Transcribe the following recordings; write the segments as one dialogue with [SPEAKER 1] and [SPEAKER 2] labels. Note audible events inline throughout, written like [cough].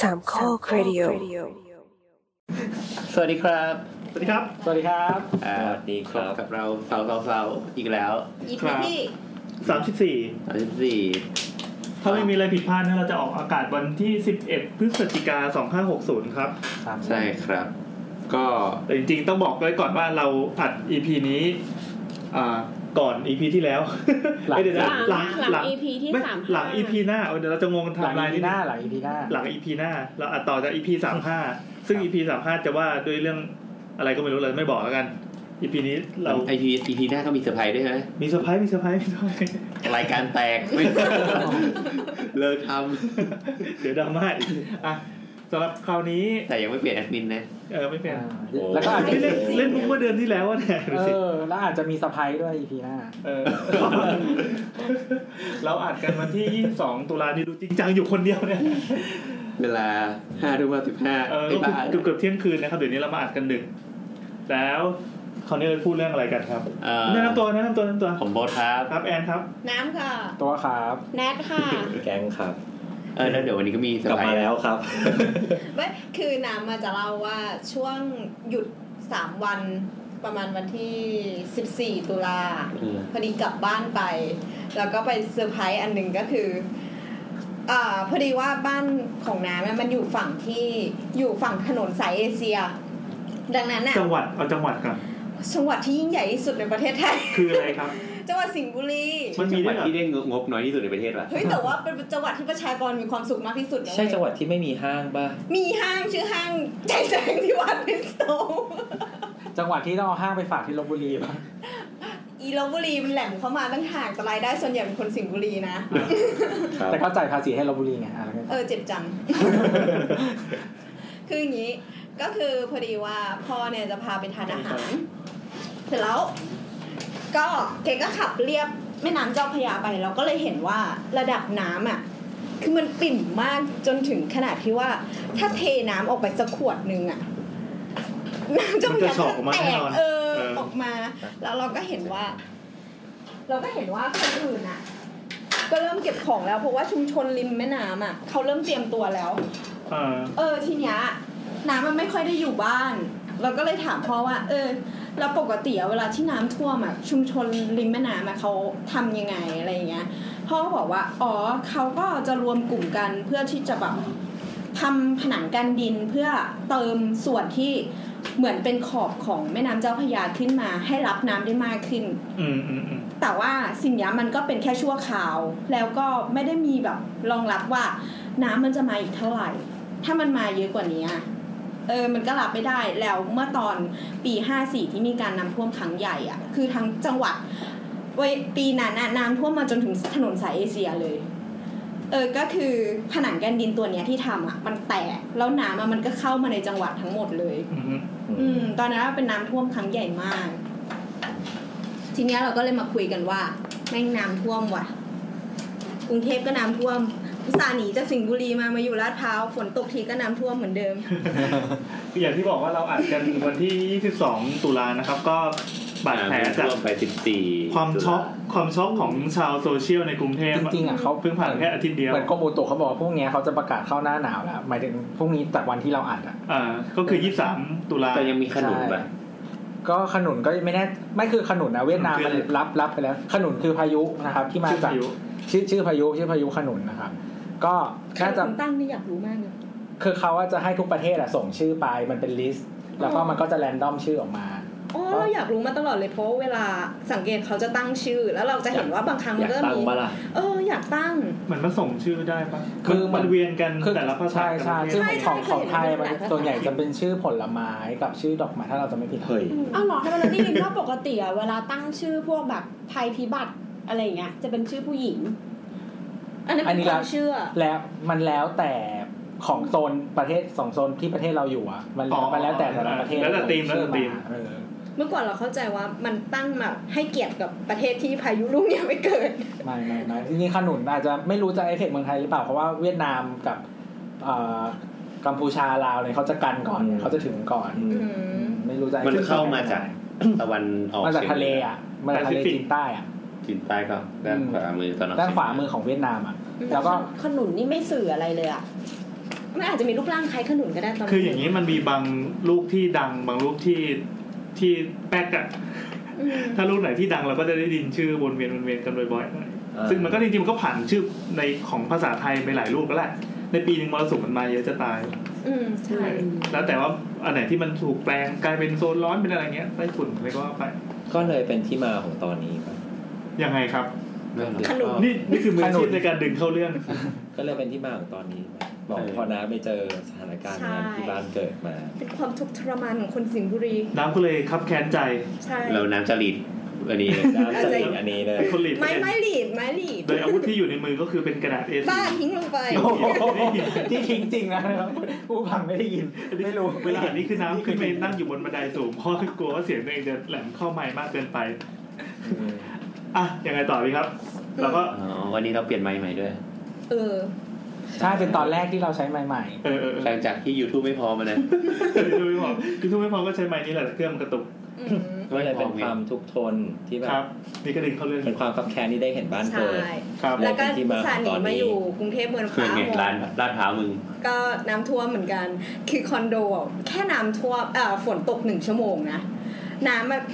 [SPEAKER 1] สามข้อครดิโอ
[SPEAKER 2] สวัสดีครับ
[SPEAKER 3] สวัสดีครับ
[SPEAKER 4] สวัสดีครับ
[SPEAKER 2] อ่า
[SPEAKER 5] สวัสดีครับ
[SPEAKER 2] พกับเราสาวสาวสาวอีกแล้ว
[SPEAKER 6] อีพีที่
[SPEAKER 3] สามสิบสี่
[SPEAKER 2] สามสิบสี่
[SPEAKER 3] ถ้าไม่มีอะไรผิดพลาดนะเราจะออกอากาศวันที่สิบเอ็ดพฤศจิกาสองห้าหกศูนย์ครับ
[SPEAKER 2] ใช่ครับ ก็
[SPEAKER 3] แต่จริงๆ ต้องบอกไว้ก่อนว่าเราอัด EP นี้อ่าก่อน EP ที่แล้ว
[SPEAKER 4] ห
[SPEAKER 3] [laughs]
[SPEAKER 4] ลัง
[SPEAKER 3] เอ้ยเดี๋ยวนะ
[SPEAKER 6] หลังหลัง EP ที่
[SPEAKER 3] ไม่
[SPEAKER 6] สาม
[SPEAKER 3] หลัง EP หน้าเอาเดี๋ยวเราจะงง
[SPEAKER 4] หลัง
[SPEAKER 3] ทำลาย
[SPEAKER 4] อีพีหน้าหลังอีพีหน้า
[SPEAKER 3] หลัง EP หน้า เราอัดต่อจาก EP สามห้าซึ่ง
[SPEAKER 4] ครับ
[SPEAKER 3] EP สามห้าจะว่าด้วยเรื่องอะไรก็ไม่รู้เลยไม่บอกแล้วกัน EP นี้เรา
[SPEAKER 2] ไอพีอีพีหน้าก็มีเซอร์ไพรส์ด้วยใช่ไหม
[SPEAKER 3] มีเซอร์ไพรส์มีเซอร์ไพรส์มีเซอร์ไพรส์ [laughs]
[SPEAKER 2] รายการแตก ไม่ [laughs] เลิกท
[SPEAKER 3] เดี๋ยวดราม่าอีกอ่ะสำหรับคราวนี้
[SPEAKER 2] ำแต่ยังไม่เปลี่ยนแอดมินนะ
[SPEAKER 3] เออไม่เป็นไร
[SPEAKER 4] แล้วก็อาจจะ
[SPEAKER 3] เล่นเล่นมุกเมื่อเดือนที่แล้วอะเนี่ยดู
[SPEAKER 4] เอ
[SPEAKER 3] สิ
[SPEAKER 4] อแล้วอาจจะมีสไปายด้วยอีพีหน้า
[SPEAKER 3] เออ เราอัดกันวันที่ 22 ตุลานี่ดูจริงจังอยู่คนเดียวเนี่ย
[SPEAKER 2] เวลาห้าทุ่มสิบห้า
[SPEAKER 3] เออ
[SPEAKER 2] ไอ้บ้า
[SPEAKER 3] ก็เกือบเกือบเที่ยงคืนนะครับเดี๋ยวนี้เรามาอัดกันดึก แล้วคราวนี้เราพูดเรื่องอะไรกันครับ
[SPEAKER 2] เอ่อ
[SPEAKER 3] แนะนำตัวแนะนำตัวแนะนำตัว
[SPEAKER 2] ผมโบ๊ทครับ
[SPEAKER 3] ครับแอนครับ
[SPEAKER 6] น้ำค่ะ
[SPEAKER 4] ตัวครับ
[SPEAKER 6] แนทค่ะ
[SPEAKER 5] แกงครับ
[SPEAKER 2] เออแล้วเดี๋ยววันนี้ก็มีเซอก
[SPEAKER 5] ลั
[SPEAKER 2] ร์
[SPEAKER 5] บ
[SPEAKER 2] ไพร
[SPEAKER 5] มา
[SPEAKER 2] ส์
[SPEAKER 5] แล้วครับ
[SPEAKER 6] ไม่คือน้ำมาจะเล่าว่าช่วงหยุดสามวันประมาณวันที่ 14 ตุลา
[SPEAKER 2] อืม
[SPEAKER 6] พอดีกลับบ้านไป แล้วก็ไปเซอร์ไพรส์อันหนึ่งก็คืออ่าพอดีว่าบ้านของน้ำเนี่ยมันอยู่ฝั่งที่อยู่ฝั่งถนนสายเอเชีย ดังนั้นน่ะ
[SPEAKER 3] จังหวัดเอาจังหวัดก่อน
[SPEAKER 6] จังหวัดที่ยิ่งใหญ่ที่สุดในประเทศไทย
[SPEAKER 3] คืออะไรครับ
[SPEAKER 6] จังหวัดสิงห์บุรี
[SPEAKER 3] มันมี
[SPEAKER 2] จังหวัด
[SPEAKER 3] ด้วยเหรอ
[SPEAKER 2] ที่ได้งบน้อยที่สุดในประเทศว่ะ
[SPEAKER 6] เฮ้ยแต่ว่าเป็นจังหวัดที่ประชากรมีความสุขมากที่สุดนะ
[SPEAKER 5] ใช่จังห
[SPEAKER 6] เว้ย
[SPEAKER 5] วัดที่ไม่มีห้างป่ะ
[SPEAKER 6] มีห้างชื่อห้าง [laughs] ใจแสงที่วัดเป็นโซ
[SPEAKER 4] จังหวัดที่ต้องเอาห้างไปฝากที่ลบบุรีป่ะ
[SPEAKER 6] [laughs] อีลบบุรีมันแหลมเข้ามาตั้งหากแต่รายได้ส่วนใหญ่เป็นคนสิงห์บุรีนะ
[SPEAKER 5] ครับ
[SPEAKER 4] แต่ก็จ่ายภาษีให้ลบบุรีไงอ่ะแล้วก็
[SPEAKER 6] เออเจ็บจัง [laughs] คืออย่างนี้ก็คือพอดีว่าพ่อเนี่ยจะพาไปทานอาหาร เสร็จแล้ว ก็เกก็ขับเรียบแม่น้ำเจ้าพระยาไปเราก็เลยเห็นว่าระดับน้ำอ่ะ คือมันปิ่มมากจนถึงขนาดที่ว่า ถ้าเทน้ำออกไปสักขวดหนึงอ่ะ [laughs] น้ำเจ้าพระยา
[SPEAKER 3] มันจะฉอกออกมา
[SPEAKER 6] แต
[SPEAKER 3] แน่
[SPEAKER 6] ก
[SPEAKER 3] นอน
[SPEAKER 6] เออ
[SPEAKER 3] เออ
[SPEAKER 6] ออกมา แล้วเราก็เห็นว่า เราก็เห็นว่าคนอื่นอ่ะ ก็เริ่มเก็บของแล้วเพราะว่าชุมชนริมแม่น้ำอ่ะเขาเริ่มเตรียมตัวแล้ว
[SPEAKER 3] เออ
[SPEAKER 6] เออทีเนี้ยน้ำมันไม่ค่อยได้อยู่บ้าน เราก็เลยถามพ่อว่า เออแล้วปกติอะเวลาที่น้ำท่วมอะชุมชนริมแม่น้ำอะเขาทำยังไงอะไรอย่างเงี้ยพ่อก็บอกว่าอ๋อเขาก็จะรวมกลุ่มกันเพื่อที่จะแบบทำผนังกันดินเพื่อเติมส่วนที่เหมือนเป็นขอบของแม่น้ำเจ้าพระยาขึ้นมา ให้รับน้ำได้มากขึ้น
[SPEAKER 3] อืมอืมอืม
[SPEAKER 6] แต่ว่าสิ่งเนี้ยมันก็เป็นแค่ชั่วคราว แล้วก็ไม่ได้มีแบบรองรับว่า น้ำมันจะมาอีกเท่าไหร่ ถ้ามันมาเยอะกว่านี้อะเออมันก็รับไม่ได้แล้วเมื่อตอนปี54ที่มีการน้ำท่วมครั้งใหญ่อ่ะ คือทั้งจังหวัดไว้ปีนั้นน่ะน้ำท่วมมาจนถึงถนนสายเอเชียเลย เออก็คือผนังกันดินตัวเนี้ยที่ทำอ่ะมันแตกแล้วน้ำอะมันก็เข้ามาในจังหวัดทั้งหมดเลย
[SPEAKER 3] อืมอืม
[SPEAKER 6] อืมตอนนั้นเป็นน้ำท่วมครั้งใหญ่มาก ทีเนี้ยเราก็เลยมาคุยกันว่า แม่งน้ำท่วมว่ะ กรุงเทพก็น้ำท่วมอุตส่าห์หนีจากสิงห์บุรีมามาอยู่ลาดพร้าวฝนตกทีก็น้ำท่วมเหมือนเดิม
[SPEAKER 3] คืออย่างที่บอกว่าเราอัดกันวันที่ 22 ตุลานะครับ ก็บาดแผลจาก
[SPEAKER 2] ร่วมไปสิบสี่
[SPEAKER 3] ความช็อกความช็อกของชาวโซเชียลในกรุงเทพ
[SPEAKER 4] จริงๆอ่ะเขา
[SPEAKER 3] เพิ่งผ่านแค่อาทิตย์เดียว
[SPEAKER 4] เหมือนกรมอุตุเขาบอกว่าพวกเนี้ยเขาจะประกาศเข้าหน้าหนาวแล้วหมายถึงพรุ่งนี้จากวันที่เราอัดอ่ะ
[SPEAKER 3] อ่าก็คือ 23 ตุลา
[SPEAKER 2] แต่ยังมีขนมป่ะ
[SPEAKER 4] ก็ขนุนก็ไม่แน่ไม่คือขนุนนะเวียดนาม
[SPEAKER 3] คือ
[SPEAKER 4] มัน
[SPEAKER 3] อะไร
[SPEAKER 4] รับรับไปแล้ว ขนุนคือพายุนะครับ ที่มา
[SPEAKER 3] ชื่อ
[SPEAKER 4] จาก
[SPEAKER 3] พายุ
[SPEAKER 4] ชื่อชื่อพายุชื่อพายุขนุนนะครับ ก็
[SPEAKER 6] ใคร
[SPEAKER 4] น่าจะ
[SPEAKER 6] คนตั้งนี่อยากรู้มากเลย
[SPEAKER 4] คือเขาอะจะให้ทุกประเทศอะส่งชื่อไปมันเป็นลิสต์ แล้วก็มันก็จะแรนดอมชื่อออกมา
[SPEAKER 6] อ๋อเราอยากรู้มาตลอดเลยเพราะว่าเวลาสังเกตเขาจะตั้งชื่อ แล้วเราจะเห็นว่าบางครั้ง
[SPEAKER 5] อ
[SPEAKER 6] มั
[SPEAKER 5] ยานก
[SPEAKER 6] ก็
[SPEAKER 5] ตั้ง
[SPEAKER 6] มี
[SPEAKER 5] บ้าล่ะ
[SPEAKER 6] เอออยากตั้ง
[SPEAKER 3] มันมาส่งชื่อได้ปะ
[SPEAKER 4] คือ
[SPEAKER 3] มันเวียนกัน
[SPEAKER 4] คือ
[SPEAKER 3] แต่ละภาษา
[SPEAKER 4] ใช่ใช่
[SPEAKER 3] แต่ละประเทศ
[SPEAKER 4] ซึ่ง
[SPEAKER 6] ใช่
[SPEAKER 4] ของ
[SPEAKER 6] ใช่
[SPEAKER 4] ของไทย
[SPEAKER 6] เคยเห็นห
[SPEAKER 4] มัน
[SPEAKER 6] ลายภาษา
[SPEAKER 4] ส่วนใหญ่จะเป็นชื่อผลไม้กับชื่อดอกไม้ถ้าเราจะไม่ผิด
[SPEAKER 5] เฮ้ย
[SPEAKER 7] อ้าวเหรอให้มันได้ยินว่าปกติอะเวลาตั้งชื่อพวกแบบภัยพิบัติอะไรอย่างเงี้ยจะเป็นชื่อผู้หญิง
[SPEAKER 6] อันนั้นเป็นความเชื่อ
[SPEAKER 4] แล้วมันแล้วแต่ของโซนประเทศสองโซนที่ประเทศเราอยู่อะมันแล้วมันแล้วแต่แต่ละประเทศ
[SPEAKER 3] แล้วแต่ตีมแล้วแต่ตีม
[SPEAKER 4] เออ
[SPEAKER 6] เมื่อก่อนเราเข้าใจว่ามันตั้งแบบให้เกียรติกับประเทศที่พายุลูกเนี้ยไม่เกิด
[SPEAKER 4] ไม่ไม่ไม่จริงๆขนุนอาจจะไม่รู้จะเอฟเฟกต์เมืองไทยหรือเปล่าเพราะว่าเวียดนามกับเอ่อกัมพูชาลาวเนี่ยเขาจะกันก่อน
[SPEAKER 5] อืม
[SPEAKER 4] เขาจะถึงก่อน
[SPEAKER 6] อืม
[SPEAKER 4] ไม่รู้จะ
[SPEAKER 2] มันเข้ามาจากตะวันออก
[SPEAKER 4] มาจาก
[SPEAKER 2] ฉียง
[SPEAKER 4] ทะเลอ่ะมาจากทะเลจีนใต้อ่ะ
[SPEAKER 2] จีนใต้ก็ด้านขวามือตอนออก
[SPEAKER 4] ด้านขวา
[SPEAKER 2] เฉียงเหนือ
[SPEAKER 4] มือของเวียดนามอ่ะ
[SPEAKER 6] อืม
[SPEAKER 4] แล้วก็
[SPEAKER 7] ขนุนนี่ไม่สื่ออะไรเลยอะ
[SPEAKER 6] มันอาจจะมีรูปร่างคล้ายขนุนก็ได้ตอน
[SPEAKER 3] คืออย่างนี้มันมีบางลูกที่ดังบางลูกที่ที่แป๊กอะ
[SPEAKER 6] อืม
[SPEAKER 3] ถ้าลูกไหนที่ดังเราก็จะได้ยินชื่อวนเวียนวนเวียนกันบ่อย
[SPEAKER 5] อ่า
[SPEAKER 3] ๆ ซึ่งมันก็จริงๆมันก็ผ่านชื่อในของภาษาไทยไปหลายลูกแล้วแหละในปีหนึ่งมรสุมมันมาเยอะจะตาย
[SPEAKER 6] อืมใช่
[SPEAKER 3] แล้วแต่ว่าอันไหนที่มันถูกแปลงกลายเป็นโซนร้อนเป็นอะไรเงี้ยไต้ฝุ่นอะไรก็ว่าไป
[SPEAKER 5] ก็เลยเป็นที่มาของตอนนี้ครับ
[SPEAKER 3] ยังไงครับ
[SPEAKER 6] ขนม
[SPEAKER 3] นี่นี่คือมืออาชีพในการดึงเข้าเรื่อง
[SPEAKER 5] ก็เลยเป็นที่มาของตอนนี้ครับบอก
[SPEAKER 2] เออ
[SPEAKER 5] พอน้าไปเจอสถานการณ์งาน
[SPEAKER 6] ใช่
[SPEAKER 5] ที่บ้านเกิดมา
[SPEAKER 6] เป็นความทุกข์ทรมานของคนสิงห์บุรี
[SPEAKER 3] น้ำก็เลยคับแค้นใจ
[SPEAKER 6] ใช่
[SPEAKER 2] เราน้ำจะรีดอันนี้เลย
[SPEAKER 5] น้ำจะเป็นอันนี้เลย
[SPEAKER 3] เป็นคนหลีด
[SPEAKER 6] ไม้ไม้หลีดไม้หลีด
[SPEAKER 3] โดยอาวุธที่อยู่ในมือก็คือเป็นกระดาษ A4
[SPEAKER 6] บ้าทิ้งลงไป
[SPEAKER 4] โอ้โหที่ทิ้งจริงนะครับผู้ฟังไม่ได้ยินไม่รู้
[SPEAKER 3] เวลาเห็นนี่คือน้ำขึ้นไปนั่งอยู่บนบันไดสูงเพราะกลัวว่าเสียงตัวเองจะแหลมเข้าไมค์มากเกินไป
[SPEAKER 5] อืม
[SPEAKER 3] อ่ะยังไงต่อดีครับ แล้วก็
[SPEAKER 2] อ๋อวันนี้เราเปลี่ยนไม้ใหม่ด้วย
[SPEAKER 6] เออ
[SPEAKER 4] ใช่เป็นตอนแรกที่เราใช้ใหม่
[SPEAKER 3] เออเออ
[SPEAKER 2] หลังจากที่ YouTube ไม่พอมานะ
[SPEAKER 3] คือไม่พอคือทุกไม่พอก็ใช้ไม้นี้แหละแต่เครื่องมันกระตุก
[SPEAKER 6] อืม
[SPEAKER 5] ก็เลยเป็นความทุกข์ทนที่แบ
[SPEAKER 3] ครับ บ นี่ก็ดึงเข้าเรื่อง
[SPEAKER 5] เป็นความคับแค้นที่ได้เห็นบ้าน
[SPEAKER 6] ใช่
[SPEAKER 5] เกิด
[SPEAKER 3] ครับ
[SPEAKER 6] แล้วก็อุตสาห์หนีมาอยู่กรุงเทพเมือง
[SPEAKER 2] เค
[SPEAKER 6] ฟ้า
[SPEAKER 2] รื่องไงร้านร้านเท้าวมึง
[SPEAKER 6] ก็น้ำท่วมเหมือนกัน คือคอนโดอ่ะแค่น้ำท่วมเอ่อฝนตกหนึ่งชั่วโมงนะ น้ำแบบ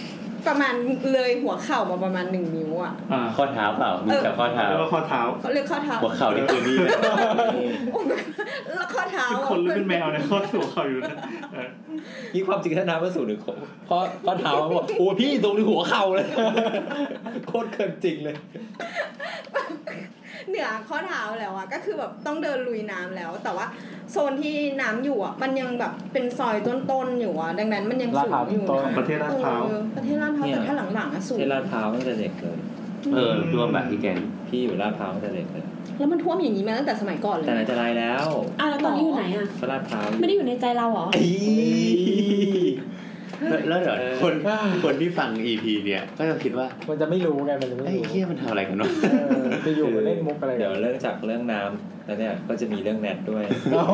[SPEAKER 6] ประมาณเลยหัวเข่ามาประมาณหนึ่งนิ้วอ่ะ
[SPEAKER 3] อ่า
[SPEAKER 2] ข้อเท้าเปล่า มึงจับข้อเท้า
[SPEAKER 3] เรียกว่าข้อเท้า
[SPEAKER 6] เขาเรียกข้อเท้า
[SPEAKER 2] หัวเข่านี่คือนี่นะ
[SPEAKER 6] แล้วข้อเท้า
[SPEAKER 3] เป็น
[SPEAKER 6] อ่ะ
[SPEAKER 3] คนหรือเป็นแมวเนี่ยข้อสู่เขาอยู่นะเออ
[SPEAKER 5] นี่ความจริงถ้าน้ำมาสู่หรือข้อข้อข้อเท้ามันบอกโอ้พี่ตรงที่หัวเข่า [laughs] เลย โคตรเกินจริงเลย
[SPEAKER 6] เหนือข้อเท้าแล้วอ่ะ ก็คือแบบต้องเดินลุยน้ำแล้ว แต่ว่าโซนที่น้ำอยู่อ่ะ มันยังแบบเป็นซอยต้นๆอยู่อ่ะ ดังนั้นมันยังสูงอยู่
[SPEAKER 3] ของ
[SPEAKER 6] นะ
[SPEAKER 3] ประเทศลาดพร้าว
[SPEAKER 6] เออประเทศลาดพร้าวแต่ถ้าหลังๆอ่ะสูง
[SPEAKER 5] ที่ลาดพร้าวตั้งแต่เด็กเลย
[SPEAKER 2] เออร่วมแบบพี่แกง
[SPEAKER 5] พี่อยู่ลาดพร้าวตั้งแต่เด็กเลย
[SPEAKER 6] แล้วมันท่วมอย่างนี้มาตั้งแต่สมัยก่อนเลย
[SPEAKER 5] แต่ไหน
[SPEAKER 6] นะ
[SPEAKER 5] แต่ไรแล้ว
[SPEAKER 7] อ่ะแล้วตอนนี้อยู่ไหนอ่ะ
[SPEAKER 5] ก็ลาดพร้าว
[SPEAKER 7] ไม่ได้อยู่ในใจเราเหรอ
[SPEAKER 5] อี
[SPEAKER 2] แล้วแล้วเดี๋ยวคนคนที่ฟัง EP เนี่ย ก็จะคิดว่า
[SPEAKER 4] ๆ มันจะไม่รู้ไงมันจะไม่
[SPEAKER 2] ไอ้
[SPEAKER 4] รู้
[SPEAKER 2] เฮียมันทำอะไรกันวะ
[SPEAKER 4] เออไปอยู่เล่นมุกอะไร
[SPEAKER 5] เดี๋ยวเรื่องจากเรื่องน้ำแล้วเนี่ยก็จะมีเรื่องแนทด้วย
[SPEAKER 4] โอ้โห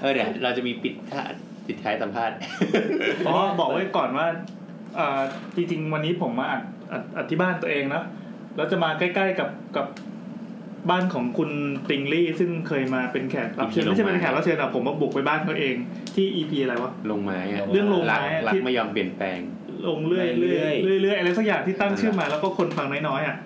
[SPEAKER 2] เออเดี๋ยวเราจะมีปิดท้ายปิดท้ายสัมภาษณ์
[SPEAKER 3] อ๋อบอกไว้ก่อนว่าเอ่อจริงๆ วันนี้ผมมาอัดอัดอัดที่บ้านตัวเองนะแล้วจะมาใกล้ๆกับกับบ้านของคุณติงลี่ ซึ่งเคยมาเป็นแขกรับเชิญ
[SPEAKER 2] ติงลี่
[SPEAKER 3] ไม่ใช่เป็นแข
[SPEAKER 2] ลง
[SPEAKER 3] ก
[SPEAKER 2] มา
[SPEAKER 3] รับเชิญอะผมมาบุกไปบ้านเขาเองที่ EP อะไรวะ
[SPEAKER 2] ลงไม้อะ
[SPEAKER 3] เรื่องลงไม้อะ
[SPEAKER 2] รัก
[SPEAKER 3] ที่
[SPEAKER 2] ไม่ยอมเปลี่ยนแปลง
[SPEAKER 3] ลงเรื่อย
[SPEAKER 5] เรื่
[SPEAKER 3] เรื่อ
[SPEAKER 5] อยย
[SPEAKER 3] เรื่อยๆอะไรสักอย่างที่ตั้งชื่อมาแล้วก็คนฟังน้อยๆอ่ะ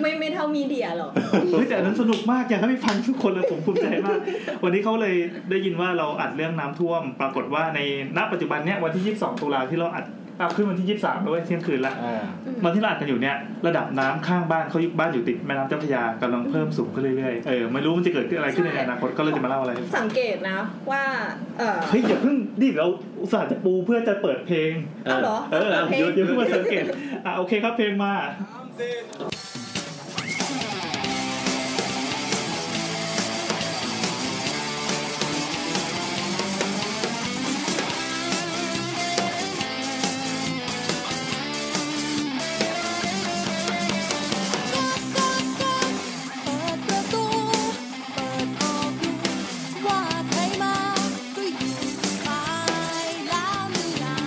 [SPEAKER 6] ไม่ไม่เท่ามีเดียหรอก
[SPEAKER 3] เฮ้ยแต่อันนั้นสนุกมากอยากให้ไปฟังทุกคนเลยผมภูมิใจมาก วันนี้เขาเลยได้ยินว่าเราอัดเรื่องน้ำท่วม ปรากฏว่าในณปัจจุบันเนี้ยวันที่ 22 ตุลาที่เราอัดอัพขึ้นวันที่ 23ด้วยเที่ยงคืนละ
[SPEAKER 4] อ่า
[SPEAKER 3] ตอนที่เราอัดกันอยู่เนี่ยระดับน้ำข้างบ้านเขาอยู่บ้านอยู่ติดแม่น้ำเจ้าพระยากำลังเพิ่มสูงขึ้นเรื่อยๆเออไม่รู้มันจะเกิดขึ้นอะไรขึ้นในอนาคตก็เลยจะมาเล่าอะไรให้ฟัง
[SPEAKER 6] สังเกตนะว่า เออ
[SPEAKER 3] เฮ้ยอย่าเพิ่งดิเราอุตส่าห์จะปูเพื่อจะเปิดเพลง
[SPEAKER 6] เอาเหรอ
[SPEAKER 3] เออ
[SPEAKER 6] เพล
[SPEAKER 3] เดี๋ยว
[SPEAKER 6] ง
[SPEAKER 3] เดี๋ยวเพิ่งมาสังเกตอ่ะโอเคครับเพลงมา
[SPEAKER 1] เปิดประตู เปิดออกดูว่าใครมาก็อยู่สบายแล้วไม่ลา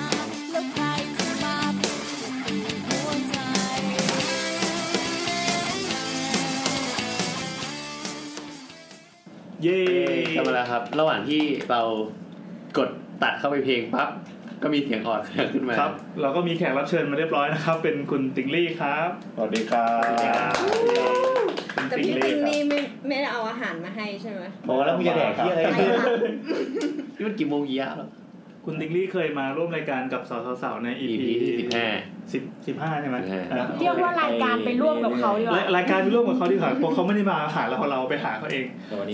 [SPEAKER 1] แล้วใครจะมาเป็นศัตรูหัวใจ
[SPEAKER 3] เย้
[SPEAKER 2] กลับมาแล้วครับ ระหว่างที่เรากดตัดเข้าไปเพลงปั๊บก็มีเสียงออดขึ้นมา
[SPEAKER 3] ครับ เราก็มีแขกรับเชิญมาเรียบร้อยนะครับ เป็นคุณติงลี่ครับ
[SPEAKER 5] สวัสดีครับ
[SPEAKER 3] คุณ
[SPEAKER 6] แต่
[SPEAKER 3] ติง
[SPEAKER 6] พี่
[SPEAKER 3] ลี่
[SPEAKER 6] ติง
[SPEAKER 3] ครับ
[SPEAKER 6] นี่ไม่ไม่ได้เอาอาหารมาให้ใช่ไหม
[SPEAKER 2] โอ้แล้วมึงจะแดกที่อะไร
[SPEAKER 6] ไป
[SPEAKER 2] เนี่ย
[SPEAKER 6] ค่ะ
[SPEAKER 2] นี่มันกี่โมงกี่ยะแล้ว
[SPEAKER 3] คุณติงลี่เคยมาร่วมรายการกับสาวสาวๆใน
[SPEAKER 2] อี
[SPEAKER 3] EP
[SPEAKER 2] พีที่สิบห้า
[SPEAKER 3] สิบสิบห้าใช่ไหม
[SPEAKER 2] สิบห้า
[SPEAKER 3] อ่ะ
[SPEAKER 7] เรียกว่ารายการไปร่วมกับเขาดีก
[SPEAKER 3] ราย
[SPEAKER 7] ว่า
[SPEAKER 3] รายการที่ร่วมกับเขาดีกว่าเพราะเขาไม่ได้มาหาเราเราไปหาเขาเอง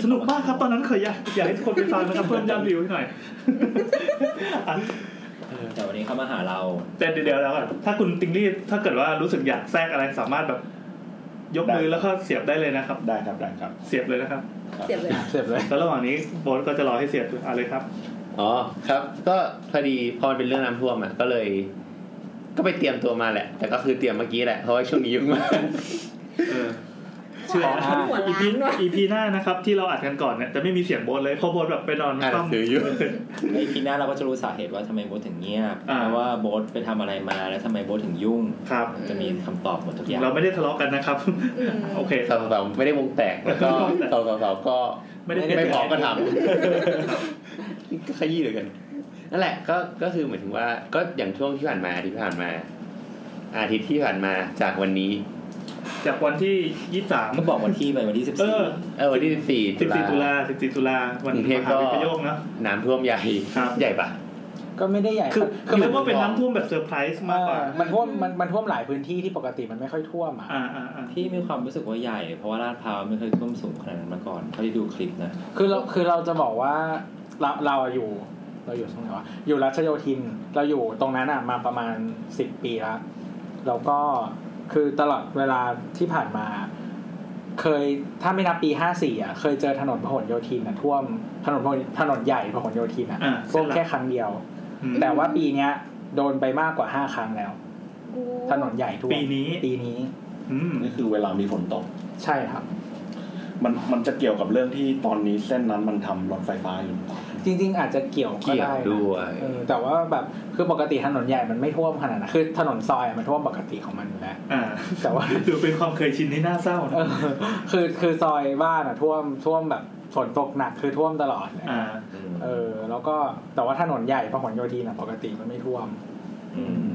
[SPEAKER 3] สนุกมากครับตอนนั้นเคยอยากอยากให้ทุกคนไปฟังนะครับ เพิ่มยอดวิวให้หน่อยอ่ะ
[SPEAKER 5] แต่วันนี้เขามาหาเรา
[SPEAKER 3] แต่เดี๋ยวแล้วก่อนถ้าคุณติงลี่ถ้าเกิดว่ารู้สึกอยากแทรกอะไรสามารถแบบ ยกมือแล้วก็เสียบได้เลยนะครับ
[SPEAKER 8] ได้ครับ ได้ครับ
[SPEAKER 3] เสียบเลยนะครับ
[SPEAKER 6] เสียบเลย
[SPEAKER 4] เสร็จเลย
[SPEAKER 3] แล้วระหว่างนี้โบทก็จะรอให้เสียบอะไรครับ
[SPEAKER 2] อ๋อครับ ก็พอดีพอมันเป็นเรื่องน้ำท่วมอ่ะก็เลย ก็ไปเตรียมตัวมาแหละ แต่ก็คือเตรียมเมื่อกี้แหละเพราะว่าช่วงนี้ยุ่งมาก
[SPEAKER 3] เออ เชื่อ
[SPEAKER 4] อ่า
[SPEAKER 7] หัว
[SPEAKER 3] อี
[SPEAKER 7] ล้า
[SPEAKER 3] พี
[SPEAKER 7] นว่ะ
[SPEAKER 3] อีพีหน้านะครับ ที่เราอัดกันก่อนเนี่ยจะไม่มีเสียงโบนเลยเพราะโบนแบบไปนอน
[SPEAKER 2] อ่านหนังสืออยู่
[SPEAKER 5] ในปีหน้าเราก็จะรู้สาเหตุว่าทำไมโบ๊ทถึงเงียบ
[SPEAKER 3] อ่า
[SPEAKER 5] เพราะว่าโบ๊ทไปทำอะไรมาแล้วทำไมโบ๊ทถึงยุ่ง
[SPEAKER 3] ครับ
[SPEAKER 5] จะมีคำตอบหมดทุกอย่าง
[SPEAKER 3] เราไม่ได้ทะเลาะกันนะครับ
[SPEAKER 7] อืม
[SPEAKER 3] โอเค
[SPEAKER 2] สาวสาวๆไม่ได้วงแตก
[SPEAKER 3] [laughs]
[SPEAKER 2] แล้วก็สาวสาวๆก็
[SPEAKER 3] ไม่ได้
[SPEAKER 4] ไม่
[SPEAKER 3] เป็น
[SPEAKER 4] ด้
[SPEAKER 2] ไม่พร้อมก็ทำก็ขยี้เหลยกัน นั่นแหละก็ก็คือหมายถึงว่า ก็อย่างช่วงที่ผ่านมาอาทิตย์ที่ผ่านมา อาทิตย์ที่ผ่านมาจากวันนี้
[SPEAKER 3] จากวันที่ยี่สาม
[SPEAKER 5] ก็บอกวันที่ไปวันที่สิบ
[SPEAKER 3] เอ
[SPEAKER 5] สี่
[SPEAKER 3] อ
[SPEAKER 2] เออวันที่สิบสี่
[SPEAKER 3] สิบสี่ตุ
[SPEAKER 2] ตุลา
[SPEAKER 3] ลาสิบสี่ตุลาวัน
[SPEAKER 2] กรุงเทพ
[SPEAKER 3] ม
[SPEAKER 2] ก็
[SPEAKER 3] หาวิทยาโยคนะ
[SPEAKER 2] น้ำท่วมใหญ่
[SPEAKER 3] ครับ
[SPEAKER 2] ใหญ่ปะ
[SPEAKER 4] ก็ไม่ได้ใหญ่
[SPEAKER 3] คือ
[SPEAKER 2] คื
[SPEAKER 3] คื
[SPEAKER 2] มั
[SPEAKER 3] อ อ
[SPEAKER 2] น
[SPEAKER 3] เรียกว่าเป็นน้ำท่วมแบบเซอร์ไพรส์มากกว่า
[SPEAKER 4] เออมันท่วมมันมันท่วมหลายพื้นที่ที่ปกติมันไม่ค่อยท่วมอ่ะ
[SPEAKER 3] อ่าอ่าอ่า
[SPEAKER 5] ที่มีความรู้สึกว่าใหญ่ เพราะว่าลาดพร้าวไม่เคยท่วมสูงขนาดนั้นมาก่อนเท่าที่ดูคลิปนะ
[SPEAKER 4] คือเราคือเราจะบอกว่าเราเราอะอยู่ เราอยู่ตรงไหนวะอยู่รัชโยธินเราอยู่ตรงนั้นอ่ะมาประมาณสิบปีแล้วแล้วก็คือตลอดเวลาที่ผ่านมา เคยถ้าไม่นับปีห้าสี่อ่ะเคยเจอถนนพหลโยธินอ่ะท่วมถนนพหลถนนใหญ่พหลโยธินอ่ะ
[SPEAKER 3] อ่า
[SPEAKER 4] ท่วมแค่ครั้งเดียว
[SPEAKER 3] อืม
[SPEAKER 4] แต่ว่าปีเนี้ย โดนไปมากกว่าห้าครั้งแล้ว
[SPEAKER 7] กู
[SPEAKER 4] ถนนใหญ่ท่วม
[SPEAKER 3] ปีนี้
[SPEAKER 4] ปีนี้
[SPEAKER 3] อืม
[SPEAKER 8] นี่คือเวลามีฝนตก
[SPEAKER 4] ใช่ครับ
[SPEAKER 8] มันมันจะเกี่ยวกับเรื่องที่ตอนนี้เส้นนั้นมันทำรถไฟฟ้าอยู่หรือเปล่า
[SPEAKER 4] จริง ๆ อาจจะเกี่ยวก็
[SPEAKER 2] เกี่ยว
[SPEAKER 4] ได้นะ
[SPEAKER 2] ด้วย
[SPEAKER 4] เออแต่ว่าแบบคือปกติถนนใหญ่มันไม่ท่วมขนาดนั้นคือถนนซอยอะมันท่วมปกติของมันอยู่แล้ว
[SPEAKER 3] อ่า
[SPEAKER 4] แต่ว่า
[SPEAKER 3] ดูเป็นความเคยชินที่น่าเศร้า
[SPEAKER 4] เอ
[SPEAKER 3] นะ
[SPEAKER 4] อคือคือซอยบ้านอะท่วมท่วมแบบฝนตกหนักคือท่วมตลอดเลย
[SPEAKER 3] อ่า
[SPEAKER 4] เออ แล้วก็แต่ว่าถนนใหญ่พหลโยธินอะปกติมันไม่ท่วม
[SPEAKER 5] อืม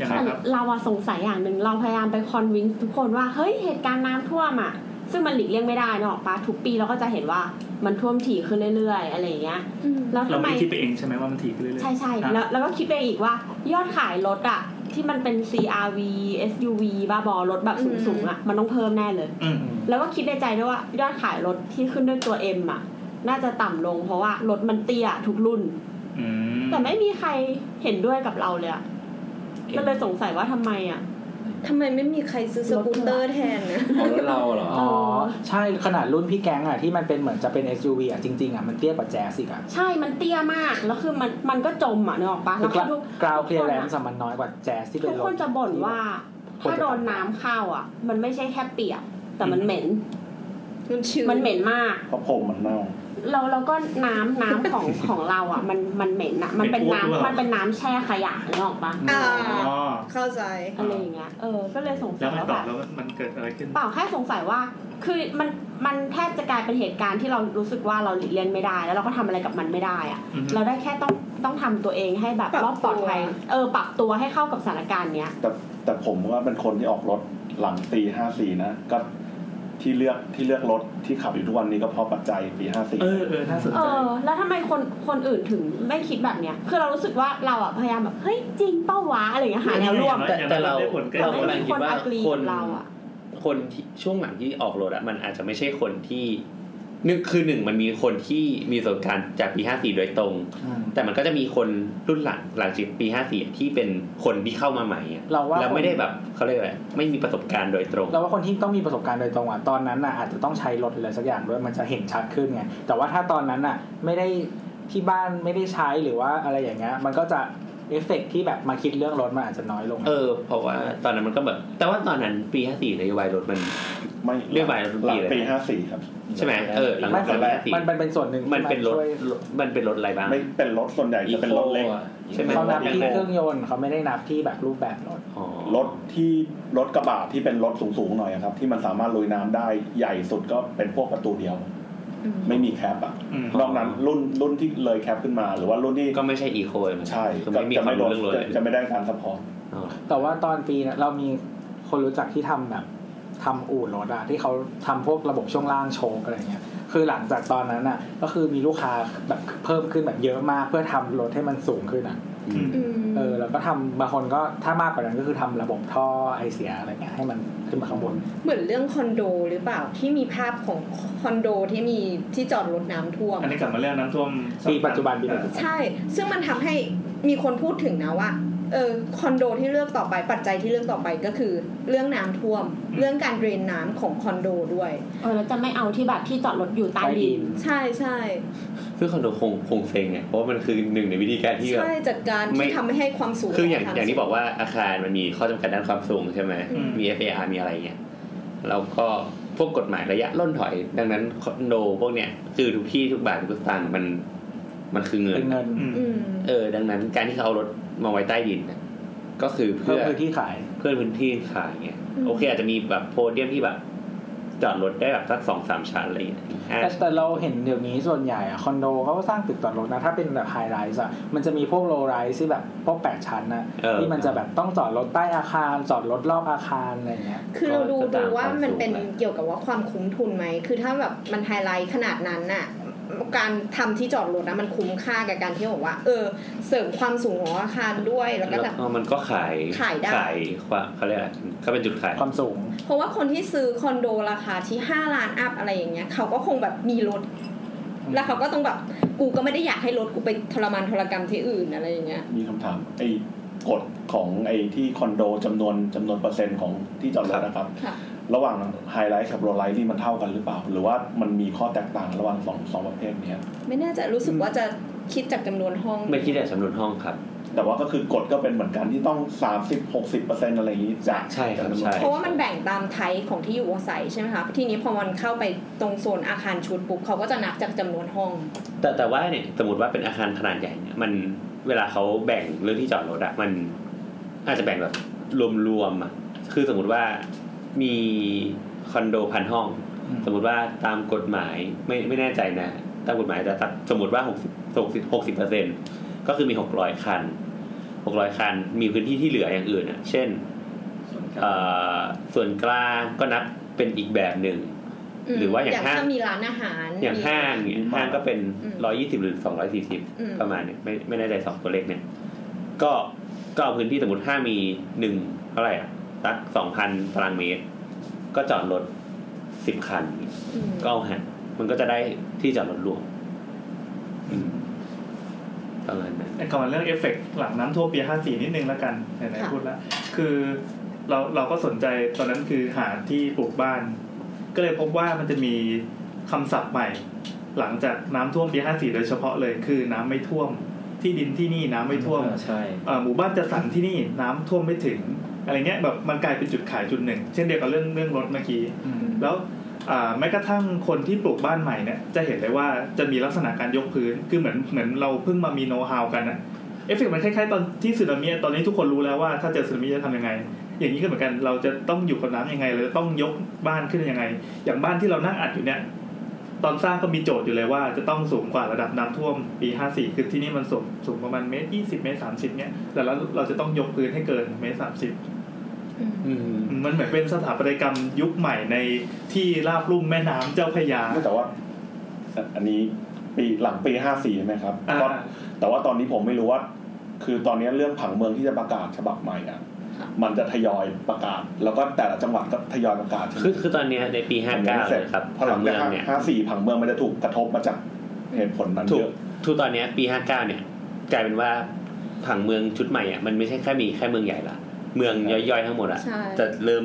[SPEAKER 3] ยังไง
[SPEAKER 7] แต่
[SPEAKER 3] ครับ
[SPEAKER 7] เราอะสงสัยอย่างหนึ่งเราพยายามไปคอนวินทุกคนว่าเฮ้ยเหตุการณ์น้ำท่วมอะซึ่งมันหลีกเลี่ยงไม่ได้เนอะปะทุกปีเราก็จะเห็นว่ามันท่วมถี่ขึ้นเรื่อยๆ อะไรอย่างเงี้ย
[SPEAKER 6] อืม
[SPEAKER 7] แล้ว
[SPEAKER 3] เรา
[SPEAKER 7] ทำไม
[SPEAKER 3] ไม่ได้คิดไปเองใช่ไหมว่ามันถี่ขึ้นเรื่อยๆ
[SPEAKER 7] ใช่ใช่
[SPEAKER 3] อ่ะ
[SPEAKER 7] แล้วแล้วก็คิดไปอีกว่ายอดขายรถอะที่มันเป็น CRV SUV บ้าบอรถแบบสูงสูงๆอะมันต้องเพิ่มแน่เลย
[SPEAKER 3] อืม
[SPEAKER 7] แล้วก็คิดในใจด้วยว่ายอดขายรถที่ขึ้นด้วยตัว M อะน่าจะต่ำลงเพราะว่ารถมันเตี้ยทุกรุ่น
[SPEAKER 3] อืม
[SPEAKER 7] แต่ไม่มีใครเห็นด้วยกับเราเลยอะก็เลยสงสัยว่าทำไมอะ
[SPEAKER 6] ทำไมไม่มีใครซื้อสกูตเตอร์แทนนะ
[SPEAKER 5] เอารถเราเหรอ
[SPEAKER 4] อ๋อ ใช่ขนาดรุ่นพี่แก๊งอะที่มันเป็นเหมือนจะเป็น SUV อะจริงๆอะมันเตี้ยกว่าแจ๊สอีกอะ
[SPEAKER 7] ใช่มันเตี้ยมากแล้วคือมันมันก็จมอะนึกออกปะ
[SPEAKER 4] คื
[SPEAKER 7] แล้
[SPEAKER 4] อ
[SPEAKER 7] วก็ทุก
[SPEAKER 4] กราวเคลียร์แลน
[SPEAKER 7] ทุก
[SPEAKER 4] ด์มันน้อยกว่าแจ๊สที่เป็
[SPEAKER 7] ทุ
[SPEAKER 4] น
[SPEAKER 7] ก
[SPEAKER 4] รถ
[SPEAKER 7] คนจะบ่นว่า ถ้าโดนน้ำเข้าอะมันไม่ใช่แค่เปียก แต่มันเหม็น
[SPEAKER 6] มันชื้น
[SPEAKER 7] มันเหม็นมาก
[SPEAKER 8] เพราะพรมมันเน่า
[SPEAKER 7] เราเราก็น้ำน้ำของของเราอ่ะ มันมันเหม็นอ่ะ มันเป็นน้ำมันเป็นน้ำแช่ขยะนึกออกปะ
[SPEAKER 6] อ่า
[SPEAKER 3] อ๋อ
[SPEAKER 6] เข้าใจ
[SPEAKER 7] อะไรอย่างเงี้ยเออ ก็เลยสงสั
[SPEAKER 3] แล้
[SPEAKER 7] ยว
[SPEAKER 3] มันต
[SPEAKER 7] ว่าแบ
[SPEAKER 3] อบบ แล้วมันเกิดอะไรขึ้น
[SPEAKER 7] เปล่าแค่สงสัยว่า คือมันมันแทบจะกลายเป็นเหตุการณ์ที่เรารู้สึกว่าเราหลีกเลี่ยงไม่ได้ แล้วเราก็ทำอะไรกับมันไม่ได้อ่ะ
[SPEAKER 3] อือฮึ
[SPEAKER 7] เราได้แค่ต้องต้องทำตัวเองให้แบบ
[SPEAKER 6] ปรับ
[SPEAKER 7] รอบปลอดภัย
[SPEAKER 6] ตัว
[SPEAKER 7] เออปรับตัวให้เข้ากับสถานการณ์เนี้ย
[SPEAKER 8] แต่แต่ผมว่าเป็นคนที่ออกรถหลังตีห้าสี่นะ ก็ที่เลือกที่เลือกรถที่ขับอยู่ทุกวันนี้ก็เพราะปัจจัยปีห้าสี่
[SPEAKER 3] เออเออน่าสน
[SPEAKER 7] เอ
[SPEAKER 3] ใจ
[SPEAKER 7] อ แล้วทำไมคนคนอื่นถึงไม่คิดแบบเนี้ย คือเรารู้สึกว่าเราอ่ะพยายามแบบเฮ้ยจริงเป้าวะอะไรอย่างเงี้ยหาแนวร่วม
[SPEAKER 2] แต่แต่เรา
[SPEAKER 3] ได้ผลใกล้
[SPEAKER 2] เรา
[SPEAKER 7] ไม่
[SPEAKER 2] กำลังคิด
[SPEAKER 7] มีคน
[SPEAKER 2] ว่า
[SPEAKER 7] อักลี
[SPEAKER 2] ค
[SPEAKER 7] กับ
[SPEAKER 2] น
[SPEAKER 7] เราอ่ะ
[SPEAKER 2] คนที่ช่วงหลังที่ออกรถอะมันอาจจะไม่ใช่คนที่นึกคือหนึ่งมันมีคนที่มีประสบการณ์จากปีห้าสี่โดยตรง
[SPEAKER 4] อืม
[SPEAKER 2] แต่มันก็จะมีคนรุ่นหลังหลังจากปีห้าสี่ที่เป็นคนที่เข้ามาใหม่อะ
[SPEAKER 4] เราว่า
[SPEAKER 2] แล้วไม่
[SPEAKER 4] คน
[SPEAKER 2] ได้แบบเขาเรียกอะไรไม่มีประสบการณ์โดยตรง
[SPEAKER 4] เราว่าคนที่ต้องมีประสบการณ์โดยตรงอ่ะตอนนั้นน่ะอาจจะต้องใช้รถอะไรสักอย่างด้วยมันจะเห็นชัดขึ้นไงแต่ว่าถ้าตอนนั้นน่ะไม่ได้ที่บ้านไม่ได้ใช้หรือว่าอะไรอย่างเงี้ยมันก็จะเอฟเฟกต์ที่แบบมาคิดเรื่องรถมันอาจจะน้อยลง
[SPEAKER 2] เออ เพราะว่าตอนนั้นมันก็แบบ แต่ว่าตอนนั้นปีห้าสี่นโยบายรถมัน
[SPEAKER 8] ไม่
[SPEAKER 2] เรียกว่าเป็น
[SPEAKER 8] ห
[SPEAKER 2] ปี
[SPEAKER 8] ลัง
[SPEAKER 2] เลย
[SPEAKER 8] ปีห้าสี่ครับ
[SPEAKER 2] ใช่ไหมเออหลัง
[SPEAKER 4] ไม่
[SPEAKER 2] จากปีห้าสี่
[SPEAKER 4] มันมันเป็นส่วนหนึ่ง
[SPEAKER 2] มันเป็นรถ
[SPEAKER 4] ช่วย
[SPEAKER 2] มันเป็นรถอะไรบ้าง
[SPEAKER 8] ไม่เป็นรถส่วนใหญ่จะเป็นรถเล็ก
[SPEAKER 2] ใช่ไหม
[SPEAKER 4] เขานับที่
[SPEAKER 2] มัน
[SPEAKER 4] เครื่องยนต์เขาไม่ได้นับที่แบบรูปแบบรถ
[SPEAKER 2] อ๋อ
[SPEAKER 8] รถที่รถกระบะที่เป็นรถสูงๆหน่อยอะครับ ที่มันสามารถลุยน้ำได้ใหญ่สุดก็เป็นพวกประตูเดียว
[SPEAKER 6] อืม
[SPEAKER 8] ไม่มีแคปอะ
[SPEAKER 3] อืม
[SPEAKER 8] นอกนั้นรุ่นรุ่นที่เลยแคปขึ้นมาหรือว่ารุ่นที่
[SPEAKER 2] ก็ไม่ใช่อีโคเลยมัน
[SPEAKER 8] ใช่
[SPEAKER 2] คือไม่มี
[SPEAKER 8] จะ
[SPEAKER 2] ความ
[SPEAKER 8] ไม่โด
[SPEAKER 2] รู้
[SPEAKER 8] น
[SPEAKER 2] เรื่องรถ
[SPEAKER 8] จะ
[SPEAKER 2] เลย
[SPEAKER 8] จะไม่ได้การสปอร์ต
[SPEAKER 2] อ๋อ
[SPEAKER 4] แต่ว่าตอนปีนะเรามีคนรู้จักที่ทำแบบทำอู่รถอะที่เขาทำพวกระบบช่วงล่างโชว์อะไรเงี้ย คือหลังจากตอนนั้นอะก็คือมีลูกค้าแบบเพิ่มขึ้นแบบเยอะมากเพื่อทำรถให้มันสูงขึ้นอะ
[SPEAKER 2] อืม
[SPEAKER 6] อืม
[SPEAKER 4] เออแล้วก็ทำบางคนก็ถ้ามากกว่านั้นก็คือทำระบบท่อไอเสียอะไรเงี้ยให้มันขึ้นมาข้างบน
[SPEAKER 6] เหมือนเรื่องคอนโดหรือเปล่าที่มีภาพของคอนโดที่มีที่จอดรถน้ำท่วม
[SPEAKER 3] อันนี้กลับมาเรื่องน้ำท่วม
[SPEAKER 4] ปีปัจจุบันปีปัจจุบัน
[SPEAKER 6] ใช่ ซึ่งมันทำให้มีคนพูดถึงนะว่า เออ คอนโดที่เลือกต่อไป ปัจจัยที่เลือกต่อไปก็คือ เรื่องน้ำท่วม เรื่องการเดรนน้ำของคอนโดด้วย
[SPEAKER 7] เออแล้วจะไม่เอาที่แบบที่จอดรถอยู่ใต้
[SPEAKER 4] ใต้ดิ
[SPEAKER 7] ดิ
[SPEAKER 4] น
[SPEAKER 7] น
[SPEAKER 6] ใช่ใช่
[SPEAKER 2] ซึ่งคอนโดคงคงเซ็งไงเพราะว่ามันคือหนึ่งในวิธีการที่แบบ
[SPEAKER 6] ใช่จัดการ
[SPEAKER 2] ไม่
[SPEAKER 6] ที่ทำให้ความสูง
[SPEAKER 2] คืออย่าง
[SPEAKER 6] ข
[SPEAKER 2] อย่างที่บอกว่าอาคารมันมีข้อจำกัดด้านความสูงใช่ไหม
[SPEAKER 3] อืม
[SPEAKER 2] มี FAR มีอะไรเงี้ย แล้วก็พวกกฎหมายระยะล่นถอย ดังนั้นคอนโดพวกเนี้ยคือทุกที่ทุกบาททุกสตางค์มันมันคือเงิน
[SPEAKER 4] เป็นเงิน
[SPEAKER 3] อืม
[SPEAKER 6] อืม
[SPEAKER 2] เออ ดังนั้นการที่เขาเอารถมาไว้ใต้ดินเนี่ยก็คือ
[SPEAKER 4] เพิ่
[SPEAKER 2] เพื่อ
[SPEAKER 4] มพื้นที่ขาย
[SPEAKER 2] เพื่อนพื้นที่ขายเงี้ย
[SPEAKER 6] อืม
[SPEAKER 2] โอเค อาจจะมีแบบโพเดียมที่แบบ จอดรถได้แบบสักสองสามชั้นอะไรอย่างเงี้ยอ่ะ
[SPEAKER 4] แต่แต่เราเห็นเดี๋ยวนี้ส่วนใหญ่อะคอนโดเขาก็สร้างตึกจอดรถนะ ถ้าเป็นแบบไฮไรส์อะมันจะมีพวกโลไรส์ที่แบบพวกแปดชั้นนะ
[SPEAKER 2] เออ
[SPEAKER 4] ที่มันจะแบบต้องจอดรถใต้อาคารจอดรถรอบอาคารอะไรเงี้ย
[SPEAKER 6] คือเราดู
[SPEAKER 2] ก็ตา
[SPEAKER 6] ดู
[SPEAKER 2] ม
[SPEAKER 6] ว่า
[SPEAKER 2] ความ
[SPEAKER 6] มัน
[SPEAKER 2] สูง
[SPEAKER 6] เป็น
[SPEAKER 2] แหละ
[SPEAKER 6] เกี่ยวกับว่าความคุ้มทุนไหม คือถ้าแบบมันไฮไลท์ขนาดนั้นน่ะ การทำที่จอดรถนะมันคุ้มค่ากับการที่บอกว่า เออ เสริมความสูงของอาคารด้วยแล้วก็
[SPEAKER 2] แล้ว
[SPEAKER 6] แบบ
[SPEAKER 2] ก็มันก็ขาย
[SPEAKER 6] ขายได้
[SPEAKER 2] ความเขาเรียกอะไรก็เป็นจุดขาย
[SPEAKER 4] ความสูง
[SPEAKER 6] เพราะว่าคนที่ซื้อคอนโดราคาที่ 5 ล้านอัพอะไรอย่างเงี้ยเขาก็คงแบบมีรถ แล้วเขาก็ต้องแบบกูก็ไม่ได้อยากให้รถกูไปทรมานทรกรรมที่อื่นอะไรอย่างเงี้ย
[SPEAKER 8] มีคำถามไอ้กฎของไอ้ที่คอนโดจำนวนจำนวนเปอร์เซ็นต์ของที่จอดรถนะครับ
[SPEAKER 6] ค่ะ
[SPEAKER 8] ระหว่างไฮไลท์กับโรไลท์นี่มันเท่ากันหรือเปล่า หรือว่ามันมีข้อแตกต่างระหว่างสองสองประเภทเนี้ย
[SPEAKER 6] ไม่แน่ใจรู้สึกว่าจะคิดจากจำนวนห้อง
[SPEAKER 2] ไม่คิดแต่สำรวจห้องครับ
[SPEAKER 8] แต่ว่าก็คือกฎก็เป็นเหมือนกันที่ต้อง 30 60เปอร์เซ็นต์อะไรอย่างนี้จาก
[SPEAKER 2] ใช่ครับใช่
[SPEAKER 6] เพราะว่ามันแบ่งตามไทป์ของที่อยู่อาศัยใช่ไหมคะ ทีนี้พอมันเข้าไปตรงโซนอาคารชุดปุ๊บเขาก็จะนับจากจำนวนห้อง
[SPEAKER 2] แต่แต่ว่าเนี่ยสมมติว่าเป็นอาคารขนาดใหญ่เนี่ยมันเวลาเขาแบ่งเรื่องที่จอดรถอะมันอาจจะแบ่งแบบรวมๆอะคือสมมติว่ามีคอนโดพันห้อง
[SPEAKER 4] อืม
[SPEAKER 2] สมมติว่าตามกฎหมายไม่ไม่แน่ใจนะตามกฎหมายแต่ตัดสมมติว่าหกสิบหกสิบหกสิบเปอร์เซ็นก็คือมีหกร้อยคันหกร้อยคัน มีพื้นที่ที่เหลืออย่างอื่นอะเช่นเอ่อส่วนกลางก็นับเป็นอีกแบบหนึ่ง
[SPEAKER 6] ม
[SPEAKER 2] หรือว่าอย่างห้าง
[SPEAKER 6] ถ้ามีร้านอาหาร
[SPEAKER 2] อย่าง
[SPEAKER 6] มี
[SPEAKER 2] ห้างเนี่ยห้างก็เป็น
[SPEAKER 6] อืม
[SPEAKER 2] ร้อยยี่สิบหรือสองร้อยสี่สิบ
[SPEAKER 6] อืม
[SPEAKER 2] ประมาณเนี่ยไม่ไม่แน่ใจสองตัวเลขเนี่ย ก็ก็เอาพื้นที่สมมติห้างมีหนึ่งเท่าไหร่อ่ะสักสองพันตารางเมตร ก็จอดรถสิบคัน
[SPEAKER 6] อืม
[SPEAKER 2] ก็เอาหันมันก็จะได้ที่จอดรถรวมอืมประมาณนั้น
[SPEAKER 3] ไอ้คำว่าเรื่องเอฟเฟกต์หลังน้ำท่วมปี 54 นิดนึงแล้วกันไหนๆพูดแล้ว คือเราเราก็สนใจตอนนั้นคือหาที่ปลูกบ้าน ก็เลยพบว่ามันจะมีคำศัพท์ใหม่ หลังจากน้ำท่วมปี 54 โดยเฉพาะเลยคือน้ำไม่ท่วม ที่ดินที่นี่น้ำไม่ท่วม
[SPEAKER 5] อ่าใช่
[SPEAKER 3] เอ่อหมู่บ้านจัดสรรที่นี่น้ำท่วมไม่ถึงอะไรเงี้ยแบบมันกลายเป็นจุดขายจุดหนึ่ง เช่นเดียวกับเรื่องเรื่องรถเมื่อกี้ แล้วอ่าแม้กระทั่งคนที่ปลูกบ้านใหม่เนี่ยจะเห็นเลยว่าจะมีลักษณะการยกพื้นคือเหมือนเหมือนเราเพิ่งมามีโน้ตฮาวกันนะเอฟเฟกต์มันคล้ายๆตอนที่สึนามิตอนนี้ทุกคนรู้แล้วว่าถ้าเจอสึนามิจะทำยังไง อย่างนี้ก็เหมือนกันเราจะต้องอยู่กับน้ำยังไงเราจะต้องยกบ้านขึ้นยังไง อย่างบ้านที่เรานั่งอัดอยู่เนี่ยตอนสร้างก็มีโจทย์อยู่เลยว่าจะต้องสูงกว่าระดับน้ำท่วมปี 54 คือที่นี่มันสูงสูงประมาณเมตร20 เมตร 30เนี่ยแต่แล้วเราจะต้องยกพื้นให้เกินเมตร30
[SPEAKER 6] อืม
[SPEAKER 2] อืม
[SPEAKER 3] มันเหมือนเป็นสถาปัตยกรรมยุคใหม่ในที่ราบลุ่มแม่น้ำเจ้าพระยา
[SPEAKER 8] ไม่แต่ว่า อันนี้ปีหลังปี 54 ใช่ไหมครับ
[SPEAKER 3] อ่า
[SPEAKER 8] ก็แต่ว่าตอนนี้ผมไม่รู้ว่า คือตอนนี้เรื่องผังเมืองที่จะประกาศฉบับใหม่อ่ะมันจะทยอยประกาศ แล้วก็แต่ละจังหวัดก็ทยอยประกาศใช่ไหม
[SPEAKER 2] คือคือตอนเนี้ยในปีห้า
[SPEAKER 8] ผมยัง
[SPEAKER 2] เก้า
[SPEAKER 8] ไม่เสร็จ
[SPEAKER 2] ครับ
[SPEAKER 8] พอหลั
[SPEAKER 2] ทาง ง
[SPEAKER 8] จา
[SPEAKER 2] เมื
[SPEAKER 8] ก
[SPEAKER 2] องเนี่ย
[SPEAKER 8] 54 ผังเมืองมันจะถูกกระทบมาจากเหตุผลนั้น
[SPEAKER 2] ถู
[SPEAKER 8] เย
[SPEAKER 2] ก
[SPEAKER 8] อะ
[SPEAKER 2] ถูกตอนเนี้ยปีห้าเก้าเนี่ย กลายเป็นว่าผังเมืองชุดใหม่อ่ะมันไม่ใช่แค่มีแค่เมืองใหญ่ละเมืองย่อยๆทั้งหมดอ่ะ
[SPEAKER 6] ใช่
[SPEAKER 2] จะเริ่ม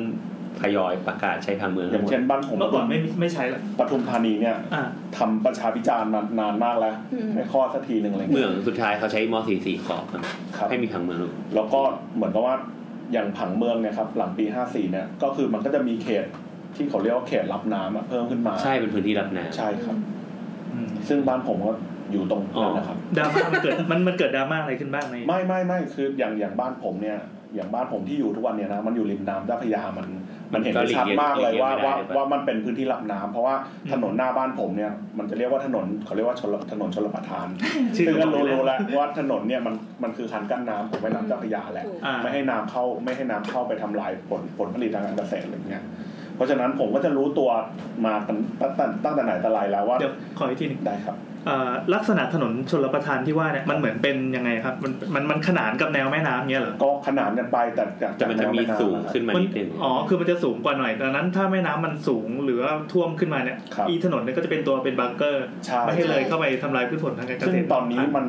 [SPEAKER 2] ทยอยประกาศใช้ผังเมือง
[SPEAKER 8] อ
[SPEAKER 2] ทั้
[SPEAKER 8] ย่า
[SPEAKER 2] ห
[SPEAKER 8] ง ง
[SPEAKER 2] มด
[SPEAKER 8] เช่นบ้านผม
[SPEAKER 3] เมื่อก่อนไม่ไม่ใช้ละ
[SPEAKER 8] ปทุมธานีเนี่ย
[SPEAKER 3] อ่า
[SPEAKER 8] ทำประชาพิจารณ์มานานมากแล้ว
[SPEAKER 6] อืม
[SPEAKER 8] ไม่ข้อดสักทีหนึ่งอะไร
[SPEAKER 2] เมื
[SPEAKER 8] เงี้
[SPEAKER 2] อย งสุดท้ายเขาใช้ม .44 ขอบมัน
[SPEAKER 8] ครับ
[SPEAKER 2] ให้มีผังเมือง
[SPEAKER 8] แล้วก็เหมือนกับว่าอย่างผังเมืองเนี่ยครับหลังปี 54 เนี่ยก็คือมันก็จะมีเขตที่เขาเรียกว่าเขตรับน้ำอะเพิ่มขึ้นมา
[SPEAKER 2] ใช่เป็นพื้นที่รับน้ำ
[SPEAKER 8] ใช่ครับ
[SPEAKER 3] อืม
[SPEAKER 8] ซึ่งบ้านผมก็อยู่ตรง
[SPEAKER 2] อ๋อ
[SPEAKER 8] นั้นนะครับ
[SPEAKER 3] ดราม่ามันเกิดมันมันเกิดดราม่าอะไรขึ้นบ้างใน
[SPEAKER 8] ไม่ไม่ไม่คืออย่างอย่างบ้านผมเนี่ย อย่างบ้านผมที่อยู่ทุกวันเนี่ยนะมันอยู่ริมน้ำเจ้าพระยามัน มันเห็นได้ชัดมากเลยว่าว่าว่ามันเป็นพื้นที่รับน้ำเพราะว่าถนนหน้าบ้านผมเนี่ยมันจะเรียกว่าถนนเขาเรียกว่าชลถนนชลประทาน
[SPEAKER 3] ชื่อ
[SPEAKER 8] ซึ่ง
[SPEAKER 3] ก็
[SPEAKER 8] ก็
[SPEAKER 3] บอกเลย
[SPEAKER 8] รู้รู้แล้วว่าถนนเนี่ยมันมันคือคันกั้นน้ำของแม่น้ำเจ้าพระยาแหละ
[SPEAKER 6] ถูก
[SPEAKER 3] อ่า
[SPEAKER 8] ไม่ให้น้ำเข้าไม่ให้น้ำเข้าไปทำลายผลผลผลิตทางการเกษตรอะไรเงี้ย เพราะฉะนั้นผมก็จะรู้ตัวมาตั้งตั้งตั้งตั้งแต่ไหนแต่ไรแล้วว่า
[SPEAKER 3] เดี๋ยวขออีกทีหนึง
[SPEAKER 8] ได้ครับ
[SPEAKER 3] เอ่อลักษณะถนนชลประทานที่ว่าเนี่ยมันเหมือนเป็นยังไงครับ มันมันมันขนานกับแนวแม่น้ำเงี้ยเหรอ
[SPEAKER 8] ก็ขนานกันไปแต่จาก
[SPEAKER 2] แต่มันจะ
[SPEAKER 8] แว
[SPEAKER 2] มี
[SPEAKER 8] แำ
[SPEAKER 2] สูง
[SPEAKER 8] นะครับ
[SPEAKER 2] ขึ้นมานิดนึง
[SPEAKER 3] อ๋อคือมันจะสูงกว่าหน่อยดังนั้นถ้าแม่น้ำมันสูงหรือว่าท่วมขึ้นมาเนี่ย
[SPEAKER 8] ครับ
[SPEAKER 3] อีถนนเนี่ยก็จะเป็นตัวเป็นบังเกอร์
[SPEAKER 8] ใช่
[SPEAKER 3] ไม่ให้เลยเข้าไปทำลายพืชผลทางการเก
[SPEAKER 8] ซึ่ง
[SPEAKER 3] ษตร
[SPEAKER 8] ตอนนี้มัน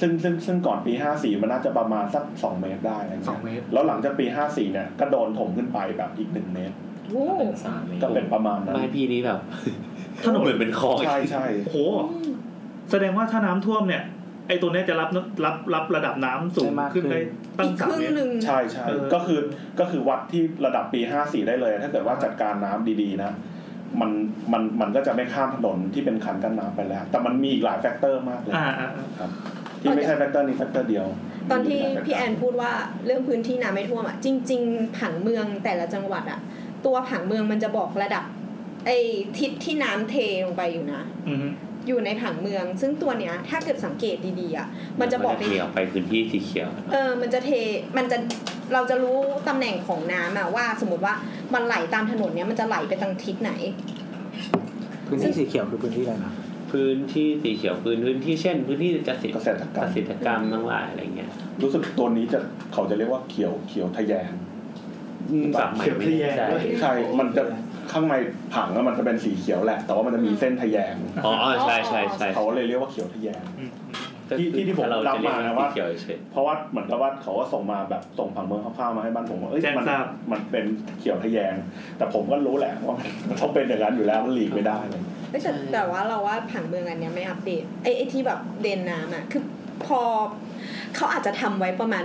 [SPEAKER 8] ซึ่งซึ่งซึ่งก่อนปี 54 มันน่าจะประมาณสัก 2 เมตรได้อะไร
[SPEAKER 3] สอง
[SPEAKER 8] เงี้ย
[SPEAKER 3] เมตร
[SPEAKER 8] แล้วหลังจากปี 54 เนี่ยก็โดนถมขึ้นไปแบบอีก 1 เมตร
[SPEAKER 6] โอ้
[SPEAKER 5] สาม
[SPEAKER 8] ก็เป็นประมาณนั้น
[SPEAKER 2] ไม่พี่นี้แบบ
[SPEAKER 3] ถนน
[SPEAKER 2] เหมือนเป็นคลอง
[SPEAKER 8] ใช่ใช่
[SPEAKER 3] โอ้โห แสดงว่าถ้าน้ำท่วมเนี่ย ไอ้ตัวเนี้ยจะรับน้ำรับรับระดับน้ำสูง
[SPEAKER 4] ได้มากขึ้
[SPEAKER 3] ขึ้
[SPEAKER 4] น
[SPEAKER 3] นได้ตั้
[SPEAKER 6] อี
[SPEAKER 3] ง
[SPEAKER 6] ก
[SPEAKER 3] สา
[SPEAKER 6] ครึ่ง
[SPEAKER 3] มเมตร
[SPEAKER 6] หนึ่ง
[SPEAKER 8] ใช่ใช่
[SPEAKER 3] เออ
[SPEAKER 8] ก็คือก็คือวัดที่ระดับปี 54 ได้เลย ถ้าเกิดว่าจัดการน้ำดีๆนะ มันมันมันก็จะไม่ข้ามถนนที่เป็นคันกั้นน้ำไปแล้ว แต่มันมีอีกหลายแฟกเตอร์มากเลย
[SPEAKER 3] อ่าอ่าอ่า
[SPEAKER 8] ครับที่ไม่ใช่แฟกเตอร์นี้แฟกเตอร์เดียว
[SPEAKER 6] ตอนที่
[SPEAKER 8] มีหลาย factor
[SPEAKER 6] พี่แอนพูดว่าเรื่องพื้นที่น้ำไม่ท่วมอ่ะจริง ๆ ผังเมืองแต่ละจังหวัดอ่ะ ตัวผังเมืองมันจะบอกระดับไอ้ทิศที่น้ำเทลงไปอยู่นะ
[SPEAKER 3] อืม
[SPEAKER 6] อยู่ในผังเมือง ซึ่งตัวเนี้ยถ้าเกิดสังเกตดีๆอ่ะมันจะบอก
[SPEAKER 2] เท
[SPEAKER 6] ใน
[SPEAKER 2] ออกไปพื้นที่สีเขียว
[SPEAKER 6] เออ มันจะเท มันจะ เราจะรู้ตำแหน่งของน้ำอะว่าสมมติว่ามันไหลตามถนนเนี้ยมันจะไหลไปทางทิศไหน
[SPEAKER 4] พื้นที่สีเขียวคือพื้นที่อะไรนะ
[SPEAKER 2] พื้นที่สีเขียวพื้นพื้นที่เช่น พื้นที่จัดสิ
[SPEAKER 8] เกษตรกรรม
[SPEAKER 2] จัดสิทธิกรรมทั้งหลายอะไรเงี้ย
[SPEAKER 8] รู้สึกตัวนี้จะเขาจะเรียกว่าเขียวเขียวทะแยง
[SPEAKER 2] อืมสับใหม่ไม่แน่ใจ
[SPEAKER 8] ใช่ มันจะข้างในผังอะมันจะเป็นสีเขียวแหละ แต่ว่ามันจะมีเส้นทะแยง
[SPEAKER 2] อ๋ออ๋อใช่ใช่ใช่
[SPEAKER 8] เขาเลยเรียกว่าเขียวทะแยง
[SPEAKER 3] อืม
[SPEAKER 8] ที่ที่ที่ผม
[SPEAKER 2] ถ้
[SPEAKER 8] รับมานะว่า
[SPEAKER 2] เรจเรียกสีเขียวเฉย
[SPEAKER 8] เพราะว่าเหมือนกับว่าเขาก็ส่งมาแบบส่งผังเมืองคร่าวๆมาให้บ้านผมว่าเอ้ย
[SPEAKER 3] แจ้ง
[SPEAKER 8] มัน
[SPEAKER 3] ทราบ
[SPEAKER 8] มันเป็นเขียวทะแยง แต่ผมก็รู้แหละว่ามันต้องเป็นอย่างนั้นอยู่แล้วมันหลีกไม่ได้เลย
[SPEAKER 6] แต่แต่ว่าเราว่าผังเมืองอันเนี้ยไม่อัปเดตไอ้ไอ้ที่แบบเดนน้ำอะคือพอเขาอาจจะทำไว้ประมาณ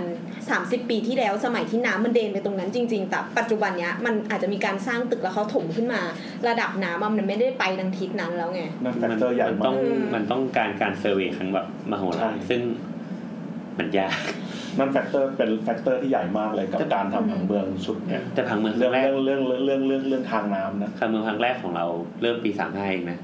[SPEAKER 6] 30 ปีที่แล้วสมัยที่น้ำมันเดนไปตรงนั้นจริง ๆ แต่ปัจจุบันเนี้ยมันอาจจะมีการสร้างตึกแล้วเขาถมขึ้นมา ระดับน้ำอะมันไม่ได้ไปทางทิศนั้นแล้วไง
[SPEAKER 8] นั่น
[SPEAKER 2] ๆ
[SPEAKER 8] แฟก
[SPEAKER 2] มั
[SPEAKER 8] เตอร์ใหญ่
[SPEAKER 2] มั
[SPEAKER 8] มา
[SPEAKER 2] ต้
[SPEAKER 8] ก
[SPEAKER 2] อง
[SPEAKER 6] อืม
[SPEAKER 2] มันต้องการการเซอร์เวย์ครั้งแบบมโหฬาร
[SPEAKER 8] ใช่
[SPEAKER 2] ซึ่งมันยาก
[SPEAKER 8] นั่นแฟกเตอร์เป็นแฟกเตอร์ที่ใหญ่มากเลยกับการทำผังเมืองชุดเนี่ย
[SPEAKER 2] แต่ผังเมืองค
[SPEAKER 8] เรื่อ
[SPEAKER 2] รั้
[SPEAKER 8] ง
[SPEAKER 2] งแรก
[SPEAKER 8] เรื่องเรื่องเรื่องเรื่องเรื่องทางน้ำนะ
[SPEAKER 2] ผังเมืองครั้งแรกของเราเริ่มปีสามห้าเองนะ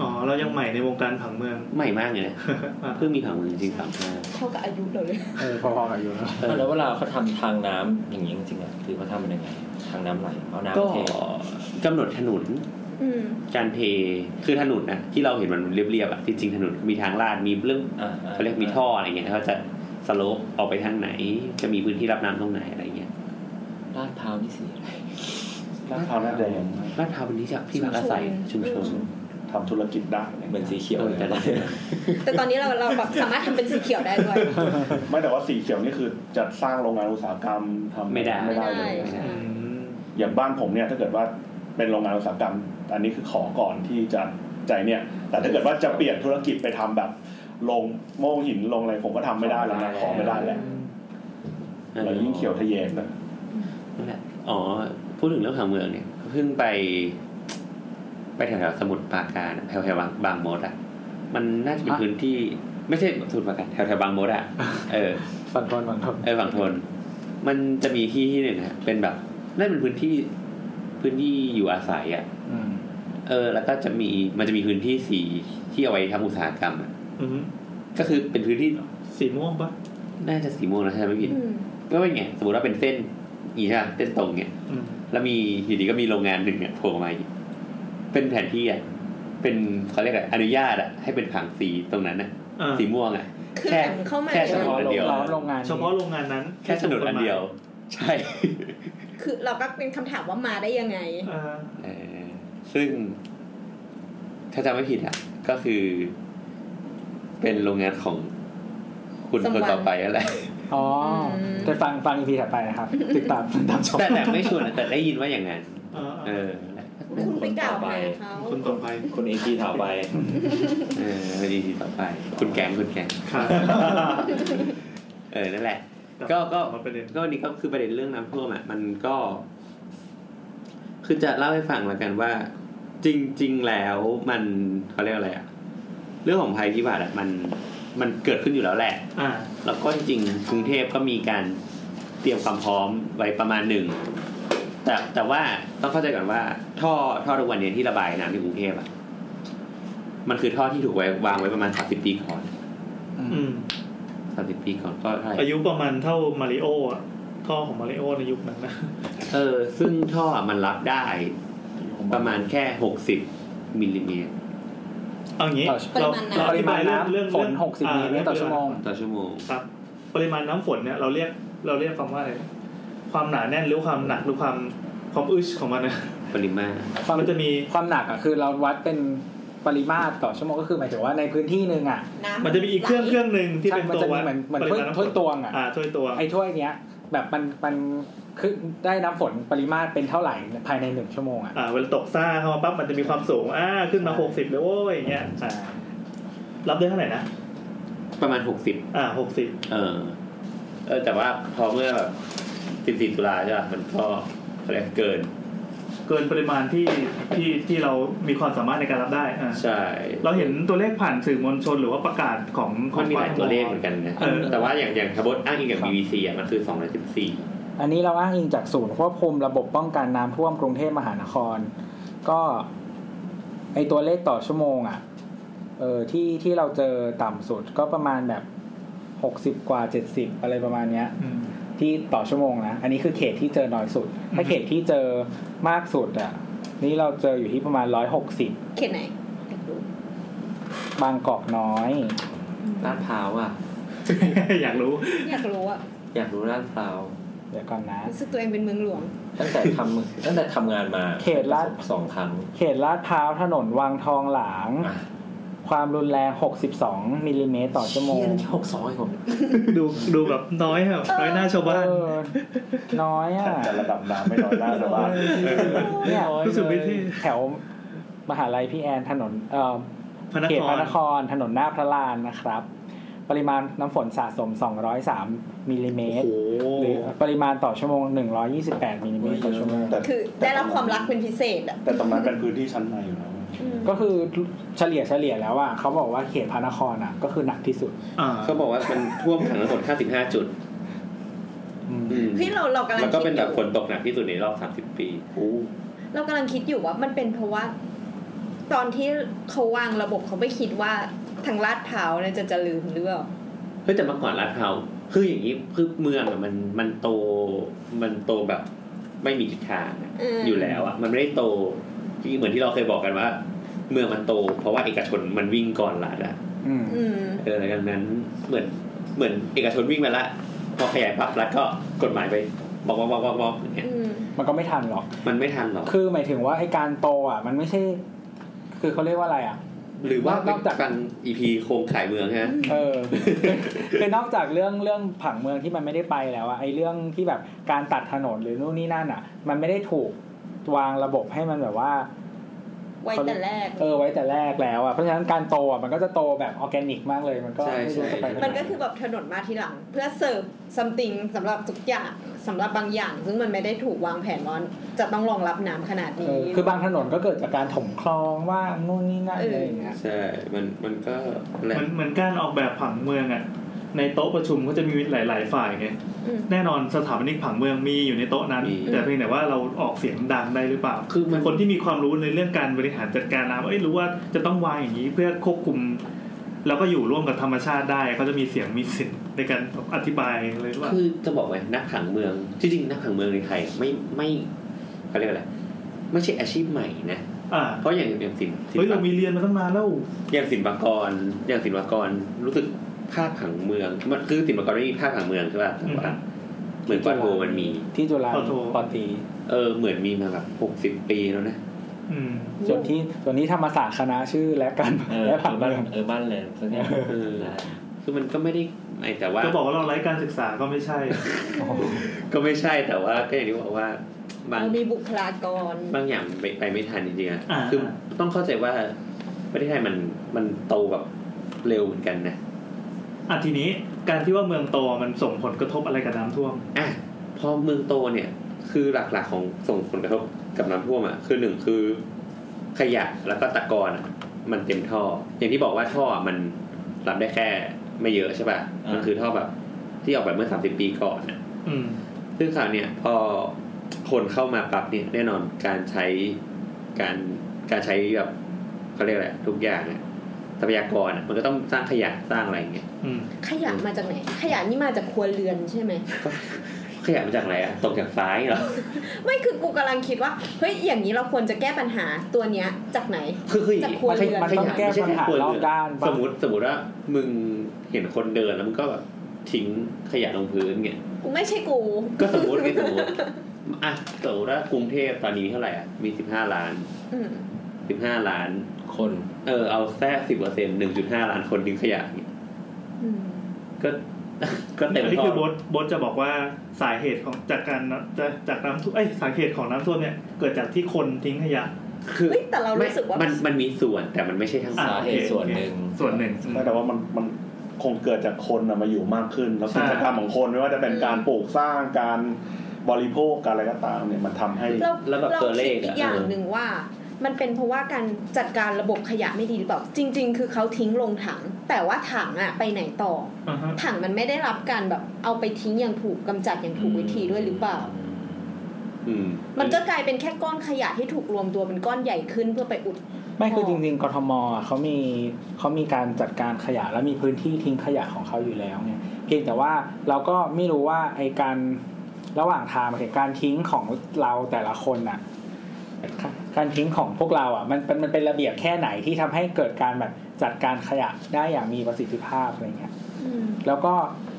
[SPEAKER 3] อ๋อเรายังใหม่ในวงการผังเมือง
[SPEAKER 2] ใหม่มากเลย [laughs] นะ
[SPEAKER 3] อ่ะ
[SPEAKER 2] เพิ่งมีผังเมืองจริงสามห้า
[SPEAKER 6] เท่ากับอายุเราเลย
[SPEAKER 4] เออพอๆกับอยู่แล้ว
[SPEAKER 5] แล้วเวลาเขาทำทางน้ำอย่างนี้จริงๆอะคือเขาทำเป็นยังไง ทางน้ำไหลเอาน้ำ
[SPEAKER 2] ก็
[SPEAKER 5] เท
[SPEAKER 2] กำหนดถนน
[SPEAKER 6] อืม
[SPEAKER 2] การเทคือถนนนะที่เราเห็นมันเรียบๆอะจริงๆถนนมีทางลาดมีเรื่อง
[SPEAKER 5] อ่อ่
[SPEAKER 2] เขาเรียกมีท่ออะไรเงี้ยเขาจะสโลปออกไปทางไหน จะมีพื้นที่รับน้ำตรงไหนอะไรเงี้ย
[SPEAKER 5] ลาดพร้าวนี่สีอะไร
[SPEAKER 8] ลาดพร้าวน่าจะยัง
[SPEAKER 2] ลาดพร้าวเป็นที่จะที่พักอาศัย
[SPEAKER 6] ชุ
[SPEAKER 2] ชุ
[SPEAKER 6] ม
[SPEAKER 2] ม
[SPEAKER 6] ช
[SPEAKER 2] ช
[SPEAKER 6] น
[SPEAKER 2] น
[SPEAKER 8] ทำธุรกิจได้เนี่ย
[SPEAKER 5] เหมือนสีเขียว
[SPEAKER 2] เออแต่ละ
[SPEAKER 6] แต่ตอนนี้เราเราแบบสามารถทำเป็นสีเขียวได้ด้วย
[SPEAKER 8] ไม่แต่ว่าสีเขียวนี่คือจะสร้างโรงงานอุตสาหกรรมทำ
[SPEAKER 2] ไม่ได้
[SPEAKER 8] ไม่ได้เลย
[SPEAKER 6] ไม่ได้
[SPEAKER 3] อืม
[SPEAKER 8] อย่างบ้านผมเนี่ยถ้าเกิดว่าเป็นโรงงานอุตสาหกรรม อันนี้คือขอก่อนที่จะใจายเนี่ย แต่ถ้าเกิดว่าจะเปลี่ยนธุรกิจไปทำแบบลงโม่งหินลงอะไรผมก็ทำไม่ได้แล้วนะขอไม่ได้แล้วเรายิ่งเขียวทะเยนนะ
[SPEAKER 2] นั่นแหละอ๋อ พูดถึงเรื่องผังเมืองเนี่ยเพิ่งไป ไปแถวๆสมุทรปราการอะแถวๆบางบางมดอ่ะ มันน่าจะเป็นพื้นที่ ไม่ใช่สมุทรปราการแถวๆบางมดอ่ะเออ
[SPEAKER 4] ฝันทนฝันทน
[SPEAKER 2] เออฝั่งทน มันจะมีที่ที่หนึ่งฮะเป็นแบบนั่นเป็นพื้นที่พื้นที่อยู่อาศัยอ่ะ
[SPEAKER 4] อืม
[SPEAKER 2] เออแล้วก็จะมีมันจะมีพื้นที่สีที่เอาไว้ทำอุตสาหกรรมอะ
[SPEAKER 3] อืม
[SPEAKER 2] ก็คือเป็นพื้นที่
[SPEAKER 3] สีม่วงปะ
[SPEAKER 2] น่าจะสีม่วงนะถ้าจำไม่ผิด
[SPEAKER 6] อืม
[SPEAKER 2] ก็เป็นไงสมมติว่าเป็นเส้นอย่างนี้ใช่ไหมเส้นตรงเนี่ย
[SPEAKER 3] อืม
[SPEAKER 2] แล้วมีอยู่ดีก็มีโรงงานหนึ่งเนี่ยโผล่มาอีกเป็นแผนที่อ่ะเป็นเขาเรียกอะไรอนุญาตอ่ะให้เป็นผังสีตรงนั้นอ่ะ
[SPEAKER 3] อ่า
[SPEAKER 2] สีม่วงอ่ะ
[SPEAKER 6] คือ
[SPEAKER 2] แค่
[SPEAKER 6] ผังเข้ามา
[SPEAKER 2] แค่ถนนอันเดียว
[SPEAKER 4] เราโรงงาน
[SPEAKER 3] เฉพาะโรงงานนั้น
[SPEAKER 2] แค่ถนนอันเดียว ใช่
[SPEAKER 6] คือเราก็เป็นคำถามว่ามาได้ยังไง
[SPEAKER 3] อ่า
[SPEAKER 2] [laughs] เออซึ่งถ้าจำไม่ผิดอ่ะ ก็คือ เป็นโรงงานของคุณ
[SPEAKER 6] สม
[SPEAKER 2] คน
[SPEAKER 6] หวัง
[SPEAKER 2] ต่อไปนั่นแหละ
[SPEAKER 4] อ๋อจะฟังฟังอีพีถัดไปนะครับ ติดตามติดตามชม
[SPEAKER 2] แต่แต่ไม่ชวนนะแต่ได้ยินว่าอย่างนั้น
[SPEAKER 3] อ่า
[SPEAKER 2] เอ
[SPEAKER 3] อ่า
[SPEAKER 2] อนั่นแหละ
[SPEAKER 6] คุณไปกล่าวหาเขา
[SPEAKER 3] คนต่อไป
[SPEAKER 5] คนเอทีถามไป
[SPEAKER 2] เออดีทีต่อไป คุณแกงคุณแกง
[SPEAKER 3] ค่ะ
[SPEAKER 2] เออนั่นแหละ ก็ก็
[SPEAKER 3] มาประเด็น
[SPEAKER 2] ก็วันนี้ก็คือประเด็นเรื่องน้ำท่วมอ่ะมันก็ คือจะเล่าให้ฟังแล้วกันว่า จริง ๆ แล้วมันเขาเรียกอะไรอ่ะ เรื่องของภัยพิบัติอ่ะมันมันเกิดขึ้นอยู่แล้วแหละ
[SPEAKER 3] อ่า
[SPEAKER 2] แล้วก็จริงๆกรุงเทพก็มีการเตรียมความพร้อมไว้ประมาณหนึ่ง แต่แต่ว่าต้องเข้าใจก่อนว่า ท่อท่อทุกวันเนี้ที่ระบายน้ำที่กรุงเทพอ่ะมันคือท่อที่ถูกไว้วางไว้ประมาณสามสิบปีก่อน
[SPEAKER 3] อืม
[SPEAKER 2] สามสิบปีก่อนก็เท่าไหร่
[SPEAKER 3] อายุประมาณเท่ามาริโออะท่อของมาริโอในยุคนั้นนะ
[SPEAKER 2] เออ ซึ่งท่อมันรับได้ประมาณแค่หกสิบมิลลิเมตร
[SPEAKER 3] เอาอย่างนี้
[SPEAKER 4] ต่อ
[SPEAKER 3] เราเรา
[SPEAKER 4] ป
[SPEAKER 3] อ
[SPEAKER 4] ริ
[SPEAKER 3] ธิ
[SPEAKER 4] มา
[SPEAKER 3] บา
[SPEAKER 4] ณ
[SPEAKER 3] ยเรื่องเรื่องเรื่อ
[SPEAKER 4] น้ำฝน
[SPEAKER 3] ง
[SPEAKER 4] หกสิบมิลลิเมตรต่อชั่วโมง
[SPEAKER 2] ต่อชั่วโมง
[SPEAKER 3] ครับ ปริมาณน้ำฝนเนี่ยเราเรียกเราเรียกคำว่าอะไรความหนาแน่นหรือความหนักหรือความความอึชของมันนะ
[SPEAKER 2] ปริมาตร
[SPEAKER 4] ความ
[SPEAKER 3] มันจะมี
[SPEAKER 4] ความหนักอ่ะคือเราวัดเป็นปริมาตรต่อชั่วโมงก็คือหมายถึงว่าในพื้นที่หนึ่งอ่ะ
[SPEAKER 6] ำ
[SPEAKER 3] มันจะมีอีกเครื่องเครื่องหนึ่งที่
[SPEAKER 4] ใช่
[SPEAKER 3] เป็น
[SPEAKER 4] มัน
[SPEAKER 3] ตัว
[SPEAKER 4] จะมี
[SPEAKER 3] วัด
[SPEAKER 4] เหมือนเหมือน
[SPEAKER 3] ปริมาณน้ำฝ
[SPEAKER 4] ถ้วยตวงอะ
[SPEAKER 3] อ่าถ้วยตวง
[SPEAKER 4] ไอ้ถ้วยเนี้ย แบบมันมันคือได้น้ำฝนปริมาตรเป็นเท่าไหร่ภายในหนึ่งชั่วโมงอ่ะ
[SPEAKER 3] อ่าเวลาตกซ่าเข้ามาปั๊บมันจะมีความสูงอ่าขึ้นมาหกสิบเลยโว้ยอย่างเงี้ยอ่ารับได้เท่าไหร่นะ
[SPEAKER 2] ประมาณหกสิบ
[SPEAKER 3] อ่าหกสิบ
[SPEAKER 2] เออ เออ แต่ว่าพอเมื่อแบบสิบสี่ตุลาใช่ป่ะมันก็เขาเรียกเกิน
[SPEAKER 3] เกินปริมาณที่ที่ที่เรามีความสามารถในการรับได้อ่า
[SPEAKER 2] ใช่
[SPEAKER 3] เราเห็นตัวเลขผ่านสื่อมวลชนหรือว่าประกาศของขอ
[SPEAKER 2] มั
[SPEAKER 3] ง
[SPEAKER 2] นมีหลายตัวเลขเหมือนกันนะ
[SPEAKER 3] เออ
[SPEAKER 2] แต่ว่าอย่างอย่างสมมติอ้างอิงกับ BBC อ่ะมันคือสองร้อยสิบสี่
[SPEAKER 4] อันนี้เราอ้างอิงจากศูนย์ควบคุมระบบป้องกันน้ำท่วมกรุงเทพมหานคร ก็ไอตัวเลขต่อชั่วโมงอะ่ะเออที่ที่เราเจอต่ำสุดก็ประมาณแบบหกสิบ60 กว่าเจ็ดสิบอะไรประมาณเนี้ย
[SPEAKER 3] อืม [laughs]
[SPEAKER 4] ที่ต่อชั่วโมงนะ อันนี้คือเขตที่เจอน้อยสุด ถ้า
[SPEAKER 3] อืม
[SPEAKER 4] เขตที่เจอมากสุดอ่ะ นี่เราเจออยู่ที่ประมาณร้อยหกสิบ
[SPEAKER 6] เขตไหนอยากรู้
[SPEAKER 4] บางกอกน้อย
[SPEAKER 5] ลาดพร้าวอ่ะ
[SPEAKER 3] อยากรู้
[SPEAKER 6] อยากรู้อะ
[SPEAKER 5] อยากรู้ลาดพร้าว
[SPEAKER 4] เดี๋ยวก่อนนะ
[SPEAKER 6] รู้สึกตัวเองเป็นเมืองหลวง
[SPEAKER 5] ตั้งแต่ทำ ตั้งแต่ทำงานมา
[SPEAKER 4] เขตลาด
[SPEAKER 5] สองครั้ง
[SPEAKER 4] เขตลาดพร้าวถนนวังทองหลาง
[SPEAKER 5] อ่ะ
[SPEAKER 4] ความรุนแรง 62มิลลิเมตรต่อชั่วโมง
[SPEAKER 5] เชี่ยนี่หกสองไอ้ผม
[SPEAKER 3] ดูดูแบบน้อยครับน้อยหน้าชาวบ้าน
[SPEAKER 4] เออน้อยอ่ะ
[SPEAKER 8] แต่ระดับน้ำไม่น้อยหน้าชาวบ้าน
[SPEAKER 4] เนี่ย
[SPEAKER 3] รู้สึกไม่ที่
[SPEAKER 4] แถวมหาลัยพี่แอนถนนเอ่อ
[SPEAKER 3] พระน
[SPEAKER 4] เขต
[SPEAKER 3] ค
[SPEAKER 4] พ
[SPEAKER 3] ร
[SPEAKER 4] ระนครถนนหน้าพระลานนะครับ ปริมาณน้ำฝนสะสม 203มิลลิเมตร
[SPEAKER 3] โอ้โห
[SPEAKER 4] หรือปริมาณต่อชั่วโมง 128มิลลิเมตรต่อชั่วโมง
[SPEAKER 8] แต่
[SPEAKER 6] คือได้รับความรักเป็นพิเศษอะ
[SPEAKER 8] แต่ตรงนั้นเป็นพื้นที่ชั้นในอยู่แล้ว
[SPEAKER 4] ก็คือเฉลี่ยเฉลี่ยแล้วอ่ะเขาบอกว่าเขตพระนครอ่ะ ก็คือหนักที่สุด
[SPEAKER 3] อ่า
[SPEAKER 2] เขาบอกว่ามันท่วมถังทั้งหมด 55 จุด
[SPEAKER 4] อืม
[SPEAKER 2] อืม
[SPEAKER 6] พี่เราเรากำลัง
[SPEAKER 2] แล้วก็
[SPEAKER 6] คิด
[SPEAKER 2] เป็น
[SPEAKER 6] อ
[SPEAKER 2] แบบ
[SPEAKER 6] ยู่
[SPEAKER 2] ฝนตกหนักที่สุดในรอบ 30 ปี
[SPEAKER 8] โอ้
[SPEAKER 6] เรากำลังคิดอยู่ว่ามันเป็นเพราะว่า ตอนที่เขาวางระบบเขาไม่คิดว่าทางลาดพร้าวเนี่ยจะเจะลืมหรือเปล่า
[SPEAKER 2] เฮ้ยแต่เมื่อก่อนลาดพร้าวคืออย่างนี้คือเมืองอะมันมันโตมันโตแบบไม่มีทิศทางอะ
[SPEAKER 6] อืม
[SPEAKER 2] อยู่แล้วอะมันไม่ได้โตที่เหมือนที่เราเคยบอกกันว่า เมืองมันโต เพราะว่าเอกชนมันวิ่งก่อนรัฐอะ
[SPEAKER 4] อืม
[SPEAKER 6] อืม
[SPEAKER 2] เออแล้วดังนั้นเหมือนเหมือนเอกชนวิ่งมาละพอขยายปั๊บรัฐก็กฎหมายไปบอกว่าบอกว่าบอกเนี่ย
[SPEAKER 6] อืม
[SPEAKER 4] มันก็ไม่ทันหรอก
[SPEAKER 2] มันไม่ทันหรอก
[SPEAKER 4] คือหมายถึงว่าไอการโตอ่ะ มันไม่ใช่ คือเขาเรียกว่าอะไรอ่ะ
[SPEAKER 2] หรือว่าน
[SPEAKER 4] อกจาก
[SPEAKER 2] ฟังอีพีโครงข่ายเมืองฮะ
[SPEAKER 4] เออ [laughs] คือนอกจากเรื่องเรื่องผังเมืองที่มันไม่ได้ไปแล้วอะไอเรื่องที่แบบการตัดถนนหรือนู่นนี่นั่นอะมันไม่ได้ถูกวางระบบให้มันแบบว่า
[SPEAKER 6] ไว้แต่แรก
[SPEAKER 4] เออไว้แต่แรกแล้วอะเพราะฉะนั้นการโตอะมันก็จะโตแบบออร์แกนิกมากเลย มันก็
[SPEAKER 2] ใช่
[SPEAKER 4] ไม่รู้
[SPEAKER 2] ใช่
[SPEAKER 4] จะไปทางไห
[SPEAKER 6] มันก็คือแบบถนนมาทีหลัง เพื่อเสิร์ฟ something สำหรับทุกอย่างสำหรับบางอย่าง ซึ่งมันไม่ได้ถูกวางแผนว่าจะต้องรองรับน้ำขนาด
[SPEAKER 4] เอ
[SPEAKER 6] นี้
[SPEAKER 4] อคือบางถนนก็เกิดจากการถมคลองว่างนู่นนี่นั่น
[SPEAKER 6] เอออ
[SPEAKER 4] อะไรอย่างเงี้ย
[SPEAKER 2] ใช่มันมันก็แหละ
[SPEAKER 3] เหมือนเหมือนการออกแบบผังเมืองอ่ะ ในโต๊ะประชุมก็จะมีหลาย ๆ ฝ่ายไง
[SPEAKER 6] อืม
[SPEAKER 3] แน่นอนสถาปนิกผังเมืองมีอยู่ในโต๊ะนั้น แต่เพียงแต่ว่าเราออกเสียงดังได้หรือเปล่า
[SPEAKER 2] คือมัน
[SPEAKER 3] คนที่มีความรู้ในเรื่องการบริหารจัดการน้ำเอ้ยรู้ว่าจะต้องวางอย่างนี้เพื่อควบคุม แล้วก็อยู่ร่วมกับธรรมชาติได้เขาจะมีเสียงมีสิทธิ์ในการอธิบายเลยว่า
[SPEAKER 2] คือจะบอกไว้นักผังเมืองจริงๆนักผังเมืองในไทยไม่ไม่เขาเรียกอะไรไม่ใช่อาชีพใหม่นะ
[SPEAKER 3] อ่า
[SPEAKER 2] เพราะอย่างอย่างศิลป์ศิล
[SPEAKER 3] เฮ้ยเรา
[SPEAKER 2] ปะ
[SPEAKER 3] มีเรียนมาตั้งนานแล้ว
[SPEAKER 2] อย่างศิลปากรอย่างศิลปากรรู้สึกภาพผังเมืองมันคือศิลปากรไม่มีภาพผังเมืองใช่ป่ะแต่ว่าเหมือนกวาโทมันมี
[SPEAKER 4] ที่จุฬาปอตรี
[SPEAKER 2] เออเหมือนมีมาแบบหกสิบ60 ปีแล้วนะ
[SPEAKER 3] อืม
[SPEAKER 4] ส่วนที่ส่วนนี้ธรรมศาสตร์คณะชื่อและการ
[SPEAKER 5] เออ
[SPEAKER 4] และผั
[SPEAKER 5] เอ
[SPEAKER 4] เมื
[SPEAKER 5] ง อบ้าน
[SPEAKER 4] อง
[SPEAKER 5] เออบ้านแหลมสักอย่าง
[SPEAKER 2] เออคือมันก็ไม่ได้ไอแต่ว่า
[SPEAKER 3] จะบอกว่าเราไร้การศึกษาก็ไม่ใช่
[SPEAKER 4] โอ้โห
[SPEAKER 2] ก็ไม่ใช่แต่ว่าก็อย่างที่บอกว่าบาง
[SPEAKER 6] เรามีบุคลากร
[SPEAKER 2] บางอย่างไปไปไม่ทันจริงๆอะ
[SPEAKER 3] อ่า
[SPEAKER 2] คือต้องเข้าใจว่าประเทศไทยมันมันโตแบบเร็วเหมือนกันนะ
[SPEAKER 3] อ่ะทีนี้การที่ว่าเมืองโตมันส่งผลกระทบอะไรกับน้ำท่วม
[SPEAKER 2] อ่ะพอเมืองโตเนี่ย คือหลักๆของส่งผลกระทบกับน้ำท่วมอ่ะคือหนึ่งคือขยะแล้วก็ตะกอนอ่ะมันเต็มท่อ อย่างที่บอกว่าท่ออะมันรับได้แค่ไม่เยอะใช่ป่ะมันคือท่อแบบ ที่ออกแบบเมื่อสามสิบปีก่อนอะ
[SPEAKER 3] อืม
[SPEAKER 2] ซึ่งคราวเนี่ยพอคนเข้ามาปรับเนี่ยแน่นอนการใช้การการใช้แบบเขาเรียกอะไรทุกอย่างเนี่ยทรัพยากรอะมันก็ต้องสร้างขยะสร้างอะไรอย่างเงี้ย
[SPEAKER 3] อืม
[SPEAKER 6] ขยะมาจากไหน ขยะนี่มาจากครัวเรือนใช่ไหม
[SPEAKER 2] ขยะมาจากไหนอะตกจากฟ้าอย่างเงี้ยเหรอ
[SPEAKER 6] ไม่คือกูกำลังคิดว่า เฮ้ย อย่างนี้เราควรจะแก้ปัญหาตัวเนี้ยจากไหน
[SPEAKER 2] คือคืออย่า
[SPEAKER 6] จา
[SPEAKER 2] ง
[SPEAKER 6] กครัวเรือน
[SPEAKER 4] มันต้องแก้ปัญหารอบด้านบ้า
[SPEAKER 2] ส
[SPEAKER 4] ง
[SPEAKER 2] มมติสมมติว่ามึงเห็นคนเดินแล้วมึงก็แบบทิ้งขยะลงพื้นเงี้ย
[SPEAKER 6] กูไม่ใช่กู
[SPEAKER 2] ก็สมมติไม่สมมติอ่ะสมมติว่ากรุงเทพตอนนี้เท่าไหร่อ่ะมีสิบห้าล้าน
[SPEAKER 6] อืม
[SPEAKER 2] สิบห้าล้าน
[SPEAKER 5] คน
[SPEAKER 2] เออเอาแค่สิบเปอร์เซ็นต์หนึ่งจุดห้าล้านคนทิ้งขยะเงี้ย
[SPEAKER 6] อืม
[SPEAKER 2] ก็ ก็
[SPEAKER 3] อัน
[SPEAKER 2] เต็ม
[SPEAKER 3] นี้
[SPEAKER 2] ท่
[SPEAKER 3] คือโบ
[SPEAKER 2] อ
[SPEAKER 3] ทโบทจะบอกว่าสาเหตุของจากการน้ำจะจากน้ำท่วมเอ้ยสาเหตุของน้ำท่วมเนี่ย เกิดจากที่คนทิ้งขยะ
[SPEAKER 2] คือ
[SPEAKER 6] เฮ้ย แต่เรารู้สึกว่า
[SPEAKER 2] นมันมีส่วนแต่มันไม่ใช่ทั้งหม
[SPEAKER 3] อ่ะ
[SPEAKER 2] ด
[SPEAKER 5] สาเหตุส่วนหนึ่ง
[SPEAKER 3] ส่วนหนึ่ง
[SPEAKER 8] แต่ว่ามันมัน คงเกิดจากคนน่ะมาอยู่มากขึ้น แล้วกิจกรรมของคนไม่ว่าจะเป็นการปลูกสร้างการบริโภคการอะไรก็ตามเนี่ยมันทำให้
[SPEAKER 6] เรา
[SPEAKER 2] แล้วแบบ
[SPEAKER 6] เรา
[SPEAKER 2] ตัวเล
[SPEAKER 6] คิ
[SPEAKER 2] ข
[SPEAKER 6] ด
[SPEAKER 2] อะ
[SPEAKER 6] อีกอย่าง
[SPEAKER 2] เออ
[SPEAKER 6] หนึ่งว่า มันเป็นเพราะว่าการจัดการระบบขยะไม่ดีหรือเปล่า จริง ๆ คือเขาทิ้งลงถัง แต่ว่าถังอะไปไหนต่อ
[SPEAKER 3] อ่าฮะ
[SPEAKER 6] ถังมันไม่ได้รับการแบบเอาไปทิ้งอย่างถูกกำจัดอย่างถูกวิธีด้วยหรือเปล่า
[SPEAKER 2] อืม
[SPEAKER 6] มันก็กลายเป็นแค่ก้อนขยะที่ถูกรวมตัวเป็นก้อนใหญ่ขึ้นเพื่อไปอุด
[SPEAKER 4] ไม่คือ
[SPEAKER 6] อ๋
[SPEAKER 4] จ
[SPEAKER 6] อ
[SPEAKER 4] ริงๆกทมอ่ะเขามีเขามีการจัดการขยะและมีพื้นที่ทิ้งขยะของเขาอยู่แล้วไงเพียงแต่ว่าเราก็ไม่รู้ว่าไอการระหว่างทางหมายถึงการทิ้งของเราแต่ละคนน่ะ การทิ้งของพวกเราอ่ะมันเป็นมันเป็นระเบียบแค่ไหนที่ทำให้เกิดการแบบจัดการขยะได้อย่างมีประสิทธิภาพอะไรเงี้ย แล้วก็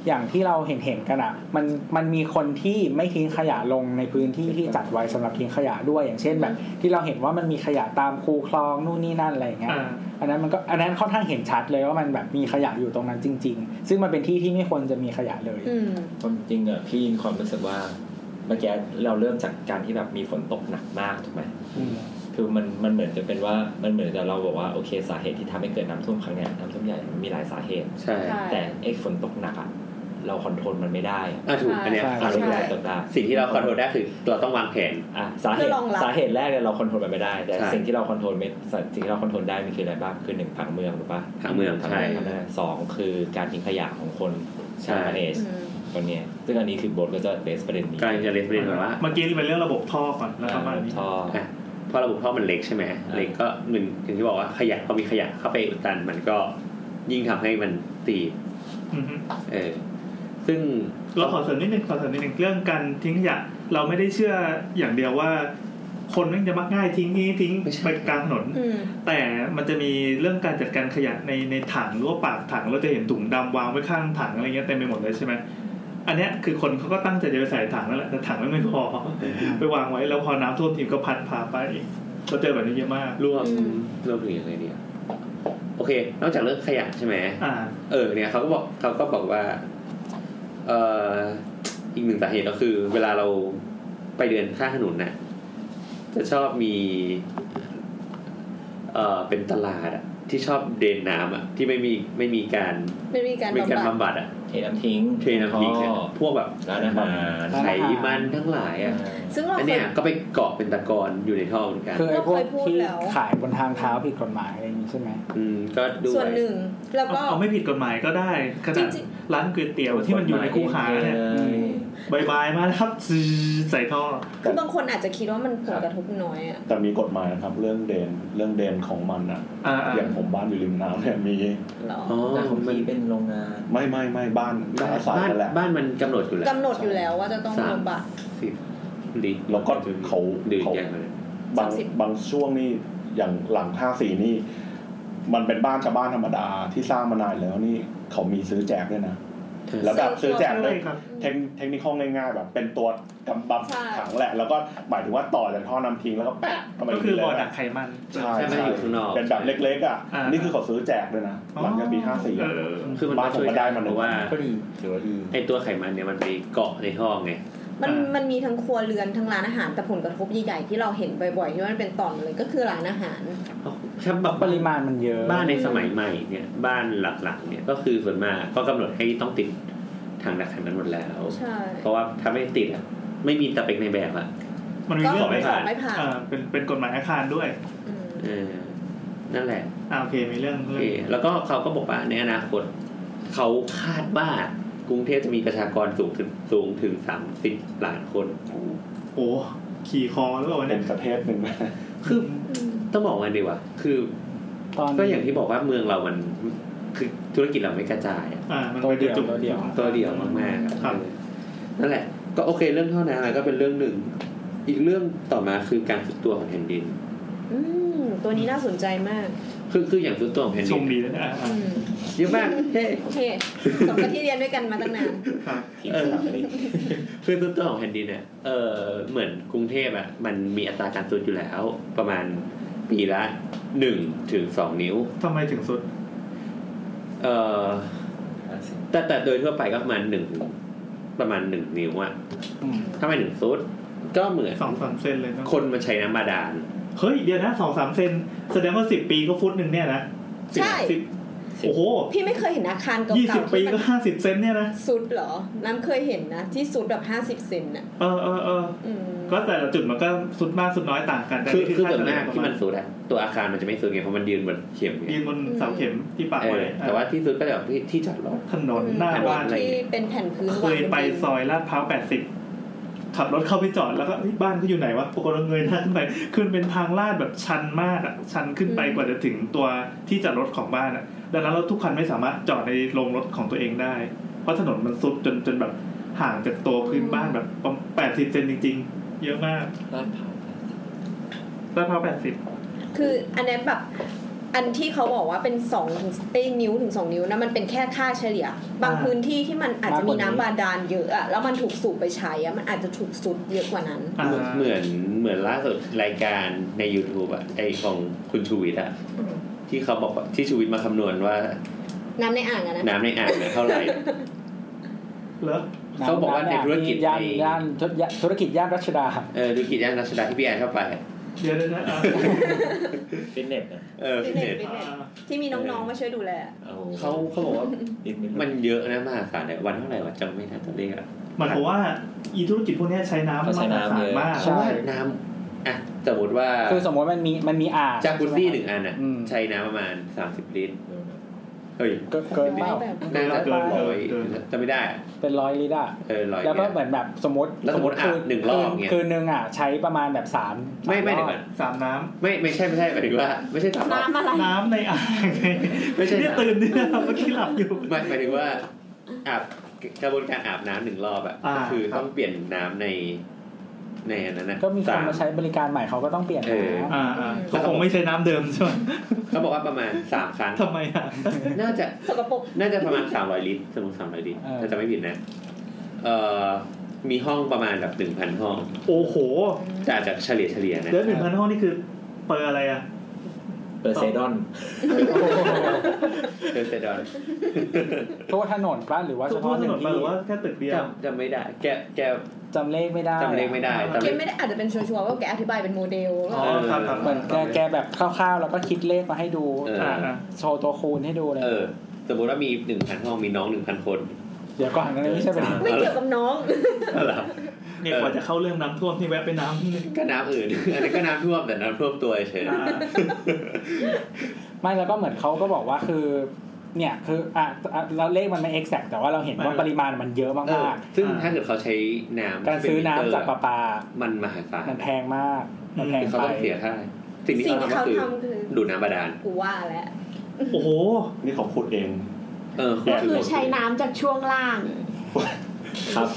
[SPEAKER 4] อย่างที่เราเห็นเห็นๆกันอ่ะมันมันมีคนที่ไม่ทิ้งขยะลงในพื้นที่ที่จัดไว้สำหรับทิ้งขยะด้วยอย่างเช่นแบบ ที่เราเห็นว่ามันมีขยะตามคูคลองนู่นนี่นั่นอะไรอย่างเงี้ย
[SPEAKER 3] อ่า
[SPEAKER 4] อันนั้นมันก็อันนั้นค่อนข้างเห็นชัดเลยว่ามันแบบมีขยะอยู่ตรงนั้นจริง ๆ ซึ่งมันเป็นที่ที่ไม่ควรจะมีขยะเลย
[SPEAKER 6] อืม
[SPEAKER 5] ความจริงอะพี่มีความรู้สึกว่าเมื่อกี้เราเริ่มจากการที่แบบมีฝนตกหนักมากถูกไหมคือมันมันเหมือนจะเป็นว่ามันเหมือนจะเราบอกว่าโอเคสาเหตุที่ทำให้เกิดน้ำท่วมครั้งเนี้ยน้ำท่วมใหญ่มันมีหลายสาเหตุ
[SPEAKER 2] ใช่
[SPEAKER 6] ใช่
[SPEAKER 5] แต่ไอ้ฝนตกหนักอะเราคอนโทรลมันไม่ได้อะ
[SPEAKER 2] อ่ะถูกอันเนี้ย
[SPEAKER 4] ใช่
[SPEAKER 5] อารมณ์
[SPEAKER 6] ใช่
[SPEAKER 5] ตกได้
[SPEAKER 2] สิ่งที่เราคอนโทรลได้คือเราต้องวางแผน
[SPEAKER 5] อ่ะสาเห
[SPEAKER 6] เพื่
[SPEAKER 5] ตุ
[SPEAKER 6] อรองรับ
[SPEAKER 5] สาเหตุแรกเนี่ยเราคอนโทรลมันไม่ได้ แต่
[SPEAKER 2] ใช่
[SPEAKER 5] สิ่งที่เราคอนโทรลไม่สิ่งที่เราคอนโทรลได้มันคืออะไรบ้างคือหนึ่งผังเมืองถูกปะ
[SPEAKER 2] ทางเมือง
[SPEAKER 5] ผัง
[SPEAKER 2] ใช่
[SPEAKER 5] เมืองนั่นแหละสองคือการทิ้งขยะของคน
[SPEAKER 2] ใช่
[SPEAKER 5] การ manage ตัวเนี้ยซึ่งอันนี้คือโบทก็จะเลสประเด็นนี้
[SPEAKER 2] กำลังจะเลสเปนแบบว่า
[SPEAKER 3] เมื่อกี้เป็นเรื่องระบบท่อก่อนแล้วประมาณนี้
[SPEAKER 5] ท่อ
[SPEAKER 2] อ่ะเพราะระบบท่อมันเล็กใช่ไหมเล็กก็หนึ่งอย่างที่บอกว่าขยะพอมีขยะเข้าไปอุดตันมันก็ยิ่งทำให้มันตีบ
[SPEAKER 3] อือฮึ
[SPEAKER 2] เออซึ่ง
[SPEAKER 3] เราขอเสริมนิดนึงขอเสริมนิดนึงเรื่องการทิ้งขยะเราไม่ได้เชื่ออย่างเดียวว่า คนแมันจะมักง่ายทิ้งนี้ทิ้ง
[SPEAKER 2] ไม่ใช่
[SPEAKER 3] ไปกลางถนน
[SPEAKER 6] อืม
[SPEAKER 3] แต่มันจะมีเรื่องการจัดการขยะในในถังหรือว่าปากถังเราจะเห็นถุงดำวางไว้ข้างถังอะไรเงี้ยเต็มไปหมดเลยใช่ไหมอันเนี้ยคือคนเขาก็ตั้งใจจะไปใส่ถังนั่นแหละแต่ถังมันไม่พอ [laughs] ไปวางไว้แล้วพอน้ำท่วมทีมก็พัดพาไปก็เจอแบบนี้เยอะมาก
[SPEAKER 2] รวม
[SPEAKER 6] อืม
[SPEAKER 2] รวมถึงยังไงเนี่ยโอเค นอกจากเรื่องขยะใช่ไหม
[SPEAKER 3] อ่า
[SPEAKER 2] เออเนี่ยเขาก็บอกเขาก็บอกว่าเอออีกหนึ่งสาเหตุก็คือ เวลาเราไปเดินข้างถนนน่ะจะชอบมีเออเป็นตลาดอะที่ชอบเดินน้ำอะที่ไม่มีไม่มีการ
[SPEAKER 6] ไม่มีการ
[SPEAKER 2] ไม่มีการ
[SPEAKER 6] บำบัด
[SPEAKER 2] บำบัดอะ
[SPEAKER 5] เทน้ำทิ้ง
[SPEAKER 2] เทน้ำทิ้งเนี่ยพวกแบบ
[SPEAKER 5] ร้านอาหาร
[SPEAKER 4] ร้านอาหาร
[SPEAKER 2] ไขมันทั้งหลายอะ
[SPEAKER 6] ซึ่งเรา
[SPEAKER 2] อัน
[SPEAKER 6] เค
[SPEAKER 2] เนี้
[SPEAKER 6] ย
[SPEAKER 2] ยก็ไปเกาะเป็นตะกอนอยู่ในท่อเหมือนกัน
[SPEAKER 4] คือไอ้พวก
[SPEAKER 6] เราเคยพูด
[SPEAKER 4] ที่
[SPEAKER 6] แล้ว
[SPEAKER 4] ขายบนทางเท้าผิดกฎหมายอะไรอย่างนี้ใช่ไหม
[SPEAKER 2] อืมก็ด้วย
[SPEAKER 6] ส่วนหนึ่งแล้วก็
[SPEAKER 3] เอาเอาไม่ผิดกฎหมายก็ได้ขนาด
[SPEAKER 6] จริง
[SPEAKER 3] ร้านก๋วยเตี๋ยวที่มันอยู่ในคูหาเนี่ย
[SPEAKER 8] [laughs]
[SPEAKER 3] บายบายมาแล้วครับ [laughs] ซื้อใส่ท่อ
[SPEAKER 6] คือบางคนอาจจะคิดว่ามันผลกระทบน้อยอะ
[SPEAKER 8] แต่มีกฎหมายนะครับเรื่องเดนเรื่องเดนของมันอ่ะ
[SPEAKER 3] อ่าๆ
[SPEAKER 8] อย่างผมบ้านอยู่ริมน้ำเนี่ยมี
[SPEAKER 6] หรอ
[SPEAKER 2] อ๋อ
[SPEAKER 5] แต่ของ
[SPEAKER 2] มัน
[SPEAKER 5] พี่เป็นโรงงาน
[SPEAKER 8] ไม่ไม่ไม่บ้าน
[SPEAKER 2] บ้าน
[SPEAKER 8] อาศัย
[SPEAKER 2] บ้าน
[SPEAKER 8] นั่นแหละ
[SPEAKER 2] บ้านมันกำหนดอยู่แล้ว
[SPEAKER 6] กำหนดอยู่แล้วว่าจะต้อง
[SPEAKER 2] สาม
[SPEAKER 6] บำบัด
[SPEAKER 2] สิบลิตร
[SPEAKER 8] แล้วก็เขา
[SPEAKER 2] ดื่ม
[SPEAKER 8] เขา
[SPEAKER 2] อย่างนั้น
[SPEAKER 8] บาง
[SPEAKER 6] สามสิบ
[SPEAKER 8] บางช่วงนี่อย่างหลังท่าสีนี่ มันเป็นบ้านชาวบ้านธรรมดาที่สร้างมานานแล้วนี่เขามีซื้อแจกด้วยนะ แล้วแบบซื้อแจกด้วย
[SPEAKER 3] ครับ
[SPEAKER 8] เทคเทคนิคข้อง่ายๆ แบบ เป็นตัวกำบัง
[SPEAKER 6] ใช่
[SPEAKER 8] ถังแหละ แล้วก็หมายถึงว่าต่อจากท่อน้ำทิ้งแล้วก็แปะเข้าไป
[SPEAKER 3] ก็คือ
[SPEAKER 8] เลย
[SPEAKER 3] บ่อดั
[SPEAKER 8] นะ
[SPEAKER 3] กไขมัน
[SPEAKER 8] ใช่
[SPEAKER 2] ใช่ไหม
[SPEAKER 8] ใช่
[SPEAKER 2] อยู่ข้างนอก
[SPEAKER 8] เป็นแบบเล็กๆอ่ะ
[SPEAKER 3] อ่านี่
[SPEAKER 8] นี่คือเขาซื้อแจกด้วยนะหลังจากปีห้าสี่
[SPEAKER 3] เออ
[SPEAKER 2] คือมัน
[SPEAKER 8] บ้านผม
[SPEAKER 2] ช่วย
[SPEAKER 8] ก็ได้มัน
[SPEAKER 2] เพราะว่า
[SPEAKER 5] ก็ดีถือว่าดี
[SPEAKER 2] ไอตัวไขมันเนี่ยมันไปเกาะในห้องไง
[SPEAKER 6] มันมันมีทั้งครัวเรือนทั้งร้านอาหารแต่ผลกระทบใหญ่ๆที่เราเห็นบ่อยๆที่มันเป็นต่อนเลยก็คือร้านอาหาร
[SPEAKER 2] แค่แบบ
[SPEAKER 4] ปริมาณมันเยอะ
[SPEAKER 2] บ้านในสมัยใหม่เนี่ย บ้านหลักๆเนี่ยก็คือส่วนมากก็กำหนดให้ต้องติดทางดักทางนั้นหมดแล้ว
[SPEAKER 6] ใช่
[SPEAKER 2] เพราะว่าถ้าไม่ติดอะไม่มีตะเปกในแบบอะ
[SPEAKER 3] มันมี
[SPEAKER 6] ก็
[SPEAKER 3] เรื่องไหม
[SPEAKER 2] ข
[SPEAKER 6] สอบไม่ผ่าน
[SPEAKER 3] อ่าเป็นเป็นกฎหมายอาคารด้วย
[SPEAKER 6] อืม
[SPEAKER 2] เออนั่นแหละ
[SPEAKER 3] อ่าโอเคมีเรื่อง
[SPEAKER 2] โอ
[SPEAKER 3] เรื่
[SPEAKER 2] เค
[SPEAKER 3] อง
[SPEAKER 2] แล้วก็เขาก็บอกว่าในอนาคต เขาคาดว่ากรุงเทพจะมีประชากรสูงถึงสูงถึงสามสิบล้านคน
[SPEAKER 3] โอ้ขี่คอหรือเปล่าวะ
[SPEAKER 8] เป็
[SPEAKER 3] เนี่ย
[SPEAKER 8] นประเทศหนึ่งนะ
[SPEAKER 2] คือต้องบอกว่าไงดีวะคือ
[SPEAKER 4] ตอน
[SPEAKER 2] ก็อย่างที่บอกว่าเมืองเรามันคือธุรกิจเราไม่กระจายอะ
[SPEAKER 3] อ่ามันไปนกระจุก
[SPEAKER 2] ตัวเดียวมากๆอะ
[SPEAKER 3] ครับ
[SPEAKER 2] เออนั่นแหละ ก็โอเคเรื่องเท่านั้นนะก็เป็นเรื่องหนึ่ง อีกเรื่องต่อมาคือการสุดตัวของแผ่นดิน
[SPEAKER 6] อืม ตัวนี้น่าสนใจมาก
[SPEAKER 2] คือคืออย่างสุดตัวของแผ่น
[SPEAKER 3] ช
[SPEAKER 2] ดิ
[SPEAKER 3] ม
[SPEAKER 2] น
[SPEAKER 3] ดีนะเนี่ยอ่า
[SPEAKER 6] อืม
[SPEAKER 2] เยอะมากเฮ้
[SPEAKER 6] โอเคสมกับที่เรียนด้วยกันมาตั้งนาน
[SPEAKER 3] ครับ
[SPEAKER 2] เออคือสุดตัวของแผ่นดินเนี่ยเออเหมือนกรุงเทพอ่ะมันมีอัตราการสุดอยู่แล้ว ประมาณปีละหนึ่งถึงสองนิ้ว
[SPEAKER 3] ทำไมถึงสุด
[SPEAKER 2] เออ
[SPEAKER 5] ห้าสิบ
[SPEAKER 2] แต่แต่โดยทั่วไปก็ประมาณหนึ่งประมาณหนึ่งนิ้วอะ
[SPEAKER 4] อืม
[SPEAKER 2] ถ้าไม่ถึงซุดก็เหมือน
[SPEAKER 3] สองสามเซนเลยนะ
[SPEAKER 2] คนมาใช้น้ำบาดาล
[SPEAKER 3] เฮ้ย เดี๋ยวนะสองสามเซน แสดงว่าสิบปีก็ฟุตหนึ่งเนี่ยนะ
[SPEAKER 6] ใช่
[SPEAKER 3] สิบ
[SPEAKER 5] สิบ
[SPEAKER 3] โอ้โห
[SPEAKER 6] พี่ไม่เคยเห็นอาคาร
[SPEAKER 3] ยี่
[SPEAKER 6] เก่า
[SPEAKER 3] สิบ
[SPEAKER 6] ๆ
[SPEAKER 3] ปี
[SPEAKER 6] ที่มัน
[SPEAKER 3] ก็ห้าสิบเซนเนี่ยนะ
[SPEAKER 6] สุดเหรอ น้ำเคยเห็นนะ ที่สุดแบบห้าสิบ50 เซนน่ะ
[SPEAKER 3] เออเออเออ
[SPEAKER 6] อืม
[SPEAKER 3] ก็แต่ละจุดมันก็สุดมากสุดน้อยต่างกันแต่
[SPEAKER 2] คือ
[SPEAKER 3] นี่
[SPEAKER 2] คือ
[SPEAKER 3] ค่
[SPEAKER 2] ส่วนมาก
[SPEAKER 3] เฉลี่ย
[SPEAKER 2] ที่มันสุดอะตัวอาคารมันจะไม่สุดไงเพราะมันยืนบนเข็มไง
[SPEAKER 3] ยืนบนเสาเข็มที่ปาก
[SPEAKER 2] เอ
[SPEAKER 3] ไว้
[SPEAKER 2] อแต่ว่าที่สุดก็จะแบบที่ที่จอดรถ
[SPEAKER 3] ถนนหน้าบ้าน
[SPEAKER 6] ที่เป็นแผ่นพื้น
[SPEAKER 3] เคยไปซอยลาดพร้าวแปดสิบขับรถเข้าไปจอดแล้วก็เฮ้ยบ้านเขาอยู่ไหนวะปรากฏว่าเงยหน้าขึ้นไป ขึ้นเป็นทางลาดแบบชันมากอ่ะ ชันขึ้นไปกว่าจะถึงตัวที่จอดรถของบ้านอ่ะ ดังนั้นรถทุกคันไม่สามารถจอดในโรงรถของตัวเองได้ เพราะถนนมันซุดจนจนแบบห่างจากตัวพื้นบ้านแบบแปดสิบเซนจริง ๆ เยอะมาก
[SPEAKER 5] ลาดพร้าว
[SPEAKER 3] ลาดพร้าวแปดสิบ
[SPEAKER 6] คืออันเนี้ยแบบ อันที่เขาบอกว่าเป็นสองถึงเอ้ยนิ้วถึงสองนิ้วนะมันเป็นแค่ค่าเฉลี่ย บางพื้นที่ที่มันอาจจะมีน้ำบาดาลเยอะอะแล้วมันถูกสูบไปใช้อะมันอาจจะถูกสุดเยอะกว่านั้น
[SPEAKER 3] อ่า
[SPEAKER 2] เหมือนเหมือนล่าสุดรายการใน YouTube อะไอของคุณชูวิทย์อะที่เขาบอกว่าที่ชูวิทย์มาคำนวณว่า
[SPEAKER 6] น้ำในอ่างอะนะ
[SPEAKER 2] น้ำในอ่างเนี่ยเท่าไหร่
[SPEAKER 3] เหรอ
[SPEAKER 2] เขาบอกว่าในธุรกิจ
[SPEAKER 4] ย่าน
[SPEAKER 2] ใน
[SPEAKER 4] ย่านธุรกิจย่านรัชดา
[SPEAKER 2] เออธุรกิจย่านรัชดาที่พี่แอนเข้าไป
[SPEAKER 3] เดี๋ยวนะอ่ะ
[SPEAKER 5] ฟิตเนสนะ
[SPEAKER 2] เออฟิตเนส
[SPEAKER 3] อ่า
[SPEAKER 6] ที่มีน้องๆมาช่วยดูแล
[SPEAKER 5] เอา
[SPEAKER 2] เขาเขาบอกว่า
[SPEAKER 5] ติดไม่รู้
[SPEAKER 2] มันเยอะนะมหาศาลเนี่ยวันเท่าไหร่วะจำไม่ได้ตัวเลขอะ
[SPEAKER 3] หมายความว่าอีธุรกิจพวกเนี้ยใช้น้ำมหาศาลมาก
[SPEAKER 2] เพราะ
[SPEAKER 4] ใช่
[SPEAKER 2] ว่าน้ำอ่ะสมมติว่า
[SPEAKER 4] คือสมมติมันมีมันมีอ่าง
[SPEAKER 2] จากุซี่หนึ่ง
[SPEAKER 4] ใช่ไม
[SPEAKER 2] อันอะ
[SPEAKER 4] อืม
[SPEAKER 2] ใช้น้ำประมาณ 30 ลิตรเฮ้ย
[SPEAKER 4] ครับเกินเปล่า
[SPEAKER 2] น่าจะ
[SPEAKER 3] เกินเกิน
[SPEAKER 2] ร้อย
[SPEAKER 3] เกิน
[SPEAKER 2] จะไม่ได้อะ
[SPEAKER 4] เป็นร้อยลิตรอะ
[SPEAKER 2] เออร้อย
[SPEAKER 4] แล้วก็
[SPEAKER 2] เนี่ย
[SPEAKER 4] เหมือนแบบสมมติ
[SPEAKER 2] แล้วสมมุติอ่ะ
[SPEAKER 4] คื
[SPEAKER 2] หนึ่งรอบเงี้ย
[SPEAKER 4] คืนหนึ่งอ่ะใช้ประมาณแบบสาม
[SPEAKER 2] ไม่ไม่
[SPEAKER 4] สา
[SPEAKER 2] เดี๋ยว
[SPEAKER 4] รอบ
[SPEAKER 2] ก่อน
[SPEAKER 3] สามน้ำ
[SPEAKER 2] ไม่ไม่ใช่ไม่ใช่หมายถึงว่า ไม่ใช่สามรอบ
[SPEAKER 7] น้ำอะไร
[SPEAKER 3] น้ำในอ่างไง
[SPEAKER 2] ไม่ใช่
[SPEAKER 3] เนี่ย
[SPEAKER 2] น้ำ
[SPEAKER 3] ตื่นเนี่ยเมื่อกี้หลับอยู่
[SPEAKER 2] หมายหมายถึงว่าอาบกระบวนการอาบน้ำหนึ่งรอบอะ
[SPEAKER 3] อ่า
[SPEAKER 2] ก็คือ
[SPEAKER 3] ครับ
[SPEAKER 2] ต้องเปลี่ยนน้ำใน ในอันนั้นนะ
[SPEAKER 4] ก็มีคนมา
[SPEAKER 2] ส
[SPEAKER 4] ใช้บริการใหม่เขาก็ต้องเปลี่ยน
[SPEAKER 2] เออ
[SPEAKER 4] นะ
[SPEAKER 3] อ่าอ่าเขาคงไม่ใช่น้ำเดิมใช่ไหม
[SPEAKER 2] เขาบอกว่าประมาณสามค
[SPEAKER 3] [laughs]
[SPEAKER 2] รั้ง
[SPEAKER 3] ทำไมอ่ะ
[SPEAKER 2] น่าจะ
[SPEAKER 6] สกปรก
[SPEAKER 2] น่าจะประมาณสามร้อยลิตรสมมติสามร้อยลิตรถ้าจะไม่ผิดนะเอ่อมีห้องประมาณแบบหนึ่งพันห้อง
[SPEAKER 3] โอ้โห
[SPEAKER 2] แต่อาจจะเฉลี่ยเฉลี่ยนะ
[SPEAKER 3] เดือนหนึ่งพันห้องนี่คือเปอร์อะไรอ่ะ
[SPEAKER 5] เปอร์เซดอน
[SPEAKER 2] [laughs] เดือนเซดอน
[SPEAKER 4] ทั่วถนนป้าหรือว่า
[SPEAKER 3] ทุ
[SPEAKER 4] เฉ
[SPEAKER 3] กห้อ
[SPEAKER 4] พาะ
[SPEAKER 3] งถ
[SPEAKER 4] หนึ่
[SPEAKER 3] น
[SPEAKER 4] ง
[SPEAKER 3] นมา
[SPEAKER 4] ที่
[SPEAKER 3] หรือว่าแค่ตึกเดียว
[SPEAKER 2] จำจำไม่ได้ แกแก
[SPEAKER 4] จำเลขไม่ได้
[SPEAKER 2] จำเลขไม่ได้จำ
[SPEAKER 6] แก
[SPEAKER 2] เลข
[SPEAKER 6] ไม่ได้อาจจะเป็นชัวร์ๆว่าแกอธิบายเป็นโมเดล
[SPEAKER 3] อ๋
[SPEAKER 6] ว่า
[SPEAKER 3] อครับครับ
[SPEAKER 4] เหมือนแกแกแบบคร่าวๆ แล้วก็คิดเลขมาให้ดู
[SPEAKER 2] เอ
[SPEAKER 3] อ่าอ่า
[SPEAKER 4] โชว์ตัวคูณให้ดูเลย
[SPEAKER 2] เออ สมมติว่ามีหนึ่งพันห้องมีน้องหนึ่งพันคน
[SPEAKER 4] เดี๋ยวก่อนอันนี้ไม่ใช่ประเด็น
[SPEAKER 6] ไม่เกี่ยวกับน้อง
[SPEAKER 2] อะไรวะ
[SPEAKER 3] เนี่ยกว่าจะเข้าเรื่องน้ำท่วมที่แวะไปน้ำที่นึง
[SPEAKER 2] ก็น้ำอื่น [laughs] อันนี้นก็น้ำท่วมแต่น้ำท่วมตัวเฉย
[SPEAKER 3] อ่า
[SPEAKER 4] ไม่แล้วก็เหมือนเขาก็บอกว่าคือ เนี่ยคืออ่ะอ่ะแล้วเลขมันไม่ exact แต่ว่าเราเห็นว่าปริมาณมันเยอะ
[SPEAKER 2] เออ
[SPEAKER 4] มาก
[SPEAKER 2] ซึ่งถ้าเกิดเขาใช้น้ำ
[SPEAKER 4] ๆ การซื้อน้ำจากประปา
[SPEAKER 2] มันมหาศาล
[SPEAKER 4] มันแพงมาก มันแพง
[SPEAKER 2] คือเขา
[SPEAKER 4] ไป
[SPEAKER 2] ต้องเสียค่าสิ่งที่
[SPEAKER 6] สิ่ง
[SPEAKER 2] เขา
[SPEAKER 6] ที่
[SPEAKER 2] ทำก็
[SPEAKER 6] เขา
[SPEAKER 2] คือ
[SPEAKER 6] ทำคือ
[SPEAKER 2] ดูดน้ำบาดาล
[SPEAKER 6] กูว่าแล้ว
[SPEAKER 3] โอ้โห
[SPEAKER 8] นี่เขาขุดเอง
[SPEAKER 2] เออ
[SPEAKER 7] ก็คือใช้น้ำจากช่วงล่าง
[SPEAKER 5] ครับ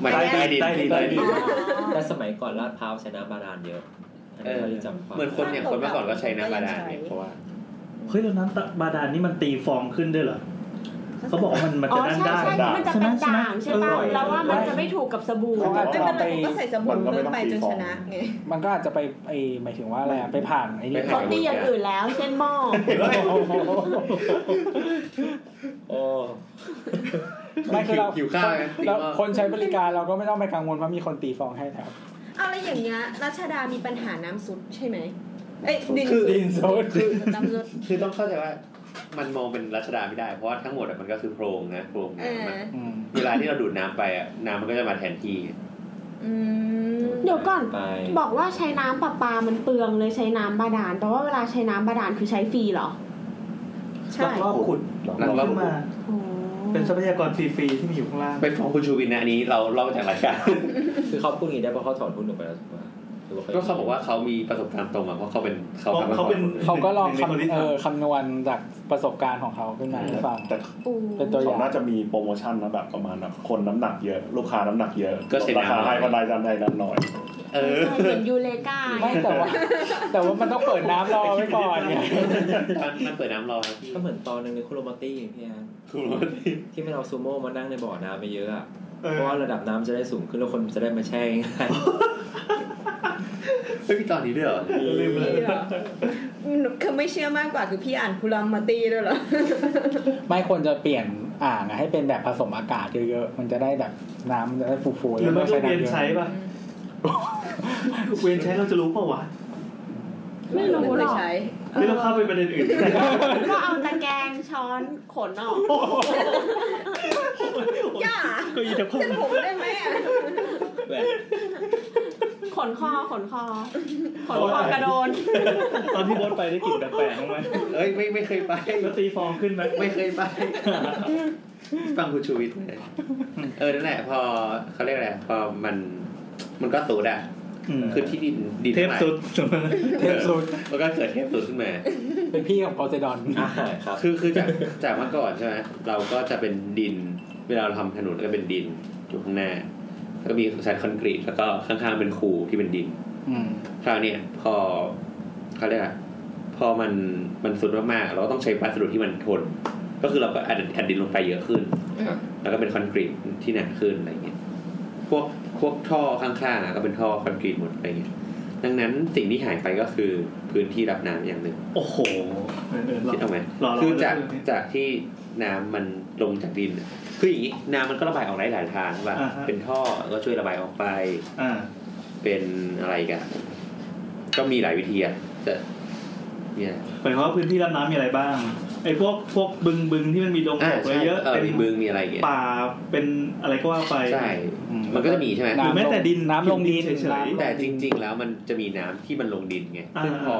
[SPEAKER 2] ไม่ใต้ดิน
[SPEAKER 3] ใต้ดิน
[SPEAKER 2] ใต้ดิน
[SPEAKER 5] แต่สมัยก่อนลาดพร้าวใช้น้ำบาดาลเยอะอัน
[SPEAKER 2] เอ
[SPEAKER 5] นี้
[SPEAKER 2] อ
[SPEAKER 5] เราได้จำความ
[SPEAKER 2] เหมือนคนอย่างคนเมื่อก่อนก็ใช้น้ำบาดาลเนี่ยเพราะว่า
[SPEAKER 3] เฮ้ยแล้วน้ำตะบาดาลนี่มันตีฟองขึ้นด้วยเหรอเขาบอกว่ามันมัน
[SPEAKER 7] อ๋อ
[SPEAKER 3] จะนั่น
[SPEAKER 7] ใช่
[SPEAKER 3] ได้
[SPEAKER 7] ใช่เพราะมันจะเป็นด่างใช่ป่ะ
[SPEAKER 3] เออ
[SPEAKER 7] แล้วว่ามันจะไม่ถูกกับสบู่
[SPEAKER 4] เขาอาจ
[SPEAKER 6] ไม่
[SPEAKER 4] จะ
[SPEAKER 6] เป็นไร
[SPEAKER 4] ไป
[SPEAKER 6] ก็ใส่สบู่เพิ่มไปจนชนะไง
[SPEAKER 4] มันก็อาจจะไปไอหมายถึงว่าอะไรอะไปผ่านไอ้นี่
[SPEAKER 2] ไปผ่
[SPEAKER 7] เขา
[SPEAKER 2] น
[SPEAKER 7] ตีอย่างอื่นแล้ว เช่นหม้อ
[SPEAKER 5] โอ้
[SPEAKER 4] ไม่คือเรา
[SPEAKER 2] หิวข้าวไงตีหม้อ
[SPEAKER 4] เราคนใช้บริการเราก็ไม่ต้องไปกังวลว่ามีคนตีฟองให้แล้ว
[SPEAKER 6] เอาแล้วอย่างเงี้ยรัชดามีปัญหาน้ำซุดใช่ไหมเอ้ยดิน
[SPEAKER 2] คือ
[SPEAKER 4] ดินโซด
[SPEAKER 2] คือ
[SPEAKER 6] น้ำซุด
[SPEAKER 2] คือต้องเข้าใจว่ามันมองเป็นรัชดาไม่ได้เพราะว่าทั้งหมดอะมันก็คือโพรงนะโพรง
[SPEAKER 6] เออ
[SPEAKER 2] น้ำอะเวลาที่เราดูดน้ำไปอะน้ำมันก็จะมาแทนที่
[SPEAKER 6] อืม
[SPEAKER 7] เดี๋ยวก่อน
[SPEAKER 5] ไป
[SPEAKER 7] บอกว่าใช้น้ำประปา มันเปลืองเลยใช้น้ำบาดาลแต่ว่าเวลาใช้น้ำบาดาลคือใช้ฟรีเหรอ
[SPEAKER 6] ใช่
[SPEAKER 3] ลักลอบขุด
[SPEAKER 2] ลักลอบขุด
[SPEAKER 3] ขึ้นมา
[SPEAKER 7] อ๋อ
[SPEAKER 3] เป็นทรัพยากรฟรีๆที่มีอยู่ข้างล่าง
[SPEAKER 2] ไปฟ้องคุณชูวินนะอันนี้เราเล่าจากรายการ
[SPEAKER 5] คือเขาพูดอย่างนี้ได้เพราะเขาถอนหุ้นออกไปแล้วถูกปะหรือว่
[SPEAKER 2] ก็เขาบอกว่าเขามีประสบการณ์ตรงอะเพราะเขาเป็นเขาทำมา
[SPEAKER 3] เขาเป็น
[SPEAKER 2] ก่อหมดลย
[SPEAKER 4] เขาก็ลอง
[SPEAKER 3] หนึ่งในคนที่ทำ
[SPEAKER 4] คำเออคำนวณจากประสบการณ์ของเขาขึ้นมาให้ฟัง
[SPEAKER 8] แต่
[SPEAKER 7] อู้
[SPEAKER 4] เป็นตัวอ
[SPEAKER 8] เขา
[SPEAKER 4] ย่าง
[SPEAKER 8] น่าจะมีโปรโมชั่นนะแบบประมาณแบบคนน้ำหนักเยอะ ลูกค้าน้ำหนักเยอะ
[SPEAKER 2] ก็เสีย
[SPEAKER 8] ราคา
[SPEAKER 2] น้ำ
[SPEAKER 8] ให้คนใดจานใดนั้นหน่อย
[SPEAKER 2] เออ
[SPEAKER 7] ใช่เหมือนยูเลกา
[SPEAKER 4] ไม่แต่ว่า แต่ว่ามันต้องเปิดน้ำรอไว้ก่อนไง
[SPEAKER 2] มันมันเปิดน้ำรอนะพี่
[SPEAKER 5] ก็เหมือนตอนหนึ่งในคุโรมาตี้พี่แอน
[SPEAKER 2] คุณรู้ว่าที่
[SPEAKER 5] ที่มันเอาซูโม่มานั่งในบ่อน้ำไปเยอะอะ
[SPEAKER 3] เออ
[SPEAKER 5] เพราะว่าระดับน้ำจะได้สูงขึ้นแล้วคนจะได้มาแช่ง่าย
[SPEAKER 2] ไม่มีตอนนี้ด้วยเหรอ
[SPEAKER 3] ลืมเลย
[SPEAKER 6] คือไม่เชื่อมากกว่าคือพี่อ่านคุรัมมาตีด้วยเหรอ
[SPEAKER 4] ไม่ควรจะเปลี่ยนอ่างอะให้เป็นแบบผสมอากาศเยอะๆมันจะได้แบบน้ำมันจะได้ฟูๆ
[SPEAKER 3] หรือไม่
[SPEAKER 4] แล้ว
[SPEAKER 3] ก็
[SPEAKER 4] ก็
[SPEAKER 3] เวียน
[SPEAKER 4] น้ำยอะ
[SPEAKER 3] ใช้ป่ะ เวียนใช้เราจะรู้ป่าวะ
[SPEAKER 7] ไม่รู้หรอ
[SPEAKER 6] เค
[SPEAKER 7] ก
[SPEAKER 6] ยใช้
[SPEAKER 3] ไม่ต้องเข้าไปประเด็น [laughs] อื่น
[SPEAKER 7] ก็เอาตะแกรงช้อนขนออก
[SPEAKER 6] ย่า
[SPEAKER 3] ก็อีตะพง
[SPEAKER 6] เส้นผมได้ไหมอ่ะ
[SPEAKER 7] ขนคอขนคอ ขนคอกระโดน
[SPEAKER 3] ตอนที่รถไปได้กลิ่นแปลกๆบ้างไหม
[SPEAKER 2] เอ้ยไม่ไม่เคยไป
[SPEAKER 3] แล้วตีฟองขึ้นไหม
[SPEAKER 2] ไม่เค
[SPEAKER 5] [laughs]
[SPEAKER 2] ยไป ฟังคุณชูวิทย์เลยเออนั่นแหละพอเขาเรียกอะไรพอมันมันก็สูดอ่ะ
[SPEAKER 3] อืม
[SPEAKER 2] คือที่ดินดิน
[SPEAKER 3] เทพสุด
[SPEAKER 4] เทพสุด
[SPEAKER 2] มันก็เกิดเทพสุดขึ้นมา
[SPEAKER 4] เป็นพี่ของโพไซดอน
[SPEAKER 5] อ่าครับ
[SPEAKER 2] คือคือจากจากเมื่อก่อนใช่ไหมเราก็จะเป็นดิน เวลาเราทำถนนก็เป็นดินอยู่ข้างหน้าแล้วก็มีชั้นคอนกรีตแล้วก็ข้างๆเป็นคูที่เป็นดิน
[SPEAKER 4] อืม
[SPEAKER 2] คราวเนี้ยพอเขาเรียกอะไรพอมันมันสุดมากๆเราก็ต้องใช้วัสดุที่มันทน ก็คือเราก็อัดอัดดินลงไปเยอะขึ้น แล้วก็เป็นคอนกรีตที่หนาขึ้นอะไรเงี้ยพวกพวกท่อข้างๆอะก็เป็นท่อคอนกรีตหมดอะไรเงี้ยดังนั้นสิ่งที่หายไปก็คือพื้นที่รับน้ำอย่างหนึ่ง
[SPEAKER 3] โอ้โหเออเออหลอ
[SPEAKER 2] คิด
[SPEAKER 3] ก
[SPEAKER 2] เอาไหม
[SPEAKER 3] รอรอ
[SPEAKER 2] คือจาก
[SPEAKER 3] รอรอ
[SPEAKER 2] จากที่น้ำมันลงจากดินอะคืออย่างนี้น้ำมันก็ระบายออกได้หลายทางใช่ป่ะ
[SPEAKER 3] อ่าฮะ
[SPEAKER 2] เป็นท่อก็ช่วยระบายออกไป
[SPEAKER 3] อ่า
[SPEAKER 2] เป็นอะไรกัน ก็มีหลายวิธีอะแต่เนี่ย
[SPEAKER 3] หมายความว่าพื้นที่รับน้ำมีอะไรบ้าง ไอ้พวกพวกบึงบึงที่มันมีดง
[SPEAKER 2] อ่า
[SPEAKER 3] หก
[SPEAKER 2] ใช่
[SPEAKER 3] เยอะ
[SPEAKER 2] เออ
[SPEAKER 3] เป็น
[SPEAKER 2] มีบึงมีอะไรอย่างเงี้ย
[SPEAKER 3] ป่าเป็นอะไรก็ว่าไป
[SPEAKER 2] ใช่
[SPEAKER 3] อืม
[SPEAKER 2] มันก็จะมีใช่ไหม
[SPEAKER 3] หรือแม้แต่ดิน
[SPEAKER 4] น้ำลงดิน
[SPEAKER 3] เฉย
[SPEAKER 4] น้ำ
[SPEAKER 2] แต่จริง ๆ แล้วมันจะมีน้ำที่มันลงดินไงซึ่งพอ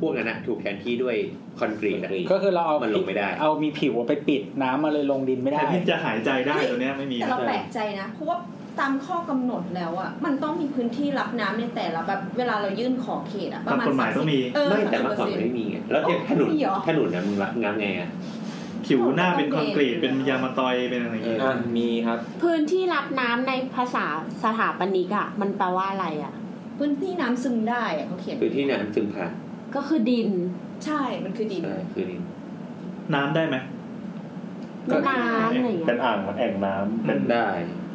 [SPEAKER 2] พวกนั้นอะถูกแทนที่ด้วยคอนกรีตอะ
[SPEAKER 4] ก็คือเราเอา
[SPEAKER 2] นลงไม่ได้
[SPEAKER 4] เอามีผิวไปปิดน้ำมาเลยลงดินไม่
[SPEAKER 3] แท
[SPEAKER 4] ได้
[SPEAKER 3] นที่จะหายใจได้ตัวเนี้ยไม่มี
[SPEAKER 6] แต่เราแปลกใจนะ เพราะว่าตามข้อกำหนดแล้วอ่ะ มันต้องมีพื้นที่รับน้ำในแต่ละแบบเวลาเรายื่นขอเขตอ่ะ ป
[SPEAKER 3] ตา
[SPEAKER 6] ระ
[SPEAKER 3] ม
[SPEAKER 6] มาณ
[SPEAKER 3] กฎหมายต้องมี
[SPEAKER 6] เออ
[SPEAKER 2] ไม่แต่เมื่อก่อนมัน
[SPEAKER 6] 30%
[SPEAKER 2] ไม่มีไงแล้วเนี่ยถนน
[SPEAKER 6] ไม่มีเหรอ
[SPEAKER 2] ถนนนะมึงรับงับไงอะ
[SPEAKER 3] ผิวหน้าเป็นคอนกรีตเป็นยางมะตอยเป็นอะไรอย่างเงี้ย
[SPEAKER 5] อ่ะมีครับ
[SPEAKER 7] พื้นที่รับน้ำในภาษาสถาปนิกอะมันแปลว่าอะไรอะ
[SPEAKER 6] พื้นที่น้ำซึมได้อะเขาเขียน
[SPEAKER 2] คือที่น้ำซึมผ่าน
[SPEAKER 7] ก็คือดิน
[SPEAKER 6] ใช่ มันคือดิน
[SPEAKER 2] ใช่คือนี่
[SPEAKER 3] น้ำได้ไหม
[SPEAKER 7] แม่น้ำอะไรอย่างเงี้
[SPEAKER 8] เป็น
[SPEAKER 7] ย
[SPEAKER 8] อ่างแอ่งน้ำเป็น
[SPEAKER 2] ได้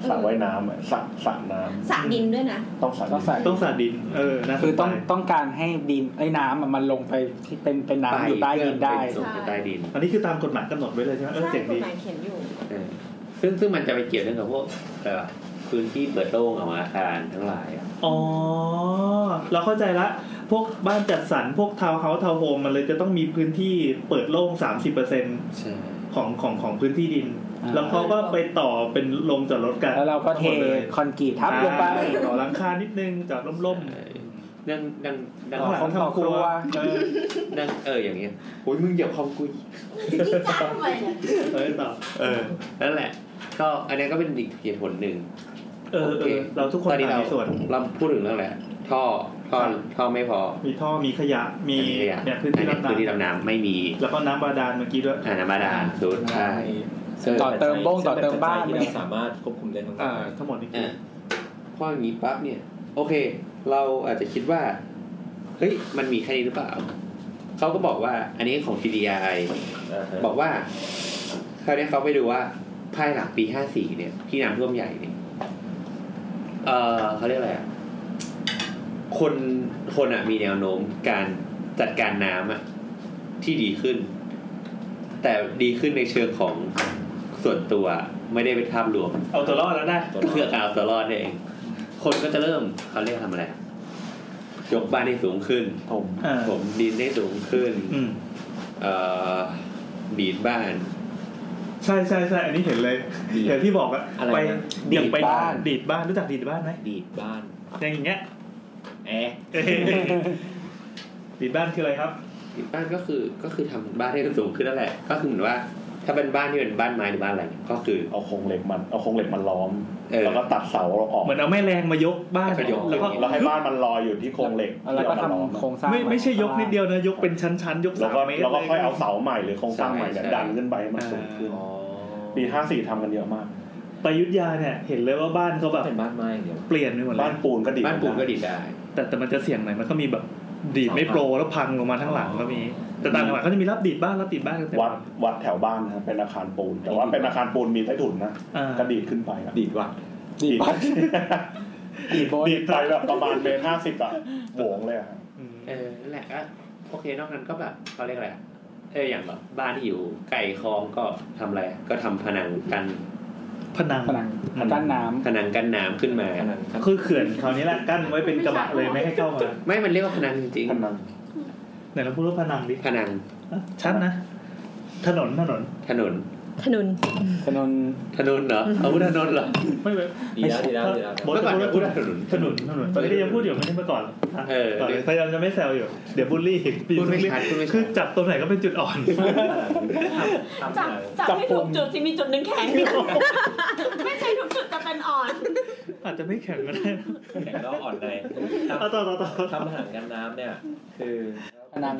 [SPEAKER 8] สระว่ายน้ำอะสระสระน้ำ
[SPEAKER 6] สระดินด้วยนะ
[SPEAKER 8] ต้องสระ
[SPEAKER 4] ต้องใส่
[SPEAKER 3] ต้องสาดดิน เออน่าสนใจ
[SPEAKER 4] คือต้องต้องการให้ดินไอ้น้ำอะมันลงไปที่เป็นเป็นน้ำอยู่ใต้ดินได้
[SPEAKER 2] ปส่งไปใต้ดิน
[SPEAKER 3] อันนี้คือตามกฎหมายกำหนดไว้เลยใช่ไหมเออ
[SPEAKER 6] ใช่
[SPEAKER 3] เจ๋ง
[SPEAKER 6] กฎ
[SPEAKER 3] ดี
[SPEAKER 6] หมายเขียนอยู่
[SPEAKER 2] เออซึ่งซึ่งมันจะไปเกี่ยวเรื่องกับพวกอะไรวะพื้นที่เปิดโล่งออกมาอาคารทั้งหลายอะ
[SPEAKER 3] อ๋อ เราเข้าใจละ พวกบ้านจัดสรรพวกทาวน์เฮาส์ทาวน์โฮมมันเลยจะต้องมีพื้นที่เปิดโล่ง 30%
[SPEAKER 2] ใช่
[SPEAKER 3] ของของของพื้นที่ดิน
[SPEAKER 4] อ่า
[SPEAKER 3] แล้วเขาก็ไปต่อเป็นลงจอดรถกัน
[SPEAKER 4] แล้วเราก็เท
[SPEAKER 3] ทั้งหมดลย
[SPEAKER 4] คอนกรีตทับลงไป
[SPEAKER 3] อ่าต่อหลังคานิดนึงจอดล่ม
[SPEAKER 2] ใช่ดังดังดั
[SPEAKER 3] ๆ
[SPEAKER 2] ง
[SPEAKER 3] ข้างหลัง
[SPEAKER 4] ของครอบ
[SPEAKER 3] ทำค
[SPEAKER 4] ครั
[SPEAKER 3] รัว
[SPEAKER 4] ว
[SPEAKER 3] เออ
[SPEAKER 2] ดังเอออย่างเงี้ยโอ้ยมึงเหยียบคอมกูอีก
[SPEAKER 3] เออต่อเออ
[SPEAKER 2] นั่นแหละ ก็อันเนี้ยก็เป็นอีกเหตุผลหนึ่ง
[SPEAKER 3] เออ
[SPEAKER 2] โอ
[SPEAKER 3] เอ
[SPEAKER 2] เค
[SPEAKER 3] อเราทุกคน
[SPEAKER 2] ตอนนี้
[SPEAKER 3] ต่าง
[SPEAKER 2] เรา
[SPEAKER 3] มีส่วน
[SPEAKER 2] เราพูดถึงเรื่องแหละไรท่อท่อท่อไม่พอ
[SPEAKER 3] มีท่อมีขยะมี
[SPEAKER 2] อันนี้ขยะ
[SPEAKER 3] เนี่ยพื้นที่รับ
[SPEAKER 2] อันเนี้ยพื้นที่
[SPEAKER 3] น้
[SPEAKER 2] ดำน้ำไม่มี
[SPEAKER 3] ำแล้วก็น้ำบาดาลเมื่อกี้ด้วย
[SPEAKER 2] อ่าน้ำบาดาลสูดใช่
[SPEAKER 4] ต่อเติมบ้งต่อเติมบ้าน
[SPEAKER 5] ซึ่ง
[SPEAKER 4] เนี่ย
[SPEAKER 5] เป็นปัจจัยที่เราสามารถควบคุมได้ทั้งหมด
[SPEAKER 3] อ่าทั้งหมดนี้
[SPEAKER 2] อ่ะพออย่างนี้ปั๊บเนี่ย โอเค เราอาจจะคิดว่า เฮ้ยมันมีแค่นี้หรือเปล่า เขาก็บอกว่าอันนี้ของ TDI
[SPEAKER 5] าฮะ
[SPEAKER 2] บอกว่าคราวนี้เขาไปดูว่าภายหลังปีห้าสี่เนี่ย ที่น้ำท่วมใหญ่เนี่ยเออเขาเรียกอะไรอะคนคนอะมีแนวโน้มการจัดการน้ำอะที่ดีขึ้น แต่ดีขึ้นในเชิงของส่วนตัวไม่ได้เป็นภาพรวม
[SPEAKER 3] เอาตัวรอดแล้วนะ
[SPEAKER 5] ตัว
[SPEAKER 2] เพื่อการเอาตัวรอดเนี่ยเอง คนก็จะเริ่มเขาเรียกทำอะไรอะยกบ้านให้สูงขึ้น
[SPEAKER 8] ถม
[SPEAKER 3] อ่า
[SPEAKER 2] ผมดินให้สูงขึ้น
[SPEAKER 3] อืม
[SPEAKER 2] เอ่อบีดบ้าน
[SPEAKER 3] ใช่ใช่ใช่อันนี้เห็นเลย
[SPEAKER 5] ดี
[SPEAKER 3] อย่างที่บอกอะ
[SPEAKER 5] อะไร
[SPEAKER 3] ไป
[SPEAKER 5] นะ
[SPEAKER 3] เดี่ยงไป
[SPEAKER 4] ดีดบ้าน
[SPEAKER 3] ดีดบ้านรู้จักดีดบ้านไหม
[SPEAKER 5] ดีดบ้าน
[SPEAKER 3] อย่างเงี้ย
[SPEAKER 5] แอะ
[SPEAKER 3] เอ้ยดีดบ้านคืออะไรครับ
[SPEAKER 2] อีกบ้านก็คือก็คือทำบ้านให้มันสูงขึ้นนั่นแหละ ก็คือเหมือนว่า ถ้าเป็นบ้านที่เป็นบ้านไม้หรือบ้านอะไรเนี่ยก็คือ
[SPEAKER 8] เอาโครงเหล็กมันเอาโครงเหล็กมันล้อม
[SPEAKER 2] เออ
[SPEAKER 8] แล้วก็ตัดเสาออก
[SPEAKER 3] เหมือนเอาแม่แรงมายกบ้าน
[SPEAKER 2] แล้วก็ยก
[SPEAKER 3] แล้วก็
[SPEAKER 8] แล้วให้บ้านมันลอยอยู่ที่โครงเหล็ก
[SPEAKER 4] แล้วก็
[SPEAKER 8] ที่เรามาล้อม
[SPEAKER 4] ทำโครงสร้าง
[SPEAKER 3] ไม่ไม่ใช่ยกนิดเดียวนะ ยกเป็นชั้นชั้นๆยก
[SPEAKER 8] แล้
[SPEAKER 3] สาว ม
[SPEAKER 8] ก็
[SPEAKER 3] เมตร
[SPEAKER 8] แล้วก็
[SPEAKER 3] ล
[SPEAKER 8] ค่อยเอาเสาใหม่หรือโครงสร้างใหม่เนี่ย
[SPEAKER 2] ใช่
[SPEAKER 8] ดันขึ้นไปให้มันสูงขึ้นปีห้าสี่ทำกันเยอะมาก
[SPEAKER 3] ไปอยุทธยาเนี่ย เห็นเลยว่าบ้านเขาแบบ
[SPEAKER 5] เป็นบ้านไม้อย่างเดียว
[SPEAKER 3] เปลี่ยนไปหมดเล
[SPEAKER 8] บ้าย นปูนก็ดี
[SPEAKER 2] บ้านปูนก็ดีได้
[SPEAKER 3] แต่แต่มันจะเสี่ยงหน่อยมันก็มีแบบดีดไม่โปรแล้วพังลงมาทั้งหลังก็มี แต่ต่างจังหวัดเขาจะมีรับดีดบ้านรับดีดบ้านกันเต็ม
[SPEAKER 8] วัดวัดแถวบ้านนะครับเป็นอาคารปูน แต่ว่าเป็นอาคารปูนมีใต้ถุนนะ
[SPEAKER 3] อ่า
[SPEAKER 8] ก็ดีดขึ้นไปอะ
[SPEAKER 5] ดีดว่ะ
[SPEAKER 4] ดี
[SPEAKER 8] ดี
[SPEAKER 4] บ
[SPEAKER 8] ด
[SPEAKER 3] [laughs]
[SPEAKER 4] อสดีบอส
[SPEAKER 8] ดีดไปแบบประมาณเมตรห้าสิบอะโหวงเลยอะ
[SPEAKER 2] เออนั่นแหละก็โอเคนอกนั้นก็แบบเขาเรียกอะไรอะเอออย่างแบบบ้านที่อยู่ไก่คลองก็ทำอะไรก็ทำผนังกัน
[SPEAKER 3] ผนัง
[SPEAKER 4] ผนัง กั้นน้ำ
[SPEAKER 2] ผนังกั้นน้ำขึ้นมา
[SPEAKER 5] อันนั้นครับ
[SPEAKER 3] คือเขื่อนคราวนี้แหละกั้นไว้เป็นกระบะเลยไม่ให้เข้ามา
[SPEAKER 2] ไม่มันเรียกว่าผนังจริง
[SPEAKER 8] พนัง
[SPEAKER 3] ไหนเราพูดว่าพนังดิ
[SPEAKER 2] ๆผนัง
[SPEAKER 3] ชัดนะ ถนนถนน
[SPEAKER 2] ถนน
[SPEAKER 1] ถนน
[SPEAKER 4] ถนน
[SPEAKER 2] ถนนเหรอเอาพูดถนนเหรอ
[SPEAKER 3] ไม่เป็น
[SPEAKER 5] ดีแล้วดีแล้วดีแล้ว
[SPEAKER 3] บอส
[SPEAKER 2] เมื่อก่อน
[SPEAKER 3] จะ
[SPEAKER 2] เดี๋ยวพูด
[SPEAKER 3] พูดว่า
[SPEAKER 2] ถนน
[SPEAKER 3] ถนนถนนตอนนี้ยังพูดอยู่ไม่ได้เมื่อก่อนอ่ะ
[SPEAKER 2] เออ
[SPEAKER 3] ก่อนเลยพยายามจะไม่แซวอยู่ เดี๋ยวบูลลี่
[SPEAKER 2] พูดไม่ชัดพูดไม่
[SPEAKER 3] คื
[SPEAKER 2] ชั
[SPEAKER 3] อ
[SPEAKER 2] ด
[SPEAKER 3] จับตรงไหนก็เป็นจุดอ่อน
[SPEAKER 7] จับจับไม่ถูกจุดสิมีจุดหนึ่งแข็ง ไม่ใช่ถูกจุดจะเป็นอ่อน
[SPEAKER 3] อาจจะไม่แข็งก็ได้นะ
[SPEAKER 5] แข็งแล้วอ่อนเลย
[SPEAKER 3] เอาต่อต่อต่อ
[SPEAKER 5] ทำอาหารกันน้ำเนี่ย คือ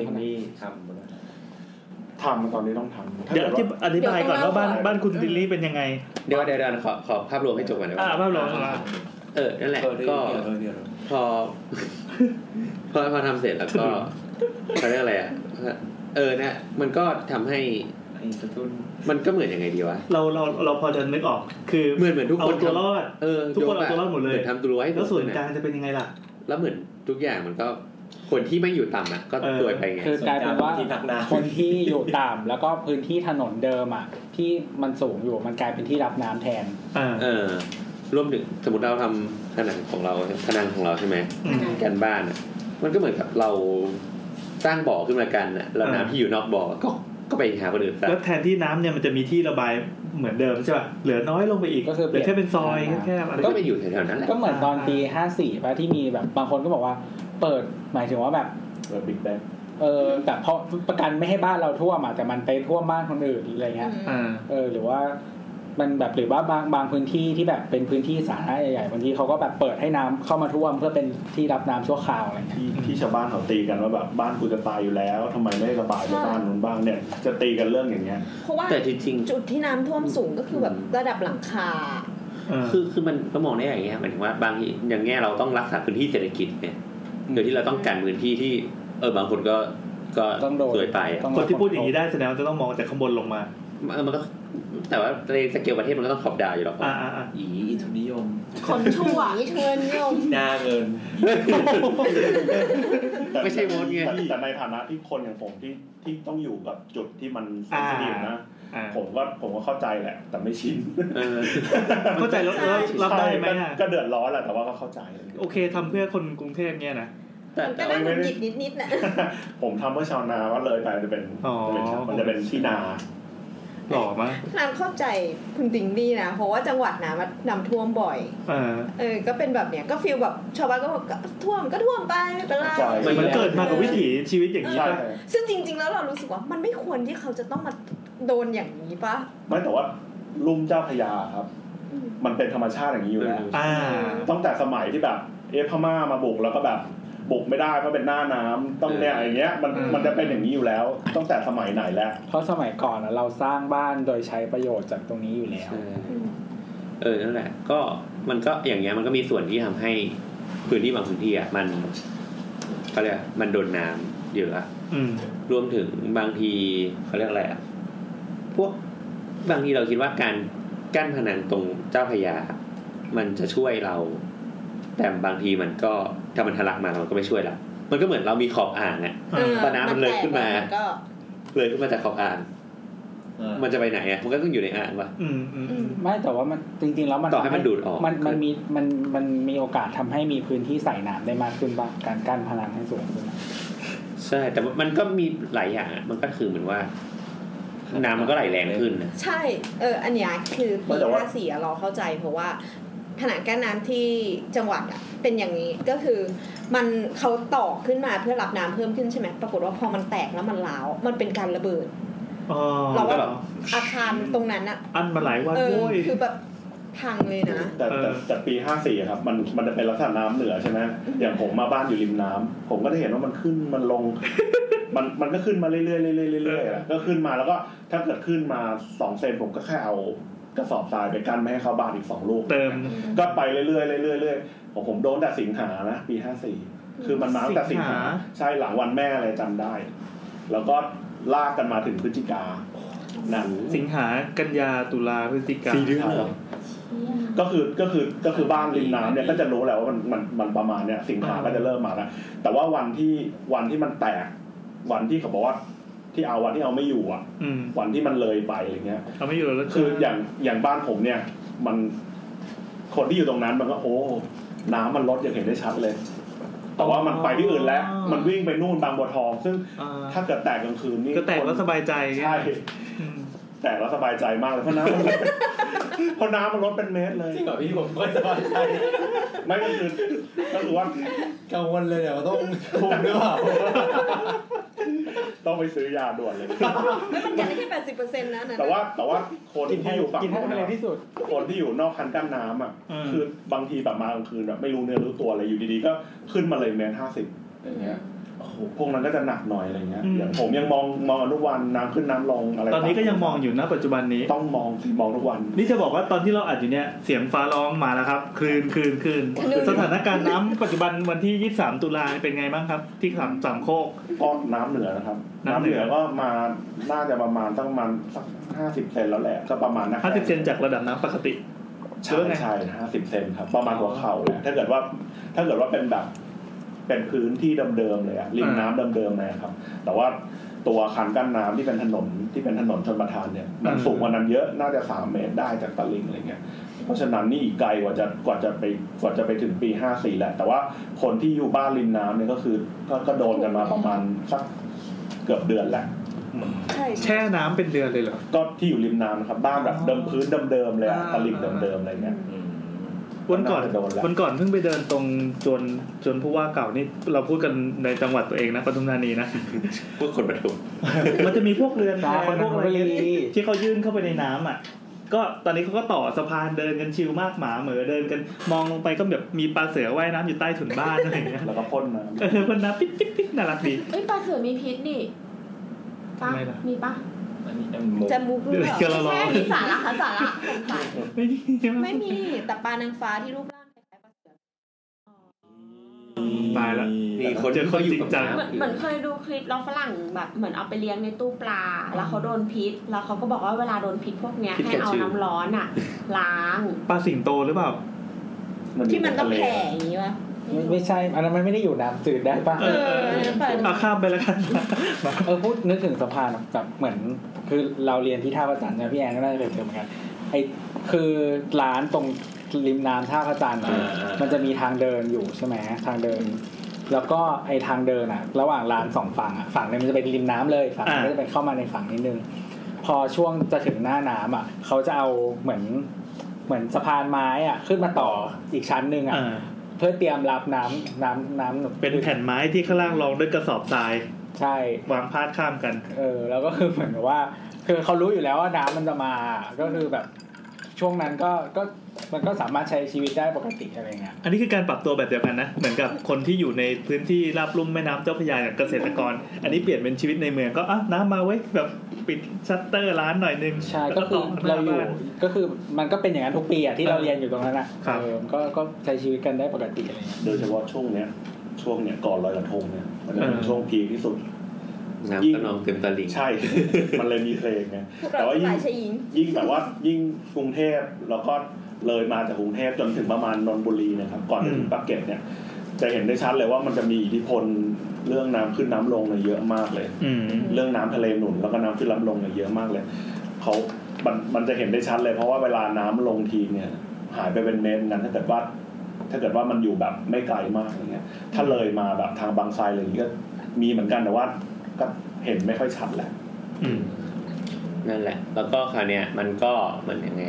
[SPEAKER 5] ติงลี่ทำ
[SPEAKER 8] ทำตอนนี้ต้องทำถ้า
[SPEAKER 3] [laughs] เดี๋ยวอ
[SPEAKER 8] กิ
[SPEAKER 3] ธิบอธิบายก่อนว่าบ้านบ้านคุณดิลลี่เป็นยังไง
[SPEAKER 2] เดี๋ยวเดี๋ยวเดี๋ยวขอขอภาพรวมให้จบก่อนได้ไหม
[SPEAKER 3] อ่าภาพรวมมา
[SPEAKER 2] เออนั่นแหละ
[SPEAKER 5] เออเดี
[SPEAKER 2] ก็
[SPEAKER 5] ยวเดียว
[SPEAKER 2] พอ [laughs] พอพอทำเสร็จแล้วก็เขาเรียกอะไรอ่ะเออนะมันก็ทำให้มันก็เหมือนยังไงดีวะ
[SPEAKER 3] เราเราเราพอจะนึกออก คือ
[SPEAKER 2] เหมือนเหมือนทุก
[SPEAKER 3] เอา
[SPEAKER 2] คน
[SPEAKER 3] ตัวรอด
[SPEAKER 2] เออ
[SPEAKER 3] ทุกคนเอาตัวรอดหมดเลย
[SPEAKER 2] เหมือนทำตัวไว้
[SPEAKER 3] แล้วส่วนก
[SPEAKER 2] ก
[SPEAKER 3] ลางจะเป็นยังไงล่ะ
[SPEAKER 2] แล้วเหมือนทุกอย่างมันก็ คนที่ไม่อยู่ต่ำอ่ะ ก็
[SPEAKER 3] เออ
[SPEAKER 2] รวยไปไง
[SPEAKER 4] คือกลายเป็นว่า
[SPEAKER 5] ส่วนกลางเป็นที่พักน้ำ
[SPEAKER 4] คนที่อยู่ต่ำแล้วก็พื้นที่ถนนเดิมอ่ะที่มันสูงอยู่มันกลายเป็นที่รับน้ำแทน
[SPEAKER 3] อ่า
[SPEAKER 2] เออรวมถึงสมมติเราทำผนังของเราผนังของเราใช่ไหม
[SPEAKER 3] อืม
[SPEAKER 2] กันบ้านอ่ะ มันก็เหมือนกับเราสร้างบ่อขึ้นมากันอ่ะแล้ว
[SPEAKER 3] อ่า
[SPEAKER 2] น้ำที่อยู่นอกบ่อก็ก็ไปหาคนอื่นซะ
[SPEAKER 3] แล้วแทนที่น้ำเนี่ยมันจะมีที่ระบายเหมือนเดิมใช่ป่ะ เหลือน้อยลงไปอีก
[SPEAKER 4] ก็คือ
[SPEAKER 3] เห
[SPEAKER 4] เป
[SPEAKER 3] ลื
[SPEAKER 4] ลี่
[SPEAKER 3] อย
[SPEAKER 4] น
[SPEAKER 3] แค่เป็นซอย
[SPEAKER 4] อ่า
[SPEAKER 3] แคบๆอะไร
[SPEAKER 2] ก็ไปอยู่แถวๆนั้นแหละ
[SPEAKER 4] ก็เหมือนตอนปีห้าสี่ป่ะที่มีแบบบางคนก็บอกว่าเปิดหมายถึงว่าแบบ
[SPEAKER 8] เออบิ๊กแบง
[SPEAKER 4] เออแต่เพราะประกันไม่ให้บ้านเราท่วมอ่ะแต่มันไปท่วมบ้านคนอื่นอะไรเงี้ย
[SPEAKER 3] อ่า
[SPEAKER 4] เออหรือว่ามันแบบหรือว่าบางบางพื้นที่ที่แบบเป็นพื้นที่สาธารณะใหญ่ๆบางทีเขาก็แบบเปิดให้น้ำเข้ามาท่วมเพื่อเป็นที่รับน้ำชั่วคราวอะไรเงี้ย
[SPEAKER 8] ที่ที่ชาวบ้านเขาตีกันว่าแบบบ้านกูจะตายอยู่แล้วทำไมไม่ระบายไปบ้านนู้นบ้างเนี่ย จะตีกันเรื่องอย่างเงี้ย
[SPEAKER 6] เพราะว่า
[SPEAKER 2] แต่จริงๆ
[SPEAKER 6] จุดที่น้ำท่วมสูงก็คือแบบระดับหลังคา
[SPEAKER 2] คือคือมันก็มองได้อย่างเงี้ยหมายถึงว่าบางทีอย่างเงี้ยเราต้องรักษาพื้นที่เศรษฐกิจเนี่ยโดยที่เราต้องการพื้นที่ที่ เออบางคนก็ก็
[SPEAKER 4] ต้องโดน
[SPEAKER 2] สวยไปอะ
[SPEAKER 4] ต้อง
[SPEAKER 3] คนที่พูดอย่างนี้ได้แสดงว่าจะต้องมองจากข้างบนลงมา
[SPEAKER 2] เออมันก็แต่ว่าในสเกลประเทศมันก็ต้องขอบดาวอยู่แล้ว
[SPEAKER 3] อ่าอ่าอ่า
[SPEAKER 5] อีอีทุนนิยม
[SPEAKER 7] คนชั่ว
[SPEAKER 5] หน้าเงิน
[SPEAKER 8] แต่
[SPEAKER 2] ไม่ใช่มดไง
[SPEAKER 8] แต่แต่ในฐานะที่คนอย่างผมที่ที่ต้องอยู่กับจุดที่มันเซนซิทีฟนะ
[SPEAKER 3] อ่า
[SPEAKER 8] ผมก็ผมก็เข้าใจแหละ แต่ไม่ชิน
[SPEAKER 2] เออ
[SPEAKER 3] เข้าใจแล้วแล้วรับได้ไหม
[SPEAKER 8] ใช่
[SPEAKER 3] อ่ะ
[SPEAKER 8] ก็ก็เดือดร้อนแหละแต่ว่าก็เข้าใจอะไรอย่างเงี้ย
[SPEAKER 3] โอเคทำเพื่อคนกรุงเทพเนี่ยนะ
[SPEAKER 2] แต่แต่
[SPEAKER 6] ก็น่าหงุดหงิดนิดๆแหละ
[SPEAKER 8] ผมทำเพื่อชาวนาว่าเลยไปจะเป็น
[SPEAKER 3] อ๋อ
[SPEAKER 8] จะเป็นชาวมันจะเป็นที่นา
[SPEAKER 3] หล่อมาก
[SPEAKER 6] น้ำเข้าใจคุณดิงดีนะ เพราะว่าจังหวัดน้ำมันน้ำท่วมบ่อย
[SPEAKER 3] เออ
[SPEAKER 6] เออ ก็เป็นแบบเนี้ย ก็ฟีลแบบชาวบ้านก็บอกก็ท่วมก็ท่วมไปไม่เป็นไร
[SPEAKER 8] ใช่
[SPEAKER 3] มันมันเกิดมากับวิถีชีวิตอย่างนี้
[SPEAKER 8] ใช่
[SPEAKER 3] ป่ะ
[SPEAKER 6] ซึ่งจริง ๆ แล้วเรารู้สึกว่ามันไม่ควรที่เขาจะต้องมาโดนอย่างนี้ปะ
[SPEAKER 8] ไม่แต่ว่าลุ่มเจ้าพระยาครับ
[SPEAKER 6] อืม
[SPEAKER 8] มันเป็นธรรมชาติอย่างนี้อยู่แล้ว
[SPEAKER 3] อ่า
[SPEAKER 8] ตั้งแต่สมัยที่แบบ เอะพม่ามาบุกแล้วก็แบบบุกไม่ได้เพราะเป็นหน้าน้ำต้องเนี่ยอย่างเงี้ยมัน
[SPEAKER 3] อืม
[SPEAKER 8] มันจะเป็นอย่างนี้อยู่แล้ว ตั้งแต่สมัยไหนแล้ว
[SPEAKER 4] เพราะสมัยก่อนอะเราสร้างบ้านโดยใช้ประโยชน์จากตรงนี้อยู่แล้ว
[SPEAKER 2] เออนั่นแหละ ก็มันก็อย่างเงี้ยมันก็มีส่วนที่ทำให้พื้นที่บางพื้นที่อ่ะมันเขาเรียกว่ามันโดนน้ำเยอะอะ
[SPEAKER 3] อืม
[SPEAKER 2] รวมถึงบางทีเขาเรียกอะไรอะพวกบางทีเราคิดว่าการกั้นผนังตรงเจ้าพระยา มันจะช่วยเรา แต่บางทีมันก็ถ้ามันทะลักมามันก็ไม่ช่วยเรา มันก็เหมือนเรามีขอบอ่างอะ
[SPEAKER 6] เออ
[SPEAKER 2] พอน้ำมันเลยขึ้นมา
[SPEAKER 6] แตกก็
[SPEAKER 2] เลยขึ้นมาจากขอบอ่าง มันจะไปไหนอะมันก็ต้องอยู่ในอ่างวะ
[SPEAKER 3] อืมอืม
[SPEAKER 6] อืม
[SPEAKER 4] ไม่แต่ว่ามันจริงๆแล้วมัน
[SPEAKER 2] ต่อให้มันดูดออก
[SPEAKER 4] มันมันมีมันมันมีโอกาสทำให้มีพื้นที่ใส่น้ำได้มากขึ้นบ้างการกั้นพลังให้สูงขึ้น
[SPEAKER 2] ใช่ แต่มันก็มีหลายอย่างอะมันก็คือเหมือนว่า น้ำมันก็ไหลแรงขึ้นนะ
[SPEAKER 6] ใช่ เออ อันเนี้ยคือปี
[SPEAKER 8] แต่ว่า
[SPEAKER 6] ห้าสี่เราเข้าใจเพราะว่าผนังกั้นน้ำที่จังหวัดอ่ะเป็นอย่างนี้ก็คือ มันเขาต่อขึ้นมาเพื่อรับน้ำเพิ่มขึ้นใช่ไหมปรากฏว่าพอมันแตกแล้วมันล้าวมันเป็นการระเบิด
[SPEAKER 3] อ๋อ
[SPEAKER 6] เราว่าอาคารตรงนั้นอ่ะ
[SPEAKER 3] อันมาหลายวัน
[SPEAKER 6] เออ
[SPEAKER 3] โว้ย
[SPEAKER 6] คือแบบพังเลยนะ
[SPEAKER 8] แต่
[SPEAKER 3] เอ
[SPEAKER 8] แต่
[SPEAKER 3] อ
[SPEAKER 8] แต่ปีห้าสี่ครับ มันมันจะเป็นลักษณะน้ำเหนือใช่ไหมอย่างผมมาบ้านอยู่ริมน้ำผมก็จะเห็นว่ามันขึ้นมันลง [laughs] มันมันก็ขึ้นมาเรื่อยๆเรื่อยๆเรื่อยๆอะก็ขึ้นมาแล้วก็ถ้าเกิดขึ้นมาสองเซนผมก็แค่เอากระสอบทรายไปกั้นไม่ให้เข้าบ้านอีกสองลูก
[SPEAKER 3] เติม
[SPEAKER 8] ก็ไปเรื่อยๆเรื่อยๆเรื่อยๆของผมโดนแต่สิงหานะปีห้าสี่คือมันมาตั้งแต่
[SPEAKER 3] สิ
[SPEAKER 8] สิ
[SPEAKER 3] ง
[SPEAKER 8] ง
[SPEAKER 3] หา
[SPEAKER 8] หาใช่หลังวันแม่อะไรจำได้ แล้วก็ลากกันมาถึงพฤศจิกานั่น
[SPEAKER 3] สิงหากันยาตุลาพฤศจิกา
[SPEAKER 8] ครับก็คือก็คือก็คือบ้านริมน้ำเนี่ยก็จะรู้แหละว่ามันมันมันประมาณเนี่ยสิงหาก็จะเริ่มมาแล้วแต่ว่าวันที่วันที่มันแตก วันที่เขาบอกว่าที่เอาวันที่เอาไม่อยู่อ่ะ
[SPEAKER 3] อืม
[SPEAKER 8] วันที่มันเลยไปอะไรเงี้ย
[SPEAKER 3] เอาไม่อยู่แล้ว
[SPEAKER 8] คืออย่างอย่างบ้านผมเนี่ย มัน คนที่อยู่ตรงนั้นมันก็โอ้ น้ำมันลดอย่างเห็นได้ชัดเลย แต่ว่ามันไปที่อื่นแล้ว มันวิ่งไปนู่นบางบัวทอง ซึ่ง
[SPEAKER 3] อ่า
[SPEAKER 8] ถ้าเกิดแตกกลางคืนนี่
[SPEAKER 3] ก็แตกแล้วสบายใจ
[SPEAKER 8] ใช่
[SPEAKER 3] อืม
[SPEAKER 8] แตกแล้วสบายใจมากเลยเพราะน้ำมัน เพราะน้ำมันลดเป็นเมตรเลย
[SPEAKER 5] จริงเหรอพี่ผมไม่สบายใจ
[SPEAKER 8] ไม่ก็คือก็คือว่า
[SPEAKER 5] กังวลเลยเนี่ยว่าต้องคุมหรือเปล่า
[SPEAKER 8] ต้องไปซื้อยาด่วนเลย
[SPEAKER 6] แล้วมันยังไม่ใช่แปดสิบเปอร์เซ็นต์นะนะ
[SPEAKER 8] แต่ว่าแต่ว่าคน
[SPEAKER 4] กินให้
[SPEAKER 8] ที่อยู่ฝั่ง
[SPEAKER 4] กินให้
[SPEAKER 8] นู้น
[SPEAKER 4] เร็ว
[SPEAKER 8] นะ
[SPEAKER 4] ที่สุด
[SPEAKER 8] คนที่อยู่นอกคันกั้นน้ำอ่ะคือบางทีแบบมากลางคืนแบบไม่รู้เนื้อรู้ตัวอะไรอยู่ดีๆก็ขึ้นมาเลยแมนห้าสิบอย่างเงี้ยโอ้โหพวกนั้นก็จะหนักหน่อยอะไรเงี้ยอย่างผมยังมองมองอนุวันน้ำขึ้นน้ำลงอะไร
[SPEAKER 3] ตอนนี้ก็ยังมองอยู่นะปัจจุบันนี้
[SPEAKER 8] ต้องมองสิมองทุกวัน
[SPEAKER 3] นี่จะบอกว่าตอนที่เราอัดอยู่เนี่ยเสียงฟ้าร้องมาแล้วครับคลืนคลืนคลืนสถานการณ์น้ำปัจจุบันวันที่ 23 ตุลาเป็นไงบ้างครับ ที่สามสามโคก
[SPEAKER 8] ก็น้ำเหนือนะครับ
[SPEAKER 3] น้ำ
[SPEAKER 8] น้ำ
[SPEAKER 3] เห
[SPEAKER 8] เห
[SPEAKER 3] นื
[SPEAKER 8] นื
[SPEAKER 3] อ
[SPEAKER 8] อก็มาน่าจะประมาณสักประมาณสักห้าสิบเซนแล้วแหละก็ประมาณนะ
[SPEAKER 3] 50เซนจากระดับน้ำปกติ
[SPEAKER 8] ใช่ใช่ห้าสิบเซนครับประมาณหัวเข่าแหละถ้าเกิดว่าถ้าเกิดว่าเป็นแบบเป็นพื้นที่เดิมๆเลยอะริมน้ำเดิมๆเลยอะครับ แต่ว่าตัวคันกั้นน้ำที่เป็นถนนที่เป็นถนนชนประทานเนี่ยมัน
[SPEAKER 3] อืม
[SPEAKER 8] สูงกว่านั้นเยอะน่าจะสามเมตรได้จากตลิ่งอะไรเงี้ยเพราะฉะนั้นนี่อีกไกลกว่าจะกว่าจะไปกว่าจะไปถึงปีห้าสี่แหละ แต่ว่าคนที่อยู่บ้านริมน้ำเนี่ยก็คือก็ก็โดนกันมาประมาณสักเกือบเดือนแหละ
[SPEAKER 6] ใช่
[SPEAKER 3] แช่น้ำเป็นเดือนเลยเหรอ
[SPEAKER 8] ก็ที่อยู่ริมน้ำนะครับบ้านแบบเดิมพื้นเดิมๆเลยอะ
[SPEAKER 3] อ่า
[SPEAKER 8] ตลิ่งเดิมๆอะไรเงี้ย
[SPEAKER 3] วันก่อน
[SPEAKER 8] น่าจะโดนแล้ว
[SPEAKER 3] วันก่อนเพิ่งไปเดินตรงจวนจวนผู้ว่าเก่านี่เราพูดกันในจังหวัดตัวเองนะปทุมธานีนะ [laughs]
[SPEAKER 9] พวกคนประทุม
[SPEAKER 3] มันจะมีพวกเรือนแพ
[SPEAKER 4] จ้าคน
[SPEAKER 3] พวกอะไร
[SPEAKER 4] นนทบุรี
[SPEAKER 3] เงี้ยที่เขายื่นเข้าไปในน้ำอ่ะ ก็ตอนนี้เขาก็ต่อสะพานเดินกันชิลมากหมาเหมือเดินกัน มองลงไปก็แบบมีปลาเสือว่ายน้ำอยู่ใต้ถุนบ้านอะไรเงี้ย
[SPEAKER 8] แล้วก็พ่นน้
[SPEAKER 3] เออมันน้ำปิ๊กปิ๊กปิ๊กน่ารักดี
[SPEAKER 7] เอ้ยปลาเสือมีพิษนี่ปะ
[SPEAKER 3] ทำไมล่ะ
[SPEAKER 7] มีปะ
[SPEAKER 5] อันนี้มันมุก
[SPEAKER 6] จะมุกหรือเปล่า
[SPEAKER 3] เดี๋ยวเรารอ
[SPEAKER 7] ไม่มีสาระค่ะสาระ
[SPEAKER 3] ไม่มีใช่ไหม
[SPEAKER 6] ไม่มีแต่ปลานางฟ้าที่รูปร่างคล้ายๆปลาเสือ
[SPEAKER 3] ตายละ
[SPEAKER 9] มีคน
[SPEAKER 3] เจอคนจริงจัง
[SPEAKER 7] เหมือนเหมือนเคยดูคลิปแล้วฝรั่งแบบเหมือนเอาไปเลี้ยงในตู้ปลา แล้วเขาโดนพิษ แล้วเขาก็บอกว่าเวลาโดนพิษพวกเนี้ยให้เอาน้ำร้อนอ่ะ ล้าง
[SPEAKER 3] ปลาสิงโตหรือเปล่า
[SPEAKER 8] ำ
[SPEAKER 6] ที่มันต้องแผ่
[SPEAKER 8] ยู่
[SPEAKER 6] อ
[SPEAKER 8] ใทะเล
[SPEAKER 6] ย่างนี้วะ
[SPEAKER 4] ไม่ไม่ใช่ อันนั้นมันไม่ได้อยู่น้ำจืดได้ปะ
[SPEAKER 3] เออเออเออ
[SPEAKER 6] ปลาสิงโต
[SPEAKER 3] เอาข้ามไปแล้วกัน
[SPEAKER 4] เออพูดนึกถึงสะพานแบบเหมือน คือเราเรียนที่ท่าพระจันทร์นะพี่แอนก็น่าจะเคยเจอเหมือนกันไอคือร้านตรงริมน้ำท่าพระจันทร์อะมันจะมีทางเดินอยู่ใช่ไหมทางเดิน แล้วก็ไอทางเดินอะระหว่างร้านสองฝั่งอะฝั่งหนึงมันจะเป็นริมน้ำเลยฝั่งหนึง
[SPEAKER 3] อ่า
[SPEAKER 4] ก็จะเป็นเข้ามาในฝั่งนิดนึง พอช่วงจะถึงหน้าน้ำอ่ะเขาจะเอาเหมือนเหมือนสะพานไม้อ่ะขึ้นมาต่ออีกชั้นหนึ่งอ่ะ
[SPEAKER 3] อ่า
[SPEAKER 4] เพื่อเตรียมรับน้ำน้ำน้ำหนุน
[SPEAKER 3] เป็นแผ่นไม้ที่ข้างล่างรองด้วยกระสอบทราย
[SPEAKER 4] ใช่
[SPEAKER 3] วางพาดข้ามกัน
[SPEAKER 4] เออแล้วก็คือเหมือนกับว่า คือเขารู้อยู่แล้วว่าน้ำมันจะมาก็คือแบบช่วงนั้นก็ก็มันก็สามารถใช้ชีวิตได้ปกติอะไรเงี้ย
[SPEAKER 3] อันนี้คือการปรับตัวแบบเดียวกันนะ เหมือนกับคนที่อยู่ในพื้นที่ราบลุ่มแม่น้ำเจ้าพระยาอย่างเกษตรกร อันนี้เปลี่ยนเป็นชีวิตในเมืองก็อ่ะน้ำมาไว้ยแบบปิดชัตเตอร์ร้านหน่อยนึง
[SPEAKER 4] ใช่
[SPEAKER 3] แล้ว
[SPEAKER 4] ก็คือ
[SPEAKER 3] ต่หน้
[SPEAKER 4] เราอยู่
[SPEAKER 3] บ้น
[SPEAKER 4] ก็คือมันก็เป็นอย่างนั้นทุกปีอ่ะที่เราเรียนอยู่ตรงนั้นอ่ะ
[SPEAKER 3] ครับ
[SPEAKER 4] เออก็ก็ใช้ชีวิตกันได้ปกติอะไรเงี้ย
[SPEAKER 8] โดยเฉพาะช่วงเนี้ย ช่วงเนี้ยก่อนลอยกระทงเนี่ยมันจะเป็
[SPEAKER 3] เอน อ
[SPEAKER 8] ช่วงพีคที่สุด
[SPEAKER 9] น้ำก็นองเต็มตลิ่ง
[SPEAKER 8] ใช่ [laughs] มันเลยมีเพลงไง
[SPEAKER 6] พวกเรา
[SPEAKER 8] แต่ว่า
[SPEAKER 6] ทั้งห
[SPEAKER 8] ยิ่ง
[SPEAKER 6] ลายชายหญิง
[SPEAKER 8] ยิ่งแบบว่ายิ่งกรุงเทพแล้วก็เลยมาจากกรุงเทพจนถึงประมาณนนทบุรีนะครับ ก่อนจะถึงปากเกร็ดเนี่ย จะเห็นได้ชัดเลยว่ามันจะมีอิทธิพลเรื่องน้ำขึ้นน้ำลงเนี่ยเยอะมากเลย
[SPEAKER 3] อืม
[SPEAKER 8] เรื่องน้ำทะเลหนุนแล้วก็น้ำขึ้นน้ำลงเนี่ยเยอะมากเลยเขามันมันจะเห็นได้ชัดเลยเพราะว่าเวลาน้ำลงทีเนี่ย หายไปเป็นเมตรเหมือนกันถ้าเกิดว่า ถ้าเกิดว่ามันอยู่แบบไม่ไกลมากอย่างเงี้ย ถ้าเลยมาแบบทางบางไทรอะไรอย่างเงี้ยก็มีเหมือนกันแต่ว่าก็เห็นไม่ค่อยชัดแหละ
[SPEAKER 3] อืม
[SPEAKER 9] นั่นแหละ แล้วก็คราวเนี้ยมันก็มันยังไง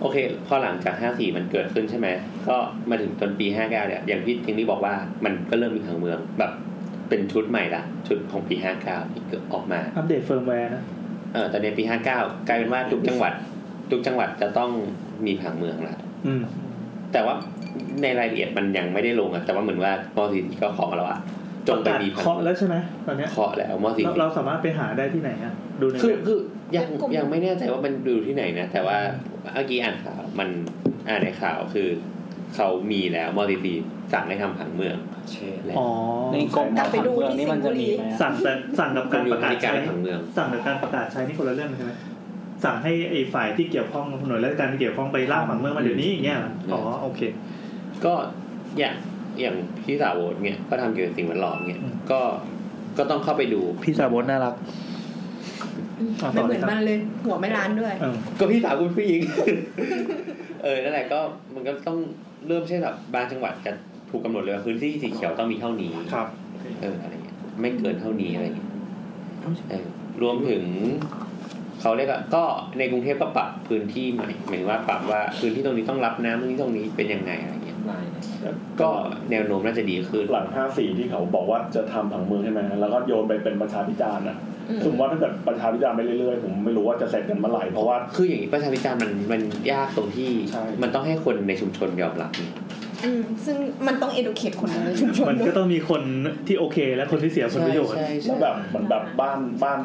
[SPEAKER 9] โอเค พอหลังจากห้าสี่มันเกิดขึ้นใช่ไหม ก็มาถึงจนปีห้าเก้าเนี่ย อย่างที่ทิงนี่บอกว่ามันก็เริ่มมีผังเมืองแบบเป็นชุดใหม่ละ ชุดของปีห้าเก้าที่เกิดออกมา
[SPEAKER 3] อัปเดตเฟิร์มแวร์นะ
[SPEAKER 9] เออแต่ในปี 59 กลายเป็นว่าทุกจังหวัด ทุกจังหวัดจะต้องมีผังเมืองละ
[SPEAKER 3] อืม
[SPEAKER 9] แต่ว่าในรายละเอียดมันยังไม่ได้ลงอะแต่ว่าเหมือนว่ามอสีก็ขอมาแล้วอะจงไปมีผัง
[SPEAKER 3] เคาะแล้วใช่ไหมตอนเนี้ย
[SPEAKER 9] เคาะแล้วมอสี
[SPEAKER 3] เราเราสามารถไปหาได้ที่ไหนอ่ะ ดูใน
[SPEAKER 9] คือ
[SPEAKER 3] เว็บ
[SPEAKER 9] คือยัง
[SPEAKER 6] เว็บกลุ่ม
[SPEAKER 9] ยังไม่แน่ใจว่ามันดูที่ไหนนะ แต่ว่าเมื่อกี้อ่านข่าวมันอ่านในข่าวคือ เขามีแล้วมอสีสั่งให้ทำผังเมือง
[SPEAKER 5] เช่
[SPEAKER 9] แล้ว
[SPEAKER 3] อ๋อ
[SPEAKER 4] ในกรม
[SPEAKER 6] กลับไปดูที่
[SPEAKER 4] เมืองนี่มันจะมีไห
[SPEAKER 6] สิง
[SPEAKER 4] ม
[SPEAKER 6] ห์บุรี
[SPEAKER 4] อะ
[SPEAKER 3] สั่งแต่สั่งกับ
[SPEAKER 9] มั
[SPEAKER 3] กาน ร
[SPEAKER 9] มี
[SPEAKER 3] ประ
[SPEAKER 9] พ
[SPEAKER 3] กาศ
[SPEAKER 9] ฤติการ
[SPEAKER 3] ใช้
[SPEAKER 9] ผังเมือง
[SPEAKER 3] สั่งกับการประกาศใช้นี่คนละเรื่องใช่ไหมสั่งให้ไอ้ฝ่ายที่เกี่ยวข้องหน่วยราชการที่เกี่ยวข้องไปล่าผังเมืองมาเดี๋ยวนี้อย่างเงี้ยเหรออ๋อโอเค
[SPEAKER 9] ก็อย่างอย่างพี่สาวโอ๊ตเนี่ยก็ทำเกี่ยวกับสิ่งแวดล้อมเนี่ย
[SPEAKER 3] อืม
[SPEAKER 9] ก็ก็ต้องเข้าไปดู
[SPEAKER 3] พี่สาวบดน่ารัก อ่ะ
[SPEAKER 6] ไม่
[SPEAKER 3] ต่อ
[SPEAKER 6] เห
[SPEAKER 3] เล
[SPEAKER 6] มือย น
[SPEAKER 3] ครับ
[SPEAKER 6] มันเลยหัวไม่ล้านด้วย
[SPEAKER 3] เออ
[SPEAKER 2] ก็พี่สาวคุณผู้หญิง [laughs] เออ นั่นแหละก็มันก็ต้องเริ่มเช่นแบบบางจังหวัดจะถูกกำหนดเลยว่าพื้นที่สีเขียวต้องมีเท่านี้
[SPEAKER 3] ครับ
[SPEAKER 2] เอออะไรเงี้ยไม่เกินเท่านี้อะไรเงี้ยเออรวมถึงเขาเรียกว่าก็ในกรุงเทพก็ปรับพื้นที่ใหม่หมายถึงว่าปรับว่าพื้นที่ตรงนี้ต้องรับน้ำพื้นที่ตรงนี้เป็นยังไงอะไรเงี้ย
[SPEAKER 5] ลายนะ
[SPEAKER 2] ก็แนวโน้มน่าจะดีขึ้น
[SPEAKER 8] หลังห้าสี่ที่เขาบอกว่าจะทำผังเมืองใช่ไหมแล้วก็โยนไปเป็นประชาพิจารณ์อ่ะ
[SPEAKER 6] อืม
[SPEAKER 8] สมมติว่าถ้าเกิดประชาพิจารณ์ไปเรื่อยๆผมไม่รู้ว่าจะเสร็จกันเมื่อไหร่เพราะว่า
[SPEAKER 2] คืออย่างนี้ประชาพิจารณ์มันมันยากตรงที่
[SPEAKER 8] ใช่
[SPEAKER 2] มันต้องให้คนในชุมชนยอมรับนี่
[SPEAKER 6] อืมซึ่งมันต้อง educate คนในชุมชน
[SPEAKER 3] มัน
[SPEAKER 6] ด้ว
[SPEAKER 3] ก็
[SPEAKER 6] ย
[SPEAKER 3] ต้องมีคนที่โอเคและคนที่เสียผลประโยชน์
[SPEAKER 2] ใช่ใช่
[SPEAKER 8] แล้วแบบเหมือนแบบบ้านบ้าน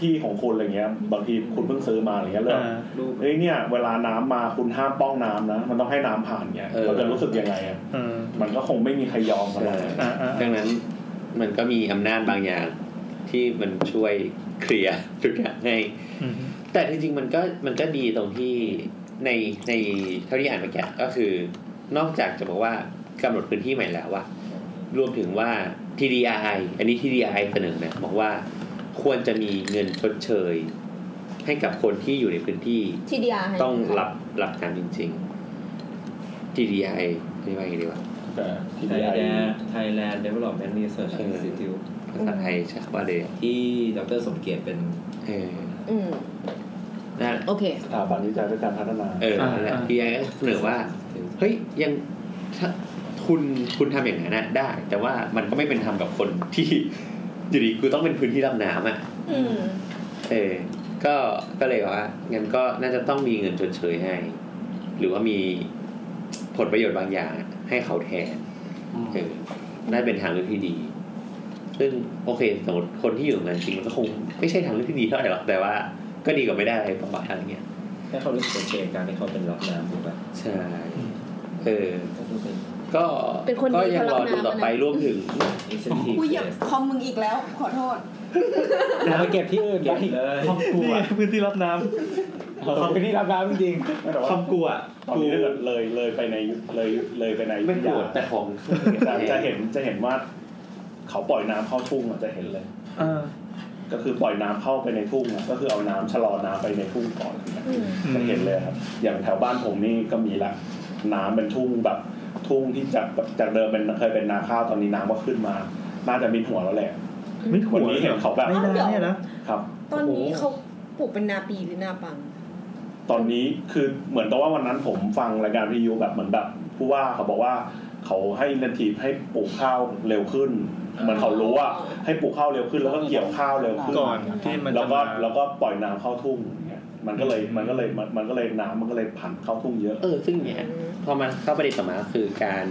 [SPEAKER 8] ที่ของคุณอะไรเงี้ย บางทีคุณเพิ่งซื้อมาอะไรเงี้ยเลย
[SPEAKER 3] อ่า
[SPEAKER 8] เอ้ยเนี่ย เวลาน้ำมาคุณห้ามป้องน้ำนะ มันต้องให้น้ำผ่านเงี้ยเราจะรู้สึกยังไงอะ
[SPEAKER 3] เออ
[SPEAKER 8] มันก็คงไม่มีใครยอมกันเลย
[SPEAKER 3] อ่าอ่า
[SPEAKER 2] ดังนั้นมันก็มีอำนาจบางอย่างที่มันช่วยเคลียร์ทุกอย่างให้
[SPEAKER 3] อืม
[SPEAKER 2] แต่จริงๆมันก็มันก็ดีตรงที่ในในเท่าที่อ่านเมื่อกี้ก็คือนอกจากจะบอกว่ากำหนดพื้นที่ใหม่แล้วว่ารวมถึงว่า TDI อันนี้ TDI เสนอนะบอกว่าควรจะมีเงินชดเชย ให้กับคนที่อยู่ในพื้นที่
[SPEAKER 6] ทีเดียให้
[SPEAKER 2] ต้องรับรับงานจริง ๆ TDI เรียกว่าไงดีวะ
[SPEAKER 8] แต่ที
[SPEAKER 5] ไทย
[SPEAKER 8] นี้ไอ้
[SPEAKER 5] แลนด์ไทยแลนด์เดเวลลอปเมนต์รีเสิร์ช
[SPEAKER 2] เอ
[SPEAKER 5] อิ
[SPEAKER 2] อ
[SPEAKER 5] นสติทิว
[SPEAKER 2] ภาษาไทยใช่ว่าเลยอะ
[SPEAKER 5] ที่ดรสมเกียรติเป็น
[SPEAKER 2] เออ
[SPEAKER 6] อืม
[SPEAKER 2] นั่นแหละ
[SPEAKER 6] โอเค
[SPEAKER 8] สถาบันวิจัยและการพัฒนา
[SPEAKER 2] เออนั่นแหละ TDI ก็เสนอว่า เฮ้ยยังถ้าคุณคุณทำอย่างนั้นนะได้ แต่ว่ามันก็ไม่เป็นธรรมกับคนที่ [laughs] อยู่ดีกูต้องเป็นพื้นที่รับน้ำอ่ะ
[SPEAKER 6] อืม
[SPEAKER 2] เออ ก็ก็เลยว่างั้นก็น่าจะต้องมีเงินชดเชยให้ หรือว่ามีผลประโยชน์บางอย่างให้เขาแทนเออน่าจะเป็นทางเลือกที่ดี ซึ่งโอเคสมมติคนที่อยู่งานจริงมันก็คงไม่ใช่ทางเลือกที่ดีเท่าไหร่หรอกแต่ว่าก็ดีกว่าไม่ได้อะไรประมาณอย่างเงี้ย
[SPEAKER 5] ให้เขารู้สึกโอเคกับการที่เขาเป็นรับน้ำถูกปะ
[SPEAKER 2] ใช่เออ
[SPEAKER 5] ก็ดูเป็น
[SPEAKER 2] ก็
[SPEAKER 6] เป็นคนดี
[SPEAKER 2] ก็ยังรอ
[SPEAKER 6] เขารับ
[SPEAKER 2] ดูต่อ
[SPEAKER 6] น้ำอะนะ
[SPEAKER 2] ไปรวมถึง
[SPEAKER 5] อินสติทิว
[SPEAKER 6] กูเหยียบคอมมึงอีกแล้ว ขอโทษ
[SPEAKER 4] เอาไปเก็บที่อื่น
[SPEAKER 5] เก็บเลย
[SPEAKER 4] คอมกู
[SPEAKER 3] นี่ไง
[SPEAKER 4] อะ
[SPEAKER 3] พื้นที่รับน้
[SPEAKER 4] เอาคอมไปที่รับน้ำจริง
[SPEAKER 8] ไม่แต่
[SPEAKER 3] ำ
[SPEAKER 8] ว่า
[SPEAKER 3] คำกลัวอะ
[SPEAKER 8] ตอนนี้ถ้าเกิดเลยเลยไปในเลยเลยไปใน
[SPEAKER 2] ไม่โกรธแต่ของ
[SPEAKER 8] จะจะเห็นจะเห็นว่า เขาปล่อยน้ำเข้าทุ่งอะจะเห็นเลย
[SPEAKER 3] อ่า
[SPEAKER 8] ก็คือปล่อยน้ำเข้าไปในทุ่งอะก็คือเอาน้ำชะลอน้ำไปในทุ่งก่อนนะ
[SPEAKER 6] อืม
[SPEAKER 8] จะเห็นเลยครับ อย่างแถวบ้านผมนี่ก็มีละ น้ำเป็นทุ่งแบบทุ่งที่จากจากเดิมเป็นเคยเป็นนาข้าวตอนนี้น้ำก็ขึ้นมา น่าจะมีหัวแล้วแหละ
[SPEAKER 3] ไม่ถูก
[SPEAKER 8] วันนี้เห็นเขาแบบ
[SPEAKER 3] ไม่
[SPEAKER 6] อ้าวเดี๋
[SPEAKER 3] ได้
[SPEAKER 6] ยว
[SPEAKER 3] เนี่ยนะ
[SPEAKER 8] ครับ
[SPEAKER 6] ตอนนี้เขาปลูกเป็นนาปีหรือนาปัง
[SPEAKER 8] ตอนนี้คือเหมือนกับว่าวันนั้นผมฟังรายการวิทยุแบบเหมือนแบบผู้ว่าเขาบอกว่าเขาให้นันทีฟให้ปลูกข้าวเร็วขึ้นเหมือนเขารู้ว่าให้ปลูกข้าวเร็วขึ้นแล้วก็เกี่ยวข้าวเร็วขึ้น
[SPEAKER 3] ก่อนที่มัน
[SPEAKER 8] แล้วก็
[SPEAKER 3] จะมา
[SPEAKER 8] แล้วก็ปล่อยน้ำเข้าทุ่งอย่างเงี้ยมันก็เลยมันก็เลยมันมันก็เลยน้ำมันก็เลยผ่านเข้าทุ่งเยอะ
[SPEAKER 2] เออซึ่งเนี่ยพอมันเข้าประเด็นต่อมาก็คือการ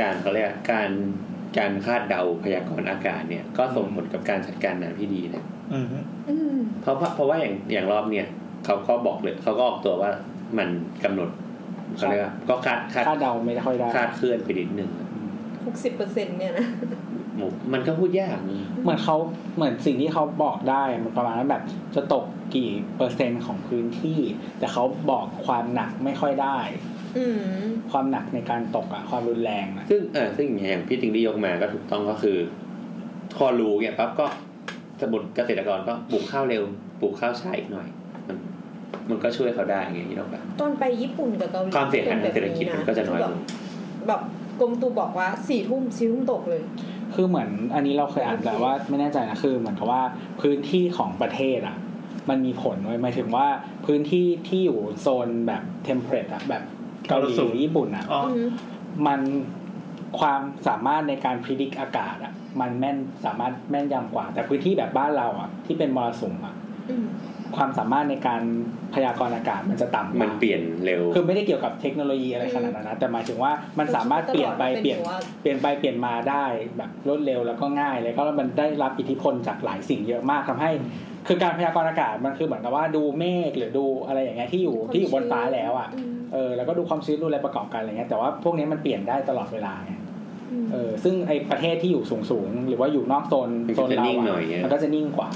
[SPEAKER 2] การเขาเรียกการการคาดเดาพยากรณ์อากาศเนี่ย ก็ส่งผลกับการจัดการน้ำที่ดีนะ
[SPEAKER 3] อืม
[SPEAKER 6] อืม
[SPEAKER 2] เพราะว่าเพราะว่าอย่างอย่างรอบเนี่ยเขาก็บอกเลยเขาก็ออกตัวว่ามันกำหนดเขาเรียกว่าก็คาดคาด
[SPEAKER 4] ๆคาดเดาไม่ค่อยได้
[SPEAKER 2] คาดเคลื่อนไปนิดนึง
[SPEAKER 6] หกสิบเปอร์เซ็นต์เนี่ยนะ
[SPEAKER 2] หมูมันก็พูดยาก
[SPEAKER 4] เหมือนเขาเหมือนสิ่งที่เขาบอกได้มันประมาณว่าแบบจะตกกี่เปอร์เซ็นต์ของพื้นที่ แต่เขาบอกความหนักไม่ค่อยได้
[SPEAKER 6] อืม
[SPEAKER 4] ความหนักในการตกอะความรุนแรงอะ
[SPEAKER 2] ซึ่งเออซึ่งอย่างพี่ติงได้ยกมาก็ถูกต้องก็คือพอรู้เนี่ยปั๊บก็สมุดเกษตรกรก็ปลูกข้าวเร็วปลูกข้าวช้าอีกหน่อย มันมันก็ช่วยเขาได้ไงที่เราแบบ
[SPEAKER 6] ตอนไปญี่ปุ่นกับเกาหลี
[SPEAKER 2] ความเสียหายทางเศรษฐกิจมันก็จะน้อยลง
[SPEAKER 6] แบบกรมตูบอกว่าสี่ทุ่มสี่ทุ่มตกเลย
[SPEAKER 4] คือเหมือนอันนี้เราเคยอ่านแต่ว่าไม่แน่ใจนะคือเหมือนกับว่าพื้นที่ของประเทศอะมันมีผลไว้ยหมายถึงว่าพื้นที่ที่อยู่โซนแบบเทมเพลตอะแบบเกาหลีหรือญี่ปุ่นอะ
[SPEAKER 3] อ๋อ
[SPEAKER 6] อืม
[SPEAKER 4] มันความสามารถในการพิจิตรอากาศอะมันแม่นสามารถแม่นยำกว่า แต่พื้นที่แบบบ้านเราอะที่เป็นมรสุมอะ
[SPEAKER 6] อืม
[SPEAKER 4] ความสามารถในการพยากรณ์อากาศมันจะต่ำกว่า
[SPEAKER 2] มันเปลี่ยนเร็ว
[SPEAKER 4] คือไม่ได้เกี่ยวกับเทคโนโลยีอะไรขนาดนั้นนะแต่หมายถึงว่ามันสามารถเปลี่ยนไปเปลี่ยนเปลี่ยนไปเปลี่ยนมาได้แบบรวดเร็วแล้วก็ง่ายแล้วก็มันได้รับอิทธิพลจากหลายสิ่งเยอะมากทำให้ คือการพยากรณ์อากาศมันคือเหมือนกับว่าดูเมฆหรือดูอะไรอย่างเงี้ยที่อยู่
[SPEAKER 6] ความ
[SPEAKER 4] ที่อยู่บนฟ้าแล้วอ่ะ
[SPEAKER 6] ชื้น
[SPEAKER 4] เออแล้วก็ดูความชื้นดูอะไรประกอบกันอะไรเงี้ยแต่ว่าพวกนี้มันเปลี่ยนได้ตลอดเวลาไง
[SPEAKER 6] อืม
[SPEAKER 4] เออซึ่งไอประเทศที่อยู่สูงสูงๆหรือว่าอยู่นอกโซน
[SPEAKER 2] มันก็
[SPEAKER 4] โซนเรา
[SPEAKER 2] จะนิ่งหน่
[SPEAKER 4] อ่ะ
[SPEAKER 2] อยไง
[SPEAKER 4] มันก็จะนิ่งกว่า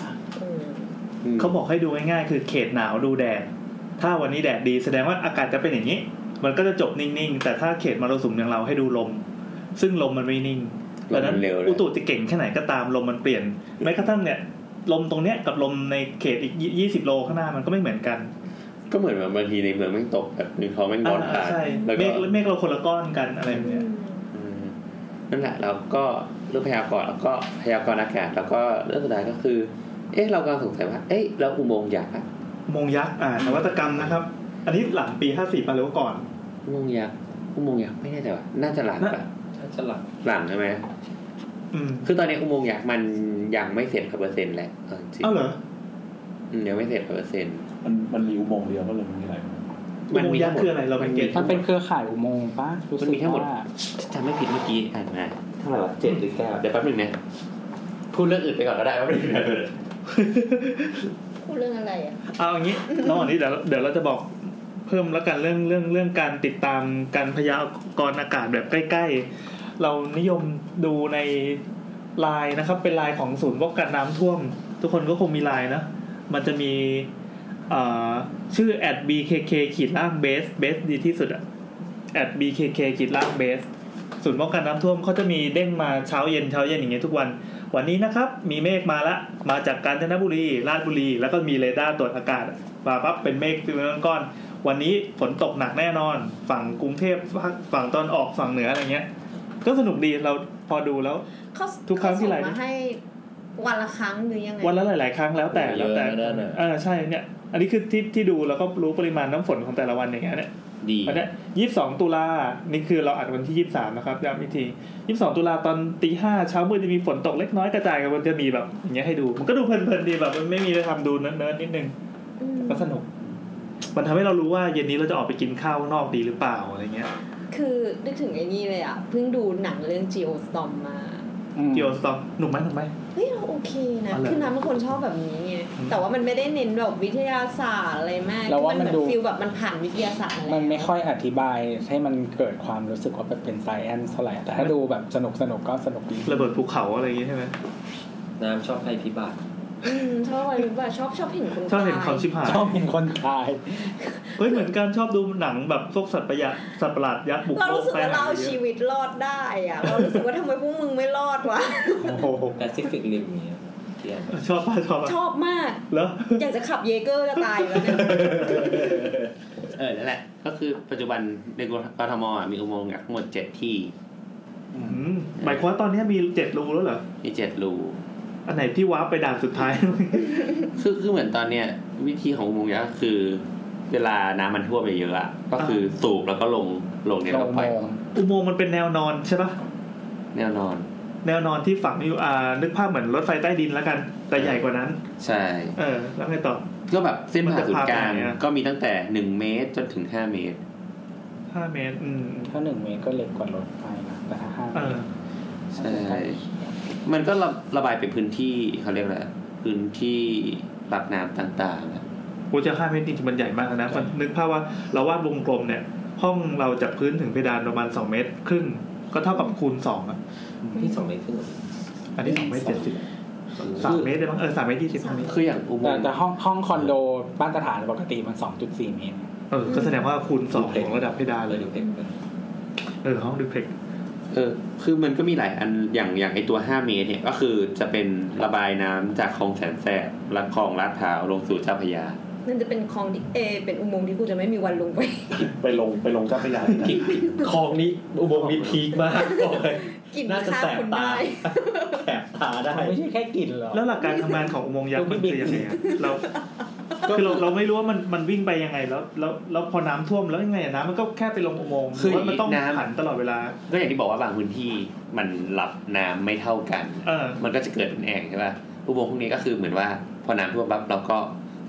[SPEAKER 6] ม
[SPEAKER 2] ม
[SPEAKER 3] เขาบอกให้ดูง่ายๆคือเขตหนาวดูแดด ถ้าวันนี้แดดดีแสดงว่าอากาศจะเป็นอย่างนี้ มันก็จะจบนิ่งๆ แต่ถ้าเขตมรสุมอย่างเราให้ดูลม ซึ่งลมมันไม่นิ่ง
[SPEAKER 2] ลมมันเร็วเลย
[SPEAKER 3] อุตุจะเก่งแค่ไหนก็ตามลมมันเปลี่ยนแม้กระทั่งเนี่ย ลมตรงเนี้ยกับลมในเขตอีกยี่สิบโลข้างหน้ามันก็ไม่เหมือนกัน
[SPEAKER 2] ก็เหมือนแบบบางทีในเมืองแม่งตกแบบมีท้องแม่งร้อน
[SPEAKER 3] อ่า
[SPEAKER 2] ตาย
[SPEAKER 3] ใช่
[SPEAKER 2] แล้ว
[SPEAKER 3] เม
[SPEAKER 2] ก็
[SPEAKER 3] ฆเมฆเราคนละก้อนกันอะไรแบบเนี้ย
[SPEAKER 2] อืมนั่นแหละเราก็เรื่องพยากรณ์แล้วก็พยากรณ์อากาศ แล้วก็เรื่องสุดท้ายก็คือ เอ๊ะเรากำลังสงสัยว่าเอ๊ะแล้วอุโมงค์ยักษ์อะ
[SPEAKER 3] อุโมงค์ยักษ์อ่านวัตกรรมนะครับ อันนี้หลังปีห้าสี่ปะหรือว่าก่อน
[SPEAKER 2] อุโมงค์ยักษ์อุโมงค์ยักษ์ไม่แน่ใจว่าน่าจะหลังปะ
[SPEAKER 5] ถ้าจะหลับ
[SPEAKER 2] หลังใช่ไหม
[SPEAKER 3] อืม
[SPEAKER 2] คือตอนนี้อุโมงค์ยักษ์มันยังไม่เสร็จร้อเปอร์เซ็นต์แหละเออจริง
[SPEAKER 3] เอ้าเหรอ
[SPEAKER 2] อืมยังไม่เสร็จร้อเปอร์เซ็นต์
[SPEAKER 8] มันมันมีอุโมงค์เดียวก็เลยไมมีอะไร
[SPEAKER 3] อุโมงค์ยักษ์คืออะไรเราเป็นเกต
[SPEAKER 4] มันเป็นเครือข่ายอุโมงค์ปะรู้สึ
[SPEAKER 2] มั
[SPEAKER 4] ก
[SPEAKER 2] นมีทั้งหมด
[SPEAKER 4] ว่า
[SPEAKER 2] จำไม่ผิดเมื่อกี้อ่านมาเท่าไหร่วะเจ็ดหรือเก้าเดี๋ยวแป๊บนึงนะพูดเรื่องอื่นไปก่อนก็ได้แป๊บนึงนะ
[SPEAKER 6] พูดเรื่องอะไรอ่ะ
[SPEAKER 3] เอาอย่างนี้ระหว่างนี้เดี๋ยวเดี๋ยวเราจะบอกเพิ่มแล้วกันเรื่องเรื่องเรื่องการติดตามการพยากรณ์อากาศแบบใกล้ ๆ เรานิยมดูในไลน์นะครับ เป็นไลน์ของศูนย์ป้องกันน้ำท่วม ทุกคนก็คงมีไลน์นะ มันจะมีเอ่อชื่อ @bkk ขีดล่าง base base ดีที่สุดอะ @bkk ขีดล่าง base ศูนย์ป้องกันน้ำท่วมเขาจะมีเด้งมาเช้าเย็นเช้าเย็นอย่างเงี้ยทุกวัน วันนี้นะครับ มีเมฆมาละ มาจากกาญจนบุรีราชบุรี แล้วก็มีเรดาร์ตรวจอากาศมาปั๊บเป็นเมฆเป็นก้อนๆวันนี้ฝนตกหนักแน่นอน ฝั่งกรุงเทพฝั่งตอนออกฝั่งเหนืออะไรเงี้ย ก็สนุกดีเราพอดูแล้ว
[SPEAKER 6] เขา
[SPEAKER 3] ทุกครั้งที่ไลน์
[SPEAKER 6] เขาส่มาให้วันละครั้งหรือยังไง
[SPEAKER 3] วันละหลาย ๆ ครั้งแล้วแต่
[SPEAKER 5] เย
[SPEAKER 3] แล้ว
[SPEAKER 5] อะ
[SPEAKER 3] แต่
[SPEAKER 5] นะนั่นน่ะ
[SPEAKER 3] เออใช่เนี่ย อันนี้คือที่ที่ดูแล้วก็รู้ปริมาณน้ำฝนของแต่ละวันอย่างเงี้ยเนี่ย
[SPEAKER 5] ดี
[SPEAKER 3] วันเนี้ยี่สิบสองตุลา นี่คือเราอัดวันที่ยี่สามนะครับย้ำอีกทียี่สิบสองตุลาตอนตีห้าเช้ามืดจะมีฝนตกเล็กน้อยกระจายกันมันจะมีแบบ อย่างเงี้ยให้ดู มันก็ดูเพลินๆดีแบบมันไม่มีอะไรทำดูเนิร์ดๆนิดนึง
[SPEAKER 6] อืม
[SPEAKER 3] ก็สนุก มันทำให้เรารู้ว่าเย็นนี้เราจะออกไปกินข้าวข้างนอกดีหรือเปล่าอะไรเงี้ย
[SPEAKER 6] คือนึกถึงไอ้นี่เลยอ่ะ เพิ่งดูหนังเรื่อง Geostorm มา
[SPEAKER 4] อืม
[SPEAKER 3] เกี่ยวสตอมหนุ่มไหมหนุ่มไหม
[SPEAKER 6] เฮ้ยเราโอเคนะ
[SPEAKER 3] อ๋อเหรอ
[SPEAKER 6] คือน้ำเป็นคนชอบแบบนี้ไง แต่ว่ามันไม่ได้เน้นแบบวิทยาศาสตร์อะไรมาก
[SPEAKER 4] เราว่ามัน
[SPEAKER 6] คือ
[SPEAKER 4] ดู
[SPEAKER 6] เหอฟิลแบบมันผ่านวิทยาศาสตร์าแล้ว
[SPEAKER 4] มันไม่ค่อยอธิบายให้มันเกิดความรู้สึกว่าเป็นไซแอนซ์เท่าไหร่แต่ถ้า
[SPEAKER 3] มัน
[SPEAKER 4] ดูแบบสนุกสนุกก็สนุกดี
[SPEAKER 3] ระเบิดภูเขาอะไรอย่างเงี้ยใช่ไหม
[SPEAKER 5] น้ำชอบภัยพิบัติ
[SPEAKER 6] อืมชอบอะไรรู้ป่ะชอบชอบเห็นคน
[SPEAKER 3] ชอบเห็น
[SPEAKER 6] ตย
[SPEAKER 3] ความชิบหาย
[SPEAKER 4] ชอบเป็นคนตาย
[SPEAKER 3] เฮ้ยเหมือนกันชอบดูหนังแบบพวกสัตว์ประหยัดสัตว์ประหลาดยักษ์บุก
[SPEAKER 6] เรา
[SPEAKER 3] โลก
[SPEAKER 6] รู้สึก
[SPEAKER 3] ไป
[SPEAKER 6] ว่า
[SPEAKER 3] หา
[SPEAKER 6] เรา
[SPEAKER 3] เย
[SPEAKER 6] ชี
[SPEAKER 3] อะ
[SPEAKER 6] วิตรอดได้อ่ะ เรารู้สึกว่าทำไมพวกมึงไม่รอดวะ
[SPEAKER 4] โอ้โห
[SPEAKER 5] แปซิฟิกริมเนี้ยเทียนไป
[SPEAKER 3] ชอบป่ะชอบป่ะ
[SPEAKER 6] ชอบมาก
[SPEAKER 3] แล้ว
[SPEAKER 6] อยากจะขับเยเกอร์จะตายอยู่แล้วเนี่ย
[SPEAKER 2] เออนั่นแหละ ก็คือปัจจุบันในกรทมอ่ะมีอุโมงค์ยักษ์ทั้งหมดเจ็ดที่
[SPEAKER 3] อืมหมายความว่าตอนนี้มีเจ็ดรูแล้วเหรอ
[SPEAKER 2] มีเจ็ดรู
[SPEAKER 3] อันไหนที่ว้าร์ปไปด่านสุดท้าย [laughs]
[SPEAKER 2] คือคือเหมือนตอนเนี้ยวิธีของอุโมงค์ยักษ์คือ เวลาน้ำมันท่วมเยอะๆอ่ะก็คือสูบแล้วก็ลงลงใน
[SPEAKER 4] ล
[SPEAKER 2] ระ
[SPEAKER 4] ง
[SPEAKER 2] ไป
[SPEAKER 4] มอง
[SPEAKER 3] อุโมงค์มันเป็นแนวนอนใช่ปะ
[SPEAKER 2] แน่นอน
[SPEAKER 3] แนวนอนที่ฝังอยู่อ่านึกภาพเหมือนรถไฟใต้ดินแล้วกัน แต่ใหญ่กว่านั้น
[SPEAKER 2] ใช่
[SPEAKER 3] เออ แล้วไงต่อ
[SPEAKER 2] ก็แบบเส้น
[SPEAKER 3] มัน
[SPEAKER 2] ผ่า
[SPEAKER 3] จะ
[SPEAKER 2] ศูนย์กลาง
[SPEAKER 3] พาไปไหนอะ
[SPEAKER 2] ก็มีตั้งแต่หนึ่งเมตรจนถึงห้าเมตร
[SPEAKER 3] ห้าเมตร อืม
[SPEAKER 4] ถ้าหนึ่งเมตรก็เล็กกว่ารถไฟนะแต่ถ้าห้า
[SPEAKER 3] เออ
[SPEAKER 2] ใช่ มันก็ระระบายเป็นพื้นที่เขาเรียกอะไรพื้นที่รับน้ำต่างๆอะ
[SPEAKER 3] โอ้จะห้าเมตรจริงๆมันใหญ่มากนะมันนึกภาพว่าเราวาดวงกลมเนี่ย ห้องเราจากพื้นถึงเพดานประมาณสองเมตรครึ่ง ก็เท่ากับคูณสองอะ
[SPEAKER 5] ที่สองเมตรครึ่ง
[SPEAKER 3] อันนี้สองเมตรเจ็ดสิบสามเมตรได้มั้งเออสามเมตรยี่สิบเมตร
[SPEAKER 2] คืออย่างอุโม
[SPEAKER 4] แต่
[SPEAKER 2] งค์
[SPEAKER 4] แต่ห้องห้องคอนโดมาตรฐานปกติมันสองจุดสี่เมตร
[SPEAKER 3] เออ ก็แสดงว่าคูณสองของระดับเพดาน
[SPEAKER 5] เล
[SPEAKER 3] เลย ย
[SPEAKER 5] ดูเป็นไป
[SPEAKER 3] เออห้องดูเพล็ก
[SPEAKER 2] เออ คือมันก็มีหลายอัน อย่าง อย่างไอตัว 5 เมตรเนี่ย ก็คือจะเป็นระบายน้ำจากคลองแสนแสบและคลองลาดพร้าวลงสู่เจ้าพระยา
[SPEAKER 6] มันจะเป็นคลองที่เออเป็นอุโมงค์ที่กูจะไม่มีวันลงไป
[SPEAKER 8] ไปลงไปลงเจ้าพระยาที่ไหน
[SPEAKER 5] คลองนี้อุโมงค์นี้พีคมากบอกเลย
[SPEAKER 6] กิน
[SPEAKER 5] น่าจะ
[SPEAKER 6] ข้าว
[SPEAKER 5] แสบ
[SPEAKER 6] คน
[SPEAKER 5] ตา
[SPEAKER 6] ได้
[SPEAKER 5] แสบตาได้
[SPEAKER 4] มันไม่ใช่แค่กลิ่นหรอก
[SPEAKER 3] แล้วหลักการทำงานของอุโมงค์ยักษ์มันคือยังไงอะเราคือเราเราไม่รู้ว่ามันมันวิ่งไปยังไงแล้วแล้วแล้วพอน้ำท่วมแล้วยังไงอะน้ำมันก็แค่ไปลงอุโมงค์ห
[SPEAKER 2] คื
[SPEAKER 3] รือ อว่ามันต้อง
[SPEAKER 2] น้ำ
[SPEAKER 3] หันตลอดเวลา
[SPEAKER 2] ก็อย่างที่บอกว่าบางพื้นที่มันรับน้ำไม่เท่ากัน
[SPEAKER 3] เออ
[SPEAKER 2] มันก็จะเกิดเป็นแอ่งใช่ป่ะ อุโมงค์พวกนี้ก็คือเหมือนว่า พอน้ำท่วมปั๊บเราก็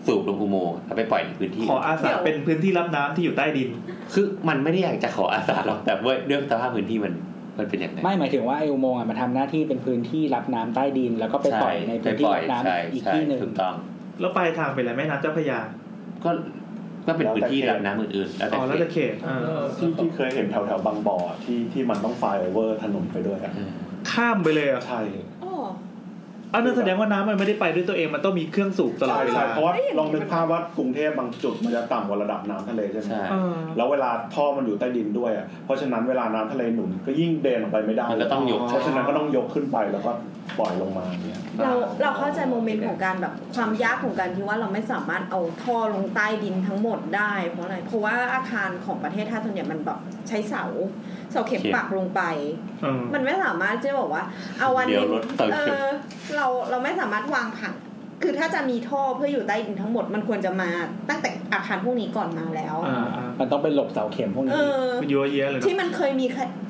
[SPEAKER 2] สูบลงอุโมงค์แล้วไปปล่อยในพื้นที่
[SPEAKER 3] ขออาสา
[SPEAKER 6] เดี๋ยว
[SPEAKER 3] เป็นพื้นที่รับน้ำที่อยู่ใต้ดิน
[SPEAKER 2] คือมันไม่ได้อยากจะขออาสาหรอก แต่ว่าเรื่องสภาพพื้นที่มัน มันเป็นอย่างนั้น
[SPEAKER 4] ไม่หมายถึงว่าไออุโมงค์อ่ะมันทำหน้าที่เป็นพื้นที่รับน้ำใต้ดิน แล้วก็ไปปล่อยในพื้นที่รับน้
[SPEAKER 2] ใช่
[SPEAKER 4] ำอีก
[SPEAKER 2] ใช่
[SPEAKER 4] ที่หนึ่ง
[SPEAKER 2] ถูกต้อง
[SPEAKER 3] แล้วปลายทางไปอะไรแม่น้ำเจ้าพระยา
[SPEAKER 2] ก็ ก็เป็นพื้นที่รับน้ำอื่นๆ แล้วแต่
[SPEAKER 3] อ๋อแล้ว
[SPEAKER 2] เข
[SPEAKER 3] จะ
[SPEAKER 2] ต
[SPEAKER 3] เขตเออ
[SPEAKER 8] ที่ที่เคยเห็นแถวแถวๆบางบ่อที่ที่มันต้องไฟเวอร์ถนนไปด้วยอะ
[SPEAKER 2] อืม
[SPEAKER 3] ข้ามไปเลยเหรอ่ะ
[SPEAKER 8] ใช่
[SPEAKER 6] อ๋อ
[SPEAKER 3] อันนั้นแสดงว่าน้ำมันไม่ได้ไปด้วยตัวเองมันต้องมีเครื่องสูบตลอด
[SPEAKER 8] ใช่
[SPEAKER 3] เว
[SPEAKER 8] ใช่
[SPEAKER 3] ลา
[SPEAKER 8] เพราะว่าลองนึกภาพว่ากรุงเทพบางจุดมันจะต่ำกว่าระดับน้ำทะเลใช่ไหม
[SPEAKER 2] ใช่
[SPEAKER 3] เออ
[SPEAKER 8] แล้วเวลาท่อมันอยู่ใต้ดินด้วยอ่ะเพราะฉะนั้นเวลาน้ำทะเลหนุนก็ยิ่งเดินออกไปไม่ได้
[SPEAKER 2] มันก็ต้องยก
[SPEAKER 8] เพราะฉะนั้นก็ต้องยกขึ้นไปแล้วก็ปล่อยลงมาเนี่ย
[SPEAKER 6] เราเราเข้าใจโมเมนต์ของการแบบความยากของการที่ว่าเราไม่สามารถเอาท่อลงใต้ดินทั้งหมดได้ เพราะอะไรเพราะว่าอาคารของประเทศไทยส่วนใหญ่มันแบบใช้เสาเสาเข็ม
[SPEAKER 2] เข็ม
[SPEAKER 6] ปักลงไป
[SPEAKER 3] เออ
[SPEAKER 6] มันไม่สามารถจะบอกว่า เอาวันหนึง
[SPEAKER 2] เดี๋ยวรถเสา
[SPEAKER 6] เอ
[SPEAKER 2] เข็ม
[SPEAKER 6] อเราเราไม่สามารถวางผังคือถ้าจะมีท่อเพื่ออยู่ใต้ดินทั้งหมดมันควรจะมาตั้งแต่อาคารพวกนี้ก่อนมาแล้ว
[SPEAKER 3] อ่าอ่า
[SPEAKER 4] มันต้องเป็นหลบเสาเข็มพวก
[SPEAKER 6] เอ
[SPEAKER 4] นี้
[SPEAKER 6] อ
[SPEAKER 3] มันเยอะแยะเลยนะ
[SPEAKER 6] ที่มันเคยมี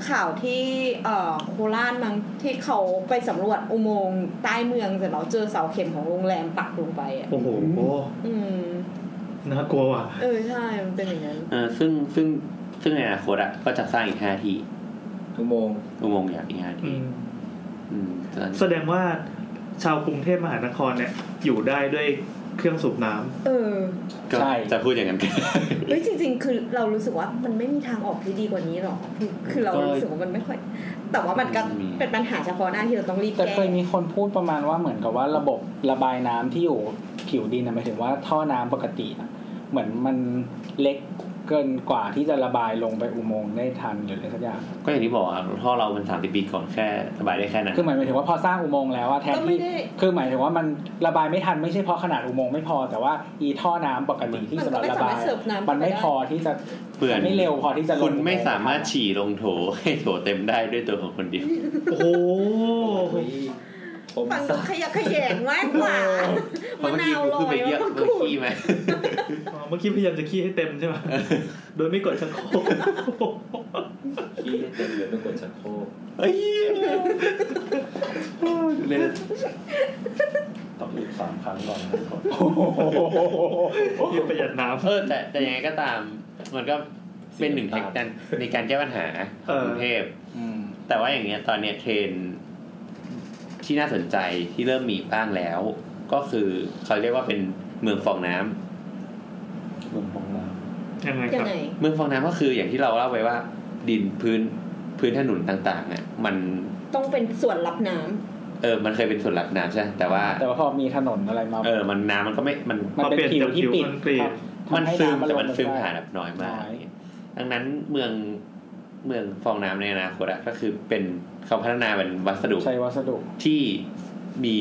[SPEAKER 6] ข่าวที่เอ่อโคราชมั้งที่เขาไปสำรวจอุโมงค์ใต้เมืองเสร็จแล้วเจอเสาเข็มของโรงแรมปักลงไปอ่ะ
[SPEAKER 3] โอ้โห
[SPEAKER 6] อืม
[SPEAKER 3] น่ากลัวว่ะ
[SPEAKER 6] เออใช่ มันเป็นอย่างนั้น
[SPEAKER 2] เออซึ่งซึ่งซึ่งในอนาคตอะก็จะสร้างอีกห้าที่
[SPEAKER 5] อุโมงค์
[SPEAKER 2] อุโมงค์อยากอีกห้า
[SPEAKER 3] อื
[SPEAKER 2] ที่
[SPEAKER 3] ม
[SPEAKER 2] อืมตอนนี้
[SPEAKER 3] แสดงว่าชาวกรุงเทพมหานครเนี่ย อยู่ได้ด้วยเครื่องสูบน้ำ
[SPEAKER 6] เออ
[SPEAKER 2] ก็จะพูดอย่างนั้น [laughs] กัน
[SPEAKER 6] เฮ้ยจริง ๆ คือเรารู้สึกว่ามันไม่มีทางออกที่ดีกว่านี้หรอกคือคือเรา
[SPEAKER 2] ก็
[SPEAKER 6] รู้สึกว่ามันไม่ค่อย แต่ว่ามันก็
[SPEAKER 2] มี
[SPEAKER 6] เป็นปัญหาเฉพาะหน้าที่เราต้องรีบ
[SPEAKER 4] แต่
[SPEAKER 6] แก้
[SPEAKER 4] เคยมีคนพูดประมาณว่าเหมือนกับว่าระบบระบายน้ำที่อยู่ผิวดินนะหมายถึงว่าท่อน้ำปกติอะเหมือนมันเล็กเกินกว่าที่จะระบายลงไปอุโมงค์ได้ทันหรืออะไรสักอย่าง
[SPEAKER 2] ก็อย่างที่บอกอะท่อเรามันสามสิบปีก่อนแค่สบายได้แค่นั้น
[SPEAKER 4] คือหมายถึงว่าพอสร้างอุโมงค์แล้วอะแทน
[SPEAKER 6] ก็ไม่
[SPEAKER 4] ที่
[SPEAKER 6] ได้
[SPEAKER 4] คือหมายถึงว่ามันระบายไม่ทันไม่ใช่เพราะขนาดอุโมงค์ไม่พอแต่ว่าอีท่อน้ำปกติที่
[SPEAKER 6] มัน
[SPEAKER 4] สำห
[SPEAKER 6] ก็
[SPEAKER 4] รับ
[SPEAKER 6] ไม่สาา
[SPEAKER 4] ระบาม
[SPEAKER 6] รถ
[SPEAKER 4] ย
[SPEAKER 6] เสิร์ฟน้ำ
[SPEAKER 4] มันไม่พอที่จะ
[SPEAKER 2] เปื่อน
[SPEAKER 4] ไม่เร็วพอที่จะลง
[SPEAKER 2] คุณไม่สามารถฉี่ลงโถให้โถเต็มได้ด้วยตัวของคนเดียว
[SPEAKER 3] โอ้โห
[SPEAKER 5] ผม
[SPEAKER 6] ฟังดูขยะแขยงมากกว่า
[SPEAKER 2] เพ
[SPEAKER 6] มะ
[SPEAKER 2] ราะเมื่อน
[SPEAKER 6] าว
[SPEAKER 2] กี้กู
[SPEAKER 6] ลอย
[SPEAKER 2] ขึ้นไปเยอะ
[SPEAKER 6] มะ
[SPEAKER 2] เมื่
[SPEAKER 6] ก
[SPEAKER 2] อ
[SPEAKER 6] รูด
[SPEAKER 2] กี้ไหม
[SPEAKER 3] อ๋อเมื่อกี้พยายามจะขี้ให้เต็มใช่ไหม โดยไม่กดชักโครก
[SPEAKER 5] ขี้ให้เต็มหรือไม่กดชักโครก
[SPEAKER 2] เอ้ย
[SPEAKER 8] ต้องอีกสามครั้งก่อนก่อน
[SPEAKER 3] ยืมประหยัดน้
[SPEAKER 2] เออแต่แต่ยังไงก็ตาม มันก็เป็นหนึ่งเทคนิคในการแก้ปัญหาข
[SPEAKER 3] เอ
[SPEAKER 2] อง
[SPEAKER 3] อก
[SPEAKER 2] รุงเทพ
[SPEAKER 4] อืม
[SPEAKER 2] แต่ว่าอย่างเงี้ยตอนเนี้ยเทรนด์ที่น่าสนใจที่เริ่มมีบ้างแล้ว ก็คือเขาเรียกว่าเป็นเมืองฟองน้ำ
[SPEAKER 8] เมืองของน้
[SPEAKER 3] ำยังไง
[SPEAKER 6] ยั
[SPEAKER 3] ค
[SPEAKER 6] ง
[SPEAKER 3] รับ
[SPEAKER 6] ไง
[SPEAKER 2] เมืองฟองน้ำก็คืออย่างที่เราเล่าไปว่า ดินพื้นพื้นถนนต่างๆเนี่ยมัน
[SPEAKER 6] ต้องเป็นส่วนรับน้ำ
[SPEAKER 2] เออมันเคยเป็นส่วนหลักน้ำใช่ไหมแต่ว่า
[SPEAKER 4] แต่ว่าพอมีถนนอะไรมา
[SPEAKER 2] เออมันน้ำมันก็ไม่มัน
[SPEAKER 4] มันเป็นผิวที่ปิด
[SPEAKER 3] มันเปลี่ยนจากผิวคอนกรีต
[SPEAKER 2] มันซึม
[SPEAKER 4] ทำให้ำ
[SPEAKER 2] แต่มัน
[SPEAKER 4] ลง
[SPEAKER 2] ซึม
[SPEAKER 4] ไได้
[SPEAKER 2] ผ่านแบบน้อยมาก
[SPEAKER 4] น้อย
[SPEAKER 2] ดังนั้นเมืองเมืองฟองน้ำในอนาคตอะก็คือเป็นเขาพัฒนาเป็นวัสดุ
[SPEAKER 4] ใช้วัสดุ
[SPEAKER 2] ที่มี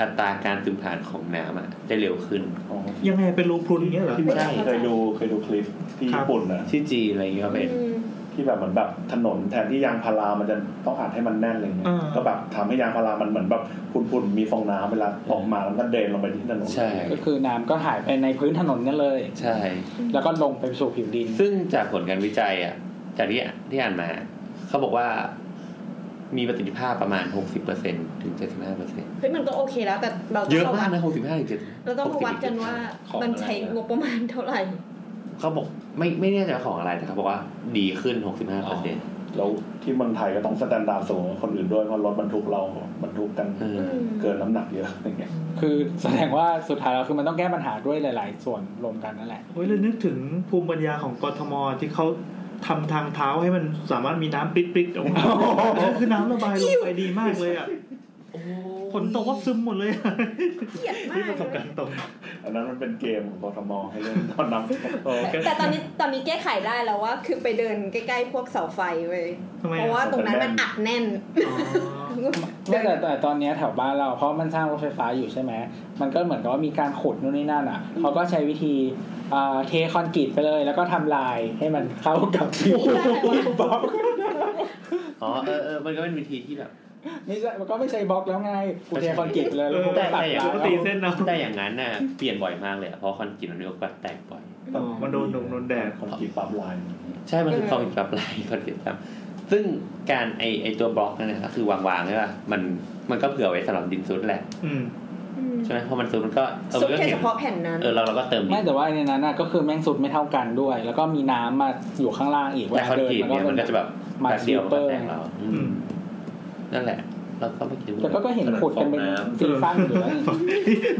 [SPEAKER 2] อัตราการซึมผ่านของน้ำอะได้เร็วขึ้น
[SPEAKER 8] ำอ๋อ
[SPEAKER 3] ยังไงเป็นรูพรุนอย่างเงี้ยเหรอ
[SPEAKER 8] ที่ไม่ได้เคยดูเคยดูคลิปที่
[SPEAKER 3] ครับ
[SPEAKER 8] ญี่ปุ่นนะ
[SPEAKER 2] ที่จีนอะไรอย่างเงี้ยก็เป็น
[SPEAKER 6] อืม
[SPEAKER 8] ที่แบบเหมือนแบบถนนแทนที่ยางพารามันจะต้องอัดให้มันแน่นอะไรเงี้ย
[SPEAKER 3] อ่า
[SPEAKER 8] ก็แบบทำให้ยางพารามันเหมือนแบบพุ่นๆมีฟองน้ำเวลาตกมาแล้วก็เดนลงไปที่ถนน
[SPEAKER 2] ใช่
[SPEAKER 4] ก็คือน้ำก็หายไปในพื้นถนนนั่นเลย
[SPEAKER 2] ใช่
[SPEAKER 4] แล้วก็ลงไปสู่ผิวดิน
[SPEAKER 2] ซึ่งจากผลการวิจัยอะจากที่ที่อ่านมา เขาบอกว่ามีประสิทธิภาพประมาณ 60%ถึง 75%
[SPEAKER 6] เฮ้ยมันก็โอเคแล้วแต่เราต้
[SPEAKER 2] เย
[SPEAKER 6] องมา
[SPEAKER 2] อะ
[SPEAKER 6] วั
[SPEAKER 2] มาก
[SPEAKER 6] ด
[SPEAKER 2] นะ65ถึง7
[SPEAKER 6] เราต้องมาวัดกันว่ามันใช้งบประมาณเท่าไหร่
[SPEAKER 2] เขาบอกไม่ไม่แน่ใจว่าของอะไรแต่เขาบอกว่าดีขึ้น 65เปอร์เซ็นต์
[SPEAKER 8] แล้วที่เมืองไทยก็ต้องสแตนดาร์ดสูงกว่าคนอื่นด้วยเพราะรถบรรทุกเราบรรทุกกันเกินน้ำหนักเยอะ [laughs] อะไรเงี้ย
[SPEAKER 4] คือแสดงว่าสุดท้ายแล้วคือมันต้องแก้ปัญหาด้วยหลาย ๆ ส่วนรวมกันนั่นแหละ
[SPEAKER 3] โอ้ยเลยนึกถึงภูมิปัญญาของกทมที่เขาทำทางเท้าให้มันสามารถมีน้ำปิดปิดๆออกมานั่นคือน้ำระบายลงไปดีมากเลยอ่ะผลตกว่าซึมหมดเลยอะ
[SPEAKER 6] เกลียดมาก
[SPEAKER 3] นี่ประสบการณ์ตรง
[SPEAKER 8] อันนั้นมันเป็นเกมของกทมให้เล่น [laughs] ตอนน้ำ
[SPEAKER 3] โอเค
[SPEAKER 6] แต่ตอนนี้ตอนนี้แก้ไขได้แล้วว่า คือไปเดินใกล้ๆพวกเสาไฟเว้ย
[SPEAKER 3] ทำไมอะ
[SPEAKER 6] เพราะว่าตรงนั้นมันอัดแน่น
[SPEAKER 3] อ๋อ
[SPEAKER 4] ไม่แต่แต่ตอนเนี้ยแถวบ้านเราเพราะมันสร้างรถไฟฟ้าอยู่ใช่ไหม มันก็เหมือนกับว่ามีการขุดนู่นนี่นั่นอ่ะเขาก็ใช้วิธีอ่าเทคอนกรีตไปเลย แล้วก็ทำลายให้มันเข้ากับที่บล็อก
[SPEAKER 2] อ๋อเออเออมันก็เป็นวิธีที่แบบ
[SPEAKER 4] ไม่ใช่มันก็ไม่ใช่บล็อกแล้วไงกูเทคอนกรีตไปเลยแล้วกูก็ตัด
[SPEAKER 2] แต่
[SPEAKER 4] ลาย
[SPEAKER 3] ปก
[SPEAKER 4] แล้ว
[SPEAKER 3] ตีเส้นเอา
[SPEAKER 2] แต่อย่างนั้นน่ะเปลี่ยนบ่อยมากเลยอะเพราะคอนกรีตมันมีโอกาสแตกบ่อย
[SPEAKER 3] อ๋อมันโดนหนุ่มโดนแดด
[SPEAKER 8] คนขี่ปั๊มไลน์
[SPEAKER 2] ใช่ มันคือ
[SPEAKER 6] เออ
[SPEAKER 2] คอนกรีตแบบลายคอนกรีตครับ ซึ่งการไอไอตัวบล็อกนั่นนะก็คือวางวางๆใช่ป่ะมันมันก็เผื่อไว้สำหรับดินซุดแหละ
[SPEAKER 3] อืม
[SPEAKER 2] ใช่ไหมเพราะมันซุดมันก็เออ
[SPEAKER 6] สุด
[SPEAKER 2] มันก็
[SPEAKER 6] แค่
[SPEAKER 2] เห็
[SPEAKER 6] เฉ
[SPEAKER 2] น
[SPEAKER 6] พาะแผ่นนั้น
[SPEAKER 2] เออเราเราก็เติมดิ
[SPEAKER 4] ไม่
[SPEAKER 2] น
[SPEAKER 4] แต่ว่าในนั้นน่ะก็คือแม่งสุดไม่เท่ากันด้วย แล้วก็มีน้ำมาอยู่ข้างล่างอีก
[SPEAKER 2] แต่คอนกรีตเนี่ยมันก็จะแบบ
[SPEAKER 4] มา
[SPEAKER 2] แป๊บ
[SPEAKER 4] ซู
[SPEAKER 2] เดียวมัน
[SPEAKER 4] เปอ
[SPEAKER 2] ก็
[SPEAKER 4] ร์
[SPEAKER 2] แตกแล้วอืมนั่นแหละ แล้วก็ไม่คิดว่า
[SPEAKER 4] แต่ก็ก็เห็นขุดกันเป็นซีซั่นอยู่แล้ว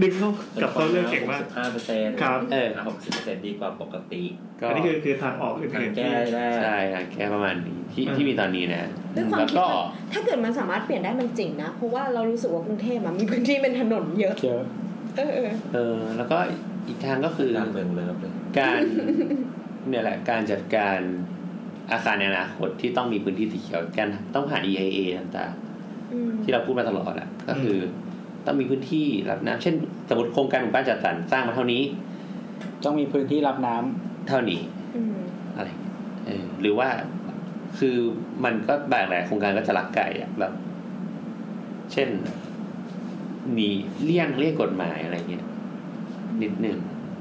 [SPEAKER 3] ดึงเข้ากลับเขาเรื่องเก่งมาก
[SPEAKER 5] ห้าเปอร์เซ็นต์
[SPEAKER 3] ครับ
[SPEAKER 5] เออหกสิบเปอร์เซ็นต์ดีกว่าปกติ
[SPEAKER 2] ก็
[SPEAKER 3] อันนี้คือคือทางออก
[SPEAKER 5] ทาง
[SPEAKER 3] อื่นๆ
[SPEAKER 5] แก้
[SPEAKER 3] ที่
[SPEAKER 5] ได้
[SPEAKER 2] ใช่ครับแค่ประมาณนี้ที่
[SPEAKER 3] อืม
[SPEAKER 2] ที่มีตอนนี้นะ
[SPEAKER 6] ด้วยความ
[SPEAKER 2] แล้ว
[SPEAKER 6] คิด
[SPEAKER 2] ก็
[SPEAKER 6] ว่าถ้าเกิดมันสามารถเปลี่ยนได้มันจริงนะ เพราะว่าเรารู้สึกว่ากรุงเทพอะมีพื้นที่เป็นถนนเยอะ
[SPEAKER 4] เยอะ
[SPEAKER 6] เออเออ
[SPEAKER 2] เออแล้วก็อีกทางก็คือ
[SPEAKER 5] การเมืองเลิฟเลย
[SPEAKER 2] การ [laughs] เนี่ยแหละการจัดการอาคารในอนาคตที่ต้องมีพื้นที่สีเขียวกันต้องผ่าน EIA ต่าง
[SPEAKER 6] อืม
[SPEAKER 2] ๆที่เราพูดมาตลอดอะก็คืออต้องมีพื้นที่รับน้ำเช่น สมมติโครงการหมู่บ้านจัดสรรสร้างมาเท่านี้
[SPEAKER 4] ต้องมีพื้นที่รับน้ำ
[SPEAKER 2] เท่านี้
[SPEAKER 6] อืม
[SPEAKER 2] อะไรเออหรือว่าคือมันก็บางแหละโครงการก็จะลักไก่อะแบบ เช่นหนีเลี่ยงเลี่ยงกฎหมายอะไรเงี้ยนิดหนึ่ง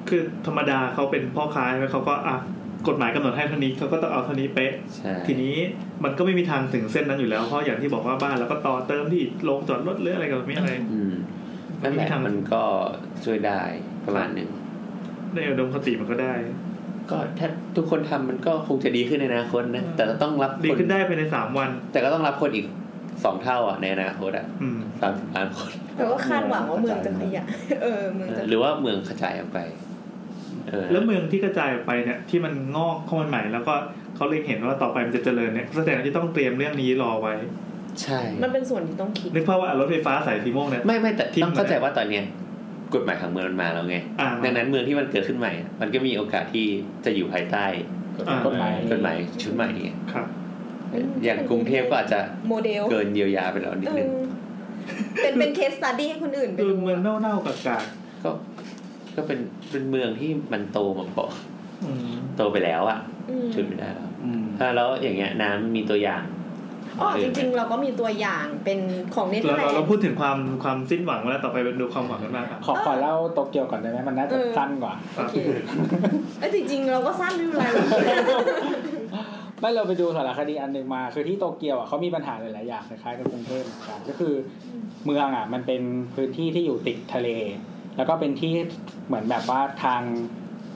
[SPEAKER 3] คือธรรมดาเขาเป็นพ่อค้าใช่ไหมเขาก็อ่ะกฎหมายกำหนดให้เท่านี้เขาก็ต้องเอาเท่านี้เป๊ะ
[SPEAKER 2] ใช่
[SPEAKER 3] ทีนี้มันก็ไม่มีทางถึงเส้นนั้นอยู่แล้วเพราะอย่างที่บอกว่าบ้านแล้วก็ต่อเติมที่ลงจอดรถหรืออะไรกับไม่อะไร
[SPEAKER 2] อืมนั่นแหละ
[SPEAKER 3] มันมีทาง
[SPEAKER 2] มันก็ช่วยได้ประมาณหนึ่ง
[SPEAKER 3] ในอุดมคติมันก็ได้
[SPEAKER 2] ก็ถ้าทุกคนทำมันก็คงจะดีขึ้นในอนาคตนะ
[SPEAKER 3] อืม
[SPEAKER 2] แต่ก็ต้องรับ
[SPEAKER 3] ดี
[SPEAKER 2] คน
[SPEAKER 3] ขึ้นได้ภายในสามวัน
[SPEAKER 2] แต่ก็ต้องรับคนอีกสองเท่าอ่ะในอนาคตอ่ะ
[SPEAKER 3] อืม
[SPEAKER 2] สามสิบล้านคน
[SPEAKER 6] แต่ว่าคาดหวังว่าเมืองจะขยะเออเมืองจะ
[SPEAKER 2] หรือว่าเมืองกระจายออกไปเออ
[SPEAKER 3] แล้วเมืองที่กระจายออกไปเนี่ย ที่มันงอกเข้ามาใหม่แล้วก็เขาเล็งเห็นว่าต่อไปมันจะเจริญเนี่ยแสดงว่าที่ต้องเตรียมเรื่องนี้รอไว้
[SPEAKER 2] ใช่
[SPEAKER 6] มันเป็นส่วนที่ต้องคิด
[SPEAKER 3] นึกภาพว่ารถไฟฟ้าสายสีม่วงเนี่ย
[SPEAKER 2] ไม่ไม่แต่
[SPEAKER 3] ทิ้ง
[SPEAKER 2] ต้องเข้า
[SPEAKER 3] ไว้
[SPEAKER 2] ใจว่าตอนเนี้ยกฎหมายของเมืองมันมาแล้วไง
[SPEAKER 3] อ่า
[SPEAKER 2] ดังนั้นเมืองที่มันเกิดขึ้นใหม่ มันก็มีโอกาสที่จะอยู่ภายใต้
[SPEAKER 3] อ่า
[SPEAKER 4] กฎหมาย
[SPEAKER 2] กฎหมายชุดใหม่ไง
[SPEAKER 3] ครับ
[SPEAKER 6] อืม
[SPEAKER 2] อย่างกรุงเทพก็อาจจะ
[SPEAKER 6] โมเดล
[SPEAKER 2] เกินเยียวยาไปแล้วนิด
[SPEAKER 6] เอ
[SPEAKER 2] นึ
[SPEAKER 6] องเป็นเป็นเคสสตัดดี้ให้คนอื่นไป
[SPEAKER 3] คือ
[SPEAKER 6] ดู
[SPEAKER 3] เมืองเน่าๆกาก
[SPEAKER 2] ก็ก็เป็นเป็นเมืองที่มันโตมาก่อน
[SPEAKER 3] ๆอืม
[SPEAKER 2] โตไปแล้วอ่ะ
[SPEAKER 6] อืม
[SPEAKER 2] ชุดไม่ได้แล้ว
[SPEAKER 8] อืม
[SPEAKER 2] ถ้าแล้วอย่างเงี้ยน้ำมีตัวอย่าง
[SPEAKER 6] อ๋อจริง ๆ เราก็มีตัวอย่างเป็นของเนเธอ
[SPEAKER 3] เรา
[SPEAKER 6] ร์แล
[SPEAKER 3] เรา
[SPEAKER 6] น
[SPEAKER 3] เรา
[SPEAKER 6] ด์
[SPEAKER 3] พูดถึงความความสิ้นหวังมาแล้วต่อไปเป็นดูความหวังกันมากครับ
[SPEAKER 4] ขอขอเล่าโตเกียวก่อนได้ไหมมันน่าจะ
[SPEAKER 6] เออ
[SPEAKER 4] สั้นกว่า
[SPEAKER 6] โอเคเอ้ยจริง ๆ เราก็สร้างไม่เป็นไรหรอก [laughs]
[SPEAKER 4] ไม่เราไปดูสารคดีอันหนึ่งมาคือที่โตเกียวอ่ะเขามีปัญหาหลายๆอย่างคล้ายๆกับกรุงเทพเหมือนกันก็คือเมืองอ่ะมันเป็นพื้นที่ที่อยู่ติดทะเล แล้วก็เป็นที่เหมือนแบบว่าทาง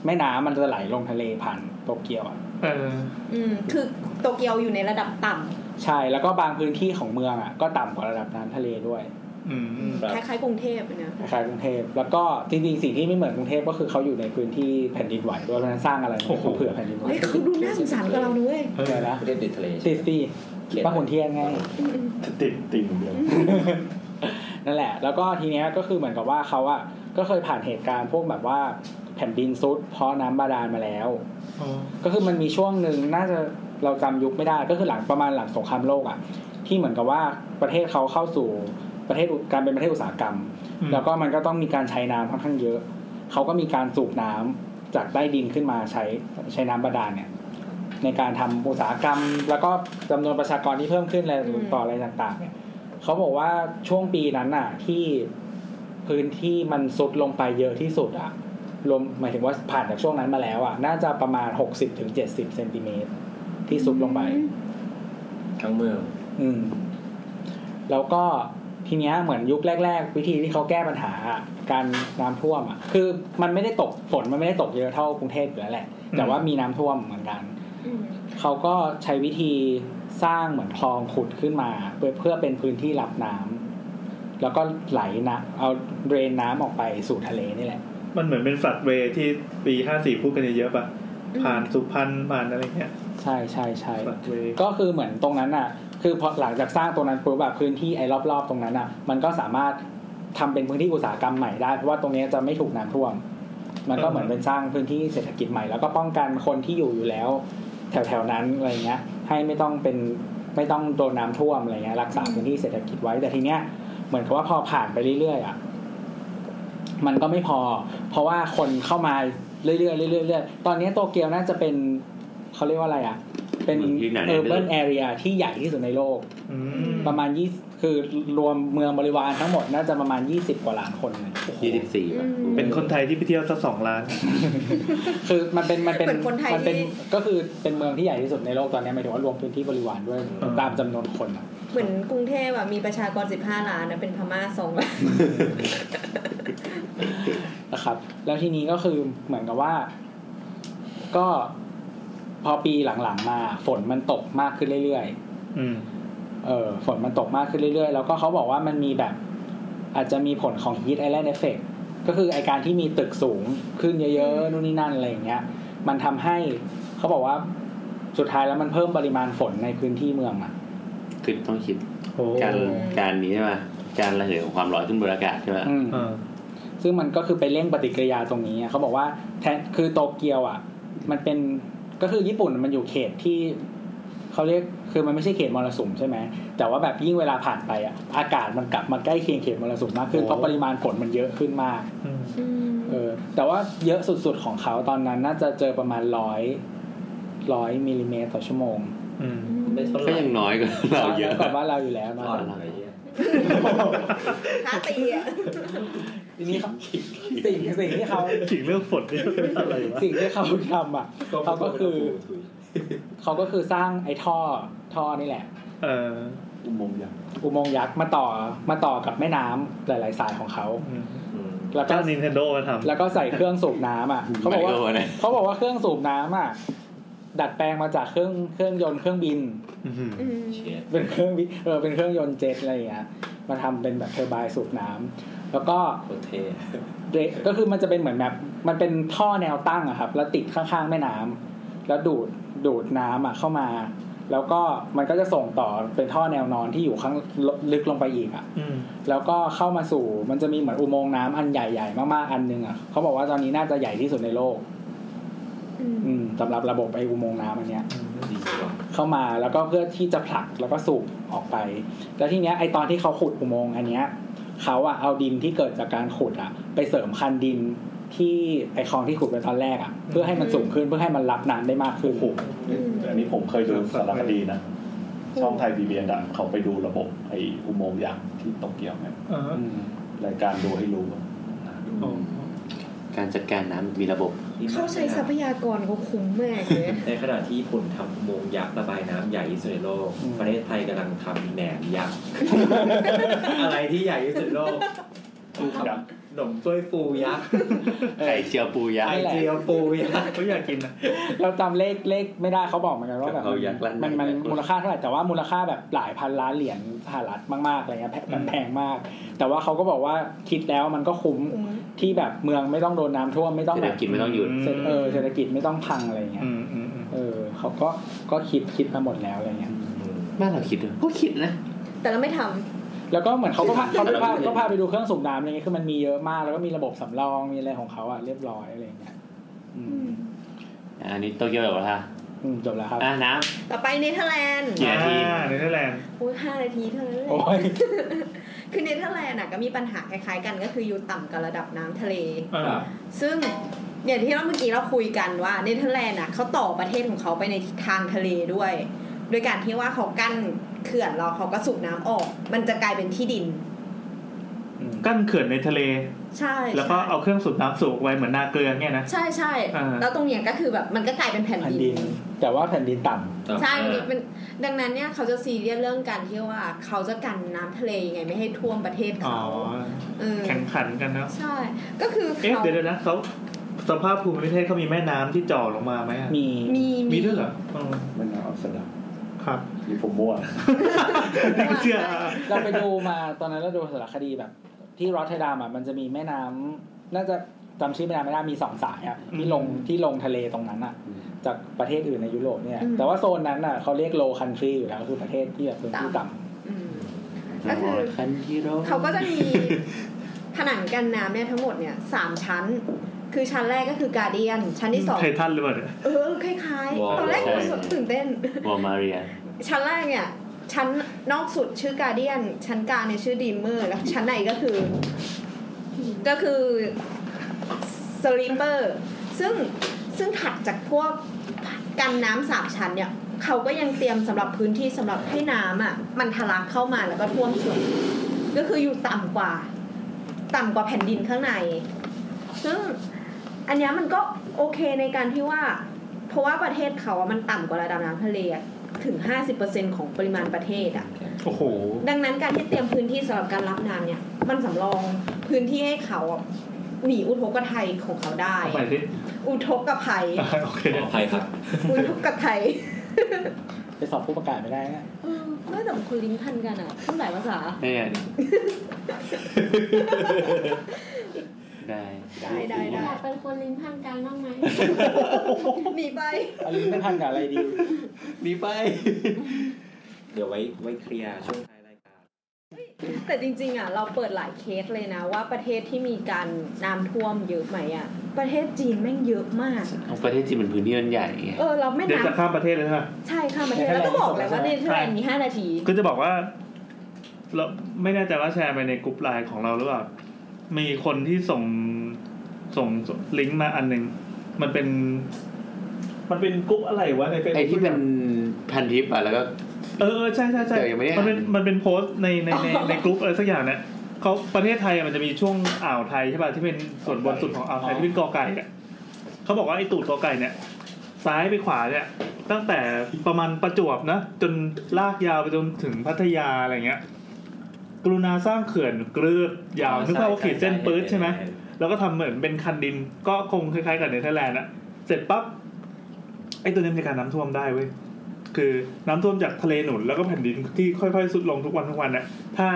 [SPEAKER 4] แม่น้ำมันจะไหลลงทะเลผ่านโตเกียวอ่ะ
[SPEAKER 3] เออ
[SPEAKER 6] อืมคือโตเกียวอยู่ในระดับต่ำ
[SPEAKER 4] ใช่แล้วก็บางพื้นที่ของเมืองอ่ะก็ต่ำกว่าระดับน้ำทะเลด้วย
[SPEAKER 3] อืม
[SPEAKER 6] คล้ายๆกรุงเทพอะนะ
[SPEAKER 4] คล้ายๆกรุงเทพแล้วก็จริงๆสิ่งที่ไม่เหมือนกรุงเทพก็คือเขาอยู่ในพื้นที่แผ่นดินไหวด้วยเพราะฉะนั้นสร้างอะไรเนี่ยเขาเผื่อแผ่นดินไหว
[SPEAKER 6] เฮ้ยเขาดูน่าสงสารกับเราด้วย
[SPEAKER 3] เออ
[SPEAKER 4] เดี๋ยวนะ
[SPEAKER 5] ไม่ได้ติดทะเล
[SPEAKER 4] ติ
[SPEAKER 5] ใช่
[SPEAKER 4] ด
[SPEAKER 5] ไหม
[SPEAKER 4] สิบ้านคนเที่ยงไง
[SPEAKER 8] ติดติ่งเดียว
[SPEAKER 4] นั่นแหละ แล้วก็ทีเนี้ยก็คือเหมือนกับว่าเขาอะก็เคยผ่านเหตุการณ์พวกแบบว่าแผ่นดินซุดเพราะน้ำบาดาลมาแล้ว
[SPEAKER 3] อ๋อ
[SPEAKER 4] ก็คือมันมีช่วงหนึ่งน่าจะเราจำยุคไม่ได้ก็คือหลังประมาณหลังสงครามโลกอะที่เหมือนกับว่าประเทศเขาเข้าสู่ประเทศการเป็นประเทศอุตสาหกรรม
[SPEAKER 3] อืม
[SPEAKER 4] แล้วก็มันก็ต้องมีการใช้น้ำค่อนข้างเยอะ เขาก็มีการสูบน้ำจากใต้ดินขึ้นมาใช้ใช้น้ำบาดาลเนี่ย ในการทำอุตสาหกรรม แล้วก็จำนวนประชากรที่เพิ่มขึ้นอะไรต่ออะไรต่างๆ เนี่ยเขาบอกว่าช่วงปีนั้นน่ะ ที่พื้นที่มันซุดลงไปเยอะที่สุดอะรวมหมายถึงว่าผ่านจากช่วงนั้นมาแล้วอะน่าจะประมาณหกสิบถึงเจ็ดสิบเซนติเมตรที่ซุดลงไป
[SPEAKER 5] ทั้งเมือง
[SPEAKER 4] อืมแล้วก็ทีเนี้ยเหมือนยุคแรก ๆ วิธีที่เขาแก้ปัญหาอะการน้ำท่วมอ่ะคือมันไม่ได้ตกฝนมันไม่ได้ตกเยอะเท่ากรุงเทพอยู่แล้วแหละ แต่ว่ามีน้ำท่วมเหมือนกัน
[SPEAKER 6] อืม
[SPEAKER 4] เขาก็ใช้วิธีสร้างเหมือนคลองขุดขึ้นมา เพื่อเพื่อเป็นพื้นที่รับน้ำแล้วก็ไหลนะเอาเดรนน้ำออกไปสู่ทะเลนี่แหละ
[SPEAKER 3] มันเหมือนเป็นฝัดเวย์ที่ปีห้าสี่พูดกันเยอะๆป่ะ ผ่านสุพรรณผ่านอะไรเงี้ย
[SPEAKER 4] ใช่ใช่ใช่
[SPEAKER 3] ฝัดเวย์
[SPEAKER 4] ก็คือเหมือนตรงนั้นอ่ะ คือพอหลังจากสร้างตรงนั้นปุ๊บแบบพื้นที่ไอ้รอบ ๆ ตรงนั้นอ่ะ มันก็สามารถทำเป็นพื้นที่อุตสาหกรรมใหม่ได้เพราะว่าตรงเนี้ยจะไม่ถูกน้ำท่วม มันก็เหมือนเป็นสร้างพื้นที่เศรษฐกิจใหม่ แล้วก็ป้องกันคนที่อยู่อยู่แล้ว แถวๆนั้นอะไรเงี้ย ให้ไม่ต้องเป็นไม่ต้องโดนน้ำท่วมอะไรเงี้ยรักษาพื้นที่เศรษฐกิจไว้แต่ทีเนี้ยเหมือนกับว่าพอผ่านไปเรื่อยๆอ่ะมันก็ไม่พอ เพราะว่าคนเข้ามาเรื่อยๆเรื่อยๆเรื่อยๆตอนนี้โตเกียวน่าจะเป็นเขาเรียกว่าอะไรอ่ะ เป็น
[SPEAKER 2] เมืองที่หนาแน่
[SPEAKER 4] เอนอร์เบิร์น
[SPEAKER 2] เลย
[SPEAKER 4] แอเรียที่ใหญ่ที่สุดในโลก
[SPEAKER 3] อืม
[SPEAKER 4] ประมาณยี่คือรวมเมืองบริวารทั้งหมดน่าจะประมาณยี่สิบกว่าล้านคนเลย
[SPEAKER 2] ยี่สิบสี่ป่ะ
[SPEAKER 3] เป็นคนไทยที่ไปเที่ยวสักสองล้าน
[SPEAKER 4] คือมันเป็นมันเป็น
[SPEAKER 6] เหมือนคนไทย
[SPEAKER 4] มัเป็น
[SPEAKER 6] ที่
[SPEAKER 4] ก็คือเป็นเมืองที่ใหญ่ที่สุดในโลกตอนนี้หมายถึงว่ารวมพื้นที่บริวารด้วย
[SPEAKER 3] เออ
[SPEAKER 4] ตามจำนวนคนอะ
[SPEAKER 6] เหมือนกรุงเทพอะมีประชากร 15 ล้านนะเป็นพม่าสองล้ [laughs] าน
[SPEAKER 4] นะครับ แล้วทีนี้ก็คือเหมือนกับว่า ก็พอปีหลังๆมาฝนมันตกมากขึ้นเรื่อยๆ
[SPEAKER 3] อืม
[SPEAKER 4] เออฝนมันตกมากขึ้นเรื่อยๆ แล้วก็เขาบอกว่ามันมีแบบ อาจจะมีผลของ heat island effect ก็คือไอการที่มีตึกสูงขึ้นเยอะๆนู่นนี่นั่นอะไรอย่างเงี้ย มันทำให้เขาบอกว่าสุดท้ายแล้วมันเพิ่มปริมาณฝนในพื้นที่เมืองอ่ะ
[SPEAKER 2] คือต้องคิดการการนี้ใช่ไหมการระเหยของความร้อนขึ้นบนอากาศใช่ไหม
[SPEAKER 4] อืม
[SPEAKER 3] เออ
[SPEAKER 4] ซึ่งมันก็คือไปเร่งปฏิกิริยาตรงนี้อะเขาบอกว่าแทนคือโตเกียวอ่ะ มันเป็นก็คือญี่ปุ่นมันอยู่เขตที่เขาเรียกคือมันไม่ใช่เขตมรสุมใช่ไหมแต่ว่าแบบยิ่งเวลาผ่านไปอ่ะอากาศมันกลับมาใกล้เคียงเขตมรสุมมากขึ้นเพราะปริมาณฝนมันเยอะขึ้นมาก
[SPEAKER 3] อืม
[SPEAKER 4] เออแต่ว่าเยอะสุดๆของเขาตอนนั้นน่าจะเจอประมาณร้อยร้อยมิลลิเมตรต่อชั่วโมง
[SPEAKER 3] อืม
[SPEAKER 5] ไม่เท่าไห
[SPEAKER 2] ก็
[SPEAKER 5] ร่
[SPEAKER 2] ยังน้อยกว่า [laughs] เราเยอะ
[SPEAKER 4] กว่าบ้านเราอยู่แล้ว
[SPEAKER 2] [laughs]
[SPEAKER 4] เนอะ
[SPEAKER 5] อ่อนหน่อยเหี้ย
[SPEAKER 6] ท้าตีอะ
[SPEAKER 4] ทีนี้เขาสิ่งสิ่งที่เขา
[SPEAKER 3] ขิงเรื่องฝนนี่เป็นอะไรวะ
[SPEAKER 4] สิ่งที่เขาทำอ่ะ เขาก็คือ เขาก็คือสร้างไอ้ท่อท่อนี่แหละ
[SPEAKER 3] เออ
[SPEAKER 8] อุโมงค์ยักษ์
[SPEAKER 4] อุโมงค์ยักษ์มาต่อมาต่อกับแม่น้ำหลาย ๆ สายของเขา
[SPEAKER 3] อืม
[SPEAKER 5] อืม
[SPEAKER 4] แล้วก็
[SPEAKER 3] เจ้า Nintendo มาทำ
[SPEAKER 4] แล้วก็ใส่เครื่องสูบน้ำ
[SPEAKER 3] [laughs]
[SPEAKER 4] อ่ะเขาบอกว่า
[SPEAKER 2] ไม่เออนะ
[SPEAKER 4] เขาบอกว่าเครื่องสูบน้ำอ่ะดัดแปลงมาจากเครื่องเครื่องยนต์เครื่องบิน
[SPEAKER 3] อืม
[SPEAKER 6] อืม
[SPEAKER 5] เชียร์
[SPEAKER 4] เป็นเครื่องบินเออเป็นเครื่องยนต์เจ็ตอะไรอย่างเงี้ยมาทำเป็นแบบเทอร์ไบน์สูบน้ำแล้วก็
[SPEAKER 5] โคตรเท่
[SPEAKER 4] เรก็คือมันจะเป็นเหมือนแบบมันเป็นท่อแนวตั้งอะครับ แล้วติดข้าง ๆ แม่น้ำแล้วดูดดูดน้ำอ่ะเข้ามา แล้วก็มันก็จะส่งต่อเป็นท่อแนวนอนที่อยู่ข้างลึกลงไปอีกอ่ะ
[SPEAKER 3] อืม
[SPEAKER 4] แล้วก็เข้ามาสู่มันจะมีเหมือนอุโมงค์น้ำอันใหญ่ๆ มากๆ อันหนึงอ่ะเขาบอกว่าตอนนี้น่าจะใหญ่ที่สุดในโลก
[SPEAKER 6] อืม
[SPEAKER 4] อืมสำหรับระบบไออุโมงค์น้ำอันเนี้ย
[SPEAKER 5] ดีว่ะ
[SPEAKER 4] เข้ามาแล้วก็เพื่อที่จะผลักแล้วก็สูบออกไป แล้วทีเนี้ยไอตอนที่เขาขุดอุโมงค์อันเนี้ยเขาอะเอาดินที่เกิดจากการขุดอะไปเสริมคันดินที่ไอคลองที่ขุดไปตอนแรกอะเพื่อให้มันสูงขึ้นเพื่อให้มันรับน้ำได้มากขึ้น
[SPEAKER 8] โอ้โหแต่อันนี้ผมเคยดูสารคดีนะ ช่องไทยพีบีเอ็นอะเขาไปดูระบบไออุโมงค์ยักษ์ที่โตเกียวไง
[SPEAKER 3] เออ
[SPEAKER 8] รายการดูให้รู้อะ
[SPEAKER 3] โอ้โห
[SPEAKER 2] การจัดการน้ำมีระบบ
[SPEAKER 5] นี่
[SPEAKER 6] เขาใช้ทรัพยากรเขาคุ้มมากเลย
[SPEAKER 5] ในขณะที่ญี่ปุ่นทำอุโมงค์ยักษ์ระบายน้ำใหญ่ที่สุดในโลก
[SPEAKER 4] อืม
[SPEAKER 5] ประเทศไทยกำลังทำแหนมยัก
[SPEAKER 3] [laughs]
[SPEAKER 5] ษ์ อะไรที่ใหญ่ที่สุดในโลก
[SPEAKER 8] ลูกยักษ์
[SPEAKER 5] หนมถ้วยฟูยักษ์
[SPEAKER 2] ไข่เจียวปูยัก
[SPEAKER 5] ไอ
[SPEAKER 2] ษ์
[SPEAKER 5] เจียวปูยักษ์
[SPEAKER 3] เขาอยากกินนะ
[SPEAKER 4] เราจำเลขเลขไม่ได้เขาบอกเหมือนกันว่าแบบ
[SPEAKER 2] เราอยากลั่น
[SPEAKER 4] มั
[SPEAKER 2] อ
[SPEAKER 4] น
[SPEAKER 2] ยากลั่
[SPEAKER 4] มัน
[SPEAKER 2] น
[SPEAKER 4] มูลค่าเท่าไหร่แต่ว่ามูลค่าแบบหลายพันล้านเหรียญสหรัฐมากๆอะไรเงี้ยแพแบบแพงมาก แต่ว่าเขาก็บอกว่าคิดแล้วมันก็คุ้ม
[SPEAKER 6] คุ้ม
[SPEAKER 4] ที่แบบเมืองไม่ต้องโดนน้ำท่วมไม่ต้อง
[SPEAKER 2] เศรษ
[SPEAKER 4] แบ
[SPEAKER 2] ฐ
[SPEAKER 4] บ
[SPEAKER 2] กิจไม่ต้องหยุด
[SPEAKER 4] เศรษฐเออเศรษฐกิจไม่ต้องพังอะไรเงี้ย
[SPEAKER 3] อืมอืมอืม
[SPEAKER 4] เออเขาก็ก็คิดคิดมาหมดแล้วอะไรเงี้ย
[SPEAKER 2] บ้านเราคิดด้วยก็คิดนะ
[SPEAKER 6] แต่เราไม่ทำ
[SPEAKER 4] แล้วก็เหมือนเขาก็พาเขาก็พา
[SPEAKER 2] เราไม่เห็น
[SPEAKER 4] ก็พาไปดูเครื่องสูบน้ำอะไรเงี้ยคือมันมีเยอะมากแล้วก็มีระบบสำรองมีอะไรของเขาอ่ะเรียบร้อยอะไรเงี้ยอืม
[SPEAKER 2] อันนี้โตเกียวแบบว่า
[SPEAKER 4] อืมจบแล้วครับ
[SPEAKER 2] อ่ะน้
[SPEAKER 6] ต่อไปเนเธอร์แลนด์
[SPEAKER 2] กี่นาที
[SPEAKER 3] อ่เนเธอร์แลนด์
[SPEAKER 6] โอ้ยห้านาทีเท่านั้นเลย
[SPEAKER 4] โอ้ย
[SPEAKER 6] คือเนเธอร์แลนด์อะก็มีปัญหาคล้ายๆกันก็คืออยู่ต่ำกับระดับน้ำทะเล
[SPEAKER 3] อ่า
[SPEAKER 6] ซึ่งอย่างที่เราเมื่อกี้เราคุยกันว่าเนเธอร์แลนด์อ่ะเขาต่อประเทศของเขาไปในทิศทางทะเลด้วย โดยการที่ว่าเขากั้นเขื่อนเราเขาก็สูบน้ำออก มันจะกลายเป็นที่ดิน
[SPEAKER 4] อืม
[SPEAKER 3] กั้นเขื่อนในทะเล
[SPEAKER 6] ใช่
[SPEAKER 3] แล้วก็เอาเครื่องสูบน้ำสูบไว้เหมือนนาเกลือเนี่ยนะ
[SPEAKER 6] ใช่ใช่
[SPEAKER 3] อ่า
[SPEAKER 6] แล้วตรงเนี้ยก็คือแบบมันก็กลายเป็นแผ่น
[SPEAKER 4] แผ่นดิ
[SPEAKER 6] ดิ
[SPEAKER 4] น
[SPEAKER 6] น
[SPEAKER 4] แต่ว่าแผ่นดินต่ำ
[SPEAKER 6] ใช่มันเป็นดังนั้นเนี่ยเขาจะซีเรียสเรื่องการที่ว่าเขาจะกันน้ำทะเลยังไงไม่ให้ท่วมประเทศ
[SPEAKER 3] อ๋อ
[SPEAKER 6] เขาเออ
[SPEAKER 3] แข่งขันกันนะ
[SPEAKER 6] ใช่ ก็คือ
[SPEAKER 3] เอ๊ะ
[SPEAKER 6] เขา
[SPEAKER 3] เดี๋ยวๆนะเขาสภาพภูมิประเทศเขามีแม่น้ำที่จ่อลงมาไหมอะ
[SPEAKER 4] [laughs] มี
[SPEAKER 6] มี
[SPEAKER 3] มีด้วยเหรออ๋อ
[SPEAKER 8] ไม่น่าเอาสนับ
[SPEAKER 3] ครับ
[SPEAKER 8] นี่ผมมั่วนะ
[SPEAKER 3] นี่ก็เชื่อ
[SPEAKER 4] เราไปดูมาตอนนั้นเราดูสารคดีแบบ ที่รอตเทอร์ดัมอ่ะมันจะมีแม่น้ำน่าจะจำชื่อแม่น้ำไม่ได้มีสองสายอ่ะที่ลงที่ลงทะเลตรงนั้นอ่ะ จากประเทศอื่นในยุโรปเนี่ย แต่ว่าโซนนั้นอ่ะเขาเรียกโลคันทรีอยู่แล้วคือประเทศที่แบบพื้นที่ต่
[SPEAKER 6] อืม
[SPEAKER 2] ำ
[SPEAKER 6] ก็คือ
[SPEAKER 2] คันที่
[SPEAKER 6] [laughs]
[SPEAKER 2] โร
[SPEAKER 6] เขาก็จะมี ผนังกันน้ำเนี่ยทั้งหมดเนี่ยสามชั้น คือชั้นแรกก็คือการเดียน ชั้นที่สอง
[SPEAKER 3] ไททันหรือเปล่าเนี่ย
[SPEAKER 6] เออคล้ายๆ ตอนแรกก็ตื่นเต้ [laughs] น
[SPEAKER 2] วอร์มาเรีย
[SPEAKER 6] ชั้นแรกเนี่ย ชั้นนอกสุดชื่อการเดียน ชั้นกลางเนี่ยชื่อดีมเมอร์แล้วชั้นในก็คือ ก็คือสลิปเปอร์ซึ่งซึ่งถัดจากพวกกันน้ำสามชั้นเนี่ย เขาก็ยังเตรียมสำหรับพื้นที่สำหรับให้น้ำอ่ะ มันทะลักเข้ามาแล้วก็ท่วมส่วน ก็คืออยู่ต่ำกว่า ต่ำกว่าแผ่นดินข้างใน ซึ่งอันเนี้ยมันก็โอเคในการที่ว่า เพราะว่าประเทศเขาอะมันต่ำกว่าระดับน้ำทะเลอะถึง 50%ของปริมาณประเทศอ่ะ
[SPEAKER 3] โอ้โห
[SPEAKER 6] ดังนั้นการที่เตรียมพื้นที่สำหรับการรับน้ำเนี่ย มันสำรองพื้นที่ให้เขาอะหนีอุทกภัยของเขาได้
[SPEAKER 3] เอาใหม่สิ
[SPEAKER 6] อุทกภัย
[SPEAKER 3] โอเค
[SPEAKER 5] ขออภัยครับ
[SPEAKER 6] อุทกภัย
[SPEAKER 4] ไปสอบผู้ประกาศไม่ได้นะ
[SPEAKER 10] เออไม่แต่มันคุยลิงก์ทันกันอ่ะต้องหลายภาษา
[SPEAKER 2] เนี่ย [laughs] ได้
[SPEAKER 6] ได้ได้
[SPEAKER 7] อ
[SPEAKER 6] ได้
[SPEAKER 7] ยากเป็นคนลิ้นพันกันบ้างไหม
[SPEAKER 6] หนีไป
[SPEAKER 4] อันนี้ไม่ทันกับอะไรดี
[SPEAKER 9] หนีไป
[SPEAKER 5] เดี๋ยวไว้ไว้เคลียร์ช่วงท้ายรายการ
[SPEAKER 6] แต่จริงๆอ่ะเราเปิดหลายเคสเลยนะว่าประเทศที่มีการน้ำท่วมเยอะไหมอ่ะ ประเทศจีนแม่งเยอะมาก
[SPEAKER 2] ประเทศจีนเป็นพื้นที่มันใหญ่ไง
[SPEAKER 6] เออเราไม่
[SPEAKER 3] เดี๋ยว
[SPEAKER 6] นับ
[SPEAKER 3] จะข้ามประเทศเลยใช่ไหม
[SPEAKER 6] ใช่ค่ะประเทศแล้วก็บอกเลยว่าเนเธอร์แลนด์มีห้านาที
[SPEAKER 3] ก็จะบอกว่าเราไม่แน่ใจว่าแชร์ไปในกลุ่มไลน์ของเราหรือเปล่า มีคนที่ส่งส่งส่งลิงก์มาอันหนึ่งมันเป็น มันเป็นกลุ่มอะไรวะในเฟซ
[SPEAKER 2] ไอที่เป็นพันทิปอ่ะ แล้วก็
[SPEAKER 3] เออเออใช่ใช่ใช่
[SPEAKER 2] เดี๋ยวยังไม่ได้อ่าน
[SPEAKER 3] มันเป็นมันเป็นโพสต์ในในในในกลุ่มอะไรสักอย่างเนี่ยเขาประเทศไทยอะมันจะมีช่วงอ่าวไทยใช่ป่ะที่เป็นส่วนบนสุดของอ่าวไทยที่เป็นกอไก่อะเขาบอกว่าไอ้ตูดกอไก่เนี่ย ซ้ายไปขวาเนี่ย ตั้งแต่ประมาณประจวบนะ จนลากยาวไปจนถึงพัทยาอะไรเงี้ย กรุณาสร้างเขื่อนกลืดยาว
[SPEAKER 5] อ๋อ
[SPEAKER 3] นึกภาพ
[SPEAKER 5] ใช่
[SPEAKER 3] ว่าขีดเส้น
[SPEAKER 5] ใช่
[SPEAKER 3] ปื๊ดใช่ไหม
[SPEAKER 5] ใช่
[SPEAKER 3] แล้วก็ทำเหมือนเป็นคันดินก็คงคล้ายๆกับเนเธอร์แลนด์อะเสร็จปั๊บไอ้ตัวนี้มันจะการน้ำท่วมได้เว้ยคือน้ำท่วมจากทะเลหนุนแล้วก็แผ่นดินที่ค่อยๆสุดลงทุกวันทุกวันนะถ้า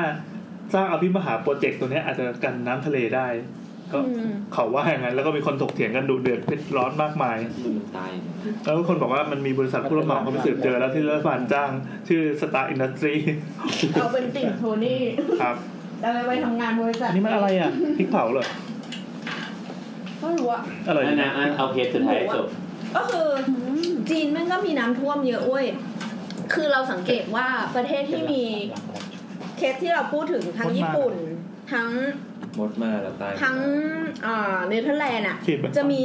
[SPEAKER 3] สร้างอภิมหาโปรเจกต์ตัวเนี้ยอาจจะกันน้ำทะเลได้ ก็
[SPEAKER 6] อืม
[SPEAKER 3] เขาว่าอย่างนั้นแล้วก็มีคนถกเถียงกันดุเดือดเผ็ดร้อนมากมาย
[SPEAKER 5] คือมันตายเนี่ย
[SPEAKER 3] แล้วคนบอกว่ามันมีบริษัทผู้รับเหมาเขาไปสืบเจอแล้วที่รัฐบาลจ้าง ชื่อสตาร์อินดัสทรี
[SPEAKER 10] เราเป็นติ่งโทนี่
[SPEAKER 3] ครับ
[SPEAKER 10] เราไปทำงานบริษัท
[SPEAKER 3] อันนี้มันอะไรอ่ะพริกเผาเหรอ
[SPEAKER 6] ก็รู้ว่า
[SPEAKER 3] อร่อยดี
[SPEAKER 2] นั่นนะ
[SPEAKER 3] นะ
[SPEAKER 2] อันเอาเคสสุดท้ายให้จบ
[SPEAKER 6] ก็คือจีนแม่งก็มีน้ำท่วมเยอะเว้ย คือเราสังเกตว่าประเทศที่มีเคสที่เราพูดถึงทั้งญี่ปุ่น ทั้ง
[SPEAKER 5] มดมาแล้วตาย
[SPEAKER 6] ทั้งเอ่อเนเธอร์แลนด์อ่ะ
[SPEAKER 3] ฉีดไป
[SPEAKER 6] จะมี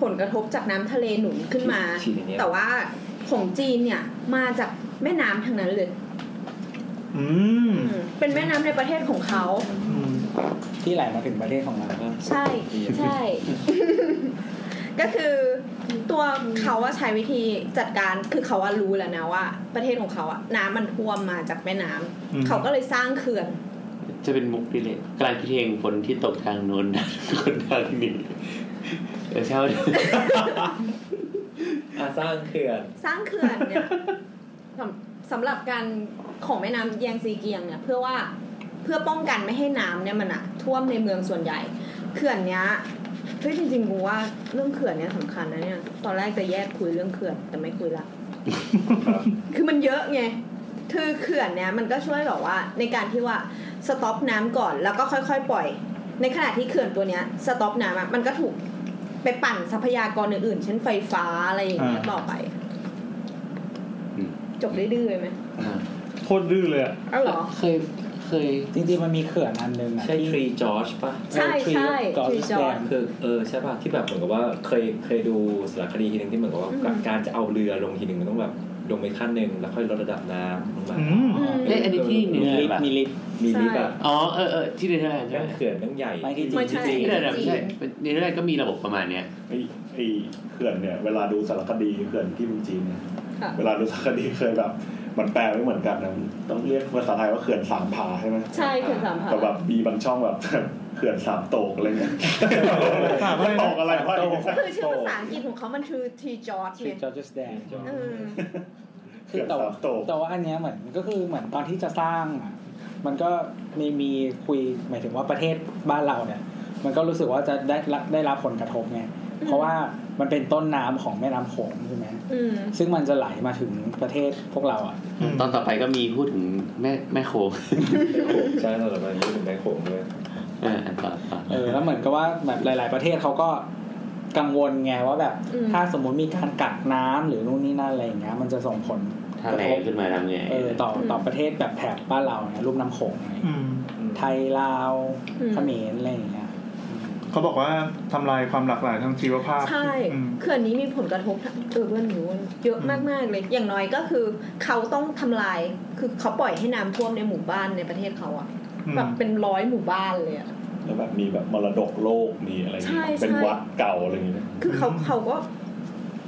[SPEAKER 6] ผลกระทบจากน้ำทะเลหนุนขึ้นมา
[SPEAKER 5] ฉีดอย่างเงี้ย
[SPEAKER 6] แต่ว่าของจีนเนี่ยมาจากแม่น้ำทางนั้นเลย
[SPEAKER 3] อืม
[SPEAKER 6] อืมเป็นแม่น้ำในประเทศของเขา
[SPEAKER 3] อืม
[SPEAKER 4] ที่ไหลมาถึงประเทศของเรา
[SPEAKER 6] ใช่ ใช่ [laughs] ก็คือตัวเขาว่าใช้วิธีจัดการคือเขาว่ารู้แล้วนะว่า ประเทศของเขาอะน้ำมันท่วมมาจากแม่น้ำ
[SPEAKER 3] อืม
[SPEAKER 6] เขาก็เลยสร้างเขื่อน
[SPEAKER 2] จะเป็นมุกดีเลยกลายพิเทงฝนที่ตกทางโน้น [laughs] คนทางนี้เออเช่า
[SPEAKER 5] อ่ะสร้างเขื่อน
[SPEAKER 6] สร้างเขื่อนเนี่ย [laughs] สำสำหรับการของแม่น้ำแยงซีเกียงเนี่ยเพื่อว่าเพื่อป้องกันไม่ให้น้ำเนี่ยมันอะท่วมในเมืองส่วนใหญ่ เขื่อนเนี้ยเฮ้ยจริงๆกูว่าเรื่องเขื่อนเนี่ยสำคัญนะเนี่ยตอนแรกจะแยกคุยเรื่องเขื่อนแต่ไม่คุย [laughs] ละ คือมันเยอะไง คือเขื่อนเนี่ยมันก็ช่วยแบบว่า ในการที่ว่าสต็อปน้ำก่อนแล้วก็ค่อยๆ ปล่อย ในขณะที่เขื่อนตัวเนี้ยสต็อปน้ำอะมันก็ถูกไปปั่นทรัพยากรอื่นๆ เช่นไฟฟ้าอะไรอย่างเงี้ยต่อไป จบได้ดื้อเลยไหม
[SPEAKER 3] โคตรดื้อเลยอ่ะ
[SPEAKER 6] อ้าวเหรอ
[SPEAKER 4] เคยเคย จริงๆมันมีเขื่อนอันหนึงอ่ะ
[SPEAKER 5] ใช่ทรีจอร์จปะ
[SPEAKER 6] ใช่ใช่
[SPEAKER 4] กอร์
[SPEAKER 6] Tree
[SPEAKER 4] ดิส
[SPEAKER 6] Gorge
[SPEAKER 4] แดน
[SPEAKER 5] คือเออใช่ป่ะที่แบบเหมือนกับว่าเคยเคยดูสารคดีทีหนึงที่เหมือนกับว่า
[SPEAKER 6] อืม
[SPEAKER 5] กับการจะเอาเรือลงทีหนึงมันต้องแบบลงไปขั้นหนึ่งแล้วค่อยลดระดับน้ำลงมา
[SPEAKER 3] อืม
[SPEAKER 6] อืม
[SPEAKER 2] เอ้ยอันนี้ที่เหนื
[SPEAKER 4] มี
[SPEAKER 2] อ
[SPEAKER 4] ลิฟ
[SPEAKER 2] ป่ะ
[SPEAKER 4] ต์มีลิฟต์
[SPEAKER 5] มีลิฟต์แบบ
[SPEAKER 2] อ๋อเออเออที่เนเธอร์แลนด์ใช่ไห
[SPEAKER 5] แม่ง
[SPEAKER 2] ม
[SPEAKER 5] เขื่อนแม่งใหญ่
[SPEAKER 4] ไม่ที่จริง
[SPEAKER 6] ไม่ใช่
[SPEAKER 2] ที่เนเธอร์แลนด์ไม่ใช่เนเธอร์แลนด์ก็มีระบบประมาณเนี้ย
[SPEAKER 8] ไอ้ไอ้เขื่อนเนี่ย เวลาดูสารคดีเขื่อนที่เมืองจีนเนี่ย
[SPEAKER 6] ค่ะ
[SPEAKER 8] เวลาดูสารคดีเคยแบบ มันแปลไม่เหมือนกันนะต้องเรียกภาษาไทยว่าเขื่อนสามผาใช่ไหม
[SPEAKER 6] ใช่เขื่อนสามพราน
[SPEAKER 8] แต่แบบมีบางช่องแบบ [laughs] เขื่อนสามโตกอะไรเงี้ย
[SPEAKER 3] ถามว่าอะไร
[SPEAKER 8] โต
[SPEAKER 3] นะ
[SPEAKER 8] กอะไรวะ
[SPEAKER 6] คือชื่อภาษาอังกฤษของเขามันคือทีจอร์ด
[SPEAKER 4] ทรี
[SPEAKER 6] เนี่ย
[SPEAKER 4] จอร์ดิสแดน
[SPEAKER 6] เออ
[SPEAKER 4] คื
[SPEAKER 8] เขื่
[SPEAKER 4] อ
[SPEAKER 8] อน
[SPEAKER 4] แต่
[SPEAKER 8] สา
[SPEAKER 4] ว่าม
[SPEAKER 8] โตก
[SPEAKER 4] แต่ว่าอันเนี้ยเหมือนก็คือเหมือนตอนที่จะสร้างอะมันก็มีมีคุยหมายถึงว่าประเทศบ้านเราเนี่ย มันก็รู้สึกว่าจะได้รับได้รับผลกระทบไงเพราะว่ามันเป็นต้นน้ำของแม่น้ำโขงใช่ไหม
[SPEAKER 6] อืม
[SPEAKER 4] ซึ่งมันจะไหลมาถึงประเทศพวกเราอ่ะ
[SPEAKER 3] อืม
[SPEAKER 2] ตอนต่อไปก็มีพูดถึงแม่แม่โคง
[SPEAKER 5] ใช่สำหรับมันมีถึงแม่โขงด้วย
[SPEAKER 2] อ่าต่อต่อ
[SPEAKER 4] เออแล้วเหมือนกับว่าแบบหลาย ๆ ประเทศเขาก็กังวลไงว่าแบบ ถ้าสมมติมีการกักน้ำหรือนู่นนี่นั่นอะไรอย่างเงี้ยมันจะส่งผล
[SPEAKER 2] ถ้าก
[SPEAKER 4] ระ
[SPEAKER 2] แร
[SPEAKER 4] ท
[SPEAKER 2] ง
[SPEAKER 4] บ
[SPEAKER 2] ขึ้นมาทำไง
[SPEAKER 4] เออต่อต่อประเทศแบบแถบบ้านเราเนี่ยลุ่มน้ำโขงอะไรอย่าง
[SPEAKER 3] อื
[SPEAKER 4] เงี้ย
[SPEAKER 3] ม
[SPEAKER 4] ไทยลาว
[SPEAKER 6] อืม
[SPEAKER 4] เขมรอะไรอย่างเงี้ย
[SPEAKER 3] เขาบอกว่าทำลายความหลากหลายทางชีวภาพ
[SPEAKER 6] ใช่
[SPEAKER 3] อืม
[SPEAKER 6] เขื่อนนี้มีผลกระทบทางเออเรื่องนี้เว้ยเยอะมากๆเลย อย่างน้อยก็คือเขาต้องทำลายคือเขาปล่อยให้น้ำท่วมในหมู่บ้านในประเทศเขาอะ
[SPEAKER 3] อืม
[SPEAKER 6] แบบเป็นร้อยหมู่บ้านเลยอะ
[SPEAKER 8] แล้วแบบมีแบบมรดกโลกมีอะไรเงี้ย
[SPEAKER 6] ใช่
[SPEAKER 8] เป็น
[SPEAKER 6] ใช่
[SPEAKER 8] วัดเก่าอะไรเงี้ย
[SPEAKER 6] คือเขาเขาก็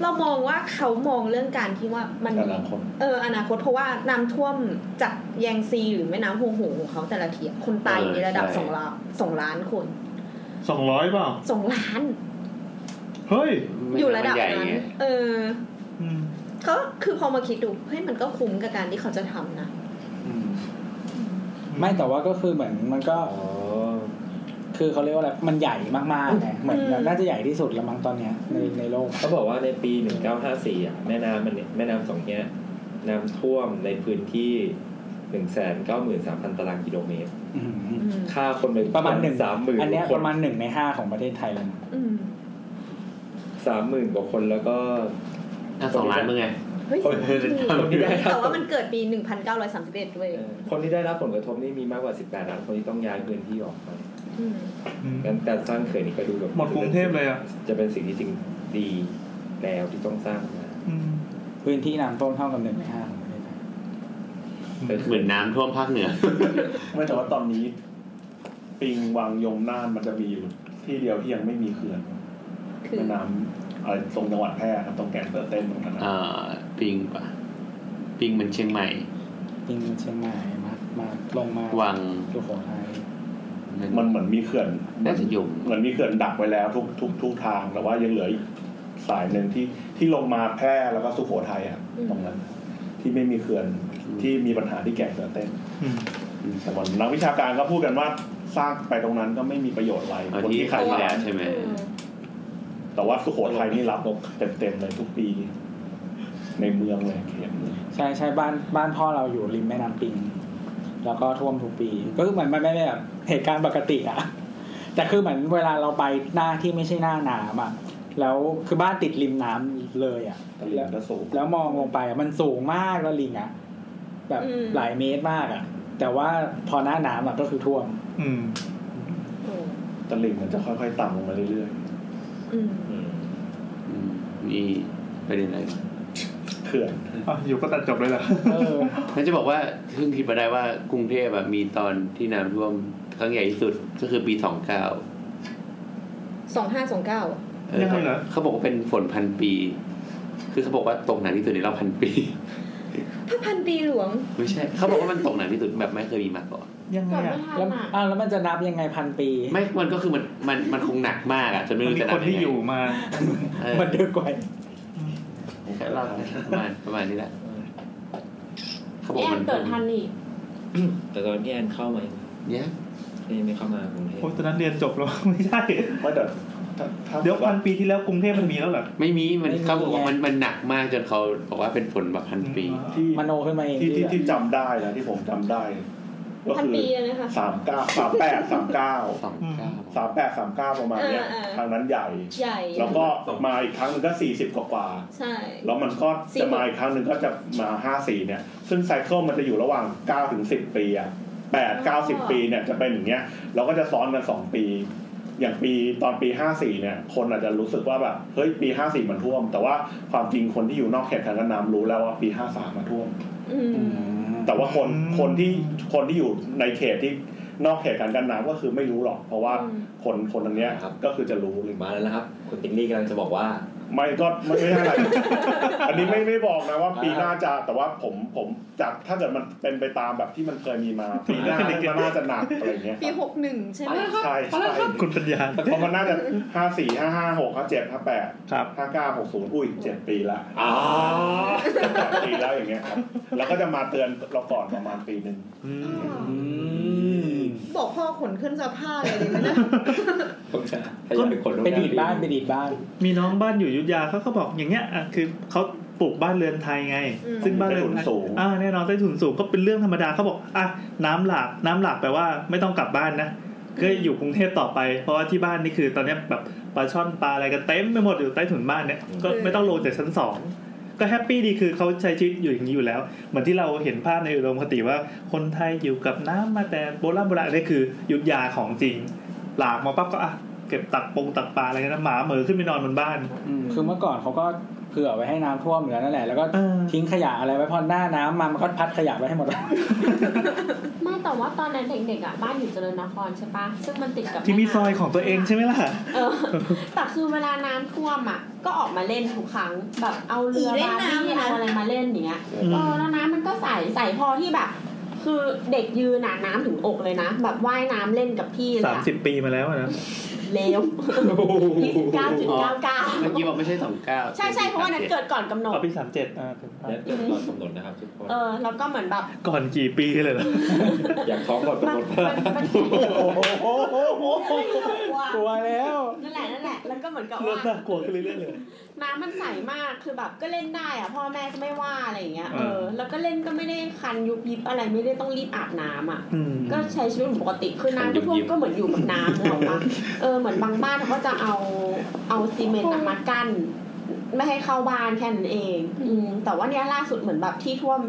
[SPEAKER 6] เรามองว่าเขามองเรื่องการที่ว่ามัน
[SPEAKER 8] กำลังคน
[SPEAKER 6] เอออนาคตเพราะว่าน้ำท่วมจากแยงซีหรือแม่น้ำโฮงโหงของเขาแต่ละทีอะคนตายอยู่ในระดับสองล้านสองล้านคน
[SPEAKER 3] สองร้อยเปล่า
[SPEAKER 6] สองล้าน
[SPEAKER 3] เฮ้ย
[SPEAKER 2] ไม่
[SPEAKER 6] อยู่ระดับ
[SPEAKER 2] มัใหญ่
[SPEAKER 6] นั้น
[SPEAKER 2] ไง
[SPEAKER 6] เออ
[SPEAKER 3] อืม
[SPEAKER 6] เขาคือพอมาคิดดูเฮ้ยมันก็คุ้มกับการที่เขาจะทำนะ
[SPEAKER 4] ไม่แต่ว่าก็คือเหมือนมันก็ คือเขาเรียกว่าอะไร มันใหญ่มากๆไงเหมือนแบบน่าจะใหญ่ที่สุดละมั้งตอนเนี้ยในในโลก
[SPEAKER 5] เขาบอกว่าในปี 1954อ่ะแม่น้ำมันเนี่ยแม่น้ำสองเนี้ยน้ำท่วมในพื้นที่ 193,000 ตารางกิโลเมตร
[SPEAKER 4] อืม
[SPEAKER 6] อืม
[SPEAKER 5] ค่าคนเป็น
[SPEAKER 4] ประมาณหนึ่ง
[SPEAKER 5] สามหมื่น
[SPEAKER 4] อันเนี้ย
[SPEAKER 5] ค
[SPEAKER 4] ป
[SPEAKER 5] น
[SPEAKER 4] ระมาณหนึ่งในห้าของประเทศไทยแล้วนะ
[SPEAKER 6] อืม
[SPEAKER 5] สามหมื่นกว่าคนแล้วก็
[SPEAKER 2] อ่ะสองล้านมึงไง
[SPEAKER 6] เฮ้ย
[SPEAKER 5] คน คนที่ได้รับ
[SPEAKER 6] แต่ว่ามันเกิดปี 1931ด้วย
[SPEAKER 5] เออคนที่ได้รับผลกระทบนี่มีมากกว่า 18ล้านคนที่ต้องย้ายพื้นที่ออกไป
[SPEAKER 6] อืม
[SPEAKER 3] อืม
[SPEAKER 5] งั้นการสร้างเขื่อนนี่ก็ดูแบบ
[SPEAKER 3] หมดกรุงเทพเลยอ่ะ
[SPEAKER 5] จะเป็นสิ่งที่จริงดีแล้วที่ต้องสร้างมา
[SPEAKER 3] อืม
[SPEAKER 4] พื้นที่น้ำท่วมเท่ากับหนึ่งในห้าของประเทศไทย
[SPEAKER 2] เหมือนน้ำท่วมภาคเหนือ
[SPEAKER 8] ไม่แต่ว่าตอนนี้ ปิงวังยมน่านมันจะมีอยู่ที่เดียวที่ยังไม่มีเขื่อน
[SPEAKER 6] คือ
[SPEAKER 8] แม่น้ำอะไรตรงจังหวัดแพร่ครับตรงแก่งเตอร์เต้นตรงนั้นนะ
[SPEAKER 2] เอ่อปิงปะปิงมันเชียงใหม่
[SPEAKER 4] จริงๆเชียงใหม่มากมากลงมา
[SPEAKER 2] วัง
[SPEAKER 4] สุโขทัย
[SPEAKER 8] มันเหมือนมีเขื่อน
[SPEAKER 2] น่าจะยุ่ง
[SPEAKER 8] เหมือนมีเขื่อนดักไว้แล้วทุกทุกทุกทางแต่ว่ายังเหลืออีกสายหนึ่งที่ที่ลงมาแพร่แล้วก็สุโขทัยอ่ะตรงนั้น ที่ไม่มีเขื่อนที่มีปัญหาที่แก่งเสือเต้น
[SPEAKER 3] อืม
[SPEAKER 8] แต่วันนักวิชาการก็พูดกันว่าสร้างไปตรงนั้นก็ไม่มีประโยชน์อะไร
[SPEAKER 2] เอา
[SPEAKER 8] คน
[SPEAKER 2] ที่
[SPEAKER 8] ที่
[SPEAKER 2] ขา
[SPEAKER 8] ขา
[SPEAKER 2] ที่
[SPEAKER 8] ยย
[SPEAKER 2] แล้ว
[SPEAKER 8] ทำ
[SPEAKER 2] ใช่ไหม
[SPEAKER 8] แต่ว่าสุโขทัยนี่รับเต็มๆเลยทุกปี ในเมืองเลยเขตเมือง
[SPEAKER 4] ใช่ใช่บ้านบ้านพ่อเราอยู่ริมแม่น้ำปิง แล้วก็ท่วมทุกปี ก็คือเหมือนมันไม่ได้แบบเหตุการณ์ปกติอะแต่คือเหมือนเวลาเราไปหน้าที่ไม่ใช่หน้าน้ำอะแล้วคือบ้านติดริมน้ำเลยอะ
[SPEAKER 8] ตลิ่งก็สูง
[SPEAKER 4] แล้วมองลงไปอ่ะมันสูงมากแล้วลิงอ่ะแบบหลายเมตรมากอ่ะ แต่ว่าพอหน้าน้ำอ่ะก็คือท่วม
[SPEAKER 3] อืม
[SPEAKER 6] โอ้
[SPEAKER 8] ตลิ่งมันจะค่อยๆต่ำลงมาเรื่อย
[SPEAKER 6] อืม
[SPEAKER 5] อืม
[SPEAKER 2] อืมมีประเด็นอะไรอีก
[SPEAKER 8] ๆเขื่อน
[SPEAKER 3] อ่ะอยู่ก็ตัดจบเลยเหรอ
[SPEAKER 4] เออ
[SPEAKER 2] นั่นจะบอกว่าเพิ่งคิดมาได้ว่ากรุงเทพอะมีตอนที่น้ำท่วมครั้งใหญ่ที่สุดก็คือปีสองเก้า
[SPEAKER 6] สองห้าสองเก้าอ่ะ
[SPEAKER 3] ยังไงเหรอ
[SPEAKER 2] เขาบอกว่าเป็นฝนพันปี คือเขาบอกว่าตกหนักที่สุดในรอบพันปี [laughs]
[SPEAKER 6] พระพันปีหลวง
[SPEAKER 2] ไม่ใช่ เขาบอกว่ามันตกหนักที่สุดแบบไม่เคยมีมาก่อน
[SPEAKER 3] ยังไง
[SPEAKER 7] กด
[SPEAKER 3] อ่ะ
[SPEAKER 7] ไม่ทัน
[SPEAKER 4] แล้ว [laughs]
[SPEAKER 7] อ่ะ
[SPEAKER 4] อ้าวแล้วมันจะนับยังไงพันปี
[SPEAKER 2] ไม่ มันก็คือมันมันมันคงหนักมากอะจนไม่
[SPEAKER 3] มัน
[SPEAKER 2] รู้
[SPEAKER 3] มี
[SPEAKER 2] จะ
[SPEAKER 3] ค
[SPEAKER 2] นับ
[SPEAKER 3] น
[SPEAKER 2] ยั
[SPEAKER 3] ที่
[SPEAKER 2] งไง
[SPEAKER 3] อยู่มา
[SPEAKER 2] เออ
[SPEAKER 4] มันเดือกกว่า
[SPEAKER 2] แค่เล่าประมาณประมาณนี้แหละเขาบอก
[SPEAKER 7] แอ
[SPEAKER 2] มัน น
[SPEAKER 7] เกิดทันนี่
[SPEAKER 5] แต่ตอนพี่แอนเข้ามาเอง
[SPEAKER 2] เนี่ย
[SPEAKER 5] พี่ไม่เข้ามากรุงเทพ
[SPEAKER 3] โอ้ยตอนนั้นเรียน [laughs] จบแล้ว ไม่ใช่
[SPEAKER 8] ไม่แต่ถ้าถ้า
[SPEAKER 3] เดี๋ยวพันปีที่แล้วกรุงเทพมันมีแล้วเหรอ
[SPEAKER 2] ไม่มีมันเขาบอกว่ามันมันหนักมากจนเขาบอกว่าเป็นฝนแบบพันปี
[SPEAKER 8] ที่
[SPEAKER 4] มโนขึ้นมาเอง
[SPEAKER 8] ที่ที่
[SPEAKER 4] แหละ
[SPEAKER 8] ที่จำได้นะที่ผมจำได้ ก็
[SPEAKER 7] พัน
[SPEAKER 8] คือ
[SPEAKER 7] ปีเลยนะคะ
[SPEAKER 8] สามเก้าสามแปดสามเก้า
[SPEAKER 2] สองเก้า
[SPEAKER 8] สามแปดสามเก้าประมาณเนี้ย
[SPEAKER 6] เออเออ
[SPEAKER 8] ทางนั้นใหญ่
[SPEAKER 6] ใหญ่
[SPEAKER 8] แล้วก็มาอีกครั้งหนึงก็สี่สิบกว่า
[SPEAKER 6] ใช่
[SPEAKER 8] ๆแล้วมันก็จะ
[SPEAKER 6] 40
[SPEAKER 8] มาอีกครั้งหนึ่งก็จะมาห้าสี่เนี่ย ซึ่งไซเคิลมันจะอยู่ระหว่างเก้าถึงสิบปีอะแปดเก้าสิบปีเนี่ยจะเป็นอย่างเงี้ยเราก็จะซ้อนกันสองปี อย่างปีตอนปีห้าสี่เนี่ย คนอาจจะรู้สึกว่าแบบเฮ้ยปีห้าสี่มันท่วม แต่ว่าความจริงคนที่อยู่นอกเขตทางกันน้ำรู้แล้วว่าปีห้าสามมันท่วม
[SPEAKER 6] อืม
[SPEAKER 4] อืม
[SPEAKER 8] แต่ว่าคนคนที่คนที่อยู่ในเขตที่นอกเขตการกันน้ำก็คือไม่รู้หรอก เพราะว่าคนคนทางเนี้ยก็คือจะรู้หรือไม่
[SPEAKER 5] มาแล้วนะครับคุณติ๊กลี่กำลังจะบอกว่า
[SPEAKER 8] ไม่ก็ไม่ไม่ใช่อะไร อันนี้ไม่ไม่บอกนะว่าปีหน้าจะแต่ว่าผมผมจากถ้าเกิดมันเป็นไปตามแบบที่มันเคยมี [laughs] มาปีหน้ามันน่าจะหนักอะไรเงี้ย
[SPEAKER 6] ปีหกหนึ่งใช่ไหม
[SPEAKER 8] ใช่ใช่
[SPEAKER 3] คุณปัญญา
[SPEAKER 8] เพราะมันน่าจะห้าสี่ห้าห้าหกห้าเจ็ดห้าแปด
[SPEAKER 3] ครับ
[SPEAKER 8] ห้าเก้าหกศูนย์อุ้ยเจ็ดปีละ
[SPEAKER 5] อ๋อ
[SPEAKER 8] แปดปีแล้วอย่างเงี้ยครับแล้วก็จะมาเตือนเราก่อนประมาณปีหนึ่ง
[SPEAKER 4] อืม
[SPEAKER 6] บอกพ่อขนขึ้นสะพานเลยดีไหมนะ [laughs]
[SPEAKER 5] ผมจะพยายามเป็นคนร่วม
[SPEAKER 4] ไป
[SPEAKER 5] งน
[SPEAKER 4] ดีดบ้านไปดีดบ้าน
[SPEAKER 3] มีน้องบ้านอยู่อยุธยาเขาก็บอกอย่างเงี้ยอ่ะคือเขาปลูกบ้านเรือนไทยไง
[SPEAKER 6] อืม
[SPEAKER 3] ซึ่งบ้านเรือน
[SPEAKER 8] ใต้
[SPEAKER 3] ไทย
[SPEAKER 8] ถุนสูง
[SPEAKER 3] อ่าแน่นอนใต้ถุนสูงก็เป็นเรื่องธรรมดาเขาบอกอ่ะน้ำหลากน้ำหลากแปลว่าไม่ต้องกลับบ้านนะก็อยู่กรุงเทพต่อไป เพราะว่าที่บ้านนี่คือตอนเนี้ยแบบปลาช่อนปลาอะไรกันเต็มไปหมดอยู่ใต้ถุนบ้านเนี่ยก็ไม่ต้องลงจากชั้นสองก็แฮปปี้ดีคือเขาใช้ชีวิตอยู่อย่างนี้อยู่แล้ว เหมือนที่เราเห็นภาพในอุดมคติว่าคนไทยอยู่กับน้ำมาแต่โบราณโบราณนี่คืออยุทธยาของจริง หลากมาปั๊บก็อ่ะเก็บตักปงตักปลาอะไรกันนะหมาเหมือขึ้นไปนอนบนบ้าน
[SPEAKER 4] คือเมื่อก่อนเขาก็เผื่อไว้ให้น้ำท่วมอยู่แล้วนั่นแหละแล้วก็
[SPEAKER 3] เออ
[SPEAKER 4] ทิ้งขยะอะไรไว้พอหน้าน้ำมามันก็พัดขยะไว้ [laughs] ให้หมด
[SPEAKER 7] ไม่แต่ว่าตอนนั้นเด็กๆอ่ะบ้านอยู่เจริญนครใช่ปะซึ่งมันติดกับ
[SPEAKER 3] ที่มี
[SPEAKER 7] แน้ำ
[SPEAKER 3] ซอยของตัวเองใช่ไหมล่ะ
[SPEAKER 7] เออแต่คือเวลาน้ำท่วมอ่ะ ก็ออกมาเล่นทุกครั้ง แบบเอาเรือ
[SPEAKER 6] อีเล่น
[SPEAKER 7] บาร์
[SPEAKER 6] น้ำ
[SPEAKER 7] บี้
[SPEAKER 6] นะ
[SPEAKER 7] เอาอะไรมาเล่นอย่างเงี้ย
[SPEAKER 3] อืม
[SPEAKER 7] เออแล้วน้ำมันก็ใสใสพอที่แบบ คือเด็กยืนน่ะน้ำถึงอกเลยนะ แบบว่ายน้ำเล่นกับพี่เล
[SPEAKER 3] สาย ม
[SPEAKER 7] อะ
[SPEAKER 3] สิบปีมาแล้วอะนะ
[SPEAKER 7] แล้วยี่สิบเก้าจุดเก้าเก้า
[SPEAKER 11] เมื่อกี้บอกไม่ใช่สองเก้า
[SPEAKER 7] ใช่ใช่เพราะว่านั้นเกิดก่อนกำหนด
[SPEAKER 3] เอาปีสามเจ็ดอ่าเป็นภาพ
[SPEAKER 5] นั่นเกิดก่อนกำหนดนะครับทุกคน
[SPEAKER 7] เออแล้วก็เหมือนแบบ
[SPEAKER 3] ก่อนกี่ปีเลยเหรอ
[SPEAKER 5] อยากท้องก่อนกำ
[SPEAKER 7] มัน
[SPEAKER 5] หนด
[SPEAKER 7] มันมัน
[SPEAKER 3] [laughs]
[SPEAKER 8] โอ้โห
[SPEAKER 4] กลัวแล้ว
[SPEAKER 7] นั่นแหละนั่นแหละแล้วก็เหมือนกับ
[SPEAKER 3] เริ่ม
[SPEAKER 7] ว่า
[SPEAKER 3] น่ากลัวขึ้นเรื่อยๆเลย
[SPEAKER 7] น้ำมันใสมาก คือแบบก็เล่นได้อะพ่อแม่ก็ไม่ว่าอะไรอย่างเงี้ย
[SPEAKER 3] อ่า
[SPEAKER 7] เออ แล้วก็เล่นก็ไม่ได้คันยุบยิบอะไรไม่ได้ต้องรีบอาบน้ำอ่ะ
[SPEAKER 3] อืม
[SPEAKER 7] ก็ใช้ชีวิตเหมือนปกติ คือน้ำท่วมก็เหมือนอยู่กับน้ำถูก
[SPEAKER 3] [laughs]
[SPEAKER 7] ปะเออ เหมือนบางบ้านเขาก็จะเอาเอาซีเมนต์อะมากั้น ไม่ให้เข้าบ้านแค่นั้นเอง อืม แต่ว่าเนี้ยล่าสุดเหมือนแบบที่ท่วม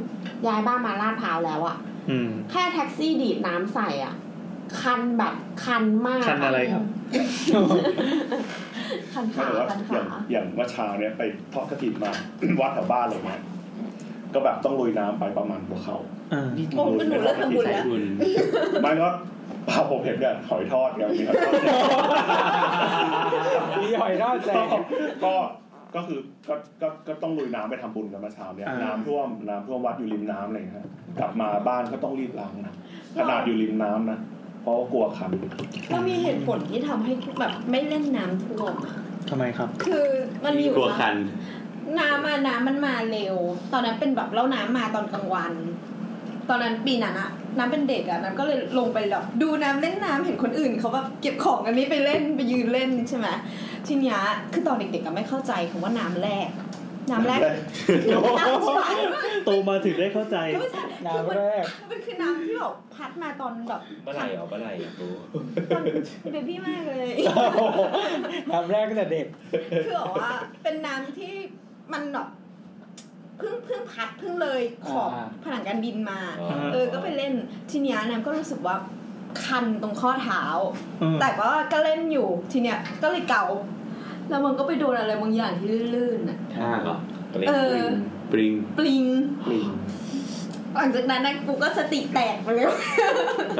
[SPEAKER 7] ย้ายบ้านมาลาดพร้าวแล้วอะ
[SPEAKER 3] อืม
[SPEAKER 7] แค่แท็กซี่ดีดน้ำใส่อ่ะ คันแบบคันมาก
[SPEAKER 3] คันอะไรครับ
[SPEAKER 7] [laughs] คัน
[SPEAKER 8] หมาย
[SPEAKER 7] ขา
[SPEAKER 8] ถึงว่า
[SPEAKER 7] คัน
[SPEAKER 8] อย่า
[SPEAKER 7] ขาง
[SPEAKER 8] อย่างเมื่อเช้าเนี่ยไปทอดกระถินมา [coughs] วัดแถวบ้านเลยเนี่ยก็แบบต้องลุยน้ำไปประมาณหัวเข่า
[SPEAKER 3] อ่า
[SPEAKER 6] โอ้มันหนูเลิกทำบุญ
[SPEAKER 2] สาย
[SPEAKER 6] แล้ว
[SPEAKER 2] บุญ
[SPEAKER 8] ไม่ก็ [laughs] พาผมเห็นเนี่ยหอยทอดไงมีหอยทอดเนี่ย
[SPEAKER 4] มีหอยทอดแจก
[SPEAKER 8] [laughs] ก็ก็คือก็ก็ก็ต้องลุยน้ำไปทำบุญกันเมาเช้าเนี่ย
[SPEAKER 3] อ่า
[SPEAKER 8] น้ำท่วมน้ำท่วมวัดอยู่ริมน้ำอะไรอย่างเลยครับกลับมาบ้านก็ต้องรีบล้างนะขนาดอยู่ริมน้ำนะเพราะว่ากลัวคัน
[SPEAKER 6] ก็มีเหตุผลที่ทำให้แบบไม่เล่นน้ำท่วมอะ
[SPEAKER 3] ทำไมครับ
[SPEAKER 6] คือมันมีอยู่
[SPEAKER 2] กลัวคัน
[SPEAKER 6] น้ำมาน้ำมันมาเร็ว ตอนนั้นเป็นแบบแล้วน้ำมาตอนกลางวัน ตอนนั้นปีนั้นอะน้ำเป็นเด็กอะน้ำก็เลยลงไปแบบดูน้ำเล่นน้ำเห็นคนอื่นเขาแบบเก็บของอันนี้ไปเล่นไปยืนเล่นใช่ไหมทีเนี้ยคือตอนเด็กๆก็ไม่เข้าใจคำว่าน้ำแรก น้ [laughs] ำแรกน้ำใส
[SPEAKER 3] โตมาถึงได้เข้าใจ
[SPEAKER 6] ก็ไม่ใช่
[SPEAKER 4] น้ำแรก
[SPEAKER 6] มันคือน้ำที่แบบพัดมาตอนแบบ
[SPEAKER 5] เมื่อไหร่เหรอเมื่อไหร่อยากรู้
[SPEAKER 6] ตอนเบบี้มากเลย
[SPEAKER 4] น้ำแรกก็แต่เด็ก
[SPEAKER 6] คือแบบว่าเป็นน้ำที่มันแบบเพิ่งเพิ่งพัดเพิ่งเลยขอบ
[SPEAKER 4] อ่า
[SPEAKER 6] ผนังการบินมา
[SPEAKER 5] อ๋อ
[SPEAKER 6] เออ ก็ไปเล่นทีเนี้ยน้ำก็รู้สึกว่าคันตรงข้อเท้า
[SPEAKER 3] อืม
[SPEAKER 6] แต่ว่าก็เล่นอยู่ทีเนี้ยก็เลยเกาแล้วมันก็ไปโดนอะไรบางอย่างที่ลื่นๆน่ะ
[SPEAKER 2] ท่าเหรอ
[SPEAKER 5] ตัวเล็ก
[SPEAKER 6] เออ
[SPEAKER 2] ปริง
[SPEAKER 6] ปลิงหลังจากนั้นนะกูก็สติแตกไปเลย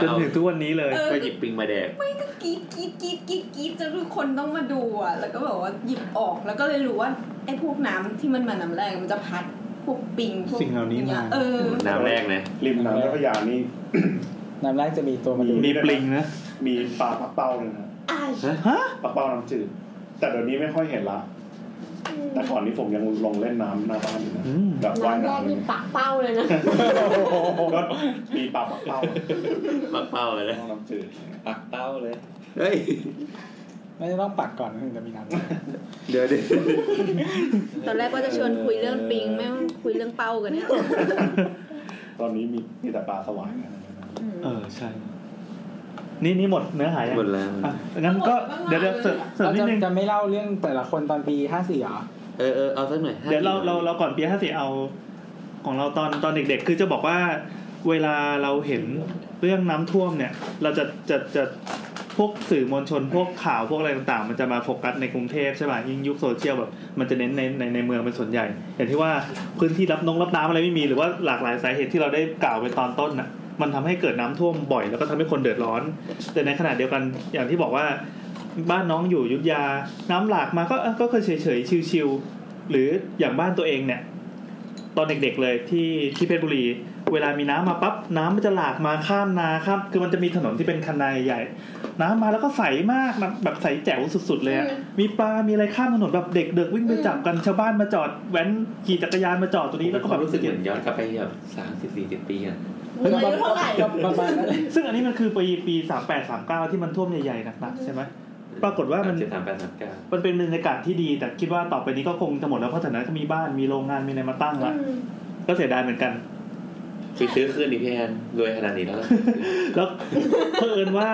[SPEAKER 3] จนถึงทุกวันนี้เลย
[SPEAKER 6] เออ
[SPEAKER 2] ก็หยิบปริงมาแดก
[SPEAKER 6] ไม่ก็กรีดกรีดกรีดกรีดกรีดจนทุกคนต้องมาดูอ่ะ แล้วก็แบบว่าหยิบออกแล้วก็เลยรู้ว่าไอ้พวกน้ำที่มันมาน้ำแรงมันจะพัดพวกปิงพวก
[SPEAKER 3] สิ่งเหล่านี้มา
[SPEAKER 6] เออ
[SPEAKER 2] น้ำแรกนะ
[SPEAKER 8] ริมน้ำเจ้าพระยานี่
[SPEAKER 4] น้ำแรกจะมีตัวมาดู
[SPEAKER 8] มี
[SPEAKER 3] มีปลิงนะ
[SPEAKER 8] มีปลาปักเป้าเลยนะ
[SPEAKER 6] อ้าย
[SPEAKER 8] ปลาเป้าน้ำจืดแต่เดี๋ยวนี้ไม่ค่อยเห็นละแต่ก่อนนี้ผมยังลงเล่นน้ำหน้าบ้านอยู่นะ
[SPEAKER 3] อืม
[SPEAKER 8] แบบว่าย
[SPEAKER 7] น้ำแร
[SPEAKER 8] น้ำ
[SPEAKER 7] ก
[SPEAKER 8] อะไร
[SPEAKER 7] นี่
[SPEAKER 8] เงี้ย
[SPEAKER 7] ปักเป้าเลยนะ
[SPEAKER 6] [laughs]
[SPEAKER 8] ก็มีปลาปักเป้า
[SPEAKER 2] ปักเป้าไปเลย
[SPEAKER 8] น้ำจืด
[SPEAKER 5] ปักเป้าเลย
[SPEAKER 2] เฮ้ย
[SPEAKER 4] ไม่ต้องปักก่อนถึงจะมีน้ำแรก
[SPEAKER 2] เดี๋ยวเดี๋ยว
[SPEAKER 6] ตอนแรกก็จะชวนคุยเรื่องปิงไม่งคุยเรื่องเป้ากัน
[SPEAKER 3] [laughs]
[SPEAKER 6] เนี่ย
[SPEAKER 8] ตอนนี้มีมีแต่ปลาสวายนะ
[SPEAKER 3] เออใช่ นี่นี่หมดเนื้อหายัง
[SPEAKER 2] หมดแล้ว
[SPEAKER 3] อ่ะงั้นก็เดี๋ยวเดี๋ยวเสริมเสริม
[SPEAKER 4] เรา
[SPEAKER 3] นิด
[SPEAKER 4] จะ
[SPEAKER 3] นึง
[SPEAKER 4] จะไม่เล่าเรื่องแต่ละคนตอนปีห้าสี่เหรอ
[SPEAKER 2] เออเออเอาสักหน่อย
[SPEAKER 3] เดี๋ยวเราเราเราก่อนปีห้าสี่เอาของเราตอนตอนเด็กๆ คือจะบอกว่าเวลาเราเห็นเรื่องน้ำท่วมเนี่ย เราจะจะจะพวกสื่อมวลชนพวกข่าวพวกอะไรต่างๆ มันจะมาโฟกัสในกรุงเทพใช่ป่ะยิ่งยุคโซเชียลแบบมันจะเน้นในในในเมืองเป็นส่วนใหญ่ อย่างที่ว่าพื้นที่รับนงรับน้ำอะไรไม่มีหรือว่าหลากหลายสาเหตุที่เราได้กล่าวไปตอนต้นน่ะมันทำให้เกิดน้ำท่วมบ่อยแล้วก็ทำให้คนเดือดร้อน แต่ในขณะเดียวกันอย่างที่บอกว่าบ้านน้องอยู่อยุทธยา น้ำหลากมาก็เออก็เคยเฉยๆชิวๆ หรืออย่างบ้านตัวเองเนี่ย ตอนเด็กๆเลยที่ที่เพชรบุรี เวลามีน้ำมาปั๊บน้ำมันจะหลากมาข้ามนาข้ามคือมันจะมีถนนที่เป็นคันนาใหญ่ๆน้ำมาแล้วก็ใสมากแบบแบบใสแจ๋วสุด ๆ เลยอะมีปลา มีอะไรข้ามถนนแบบเด็กๆวิ่งไปจับกันชาวบ้านมาจอดแว้นขี่จักรยานมาจอดตรงนี้
[SPEAKER 2] แล้
[SPEAKER 3] แล้ว ว
[SPEAKER 2] ก็แบ
[SPEAKER 3] ก็แบบ บ
[SPEAKER 2] รู้สึกเหมือนย้อนกลับไปแบบสามสิบสี่สิบปีอ่ะ
[SPEAKER 6] มึงอายุเท่าไหร่
[SPEAKER 4] ก็ประมาณนั้นแหละ
[SPEAKER 3] ซึ่งอันนี้มันคือปีปีสามแปดสามเก้าที่มันท่วมใหญ่ๆหนักๆใช่ไหมปรากฏว่ามัน
[SPEAKER 2] เจ็ดสามแปดสามเก้า
[SPEAKER 3] มันเป็นบรรยากาศที่ดีแต่คิดว่าต่อไปนี้ก็คงจะหมดแล้วเพราะแถวนั้นก็มีบ้านมีโรงงานมีอะไรมาตั้งละก็เสียดายเหมือนกัน
[SPEAKER 2] คือซื้อขึ้นดิพี่แอนรวยขนาดนี้แล้ว
[SPEAKER 3] แล้วเพิ่นว่า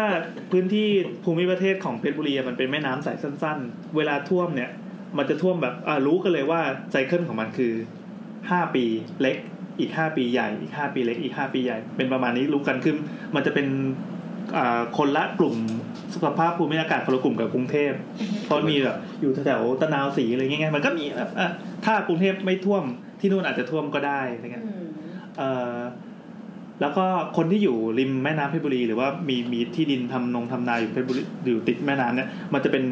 [SPEAKER 3] พื้นที่ภูมิประเทศของเพชรบุรีอะมันเป็นแม่น้ำสายสั้น ๆ เวลาท่วมเนี่ย มันจะท่วมแบบอ่ะรู้กันเลยว่าไซเคิลของมันคือห้าปีเล็กอีกห้าปีใหญ่อีกห้าปีเล็กอีกห้าปีใหญ่ เป็นประมาณนี้รู้กันคือมันจะเป็นอ่าคนละกลุ่มสุขภาพภูมิอากาศคนละกลุ่มกับกรุงเทพเพราะมีแบบอยู่แถวๆตะนาวสีอะไรเงี้ยไงมันก็มีแบบอ่ะถ้ากรุงเทพไม่ท่วมที่นู่นอาจจะท่วมก็ได้อะไรเงี้ย เอ่อแล้วก็คนที่อยู่ริมแม่น้ำเพชรบุรี หรือว่ามีมีที่ดินทำนงทำนาอยู่เพชรบุรีอยู่ติดแม่น้ำเนี่ยมันจะเป็น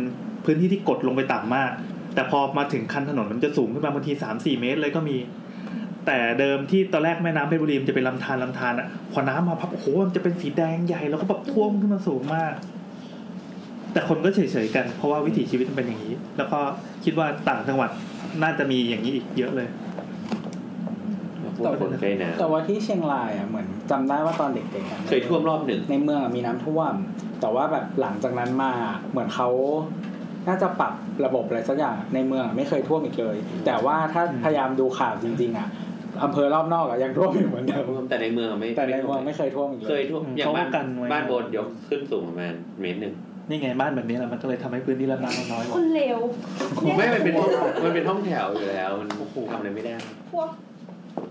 [SPEAKER 3] พื้นที่ที่กดลงไปต่ำมาก แต่พอมาถึงคันถนนมันจะสูงขึ้นมาบางทีสามสี่เมตรเลยก็มี แต่เดิมที่ตอนแรกแม่น้ำเพชรบุรีมันจะเป็นลำธารลำธารอะพอน้ำมาพับโอ้โหมันจะเป็นสีแดงใหญ่แล้วก็แบบท่วมขึ้นมาสูงมาก แต่คนก็เฉยๆกัน เพราะว่าวิถีชีวิตมันเป็นอย่างนี้ แล้วก็คิดว่าต่างจังหวัดน่าจะมีอย่างนี้อีกเยอะเลย
[SPEAKER 2] พวกคนใกล้น้
[SPEAKER 4] แต่ว่าที่เชียงรายอ่ะเหมือนจำได้ว่าตอนเด็กๆอะ
[SPEAKER 2] ำเคยท่วมรอบหนึ่ง
[SPEAKER 4] ในเมืองอะมีน้ำท่วม แต่ว่าแบบหลังจากนั้นมาเหมือนเขาน่าจะปรับระบบอะไรสักอย่างในเมืองอะไม่เคยท่วมอีกเลย แต่ว่าถ้าพยายามดูข่าวจริง ๆอ่ะอำเภอรอบนอกอะยังท่วมอยู่เหมือนเดิม
[SPEAKER 2] แต่ในเมืองไม่
[SPEAKER 4] แต่ในเมืองไม่เคยท่วมอีก
[SPEAKER 2] เค
[SPEAKER 4] เลย ย
[SPEAKER 2] ท่วม
[SPEAKER 3] อืม
[SPEAKER 2] อย่างบ้าน
[SPEAKER 3] เขากันไว้
[SPEAKER 2] บ้านบนยกขึ้นสูงประมาณเมตรหนึ่ง
[SPEAKER 3] นี่ไงบ้านแบบนี้แหละมันก็เลยทำให้พื้นที่รับน้ำมันน้อยล
[SPEAKER 7] คุ
[SPEAKER 3] ง
[SPEAKER 7] ณเลวเนี่ย
[SPEAKER 2] ไม่มันเป็นห้องมันเป็นห้องแถวอยู่แล้ว มันทำอะไรไม่ได้
[SPEAKER 6] พวก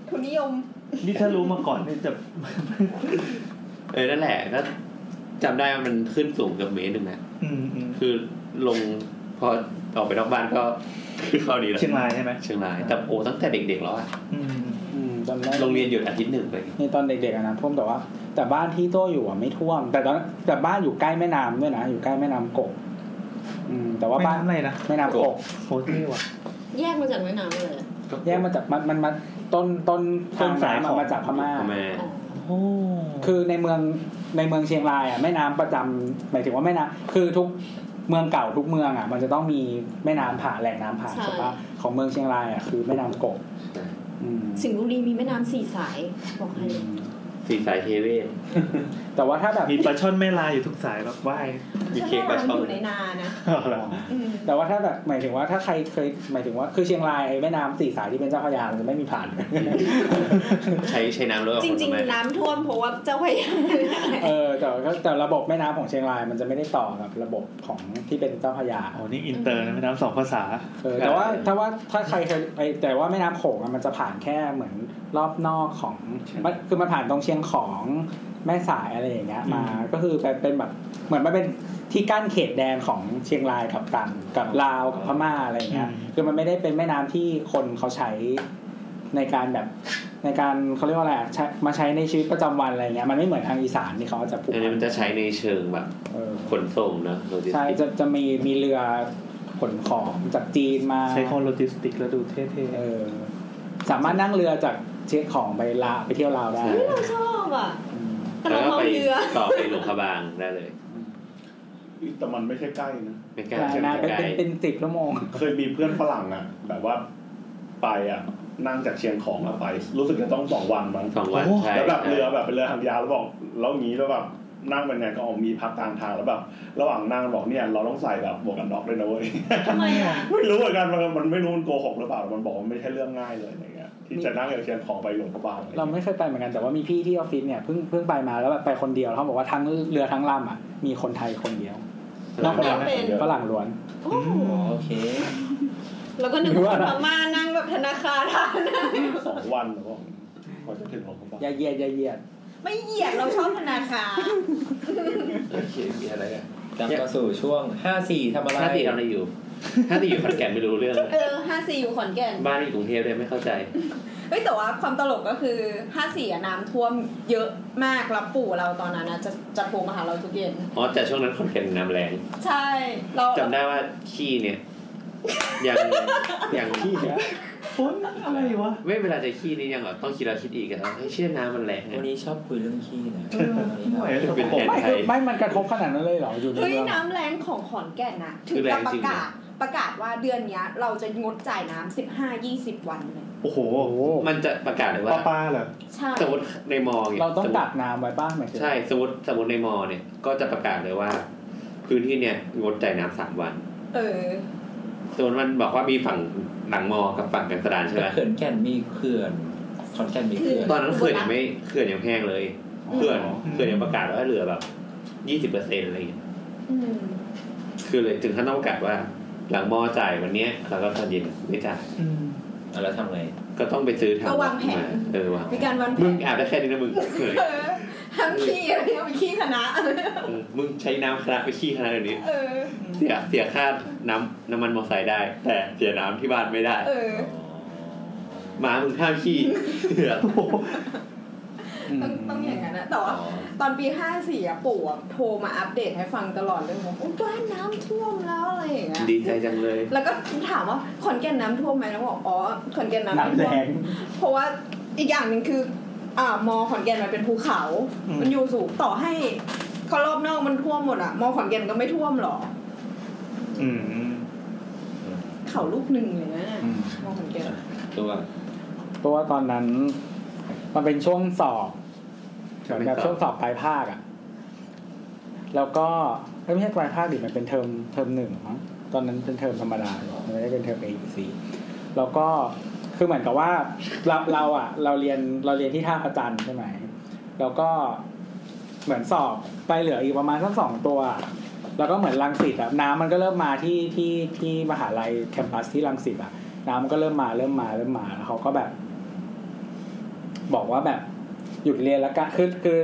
[SPEAKER 6] ทุนนิยม
[SPEAKER 3] นี่ถ้ารู้มาก่อนนี่จะ
[SPEAKER 2] เออนั่นแหละก็จำได้ว่ามันขึ้นสูงเกือบเมตรหนึ่งนะ
[SPEAKER 3] อืมอืม
[SPEAKER 2] คือลงพอออกไปนอกบ้านก็คือเข้าดีแล้ว
[SPEAKER 3] เชียงรายใช่ไหม
[SPEAKER 2] เชียงรายแต่โอ้ตั้งแต่เด็กๆแล้วอะ
[SPEAKER 3] อืม
[SPEAKER 4] อืมจำได้
[SPEAKER 2] โรงเรียนหยุดอาทิตย์หนึ่งเลย
[SPEAKER 4] นี่ตอนเด็กๆอะน้ำท่วมแต่ว่า แต่บ้านที่โต้อยู่อะไม่ท่วม แต่ตอนแต่บ้านอยู่ใกล้แม่น้ำด้วยนะอยู่ใกล้แม่น้ำกกอืมแต่ว่า
[SPEAKER 3] ไม่
[SPEAKER 4] บ้าน
[SPEAKER 3] น้ำอะไรนะ
[SPEAKER 4] แม่น้ำกก
[SPEAKER 3] โคตรเท่ว่ะ
[SPEAKER 7] แยกมาจากแม่น้ำเลย
[SPEAKER 4] แยกมาจากมันมันมันต้นต้น
[SPEAKER 3] ต้นสาย
[SPEAKER 4] ทง
[SPEAKER 3] ของ
[SPEAKER 4] น้ำมาจากพม่า
[SPEAKER 2] ทำไม
[SPEAKER 3] โอ้
[SPEAKER 4] คือในเมืองในเมืองเชียงรายอ่ะแม่น้ำประจำหมายถึงว่าแม่น้ำคือทุกเมืองเก่าทุกเมืองอ่ะ มันจะต้องมีแม่น้ำผ่านแหล่งน้ำผ่านใช่ปะของเมืองเชียงรายอ่ะคือแม่น้ำกกอืม
[SPEAKER 7] สิงห์บุรีมีแม่น้ำสี่สายบอกให้เลย
[SPEAKER 2] สีสายเทเวศ
[SPEAKER 4] แต่ว่าถ้าแบบ
[SPEAKER 3] มีปลาช่อนแม่ลายอยู่ทุกสายแบบว่าย
[SPEAKER 2] มี
[SPEAKER 6] ฉัน
[SPEAKER 2] เค้ก
[SPEAKER 6] ว่า
[SPEAKER 2] ปลา
[SPEAKER 6] มัน
[SPEAKER 2] ช่อน
[SPEAKER 6] อยู่ในนานะ
[SPEAKER 3] เอาละ
[SPEAKER 6] อืม
[SPEAKER 4] แต่ว่าถ้าแบบหมายถึงว่าถ้าใครเคยหมายถึงว่าคือเชียงรายไอ้แม่น้ำสี่สายที่เป็นเจ้าพระยามันจะไม่มี
[SPEAKER 7] [laughs]
[SPEAKER 4] ผ่าน
[SPEAKER 2] ใช้ใช้น้ำรถ
[SPEAKER 6] จริง ๆ น้ำท่วมเพราะว่าเจ้าพระยา
[SPEAKER 4] เออแต่ว่าก็แต่ระบบแม่น้ำของเชียงรายมันจะไม่ได้ต่อกับระบบของที่เป็นเจ้าพระยา
[SPEAKER 3] โอ้นี่อินเตอร์นะแม่น้ำสองภาษา
[SPEAKER 4] เออแต่ว่าถ้าว่าถ้าใครเคยไปแต่ว่าแม่น้ำโขงอะมันจะผ่านแค่เหมือนรอบนอกของมันคือมันผ่านตรงเชียงของแม่สายอะไรอย่างเงี้ย มาก็คือเป็นเป็นแบบเหมือนมันเป็นที่กั้นเขตแดนของเชียงรายกับกังกับลาวกับพม่าอะไรอย่างเงี้ย
[SPEAKER 3] อืม
[SPEAKER 4] คือมันไม่ได้เป็นแม่น้ำที่คนเขาใช้ในการแบบในการเขาเรียกว่าอะไรอะใช้มาใช้ในชีวิตประจำวันอะไรเงี้ยมันไม่เหมือนทางอีสานที่เขาจะผูก
[SPEAKER 2] อันนี้มันจะใช้ในเชิงแบบ
[SPEAKER 4] เออ
[SPEAKER 2] ขนส่งเนอะโลจิส
[SPEAKER 4] ใช่
[SPEAKER 2] ติกส์
[SPEAKER 4] จะจะมีมีเรือขนของจากจีนมา
[SPEAKER 3] ใช้คำว่าโลจิสติกแล้วดูเท่
[SPEAKER 4] เออสามารถนั่งเรือจากเชียงของไปลาไปเที่ยวลาวได้
[SPEAKER 7] เราชอบอ่ะ
[SPEAKER 2] แล้วก็ไปต่อไปหลวงพระบางได้เลย
[SPEAKER 8] แต่มันไม่ใช่ใกล้นะ
[SPEAKER 2] ไม่ไกลใช่ไหม
[SPEAKER 4] นานๆเป็
[SPEAKER 2] ไม่
[SPEAKER 4] น
[SPEAKER 2] ไกล
[SPEAKER 4] เป็นเป็นสิบชั่วโมง
[SPEAKER 8] เคยมีเพื่อนฝรั่งอ่ะแบบว่าไปอ่ะนั่งจากเชียงของอะไป รู้สึกจะต้องสองวันมั้ง
[SPEAKER 2] สองวันใช่
[SPEAKER 8] แล้วแบบเรือแบบเป็นเรือหางยาวแล้วบอกแล้วงี้แล้วแบบนั่งเป็นไงก็ออกมีพักกลางทางแล้วแบบระหว่างนั่งบอกเนี่ยเราต้องใส่แบบหมวกกันน็อกด้วยนะเว้ย
[SPEAKER 7] ทำไมอ่ะ
[SPEAKER 8] ไม่รู้เหมือนกันมันมันไม่รู้มันโกหกหรือเปล่าแต่มันบอกว่ามันไม่ใช่เรื่องง่ายเลยอะไรเงี้ยที่จะนั่งจากเชียงของไปหลวงพระบางอะไร
[SPEAKER 4] เรา
[SPEAKER 8] เงี้ย
[SPEAKER 4] ไม่เคยไปเหมือนกันแต่ว่ามีพี่ที่ออฟฟิศเนี่ยเพิ่งเพิ่งไปมาแล้วแบบไปคนเดียวแล้วเขาบอกว่าทั้งเรือทั้งลำอ่ะมีคนไทยคนเดียว
[SPEAKER 2] เรื
[SPEAKER 4] นอก
[SPEAKER 2] อ
[SPEAKER 4] นั้น
[SPEAKER 6] เป็น
[SPEAKER 4] ฝรั่งล้วน
[SPEAKER 6] โอ้โห
[SPEAKER 5] โอเค
[SPEAKER 6] [laughs] แล้วก็นึกว่าคนพม่านั่งแบบธนาคาร
[SPEAKER 2] [laughs]
[SPEAKER 6] อ่ะนะ
[SPEAKER 8] สองวันหรือเปล่าก่อนจะถึงหลวงพระบาง
[SPEAKER 4] อย่าเหยียดอย่าเหยียด
[SPEAKER 6] ไม่เหยียดเราชอบธนาคาร
[SPEAKER 2] โอเคมีอะไรอ่ะ
[SPEAKER 5] กลับมาสู่ช่วงห้าสี่ทำอะไร
[SPEAKER 2] ห้าสี่ทำอะไรอยู่ ห้าสี่อยู่ขอนแก่นไม่รู้เรื่องเลย
[SPEAKER 6] เออห้าสี่อยู่ขอนแก่น
[SPEAKER 2] บ้านอยู่กรุงเทพเลยไม่เข้าใจ
[SPEAKER 6] เฮ้ยแต่ว่าความตลกก็คือห้าสี่น้ำท่วมเยอะมากแล้วปู่เราตอนนั้นนะจะจะโทรมาหาเราทุกเย็น
[SPEAKER 2] อ๋อแต่ช่วงนั้นขอนแก่นน้ำแรง
[SPEAKER 6] ใช่ เรา
[SPEAKER 2] จำได้ว่าขี้เนี่ย ยังยัง
[SPEAKER 4] พี่เนี่ย
[SPEAKER 3] ๆพ้นอะไรวะ
[SPEAKER 2] ไม่เวลาจะขี้นี่ยังแบบต้องคิดแล้วคิดอีกอะครับให้เชื่อน้ำมันแรงไง
[SPEAKER 5] วันนี้ชอบคุยเรื่องขี้นะ
[SPEAKER 3] เออไม่ไหวแล้ว
[SPEAKER 2] เป็น
[SPEAKER 3] ผ
[SPEAKER 2] แอน
[SPEAKER 3] ม
[SPEAKER 4] ไม่คือไม่มันกระทบขนาดนั้นเลยเหรออยู่ใน
[SPEAKER 6] เฮ้ย
[SPEAKER 4] เมือง
[SPEAKER 6] น้ำแรงของขอนแก่นนะถึง
[SPEAKER 2] คือแร
[SPEAKER 6] กับ
[SPEAKER 2] ง
[SPEAKER 6] ป
[SPEAKER 2] จริ
[SPEAKER 6] ระ
[SPEAKER 2] งเหรอ
[SPEAKER 6] กาศประกาศว่าเดือนเนี้ย เราจะงดจ่ายน้ำสิบห้ายี่สิบวันเลย
[SPEAKER 3] โอ้โห
[SPEAKER 4] โอ้โห
[SPEAKER 2] มันจะประกาศเลย
[SPEAKER 3] ปลา
[SPEAKER 2] ว่า
[SPEAKER 3] ปลาเหรอ
[SPEAKER 6] ใช่
[SPEAKER 2] สมมติในมอเนี่ย
[SPEAKER 4] เราต้อง
[SPEAKER 2] สมมุ
[SPEAKER 4] ตักน้ำไว้ป้าหมายถึง
[SPEAKER 2] ใช่สมมติสมมติในมอเนี่ย ก็จะประกาศเลยว่า พื้นที่เนี่ยงดจ่ายน้ำสามวัน
[SPEAKER 6] เออ
[SPEAKER 2] สมมติมันบอกว่ามีฝั่งหลังมอกับฝั่งกันสดานใช่ไหม
[SPEAKER 5] เขื่อนแก่นมีเขื่อนขอนแก่นมีเขื่อน
[SPEAKER 2] ตอนนั้นเขื่อนยังไม่เขื่อนยังแห้งเลย
[SPEAKER 6] อืม
[SPEAKER 2] เขื่อนเขื่อนยังประกาศว่าเหลือแบบยี่สิบเปอร์เซ็นต์อะไรอย่างเงี้ย
[SPEAKER 6] อืม
[SPEAKER 2] คือเลยถึงขั้นต้องประกาศว่า หลังมอจ่ายวันเนี้ยแล้วก็ตอนเย็นไม่จ่าย
[SPEAKER 3] อืม
[SPEAKER 5] เอาแล้วทำไง
[SPEAKER 2] ก็ต้องไปซื้อทาง
[SPEAKER 6] ก็วางแผน
[SPEAKER 2] มาเออวาง
[SPEAKER 6] มีการวันแผ
[SPEAKER 2] มึง
[SPEAKER 6] น
[SPEAKER 2] อาบได้แค่นี้นะมึงเออ
[SPEAKER 6] เออห้ามขี้อะไรเงี้ยมีขี้คณะ
[SPEAKER 2] เออมึงใช้น้ำคณะไปขี้คณะเดี๋ยวนี้
[SPEAKER 6] เออ
[SPEAKER 2] เสียเสียค่าน้ำน้ำมันมอเตอร์ไซค์ได้ แต่เสียน้ำที่บ้านไม่ได้
[SPEAKER 6] เออ
[SPEAKER 5] อ๋อ
[SPEAKER 2] หมามึงห้ามขี้เออ
[SPEAKER 3] โอ้โห
[SPEAKER 6] ต้องต้องอย่างนั้นนะแต่ว่า ตอนปี 54อะปู่อะโทรมาอัปเดตให้ฟังตลอดเลยบอกโอ้บ้านน้ำท่วมแล้วอะไรอย่างเงี้ย
[SPEAKER 2] [laughs] ดีใจจังเลย
[SPEAKER 6] แล้วก็ถามว่าขอนแก่นน้ำท่วมไหมแล้วบอกอ๋อขอนแก่นน้ำไม่
[SPEAKER 4] น้ำ
[SPEAKER 6] ท่
[SPEAKER 4] แร
[SPEAKER 6] วม
[SPEAKER 4] ง
[SPEAKER 6] เพราะว่าอีกอย่างหนึ่งคืออ่ามอขอนแก่นมันเป็นภูเขา มันอยู่สูงต่อให้ เขารอบนอกมันท่วมหมดอ่ะ มอขอนแก่นก็ไม่ท่วมหรอก
[SPEAKER 3] อืม
[SPEAKER 6] เขาลูกหนึ่งเลยนะมอขอนแก่น
[SPEAKER 5] ตัว
[SPEAKER 4] เพราะว่าตอนนั้น มันเป็นช่วงสอบเหมือนแบบช่วงสอบปลายภาคอะแล้วก็เอ้ยไม่ใช่ปลายภาคดิมันเป็นเทอมเทอมหนึ่งมั้งตอนนั้นเป็นเทอมธรรมดามันไม่ได้เป็นเทอม A B C แล้วก็คือเหมือนกับว่าเราเราอะเราเรียนเราเรียนที่ท่าพระจันทร์ใช่ไหมแล้วก็เหมือนสอบไปเหลืออีกประมาณสักสองตัว แล้วก็เหมือนรังสิตอะน้ำมันก็เริ่มมาที่ที่ที่มหาลัยแคมปัสที่รังสิตอะน้ำมันก็เริ่มมาเริ่มมาเริ่มมาแล้วเขาก็แบบ บอกว่าแบบ หยุดเรียนแล้วกันคือคือ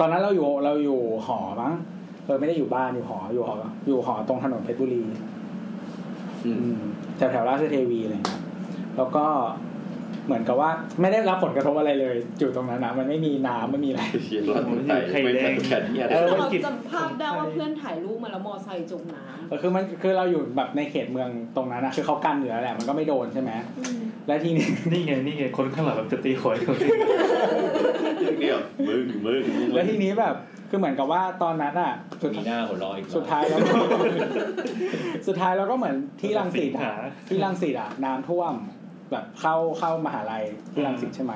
[SPEAKER 4] ตอนนั้นเราอยู่เราอยู่หอมั้งเออไม่ได้อยู่บ้านอยู่หออยู่หออยู่หอตรงถนนเพชรบุรี
[SPEAKER 9] อืม
[SPEAKER 4] แถวแถวๆราชเทวีอะไรเลยแล้วก็เหมือนกับว่า ไม่ได้รับผลกระทบอะไรเลยอยู่ตรงนั้นนะมันไม่มีน้ำไม่มีอะไร
[SPEAKER 9] เชียร์รอดไม่ได้ไม่ได้สำคัญเนี่ย
[SPEAKER 4] เออ
[SPEAKER 6] เราจำภาพได้ว่าเพื่อนถ่ายรูปมาแล้วมอไซค์จมน้
[SPEAKER 4] เออคือมันคือเราอยู่แบบในเขตเมืองตรงนั้นนะคือเขากั้นอยู่แล้วแหละมันก็ไม่โดนใช่ไหมและทีนี้
[SPEAKER 3] นี่ไงนี่ไงคนข้างหลังแบบจะตีขอยเขา
[SPEAKER 9] เดียวมึงมึงมึง
[SPEAKER 4] แล้วทีนี้แบบคือเหมือนกับว่าตอนนั้นอ่ะสุด
[SPEAKER 5] มีหน้าหัวเร้ออีก
[SPEAKER 4] สุดท้ายแล้วก็ [laughs] สุดท้ายแล้วก็เหมือนที่รังสิตอะ
[SPEAKER 3] หา
[SPEAKER 4] ที่รังสิตอ่ะน้ำท่วมแบบเข้าเข้ามหาลัยที่รังสิตใช่ไหม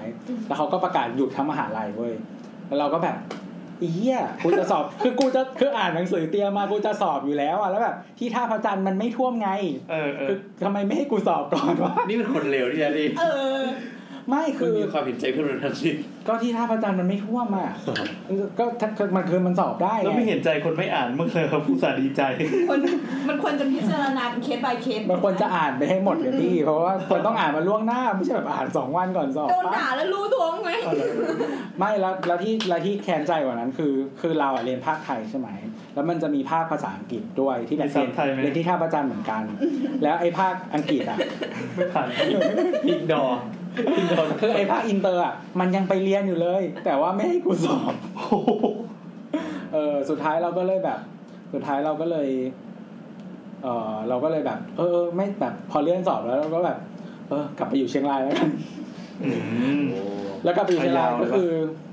[SPEAKER 4] แล้วเขาก็ประกาศหยุดทั้งมหาลัยเว้ย แล้วเราก็แบบอีเหี้ยกูจะสอบ [laughs] คือกูจะคืออ่านหนังสือเตรียมมากูจะสอบอยู่แล้วอ่ะแล้วแบบที่ท่าพระจันทร์มันไม่ท่วมไง
[SPEAKER 3] เออเอ
[SPEAKER 4] คือ
[SPEAKER 3] อ
[SPEAKER 4] ทำไมไม่ให้กูสอบก่อนวะ
[SPEAKER 9] นี่เป็นคนเร็วที่แท้ดิ
[SPEAKER 6] ำเออ
[SPEAKER 4] ไม่
[SPEAKER 9] คื
[SPEAKER 4] คือ อ
[SPEAKER 9] มีความเห็นใจเพื่อนมนุษย์ทันที
[SPEAKER 4] ก็ที่ท่าพระจันทร์มันไม่ท่วมอ่ะ ก็ถ้ามันคือมันสอบได้
[SPEAKER 3] แล้ว
[SPEAKER 4] ไง
[SPEAKER 3] ไม่เห็นใจคนไม่อ่านเมื่อเคยครับผู้สาห์ดีใจ
[SPEAKER 6] คนมันควรจะพิจารณาเป็นเคส by เคส
[SPEAKER 4] มันควรจะอ่านไปให้หมดเลยพี่ เพราะว่าควรต้องอ่านมาล่วงหน้าไม่ใช่แบบอ่านสองวันก่อนสอบ
[SPEAKER 6] โดน
[SPEAKER 4] ปะ
[SPEAKER 6] ด่าแล้วรู้ตัวไหม
[SPEAKER 4] ไม่แล้วแล้วที่แล้วที่แค้นใจกว่านั้นคือ คือเราอะเรียนภาคไทยใช่ไหม แล้วมันจะมีภาคภาษาอังกฤษด้วยที่แบบ
[SPEAKER 3] มีซั
[SPEAKER 4] เรีย
[SPEAKER 3] บ
[SPEAKER 4] น
[SPEAKER 3] ไทยไหม
[SPEAKER 4] เรียนที่ท่าประจันเหมือนกัน แล้วไอ้ภาคอังกฤษอ่ะ
[SPEAKER 3] ไม่ผ่านอีกดออีกดอ
[SPEAKER 4] คือไอ้ภาคอินเตอร์อ่ะมันยังไปเรียนอยู่เลย แต่ว่าไม่ให้กูสอบ
[SPEAKER 3] โอ้โห
[SPEAKER 4] เออสุดท้ายเราก็เลยแบบ สุดท้ายเราก็เลยเออเราก็เลยแบบ เออเออไม่แบบพอเลื่อนสอบแล้วเราก็แบบ เออกลับไปอยู่เชียงรายแล้วกัน
[SPEAKER 3] อืม
[SPEAKER 4] แล้วก็ไปเชียงราย
[SPEAKER 3] ไปยาวเลยปะ
[SPEAKER 4] ก็คือ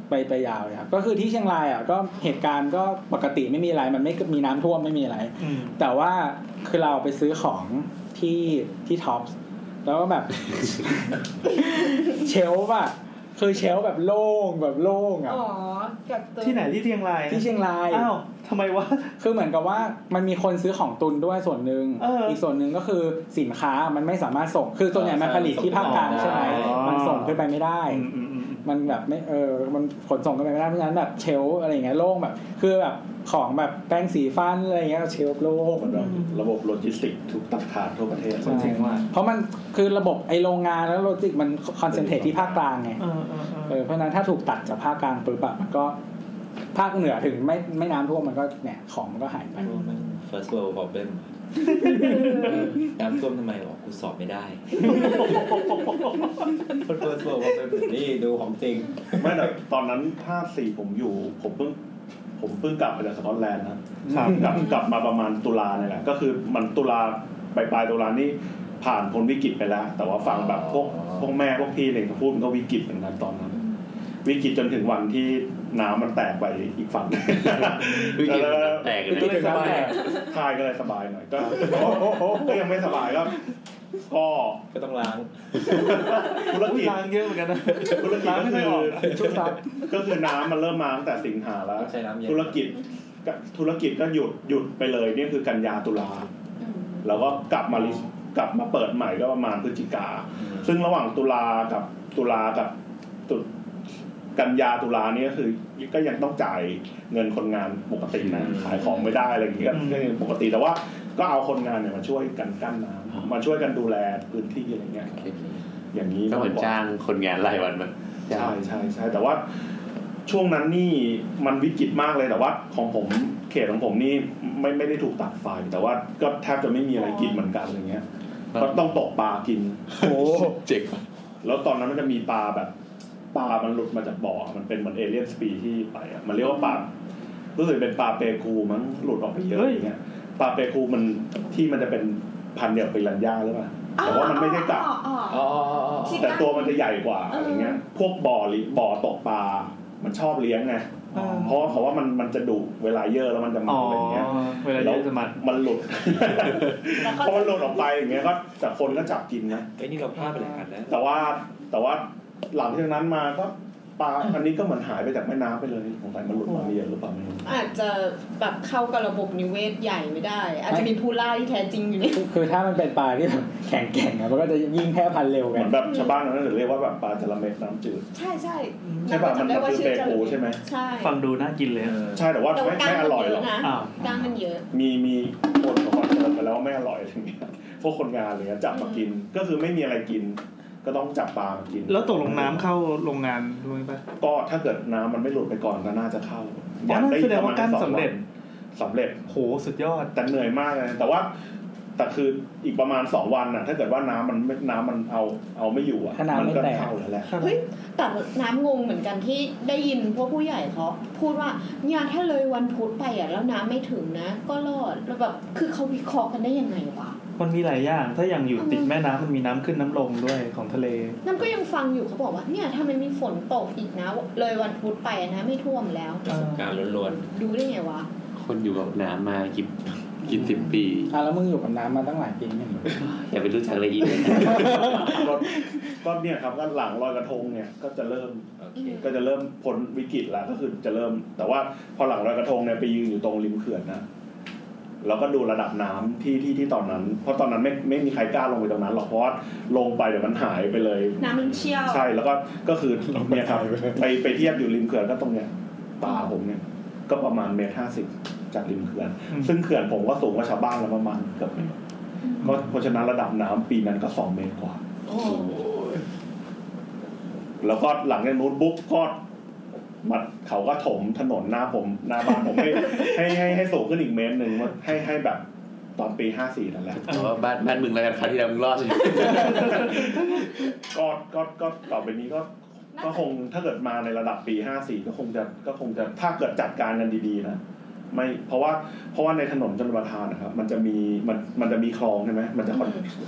[SPEAKER 4] ไปไปยาวเลยครับก็คือที่เชียงรายอ่ะก็เหตุการณ์ก็ปกติไม่มีอะไรมันไม่มีน้ำท่วมไม่มีอะไร
[SPEAKER 3] อืม
[SPEAKER 4] แต่ว่าคือเราไปซื้อของที่ที่ท็อปส์แล้วก็แบบ [laughs] เชลฟ์อ่ะคือเชลฟ์แบบโล่งแบบโล่งอ่ะ
[SPEAKER 6] อ๋อจากเจอ
[SPEAKER 3] ที่ไหนที่เชียงรายนะ
[SPEAKER 4] ที่เชียงราย
[SPEAKER 3] อ้าวทำไมวะ
[SPEAKER 4] คือเหมือนกับว่ามันมีคนซื้อของตุนด้วยส่วนหนึ่ง
[SPEAKER 3] เอออี
[SPEAKER 4] กส่วนหนึ่งก็คือสินค้ามันไม่สามารถส่ง คือส่วนใหญ่มันผลิตที่ภาคกลางใช่ไหม
[SPEAKER 3] อ๋อ
[SPEAKER 4] มันส่งขึ้นไปไม่ได้
[SPEAKER 3] อืมอืมอืม
[SPEAKER 4] มันแบบไม่เออ มันขนส่งกันไปไม่ได้เพราะฉะนั้นแบบเชลฟ์อะไรอย่างเงี้ยโล่งแบบ คือแบบของแบบแป้งสีฟันอะไรอย่างเงี้ยเชลฟ์โล่ง
[SPEAKER 8] มันแบบระบบโลจิสติกส์ถูกตัดขาดทั่วประเทศ
[SPEAKER 3] คนเชียงราย
[SPEAKER 4] เพราะมันคือระบบไอโรงงานแล้วโลจิสติกส์มันคอนเซนเทรตที่ภาคกลางไง
[SPEAKER 3] เออเออเออ
[SPEAKER 4] เออเพราะฉะนั้นถ้าถูกตัดจากภาคกลางปุ๊บอะมันก็ภาคเหนือถึงไม่ไม่น้ำท่วมมันก็เนี่ยของมันก็หายไป
[SPEAKER 5] ฟิร์สเวิลด์บอกเป็นน้ำท่วมทำไมบอกกูสอบไม่ได้คนเฟิร์สเวิลด์บอกเป็นนี่ดูของจริง
[SPEAKER 8] ไม่แต่ตอนนั้นภาคสี่ผมอยู่ ผมเพิ่ง ผมเพิ่งกลับมาจากสกอตแลนด์นะครับ กลับกลับมาประมาณตุลาเนี่ยแหละ ก็คือมันตุลาปลายปลายๆตุลานี่ผ่านพ้นวิกฤตไปแล้ว แต่ว่าฟังแบบพวก
[SPEAKER 5] อ๋อ
[SPEAKER 8] พวกแม่พวกพี่เนี่ยเขาพูดมันก็วิกฤตเหมือนกันตอนนั้น วิกฤตจนถึงวันที่น้ำมันแตกไปอีกฝั่ง [laughs]
[SPEAKER 2] วิกฤต
[SPEAKER 8] แล้ว
[SPEAKER 2] แตก
[SPEAKER 4] วิ
[SPEAKER 2] นะ
[SPEAKER 4] กฤตน้ำแตก
[SPEAKER 8] ทายก็เลยสบายหน่อยก็ก็ยังไม่สบายก็ก็
[SPEAKER 5] ก็ต้องล้าง
[SPEAKER 8] ธุรกิจ
[SPEAKER 3] ล้างเยอะเหมือนกันนะ
[SPEAKER 8] ธุรกิจ
[SPEAKER 3] ล้าง
[SPEAKER 8] ก็
[SPEAKER 3] ไม่
[SPEAKER 8] คื
[SPEAKER 3] ค่อยออก
[SPEAKER 8] อ
[SPEAKER 4] ชุบซับ
[SPEAKER 8] ก็คือน้ำมันเริ่มมาตั้งแต่สิงหาแล้ว
[SPEAKER 5] ต้องใช้น้ำเย็น
[SPEAKER 8] ธุรกิจก็ธุรกิจก็หยุดหยุดไปเลยนี่คือกันยาตุลาแล้วก็กลับมาลิกลับมาเปิดใหม่ก็ประมาณพฤศจิกา ซึ่งระหว่างตุลากับตุลากับตุกันยาตุลานี่ก็คือก็ยังต้องจ่ายเงินคนงานปกตินะขายของไม่ได้อะไรอย่างนี้ก็
[SPEAKER 3] อืม
[SPEAKER 8] ก็ยังปกติแต่ว่า ก็เอาคนงานเนี่ยมาช่วยกันกั้นน้ำมาช่วยกันดูแลพื้นที่อะไรเงี้ยอย่างนี้
[SPEAKER 2] ก็เหมือน
[SPEAKER 8] ว่า
[SPEAKER 2] จ้างคนงานรายวันมา
[SPEAKER 8] ใช่ใช่ใช่แต่ว่าช่วงนั้นนี่มันวิกฤตมากเลยแต่ว่าของผมเขตของผมนี่ไม่ไม่ได้ถูกตัดไฟแต่ว่าก็แทบจะไม่มีอะไรกินเหมือนกันอะไรเงี้ยก็ต้องตกปลากิน
[SPEAKER 4] โอ้
[SPEAKER 2] เจ๋ง
[SPEAKER 8] แล้วตอนนั้นมันจะมีปลาแบบปลามันหลุดมาจากบ่อ มันเป็นเหมือนเอเลี่ยนสปีที่ไปอ่ะมันเรียกว่าปลารู้สึกเป็นปลาเปกูมั้งหลุดออกไปเยอะอย่างเงี้ยปลาเปกูมันที่มันจะเป็นพันธุ์เดียวเป็นลันย่าหรือเปล่าแต่ว่ามันไม่ใช่กลับ
[SPEAKER 6] อ๋ออ๋ออ๋อ
[SPEAKER 5] อ๋อ
[SPEAKER 6] ที่
[SPEAKER 8] แต่ตัวมันจะใหญ่กว่าอะไรเงี้ย พวกบ่อลิบ่อตกปลา มันชอบเลี้ยงไง
[SPEAKER 6] อืม
[SPEAKER 8] เพราะเขาว่ามันมันจะดุเวลาเยอะแล้วมันจะมั
[SPEAKER 3] อ๋
[SPEAKER 8] น
[SPEAKER 3] อ
[SPEAKER 8] อะไรอย่างเงี้ย
[SPEAKER 3] เวลาเยอะจะมัน
[SPEAKER 8] มัน
[SPEAKER 6] [laughs]
[SPEAKER 8] หลุดพอมันหลุดออกไปอย่างเงี้ยก็แต่คนก็จับกินนะ
[SPEAKER 9] ไอ้ยนี่เราพลาดไปหลายอันแล้ว
[SPEAKER 8] แต่ว่าแต่ว่าหลังจากนั้นมาก็ปลาอันนี้ก็เหมือนหายไปจากแม่น้ำไปเลยผมไปมันหลุดมาเรียนหรือเปล่าไม่รู้
[SPEAKER 6] อาจจะแบบเข้ากับระบบนิเวศใหญ่ไม่ได้ อาจจะมีผู้ล่าที่แท้จริงอยู่ใน
[SPEAKER 4] คือคือถ้ามันเป็นปลาที่แบบแข็งแกร่งอะมันก็จะยิ่งแพร่พันธุ์เร็ว
[SPEAKER 8] เห
[SPEAKER 4] กั
[SPEAKER 8] มื
[SPEAKER 4] น
[SPEAKER 8] อนแบบชาวบ้านเขาเรียกว่าแบบปลาจระเม็ดน้ำจืด
[SPEAKER 6] ใช่ใช่
[SPEAKER 8] ใช่ป่ะมัน
[SPEAKER 6] จำได้ว่า
[SPEAKER 8] คือ
[SPEAKER 6] ชื่อ
[SPEAKER 8] เป
[SPEAKER 6] จะ
[SPEAKER 8] ปูใช่ไหม
[SPEAKER 6] ใช่
[SPEAKER 3] ฟังดูน่ากินเลย
[SPEAKER 8] ใช่แต่ว่า
[SPEAKER 6] แต่
[SPEAKER 8] ไม่
[SPEAKER 6] ว่ากล้างมั
[SPEAKER 8] ไม่อ
[SPEAKER 6] น
[SPEAKER 8] ร่อย
[SPEAKER 6] เย
[SPEAKER 8] หรอ
[SPEAKER 6] อะ
[SPEAKER 8] ก
[SPEAKER 6] นะ
[SPEAKER 3] อ้าว
[SPEAKER 6] กล้างมันเยอะ
[SPEAKER 8] มีมีคนเขาคอนเฟิร์มไปแล้วว่าไม่อร่อยอะไรเงี้ย [laughs] พวกคนงานอะไรเงี้ยจับมากินก็คือไม่มีอะไรกิน ก็ต้องจับปลามากิน
[SPEAKER 3] แล้วตกลงน้ำเข้าโรงงานด้วยปะ
[SPEAKER 8] ก็ถ้าเกิดน้ำมันไม่หลุดไปก่อนก็น่าจะเข้า
[SPEAKER 3] อ๋อนั่นแสดงว่ากั้นสำเร็จ
[SPEAKER 8] สำเร็จ
[SPEAKER 3] โหสุดยอด
[SPEAKER 8] แต่เหนื่อยมากเลย แต่ว่าแต่คืออีกประมาณสองวันน่ะ ถ้าเกิดว่าน้ำมันไม่น้ำมันเอาเอาไม่อยู่อ่ะ
[SPEAKER 4] ถ้าน้ำ
[SPEAKER 8] ก็
[SPEAKER 4] ไม่แตก
[SPEAKER 8] เข้าแล้วแหละ
[SPEAKER 6] เฮ้ย [laughs] แต่น้ำงงเหมือนกันที่ได้ยินพวกผู้ใหญ่เขาพูดว่าเนี่ยถ้าเลยวันพุธไปอ่ะแล้วน้ำไม่ถึงนะ ก็รอดแล้วแบบคือเขาวิเคราะห์กันได้ยังไงวะ
[SPEAKER 3] มันมีหลายอย่าง ถ้าอย่างอยู่ติดแม่น้ำมันมีน้ำขึ้นน้ำลงด้วยของทะเล
[SPEAKER 6] นั่นก็ยังฟังอยู่เขาบอกว่าเนี่ยถ้ามันมีฝนตกอีกนะ เลยวันพุธไปอะนะไม่ท่วมแล้ว
[SPEAKER 5] การล้วน
[SPEAKER 6] ดูได้ไงวะ
[SPEAKER 2] คนอยู่กับน้ำมากี่กี่สิบปี
[SPEAKER 4] อ่ะแล้วมึงอยู่กับน้ำมาตั้งหลายปีเนี่ย
[SPEAKER 2] อย่าไปรู้จักเลยอีก
[SPEAKER 8] ก็ก็เนี่ยครับก็หลังลอยกระทงเนี่ยก็จะเริ่ม
[SPEAKER 5] ๆโอเค
[SPEAKER 8] ก็จะเริ่มพ้นวิกฤตแล้วก็คือจะเริ่ม แต่ว่าพอหลังลอยกระทงเนี่ยไปยืนอยู่ตรงริมเขื่อนนะแล้วก็ดูระดับน้ำที่ที่ที่ตอนนั้น เพราะตอนนั้นไม่ไม่มีใครกล้าลงไปตรงนั้นหรอกเพราะว่าลงไปเดี๋ยวมันหายไปเลย
[SPEAKER 6] น้ำมันเชี่ยว
[SPEAKER 8] ใช่แล้วก็ก็คือเนี่ยครับไปไปเทียบอยู่ริมเขื่อนก็ตรงเนี้ยตาผมเนี่ย ก็ประมาณเมตรห้าสิบจากริมเขื่อน
[SPEAKER 3] อืม
[SPEAKER 8] ซึ่งเขื่อนผมก็สูงกว่าชาวบ้านแล้วประมาณเกือบเมตรก็เพราะฉะนั้นระดับน้ำปีนั้นก็สองเมตรกว่า
[SPEAKER 6] โอ้โห
[SPEAKER 8] แล้วก็หลังจากนู้นบุ๊กก็มาเขาก็ถมถนนหน้าผมหน้าบ้านผมให้ให้ [laughs] ให้ให้สูงขึ้นอีกเมตรหนึ่งให้ให้แบบตอนปีห้าสี่นั่นแหละ
[SPEAKER 2] เพราะว่าบ้านบ้านมึงแล้วกันครั้งที่แล้วมึงรอดอยู่
[SPEAKER 8] ก็ก็ก็ต่อไปนี้ก็ก็คงถ้าเกิดมาในระดับปีห้าสี่ก็คงจะก็คงจะถ้าเกิดจัดการกันดีๆนะไม่เพราะว่าเพราะว่าในถนนจนประทานนะครับ มันจะมีมันมันจะมีคลองใช่ไหมมันจะ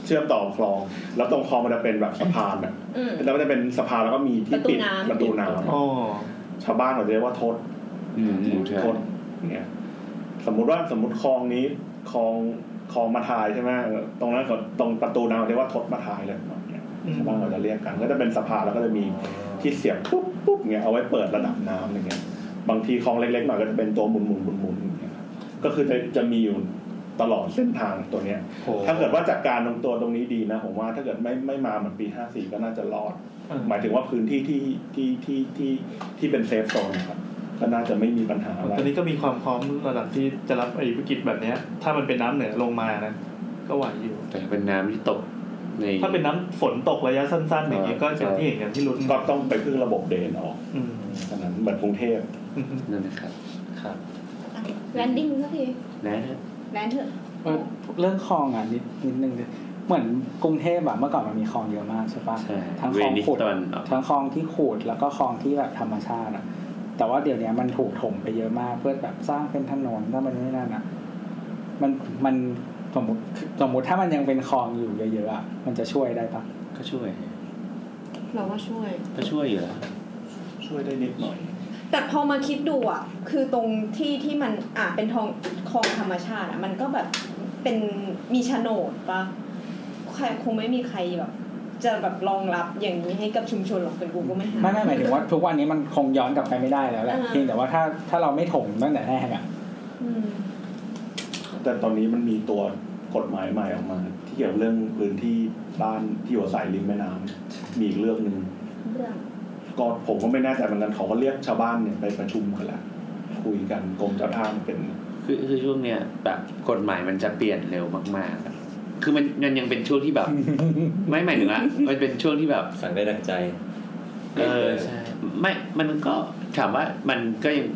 [SPEAKER 8] เชื่อมต่อคลอง แล้วตรงคลองมันจะเป็นแบบสะพานอะ
[SPEAKER 6] อืม
[SPEAKER 8] แล้วมันจะเป็นสะพานแล้วก็มีที่ปิด
[SPEAKER 6] ป
[SPEAKER 8] ประ ระ
[SPEAKER 6] ตู
[SPEAKER 8] ตู
[SPEAKER 6] น้ำ
[SPEAKER 8] น้
[SPEAKER 3] อ๋อ
[SPEAKER 8] ำชาวบ้านเขาจะเรียกว่าทด
[SPEAKER 2] อืมอืม
[SPEAKER 8] ทดเนี่ยสมมุติว่าสมมติคลองนี้คลองคลองมาทายใช่ไหมตรงนั้นก็ตรงประตูน้ำเขาเรียกว่าทดมาทายเลยเนี่ย ชาวบ้านเราจะเรียกกันก็จะเป็นสะพานแล้วก็จะมีที่เสียบปุ๊บปุ๊บเงี้ยเอาไว้เปิดระดับน้ำอย่างเงี้ยบางทีคลองเล็กๆหน่อยก็จะเป็นตัวหมุนหมุนหมุนหมุนอย่างเงี้ยครับก็คือจะจะมีอยู่ตลอดเส้นทางตัวเนี้ย
[SPEAKER 3] โห
[SPEAKER 8] ถ้าเกิดว่าจัดการตรงตัวตรงนี้ดีนะผมว่าถ้าเกิดไม่ไม่มาเหมือนปี 54 ก็น่าจะรอด
[SPEAKER 3] เออ
[SPEAKER 8] หมายถึงว่าพื้นที่ที่ที่ที่ที่ที่เป็นเซฟโซนนะครับก็น่าจะไม่มีปัญหาอะไร
[SPEAKER 3] ตอนนี้ก็มีความพร้อมระดับที่จะรับไอ้วิกฤตแบบเนี้ย ถ้ามันเป็นน้ำเหนือลงมานะ ก็ไหวอยู่
[SPEAKER 2] แต่เป็นน้ำที่ตกใน
[SPEAKER 3] ถ้าเป็นน้ำฝนตกระยะสั้นๆอย่างเงี้ยก็อย่างที่เห็นกันที่ลุ้น
[SPEAKER 8] ก็ต้องไปพึ่งระบบเดนออก
[SPEAKER 3] อืม
[SPEAKER 8] ฉะนั้นเหมือนกรุงเทพ
[SPEAKER 2] นั่นนะครับ
[SPEAKER 5] ครับ
[SPEAKER 6] แลนดิ้งสักที
[SPEAKER 2] นะฮะ
[SPEAKER 6] แลนเถอะ
[SPEAKER 4] เออเรื่องคลองอ่ะนิดนิดนึงดิเหมือนกรุงเทพอะเมื่อก่อนมันมีคลองเยอะมากใช่ปะ
[SPEAKER 2] ใช่
[SPEAKER 4] ทั้ง
[SPEAKER 2] เว
[SPEAKER 4] คลอง
[SPEAKER 2] นิส
[SPEAKER 4] ขุด
[SPEAKER 2] ตอนออก
[SPEAKER 4] ทั้งคลองที่ขูดแล้วก็คลองที่แบบธรรมชาติอะแต่ว่าเดี๋ยวเนี้ยมันถูกถมไปเยอะมากเพื่อแบบสร้างเป็นถนนถ้ามันไม่นั่นอะมันมันสมมติสมมติถ้ามันยังเป็นคลองอยู่เยอะๆอะมันจะช่วยได้ปะ
[SPEAKER 2] ก็ช่วย
[SPEAKER 6] เราว่าช่วย
[SPEAKER 2] ก็ช่วยอยู่แล้ว
[SPEAKER 8] ช่วยได้นิดหน่อย
[SPEAKER 6] แต่พอมาคิดดูอ่ะ คือตรงที่ที่มันอ่ะเป็นทองคลองธรรมชาติอ่ะ มันก็แบบเป็นมีโฉนดปะใครคงไม่มีใครแบบ จะแบบรองรับอย่างนี้ให้กับชุมชนหรอกเป็นกูก็ไม่หา
[SPEAKER 4] ไม่ไม่หมายถึงว่าทุกวันนี้มันคงย้อนกลับไปไม่ได้แล้วแหละ
[SPEAKER 6] อ่า
[SPEAKER 4] เพียงแต่ว่าถ้าถ้าเราไม่ถมตั้งแต่แรกอะ
[SPEAKER 6] อืม
[SPEAKER 8] แต่ตอนนี้มันมีตัวกฎหมายใหม่ออกมา ที่เกี่ยวกับเรื่องพื้นที่บ้านที่อยู่อาศัยริมแม่น้ำมีอีกเรื่องหนึ่ง
[SPEAKER 6] เรื่อง
[SPEAKER 8] ก็ผมก็ไม่แน่ใจเหมือนกันเขาก็เรียกชาวบ้านเนี่ยไปประชุมกันแล้วคุยกันกรมเจ้าท่าเป็น
[SPEAKER 2] คือคือช่วงเนี้ยแบบกฎหมายมันจะเปลี่ยนเร็วมากๆอะคือมันมันยังเป็นช่วงที่แบบ ไม่หมายถึงอะมันเป็นช่วงที่แบบ
[SPEAKER 5] สั่งได้ดังใจ
[SPEAKER 2] เออใช่ไม่มันก็ถามว่ามันก็ยัง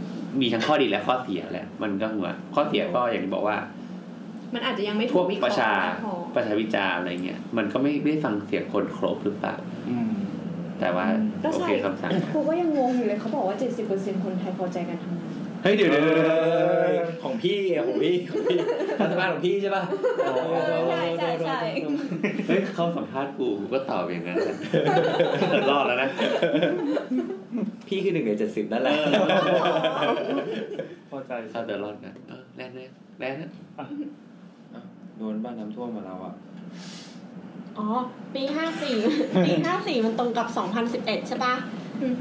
[SPEAKER 2] มีทั้งข้อดีและข้อเสียแหละ มันก็หัวข้อเสียก็อย่างที่บอกว่า
[SPEAKER 6] มันอาจจะยังไม่
[SPEAKER 2] พ
[SPEAKER 6] ถู
[SPEAKER 2] วก
[SPEAKER 6] กวิเค
[SPEAKER 2] ป
[SPEAKER 6] ราะ
[SPEAKER 2] ระชา
[SPEAKER 6] ห์พอ
[SPEAKER 2] ประชาวิจารณ์อะไรเงี้ยมันก็ไม่ได้ฟังเสียงคนครบหรือเปล่าแต่ว่า
[SPEAKER 6] ก็
[SPEAKER 2] โอ
[SPEAKER 6] ใช่
[SPEAKER 2] เคคำสั่ง
[SPEAKER 6] กูก็ยังงงอยู่เลยเขาบอกว่า 70%คนไทยพอใจการทำงาน
[SPEAKER 5] เฮ้ยเดี๋ยวเดี๋ยวเดี๋ยวเดี๋ยวของพี่อะของพี่ของพี่รัฐบาลของพี่ใช่ป่ะ
[SPEAKER 10] ใช่ใช่ใช่
[SPEAKER 9] เฮ้ยเขาสัมภาษณ์กูกูก็ตอบอย่างนั้นแหละรอดแล้วนะ
[SPEAKER 5] พี่คือหนึ่งในเจ็ดสิบนั่นแหละ
[SPEAKER 3] เข้าใจ
[SPEAKER 9] ถ้าเดือดร้อนนะเออแลนด์นะแลนด์นะ
[SPEAKER 5] โดนบ้านน้ำท่วมมาเราอ่ะ
[SPEAKER 7] อ๋อ ปีห้าสี่ [laughs] ปีห้าสี่มันตรงกับสองพันสิบเอ็ดใช่ปะ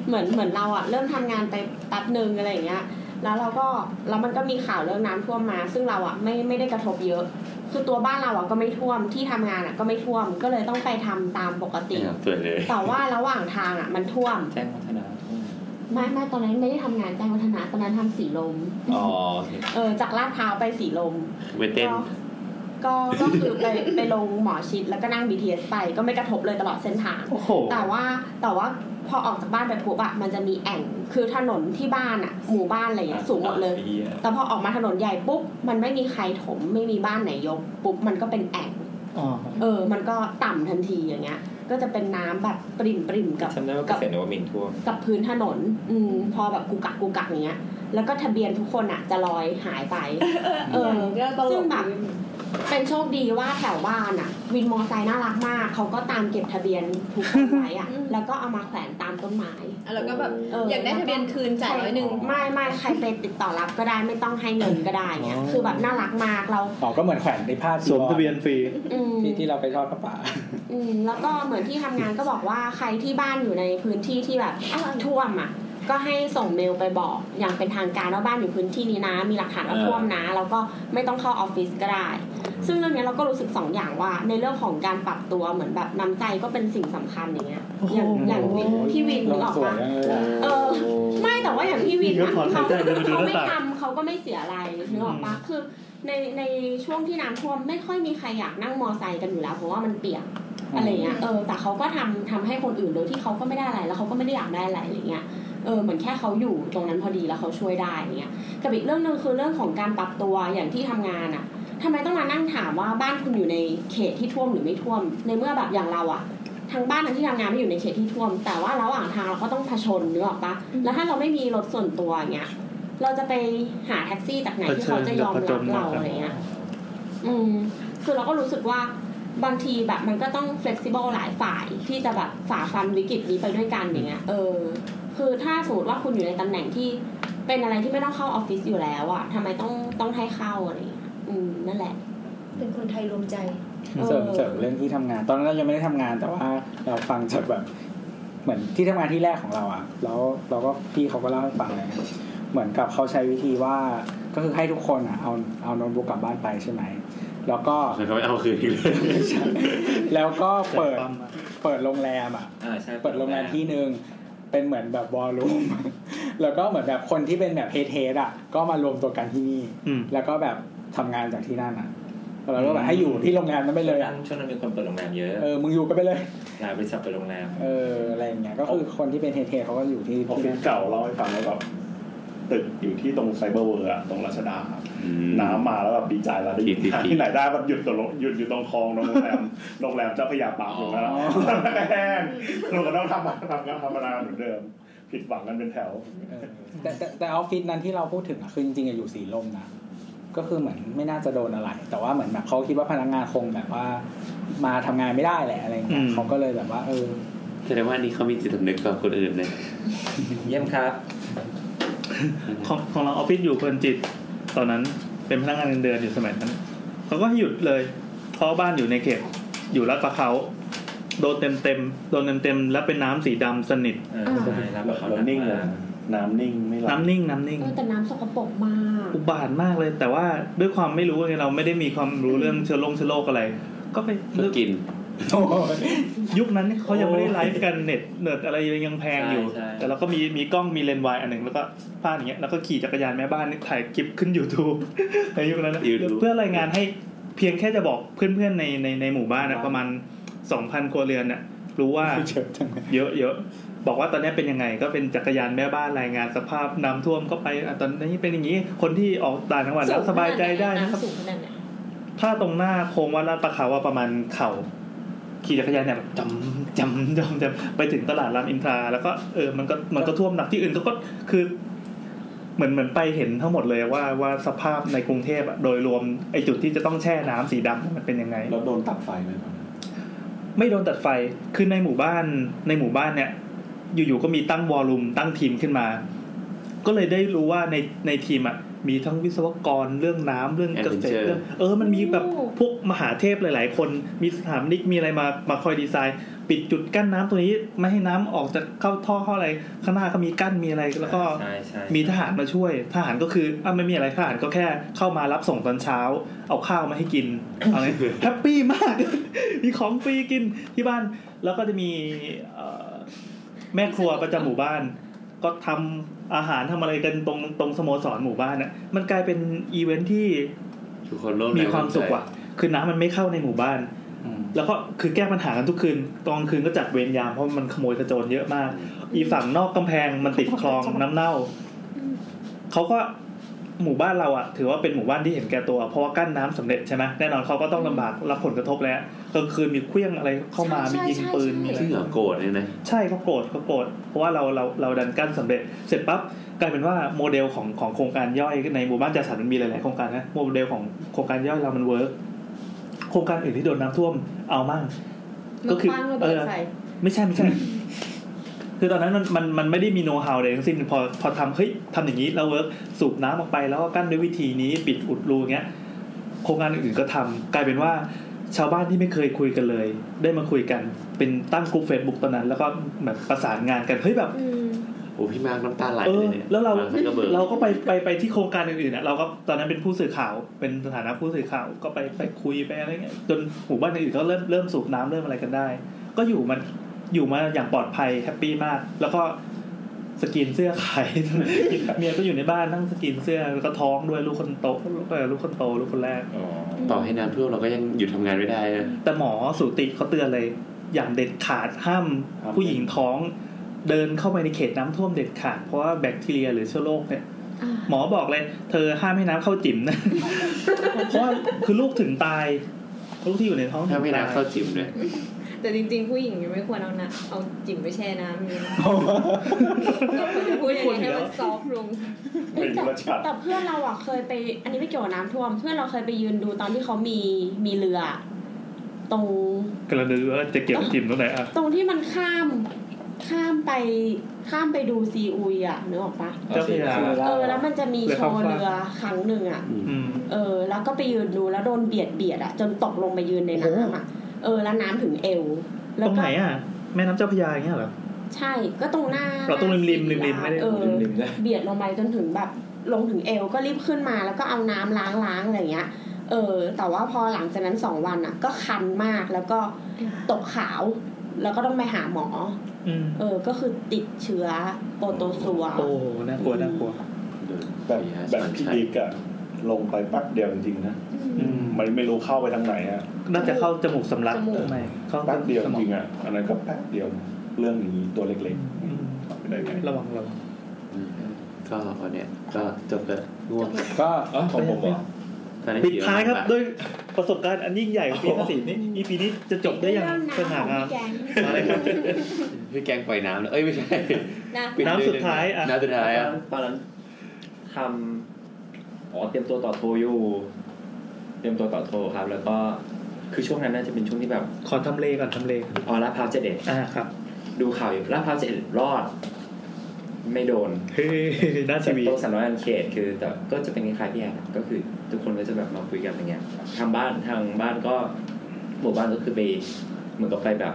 [SPEAKER 7] เหมือนเหมือนเราอะเริ่มทำงานไปแป๊บหนึ่งอะไรอย่างเงี้ย แล้วเราก็แล้วมันก็มีข่าวเรื่องน้ำท่วมมา ซึ่งเราอะไม่ไม่ได้กระทบเยอะ คือตัวบ้านเราอะก็ไม่ท่วมที่ทำงานอะก็ไม่ท่วมก็เลยต้องไปทำตามปกติ
[SPEAKER 9] สวยเลย
[SPEAKER 7] แต่ว่าระหว่างทางอะมันท่วม
[SPEAKER 5] แจ้งวัฒนาท่วม
[SPEAKER 7] ไม่ไม่ตอนนั้นไม่ได้ทำงานแจ้งวัฒนะตอนนั้นทำสีลม
[SPEAKER 5] อ๋อโอเค
[SPEAKER 7] เออจากลาดพร้าวไปสีลม
[SPEAKER 9] ไปเต้น
[SPEAKER 7] ก็ก็ก็คือไปไปลงหมอชิดแล้วก็นั่ง BTS ไปก็ไม่กระทบเลยตลอดเส้นทาง
[SPEAKER 3] โอ้โห
[SPEAKER 7] แต่ว่าแต่ว่าพอออกจากบ้านไปปุ๊บอะมันจะมีแอ่งคือถนนที่บ้านอะหมู่บ้านอะไรอย่างเงี้ยสูงหมดเลย
[SPEAKER 5] ไอ้หี้
[SPEAKER 7] แต่พอออกมาถนนใหญ่ปุ๊บมันไม่มีใครถมไม่มีบ้านไหนยกปุ๊บมันก็เป็นแอ่ง
[SPEAKER 3] อ๋อ
[SPEAKER 7] เออ มันก็ต่ำทันทีอย่างเงี้ย ก็จะเป็นน้ำแบบปริ่มปริมๆกับ
[SPEAKER 5] จำได้ว่าเก
[SPEAKER 7] กับ
[SPEAKER 5] ษตรนวมินทร์ท่วม
[SPEAKER 7] กับพื้นถนน อืม พอแบบกูกักกูกักอย่างเงี้ย แล้วก็ทะเบียนทุกคนอ่ะ จะลอยหาย [laughs] ไป เออ ซึ่งแบบ เป็นโชคดีว่าแถวบ้านอ่ะ วินมอไซค์น่ารักมาก เขาก็ตามเก็บทะเบียนทุกคนไว้อ่ะ แล้วก็เอามาแขวนตามต้นไม้
[SPEAKER 10] แล้วก็แบบ
[SPEAKER 7] เออ
[SPEAKER 10] อ
[SPEAKER 7] อ
[SPEAKER 10] ยากได้ทะเบียนคืนจ่ายร้อยหนึ่ง
[SPEAKER 7] ไม่ไม่ใครไปติดต่อรับก็ได้ไม่ต้องให้เงินก็ได้เงี้ย คือแบบน่ารักมากเรา
[SPEAKER 4] อ๋อก็เหมือนแขวนในผ้าจีวร
[SPEAKER 3] สวมทะเบียนฟรี
[SPEAKER 7] อืม
[SPEAKER 4] ที่ที่เราไปทอดพระป่า
[SPEAKER 7] อืมแล้วก็เหมือนที่ทำงานก็บอกว่าใครที่บ้านอยู่ในพื้นที่ที่แบบท่วมอ่ะ ก็ให้ส่งเมลไปบอกอย่างเป็นทางการว่าบ้านอยู่พื้นที่นี้นะ มีหลักฐานว่าท่วมนะ แล้วก็ไม่ต้องเข้าออฟฟิศก็ได้ ซึ่งเรื่องเนี้ยเราก็รู้สึกสองอย่างว่า ในเรื่องของการปรับตัวเหมือนแบบน้ำใจก็เป็นสิ่งสำคัญอย่างเงี้ยอย่างอย่างวินพี่วินนึกออกปะ เออ ไม่แต่ว่าอย่างพี่วิน
[SPEAKER 3] ก็
[SPEAKER 7] อะ
[SPEAKER 3] ถอนหาย
[SPEAKER 7] เขา
[SPEAKER 3] ใจเดินไปดูห
[SPEAKER 7] เขา
[SPEAKER 3] น้า
[SPEAKER 7] ไม่
[SPEAKER 3] ต่าง
[SPEAKER 7] ทำเขาก็ไม่เสียอะไรนึกออกปะคือในในช่วงที่น้ำท่วมไม่ค่อยมีใครอยากนั่งมอไซค์กันอยู่แล้วเพราะว่ามันเปียก
[SPEAKER 4] อืม
[SPEAKER 7] อะไรเงี้ยเออแต่เขาก็ทำทำให้คนอื่นโดยที่เขาก็ไม่ได้อะไรแล้วเขาก็ไม่ได้อยากได้อะไรอะไรเงี้ยเออเหมือนแค่เขาอยู่ตรงนั้นพอดีแล้วเขาช่วยได้อย่างเงี้ยกับอีกเรื่องหนึ่งคือเรื่องของการปรับตัวอย่างที่ทำงานอะทำไมต้องมานั่งถามว่าบ้านคุณอยู่ในเขตที่ท่วมหรือไม่ท่วม ในเมื่อแบบอย่างเราอะ ทั้งบ้านทั้งที่ทำงานไม่อยู่ในเขตที่ท่วม แต่ว่าระหว่างทางเราก็ต้องเผชญนึกออกปะแล้วถ้าเราไม่มีรถส่วนตัวอย่างเงี้ย เราจะไปหาแท็กซี่จากไหนที่เขาจะยอมรับเราอะไรเงี้ย อืม คือเราก็รู้สึกว่าบางทีแบบมันก็ต้อง flexible หลายฝ่ายที่จะแบบฝ่าฟันวิกฤตนี้ไปด้วยกันอย่างเงี้ย เออ คือถ้าสมมติว่าคุณอยู่ในตำแหน่งที่เป็นอะไรที่ไม่ต้องเข้าออฟฟิศอยู่แล้วอะทำไมต้องต้องให้เข้าอะไรเงี้ยอืมนั่นแหละ
[SPEAKER 10] เป็นคนไทยรวมใจ
[SPEAKER 4] เสริมเสริมเรื่องที่ทำงาน ตอนนั้นเรายังไม่ได้ทำงานแต่ว่าเราฟังจากแบบ เหมือนที่ทำงานที่แรกของเราอะแล้วเราก็พี่เขาก็เล่าให้ฟังเลยเหมือนกับเขาใช้วิธีว่าก็คือให้ทุกคนอะเอาเอาโน้ตบุ๊กกลับบ้านไปใช่ไหมแล้วก็
[SPEAKER 2] มันก็ไม่เอาคืนอีกเลย
[SPEAKER 4] แล้วก็เปิด
[SPEAKER 3] แต่ปั๊มอะ
[SPEAKER 4] เปิดโรงแรมอะ
[SPEAKER 5] อ่าใช่
[SPEAKER 4] เปิดโรงแรมที่หนึ่งเป็นเหมือนแบบวอลลุ่ม [laughs] แล้วก็เหมือนแบบคนที่เป็นแบบเฮดเฮดอ่ะ ก็มารวมตัวกันที่นี่
[SPEAKER 3] อืม
[SPEAKER 4] แล้วก็แบบทำงานจากที่นั่นอ่ะแล้วก็แบบให้อยู่ที่โรงแรมนั้นไปเลย
[SPEAKER 5] ช่วง
[SPEAKER 4] อะ
[SPEAKER 5] นั้นช่วงนั้นมีคนเปิดโรงแรมเยอะ
[SPEAKER 4] เออมึงอยู่ก็ไปเลย
[SPEAKER 5] หลายบริษัทเปิดโรงแรม
[SPEAKER 4] เอออะไรอย่างเงี้ย ก็คือคนที่เป็นเฮดเฮดเขาก็อยู่ที่
[SPEAKER 8] ออฟ
[SPEAKER 4] ที่
[SPEAKER 8] ฟิศ
[SPEAKER 4] นั่น
[SPEAKER 8] เก่าเล่าให้ฟังว่าแบบตึกอยู่ที่ตรงไซเบอร์เวิร์อะตรงรัชดา น้ำมาแล้วแบบดีใจแล้วได้ยิน
[SPEAKER 2] ทีทีที
[SPEAKER 8] ที่ไหนได้มันหยุดตรงหยุดอยู่ตรงคลองตรงโรงแร [laughs] มโรงแรมเจ้าพระยาปากอยู่แล้วแห้ง [laughs] เราก็ต้องทำงานทำงานธรรมดาเหมือนเดิม ผิดหวังกันเป็นแถว
[SPEAKER 4] เออแต่แต่แต่ออฟฟิศนั้นที่เราพูดถึงอ่ะคือจริงๆอะอยู่สีลมนะ ก็คือเหมือนไม่น่าจะโดนอะไร แต่ว่าเหมือนแบบเขาคิดว่าพนักงานคงแบบว่า มาทำงานไม่ได้แหละอะไรอย่างเงี้ย
[SPEAKER 3] อืม
[SPEAKER 4] เขาก็เลยแบบว่า เออ
[SPEAKER 2] แสดงว่านี่เขามีจิตสำนึกกว่าคนอื่นเลย
[SPEAKER 5] เยี่ยมครับ
[SPEAKER 3] ของของเราออฟฟิศอยู่เพลินจิต ตอนนั้นเป็นพนักงานเงินเดือนอยู่สมัยนั้นเขาก็ให้หยุดเลย เพราะบ้านอยู่ในเขต อยู่ลาดประเขาโดนเต็มเต็มๆโดนเต็มเต็มๆแล้วเป็นน้ำสีดำสนิท
[SPEAKER 5] เออใช่รับเขา
[SPEAKER 8] แล้วนิ่งเลย น้ำนิ่งไม่ไหล
[SPEAKER 3] น้ำนิ่งน้ำนิ่ง
[SPEAKER 7] เออแต่น้ำสกปรกมาก
[SPEAKER 3] อุบาทมากเลย แต่ว่าด้วยความไม่รู้ไงเราไม่ได้มีความรู้เรื่องเชื้อโรคเชื้อโรคอะไร ก็ไป
[SPEAKER 2] ก็กิน
[SPEAKER 3] ยุคนั้นเขายังไม่ได้ไลฟ์กันเน็ตเน็ตอะไรยังแพงอยู่
[SPEAKER 2] ใช่ใช่
[SPEAKER 3] แต่เราก็มีมีกล้องมีเลนส์วายอันหนึ่งแล้วก็บ้านอย่างเงี้ยแล้วก็ขี่จักรยานแม่บ้านถ่ายคลิปขึ้น YouTube [laughs] ในยุคนั้นนะ
[SPEAKER 2] YouTube
[SPEAKER 3] เพื่อรายงานให้เพียงแค่จะบอกเพื่อนๆในในในหมู่บ้านนะประมาณ2,000ครัวเรือนน่ะรู้ว่า
[SPEAKER 4] [laughs] เจ็บจังเลย
[SPEAKER 3] เยอะเยอะบอกว่าตอนนี้เป็นยังไงก็เป็นจักรยานแม่บ้านรายงานสภาพน้ำท่วมก็ไปอ่ะตอนนี้เป็นอย่างนี้คนที่ออกต่างจังหวัดแล้วสบายใจได้นะครับ
[SPEAKER 10] สูงขนาดไหน
[SPEAKER 3] ถ้าตรงหน้าโค้งวัดลาดประเขาว่าประมาณเข่า ขี่จักรยานเนี่ยแบบจำจำจำจำไปถึงตลาดรามอินทราแล้วก็เออมันก็มันก็ท่วมหนักที่อื่นก็ก็คือ เหมือนเหมือนไปเห็นทั้งหมดเลยว่าว่าสภาพในกรุงเทพอะโดยรวมไอจุดที่จะต้องแช่น้ำสีดำมันเป็นยังไง
[SPEAKER 8] แล้วโดนตัดไฟไหมตอนนั้น
[SPEAKER 3] ไม่โดนตัดไฟ คือในหมู่บ้าน ในหมู่บ้านเนี่ย อยู่ๆ ก็มีตั้งวอลลุ่มตั้งทีมขึ้นมา ก็เลยได้รู้ว่าในในทีมอ่ะ มีทั้งวิศวกรเรื่องน้ำเรื่องเกษตร
[SPEAKER 2] Adventure
[SPEAKER 3] เรื่องเออ มันมีแบบพวกมหาเทพหลาย ๆ คน มีสถาปนิก มีอะไรมา มาคอยดีไซน์ ปิดจุดกั้นน้ำตัวนี้ ไม่ให้น้ำออกจากเข้าท่อเข้าอะไร ข้างหน้าก็มีกั้น มีอะไร แล้วก็
[SPEAKER 5] ใช่ใช่
[SPEAKER 3] มีทหารมาช่วย ทหารก็คืออ่ะไม่มีอะไรทหารก็แค่เข้ามารับส่งตอนเช้า เอาข้าวมาให้กิน [laughs] อะไรแฮปปี้มาก [laughs] มีของฟรีกินที่บ้าน แล้วก็จะมีเอ่อแม่ครัวประจำหมู่บ้าน ก็ทำอาหารทำอะไรกันตรงตรงสโมสรหมู่บ้านน่ะมันกลายเป็นอีเวนท์ที่
[SPEAKER 2] ทุกคนโลก
[SPEAKER 3] มีความสุขว่ะ คือน้ำมันไม่เข้าในหมู่บ้าน
[SPEAKER 8] อืม
[SPEAKER 3] แล้วก็คือแก้ปัญหากันทุกคืน ตอนกลางคืนก็จัดเวรยามเพราะมันขโมยขโจรเยอะมาก อีฝั่งนอกกำแพงมันติดคลองน้ำเน่า เขาก็หมู่บ้านเราอะถือว่าเป็นหมู่บ้านที่เห็นแก่ตัว เพราะว่ากั้นน้ำสำเร็จใช่ไหมแน่นอนเขาก็ต้องลำบากรับผลกระทบแล้วกลางคืนมีเครื่องอะไรเข้ามามียิงปืนมีอะไร
[SPEAKER 2] ซึ่งเหรอโกรธเนี่ยนะ
[SPEAKER 3] ใช่เขาโกรธเขาโกรธเพราะว่าเราเราเราดันกั้นสำเร็จ เสร็จปั๊บกลายเป็นว่าโมเดลของของโครงการย่อยในหมู่บ้านจัดสรรมันมีหลาย ๆ โครงการนะโมเดลของโครงการย่อยเรามันเวิร์กโครงการอื่นที่โดนน้ำท่วมเอามั่งก็คือ
[SPEAKER 6] มันปั้งระ
[SPEAKER 3] เอ
[SPEAKER 6] เบิด
[SPEAKER 3] อ
[SPEAKER 6] ใส่
[SPEAKER 3] ไม่ใช่ไม่ใช่ [laughs] คือตอนนั้นมันมันมันไม่ได้มีโน้ตฮาวใดทั้งสิ้นพอพอทำเฮ้ยทำอย่างนี้แล้วเวิร์กสูบน้ำออกไปแล้วก็กั้นด้วยวิธีนี้ปิดอุดรูเงี้ยโครงการอื่นๆก็ทำกลายเป็นว่า ชาวบ้านที่ไม่เคยคุยกันเลย ได้มาคุยกันเป็นตั้งกลุ่มเฟซบุ๊กตอนนั้น แล้วก็แบบประสานงานกันเฮ้ยแบบ
[SPEAKER 2] โอ้พี่มาร์กน้ำตาไหล
[SPEAKER 3] เอ
[SPEAKER 2] เล
[SPEAKER 3] อย
[SPEAKER 2] เนี่ย
[SPEAKER 3] แล้วเรา
[SPEAKER 2] มาร์คซักกะเบิก
[SPEAKER 3] เราก็ไปไปไปที่โครงการอื่นๆนะเราก็ตอนนั้นเป็นผู้สื่อข่าวเป็นสถานะผู้สื่อข่าวก็ไปไปคุยไปอะไรเงี้ยจนหมู่บ้านอื่นๆก็เริ่มเริ่มสูบน้ำเริ่มอะไรกันได้ ก็อยู่มันอยู่มาอย่างปลอดภัยแฮปปี้มาก แล้วก็สกรีนเสื้อขาย [laughs] เมียก็อยู่ในบ้านนั่งสกรีนเสื้อแล้วก็ท้องด้วยลูกคนโตลูกคนโตลูกคนแรก
[SPEAKER 5] อ๋อ
[SPEAKER 2] ต่อให้น้ำท่วมเราก็ยังหยุดทำงานไม่ได้นะ
[SPEAKER 3] แต่หมอสูติเขาเตือนเลย อย่างเด็ดขาดห้าม
[SPEAKER 8] ห้าม
[SPEAKER 3] ผู้หญิงท้องเดินเข้าไปในเขตน้ำท่วมเด็ดขาด เพราะว่าแบคทีเรียหรือเชื้อโรคเนี่ย หมอบอกเลย เธอห้ามให้น้ำเข้าจิ๋มนะ เพราะว่าคือลูกถึงตายลูกที่อยู่ในท้อง
[SPEAKER 2] ถ้าไม่
[SPEAKER 3] ถึงตย
[SPEAKER 2] น้ำเข้าจิ๋มเลย
[SPEAKER 10] แต่จริงๆ ผู้หญิงยังไม่ควรเอานะเอาจิ๋มไปแช่น้ำนี่นะก็ควรจะพูดอย่างนี้ให้มันซอฟต์ลง
[SPEAKER 8] เป็นยุรชาติ
[SPEAKER 7] แต่เพื่อนเราอ่ะเคยไป อันนี้ไม่เกี่ยวกับน้ำท่วม เพื่อนเราเคยไปยืนดูตอนที่เขามีมีเรือ ตรง
[SPEAKER 3] กำลังนึกว่าจะเก็บจิ๋มตรงไหนอ่ะ
[SPEAKER 7] ตรงที่มันข้ามข้ามไปข้ามไปดูซีอุยอ่ะนึกออกปะ
[SPEAKER 3] เจ้าพระยา
[SPEAKER 4] ไม่ได้
[SPEAKER 7] เออ แล้วมันจะมี
[SPEAKER 3] เรือ
[SPEAKER 7] โช
[SPEAKER 3] ข้ามฟาก
[SPEAKER 7] ว์เรือครั้งหนึ่งอ่ะ
[SPEAKER 3] อืม
[SPEAKER 7] เออ แล้วก็ไปยืนดูแล้วโดนเบียดเบียดอ่ะจนตกลงไปยืนในน้ำอ่ะเออแล้วน้ำถึงเอว
[SPEAKER 3] ต
[SPEAKER 7] แล้
[SPEAKER 3] ร
[SPEAKER 7] ว
[SPEAKER 3] ง
[SPEAKER 7] ก็
[SPEAKER 3] ไหนอ่ะ แม่น้ำเจ้าพระยาอย่างเงี้ยเหรอ
[SPEAKER 7] ใช่ก็ตรงหน้า
[SPEAKER 3] เราต้องริมๆ
[SPEAKER 7] หน้า
[SPEAKER 3] ริมๆไม่ได้
[SPEAKER 7] เออ
[SPEAKER 5] ลืมๆนะ
[SPEAKER 7] เบียดลงไปจนถึงแบบลงถึงเอวก็รีบขึ้นมาแล้วก็เอาน้ำล้างๆอะไรอย่างเงี้ย เออ แต่ว่าพอหลังจากนั้นสองวันอ่ะ ก็คันมากแล้วก็ตกขาว แล้วก็ต้องไปหาหมอ
[SPEAKER 3] อืม
[SPEAKER 7] เออ ก็คือติดเชื้อโปรโตซัว
[SPEAKER 3] โอ้น่ากลัวน่ากลัว
[SPEAKER 8] แบบแบบพี่
[SPEAKER 2] ใช่
[SPEAKER 8] บิ๊กอะลงไปแป๊บเดียวจริงๆนะ
[SPEAKER 3] อืม
[SPEAKER 8] ไม่ไม่รู้เข้าไปทางไหนอะ
[SPEAKER 3] น่าจะเข้าจมูกสำลัก
[SPEAKER 10] จมูก
[SPEAKER 3] ไม่เข้า
[SPEAKER 8] แป๊บเดียว
[SPEAKER 3] ส
[SPEAKER 8] จ
[SPEAKER 3] มอง
[SPEAKER 8] ริงๆอะอันนั้นก็แป๊บเดียวเรื่องอย่างนี้ตัวเล็ก
[SPEAKER 3] อืม
[SPEAKER 8] ๆเข้าไปได้ไง
[SPEAKER 3] ระวังระวัง
[SPEAKER 2] ก็วันเนี้ยก็จบเลยง่วง
[SPEAKER 4] ก็
[SPEAKER 8] เอ้ยของผมเหรอ
[SPEAKER 2] ตอนนี้
[SPEAKER 3] ปิดท้ายครับ
[SPEAKER 2] เดี๋
[SPEAKER 3] ด้วยประสบการณ์อันยิ่งใหญ่ของปีห้าสี่นี่อีพีนี้จะจบได้อย่างสง่างาม
[SPEAKER 2] อะไรครับพี่แกงปล่อยน้ำเลยเอ้ยไม่ใช่
[SPEAKER 10] นะ
[SPEAKER 2] ปิ
[SPEAKER 3] น้ำสุดท้ายอะ
[SPEAKER 2] น้ำสุดท้ายอะ
[SPEAKER 5] ตอนนั้นทำอ๋อเตรียมตัวต่อโทอยู่ เตรียมตัวต่อโทครับ แล้วก็คือช่วงนั้นน่าจะเป็นช่วงที่แบบ
[SPEAKER 3] ขอทำเลก่อนทำเลก่อน
[SPEAKER 5] ออลาดพร้าวเจ็ดเอ็ด
[SPEAKER 3] อ่าครับ
[SPEAKER 5] ดูข่าวอยู่ลาดพร้าวเจ็ดเอ็ดรอด ไม่โดน
[SPEAKER 3] เฮ้ยหน้าทีวี
[SPEAKER 5] โต๊ะสามร้อยอันเขตคือ แต่ก็จะเป็นคล้ายๆพี่แอนก็คือ ทุกคนก็จะแบบมาคุยกันอย่างเงี้ยทางบ้านทางบ้านก็หมู่บ้านก็คือไปเหมือนกับไปแบบ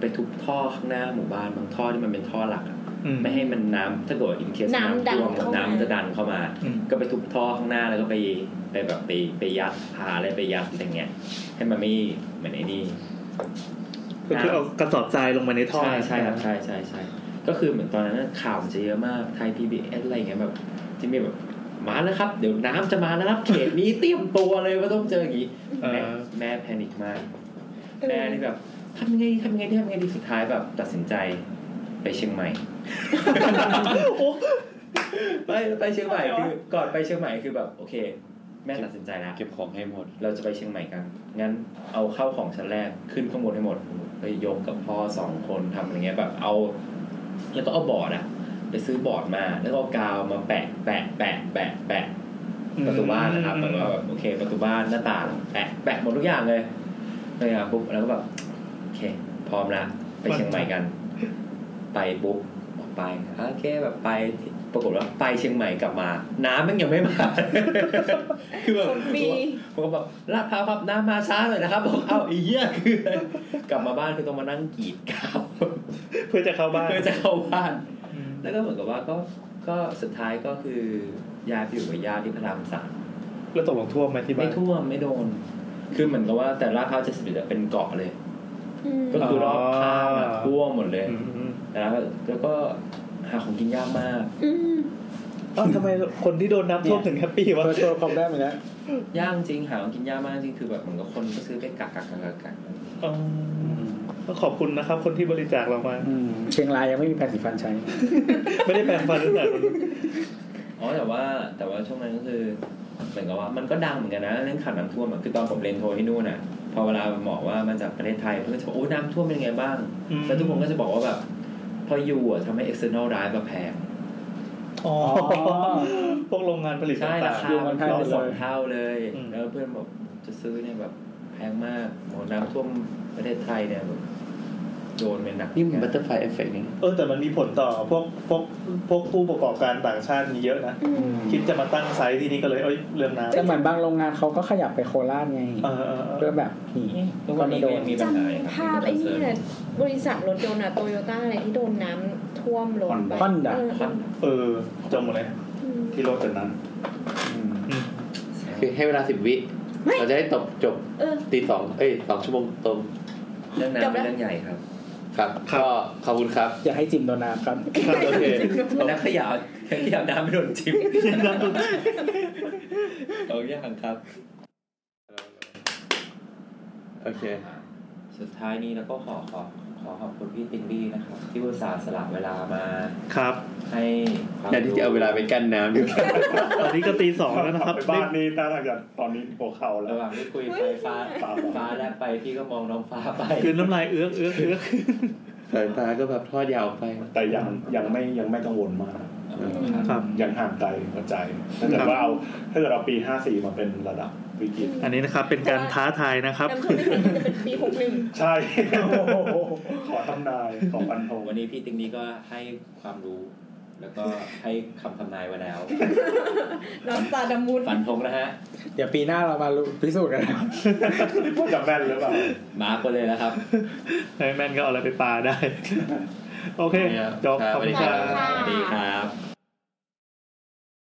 [SPEAKER 5] ไปทุบท่อข้างหน้าหมู่บ้านบางท่อที่มันเป็นท่อหลักอะ
[SPEAKER 3] อืม
[SPEAKER 5] ไม่ให้มันน้ำถ้าเกิดอินเคส
[SPEAKER 10] น้ำดันเข้ามา
[SPEAKER 5] น้ำจะดันเข้ามา
[SPEAKER 3] อืม
[SPEAKER 5] ก็ไปทุบท่อข้างหน้าแล้วก็ไปไปแบบไปไปยัดพาอะไรไปยัดอะไรเงี้ย ให้มันไม่เหมือนไอ้นี่
[SPEAKER 3] ก็คือเอากระสอบทรายลงมาในท่อ
[SPEAKER 5] ใช่ใช่ครับใช่ใช่ใช่ก็คือเหมือนตอนนั้นนะข่าวมันจะเยอะมากไทย PBS อะไรเงี้ยแบบที่มีแบบมาแล้วครับ เดี๋ยวน้ำจะมาแล้วครับเขตนี้เตรียมตัวเลยว่าต้องเจออย่างงี้
[SPEAKER 3] เอ
[SPEAKER 5] แม่
[SPEAKER 3] อ
[SPEAKER 5] แม่แพนิคมากแม่นี่แบบทำไงทำไงดีทำไงดีสุดท้ายแบบตัดสินใจไปเชียงใหม่
[SPEAKER 3] โอ้
[SPEAKER 5] ไปไปเชียงใหม่คือก่อนไปเชียงใหม่คือแบบโอเค แม่ตัดสินใจแล้ว
[SPEAKER 2] เก็บของให้หมด
[SPEAKER 5] เราจะไปเชียงใหม่กัน งั้นเอาเข้าของชั้นแรกขึ้นข้างบนให้หมดไปยกกับพ่อสองคนทำอะไรเงี้ยแบบเอา แล้วก็เอาบอร์ดอะ ไปซื้อบอร์ดมาแล้วก็เอากาวมาแปะแปะแปะแปะแปะ ประตูบ้านนะครับ
[SPEAKER 3] อืม
[SPEAKER 5] แบบว่าแบบโอเค ประตูบ้านหน้าต่างแปะแปะหมดทุกอย่างเลยเลยอ่ะปุ๊บแล้วก็แบบโอเค พร้อมละไปเชียงใหม่กัน ไปปุ๊บออกไปโอเคแบบไปปรากฏว่าไปเชียงใหม่กลับมา น้ำมันยังไม่มา คือแบบ
[SPEAKER 7] คนปี
[SPEAKER 5] ผมก็แบบลาดพร้าวครับน้ำมาช้าเลยนะครับบอกเอ้าไอ้เหี้ยคือกลับมาบ้านคือต้องมานั่งกรีดกาว
[SPEAKER 3] เพื่อจะเข้าบ้าน
[SPEAKER 5] เพื่อจะเข้าบ้าน
[SPEAKER 3] อืม
[SPEAKER 5] แล้วก็เหมือนกับว่าก็ก็สุดท้ายก็คือย้ายไปอยู่กับญาติที่พระรามสาม
[SPEAKER 3] แล้วตกลงท่วมไหมที่บ้า
[SPEAKER 5] ไม่
[SPEAKER 3] น
[SPEAKER 5] ท่วมไม่โดน คือเหมือนกับว่าแต่ลาดพร้าวเจ็ดสิบเป็นเกาะเลย ก็คือรอบข้างอะ
[SPEAKER 3] อ๋อ
[SPEAKER 5] ท่วมหมดเลย
[SPEAKER 3] อืม
[SPEAKER 5] แล้วก็แล้วก็หาของกินยากมาก
[SPEAKER 3] อ้าวทำไมคนที่โดนน้ำท่วมถึงแฮปปี้วะ
[SPEAKER 4] เพื่อโชว์ความได้เหมือนกัน
[SPEAKER 5] ยากจริงหาของกินยากมากจริงคือแบบเหมือนกับคนก็ซื้อไปกักกักกักกักกัก
[SPEAKER 3] อ๋อก็ขอบคุณนะครับ คนที่บริจาคเรามา
[SPEAKER 4] เชียงรายยังไม่มีแปรงสีฟันใช้
[SPEAKER 3] ไม่ได้แปลงฟันตั้งแต่วัน
[SPEAKER 5] อ๋อแต่ว่าแต่ว่าช่วงนั้นก็คือเหมือนกับว่ามันก็ดังเหมือนกันนะเรื่องข่าวน้ำท่วมอะคือตอนผมเรียนโทที่นู่นน่ะ พอเวลาหมอว่ามาจากประเทศไทยเพื่อนก็จะบอกโอ้น้ำท่วมเป็นยังไงบ้าง แล้วทุกคนก็จะบอกว่าแบบ พออยู่อะทำให้ external drive แบบแพง
[SPEAKER 3] อ๋อพวกโรงงานผลิต
[SPEAKER 5] ใช่รา
[SPEAKER 3] ต่าง
[SPEAKER 5] คา
[SPEAKER 3] ๆ
[SPEAKER 5] มัน
[SPEAKER 4] เท่า
[SPEAKER 5] เท่า
[SPEAKER 4] เลย
[SPEAKER 5] สองเท่าเลย
[SPEAKER 3] อืม
[SPEAKER 5] แล้วเพื่อนบอกจะซื้อเนี่ยแบบแพงมากหมอน้ำท่วมประเทศไทยเนี่ยแบบโดนเป็นหนัก
[SPEAKER 9] นี่มันบัตเตอร์ไฟเอฟเฟกต์นี่
[SPEAKER 3] เออแต่มันมีผลต่อพวกพวกพวกผู้ประกอบการต่างชาติมีเยอะนะ คิดจะมาตั้งไซต์ที่นี่ก็เลยเอ้ยเรื่องน้ำ
[SPEAKER 4] แต่เหมือนบางโรงงานเขาก็ขยับไปโคราชไง
[SPEAKER 3] เออเออเอ
[SPEAKER 4] เพื่
[SPEAKER 3] อ
[SPEAKER 4] อแบบหนี
[SPEAKER 5] ทุกวันนี้ก็ยังมีปัญหาอยู่
[SPEAKER 7] จำภาพไอ้นี่เลยบริษัทรถยนต์อะโตโยต้าอะไรที่โดนน้ำท่วมรถไป
[SPEAKER 4] ฮอนด้า
[SPEAKER 7] เออ
[SPEAKER 5] คอน
[SPEAKER 3] เออจำหมดเลย
[SPEAKER 7] อืม
[SPEAKER 8] ที่รถแต่นั้นอืม
[SPEAKER 9] คือให้เวลาสิบวิ
[SPEAKER 7] ไม่
[SPEAKER 9] เราจะได้ตบจบ
[SPEAKER 7] เออ
[SPEAKER 9] ตีสองเอ้ยสองชั่วโมงตรง
[SPEAKER 5] เรื่อง
[SPEAKER 7] จบ
[SPEAKER 5] น้ำ
[SPEAKER 7] แล้
[SPEAKER 5] เป็น
[SPEAKER 7] ว
[SPEAKER 5] เรื่องใหญ่ครับ
[SPEAKER 9] ครับก็ขอบคุณครับ
[SPEAKER 4] อย่าให้จิมโดนน้ำครับ
[SPEAKER 3] ครับโอเค
[SPEAKER 5] นักขยะนักขยะน้ำไม่โดนจิ้มเอาอย่างครับ
[SPEAKER 9] โอเค
[SPEAKER 5] สุดท้ายนี้แล้วก็ขอขอขอขอบคุณพี่ติ๊กบี้นะครับ ที่อุตส่าห์สละเวลามา
[SPEAKER 3] ครับ
[SPEAKER 5] ให้ความ
[SPEAKER 9] แทนที่จะเอาเวลาไปกั้นน้ำดีกว่า
[SPEAKER 3] ตอนนี้ก็ตีสองแล้วนะครับ
[SPEAKER 8] ไปบ้านนี่น่าจะตอนนี้หัวเข่าแล้ว
[SPEAKER 5] ระหว่างที่คุยไปฟ้าฟ้าแลบไปพี่ก็มองน้องฟ้าไป
[SPEAKER 3] คืนน้ำลายเอื้อกเอื้อกเอื้อก
[SPEAKER 9] สายตาก็แบบทอดยาวไป
[SPEAKER 8] แต่ยังยังไม่ยังไม่กังวลมาก
[SPEAKER 3] ครับ
[SPEAKER 8] ยังห่างไกลหัวใจถ้าเกิดว่าเอาถ้าเกิดเอาปี 54 มาเป็นระดับวิกฤต
[SPEAKER 3] อันนี้นะครับเป็นการท้าทายนะครับ
[SPEAKER 7] น้ำท่วมไม่ถึงจะเป็นปีหกหนึ่ง
[SPEAKER 8] ใช่ [laughs] ขอทำนาย ขอปันโท
[SPEAKER 5] วันนี้พี่ติ๊งนี้ก็ให้ความรู้ แล้วก็ให้คำทำนายไว้แล้ว
[SPEAKER 6] น้องตาดำมูด
[SPEAKER 5] ฝันธงนะฮะ
[SPEAKER 4] เดี๋ยวปีหน้าเรามารู้พิสูจน์กันนะ
[SPEAKER 8] [laughs] จะแม่นหรือเปล่า
[SPEAKER 5] มาร์กไปเลยนะครับ
[SPEAKER 3] [laughs] แมนก็เอาอะไรไปปาได้ โอเคจบขอบคุณ
[SPEAKER 9] ค
[SPEAKER 3] ค
[SPEAKER 9] รั
[SPEAKER 3] รับ บ
[SPEAKER 5] สวัสดีครับ
[SPEAKER 7] ค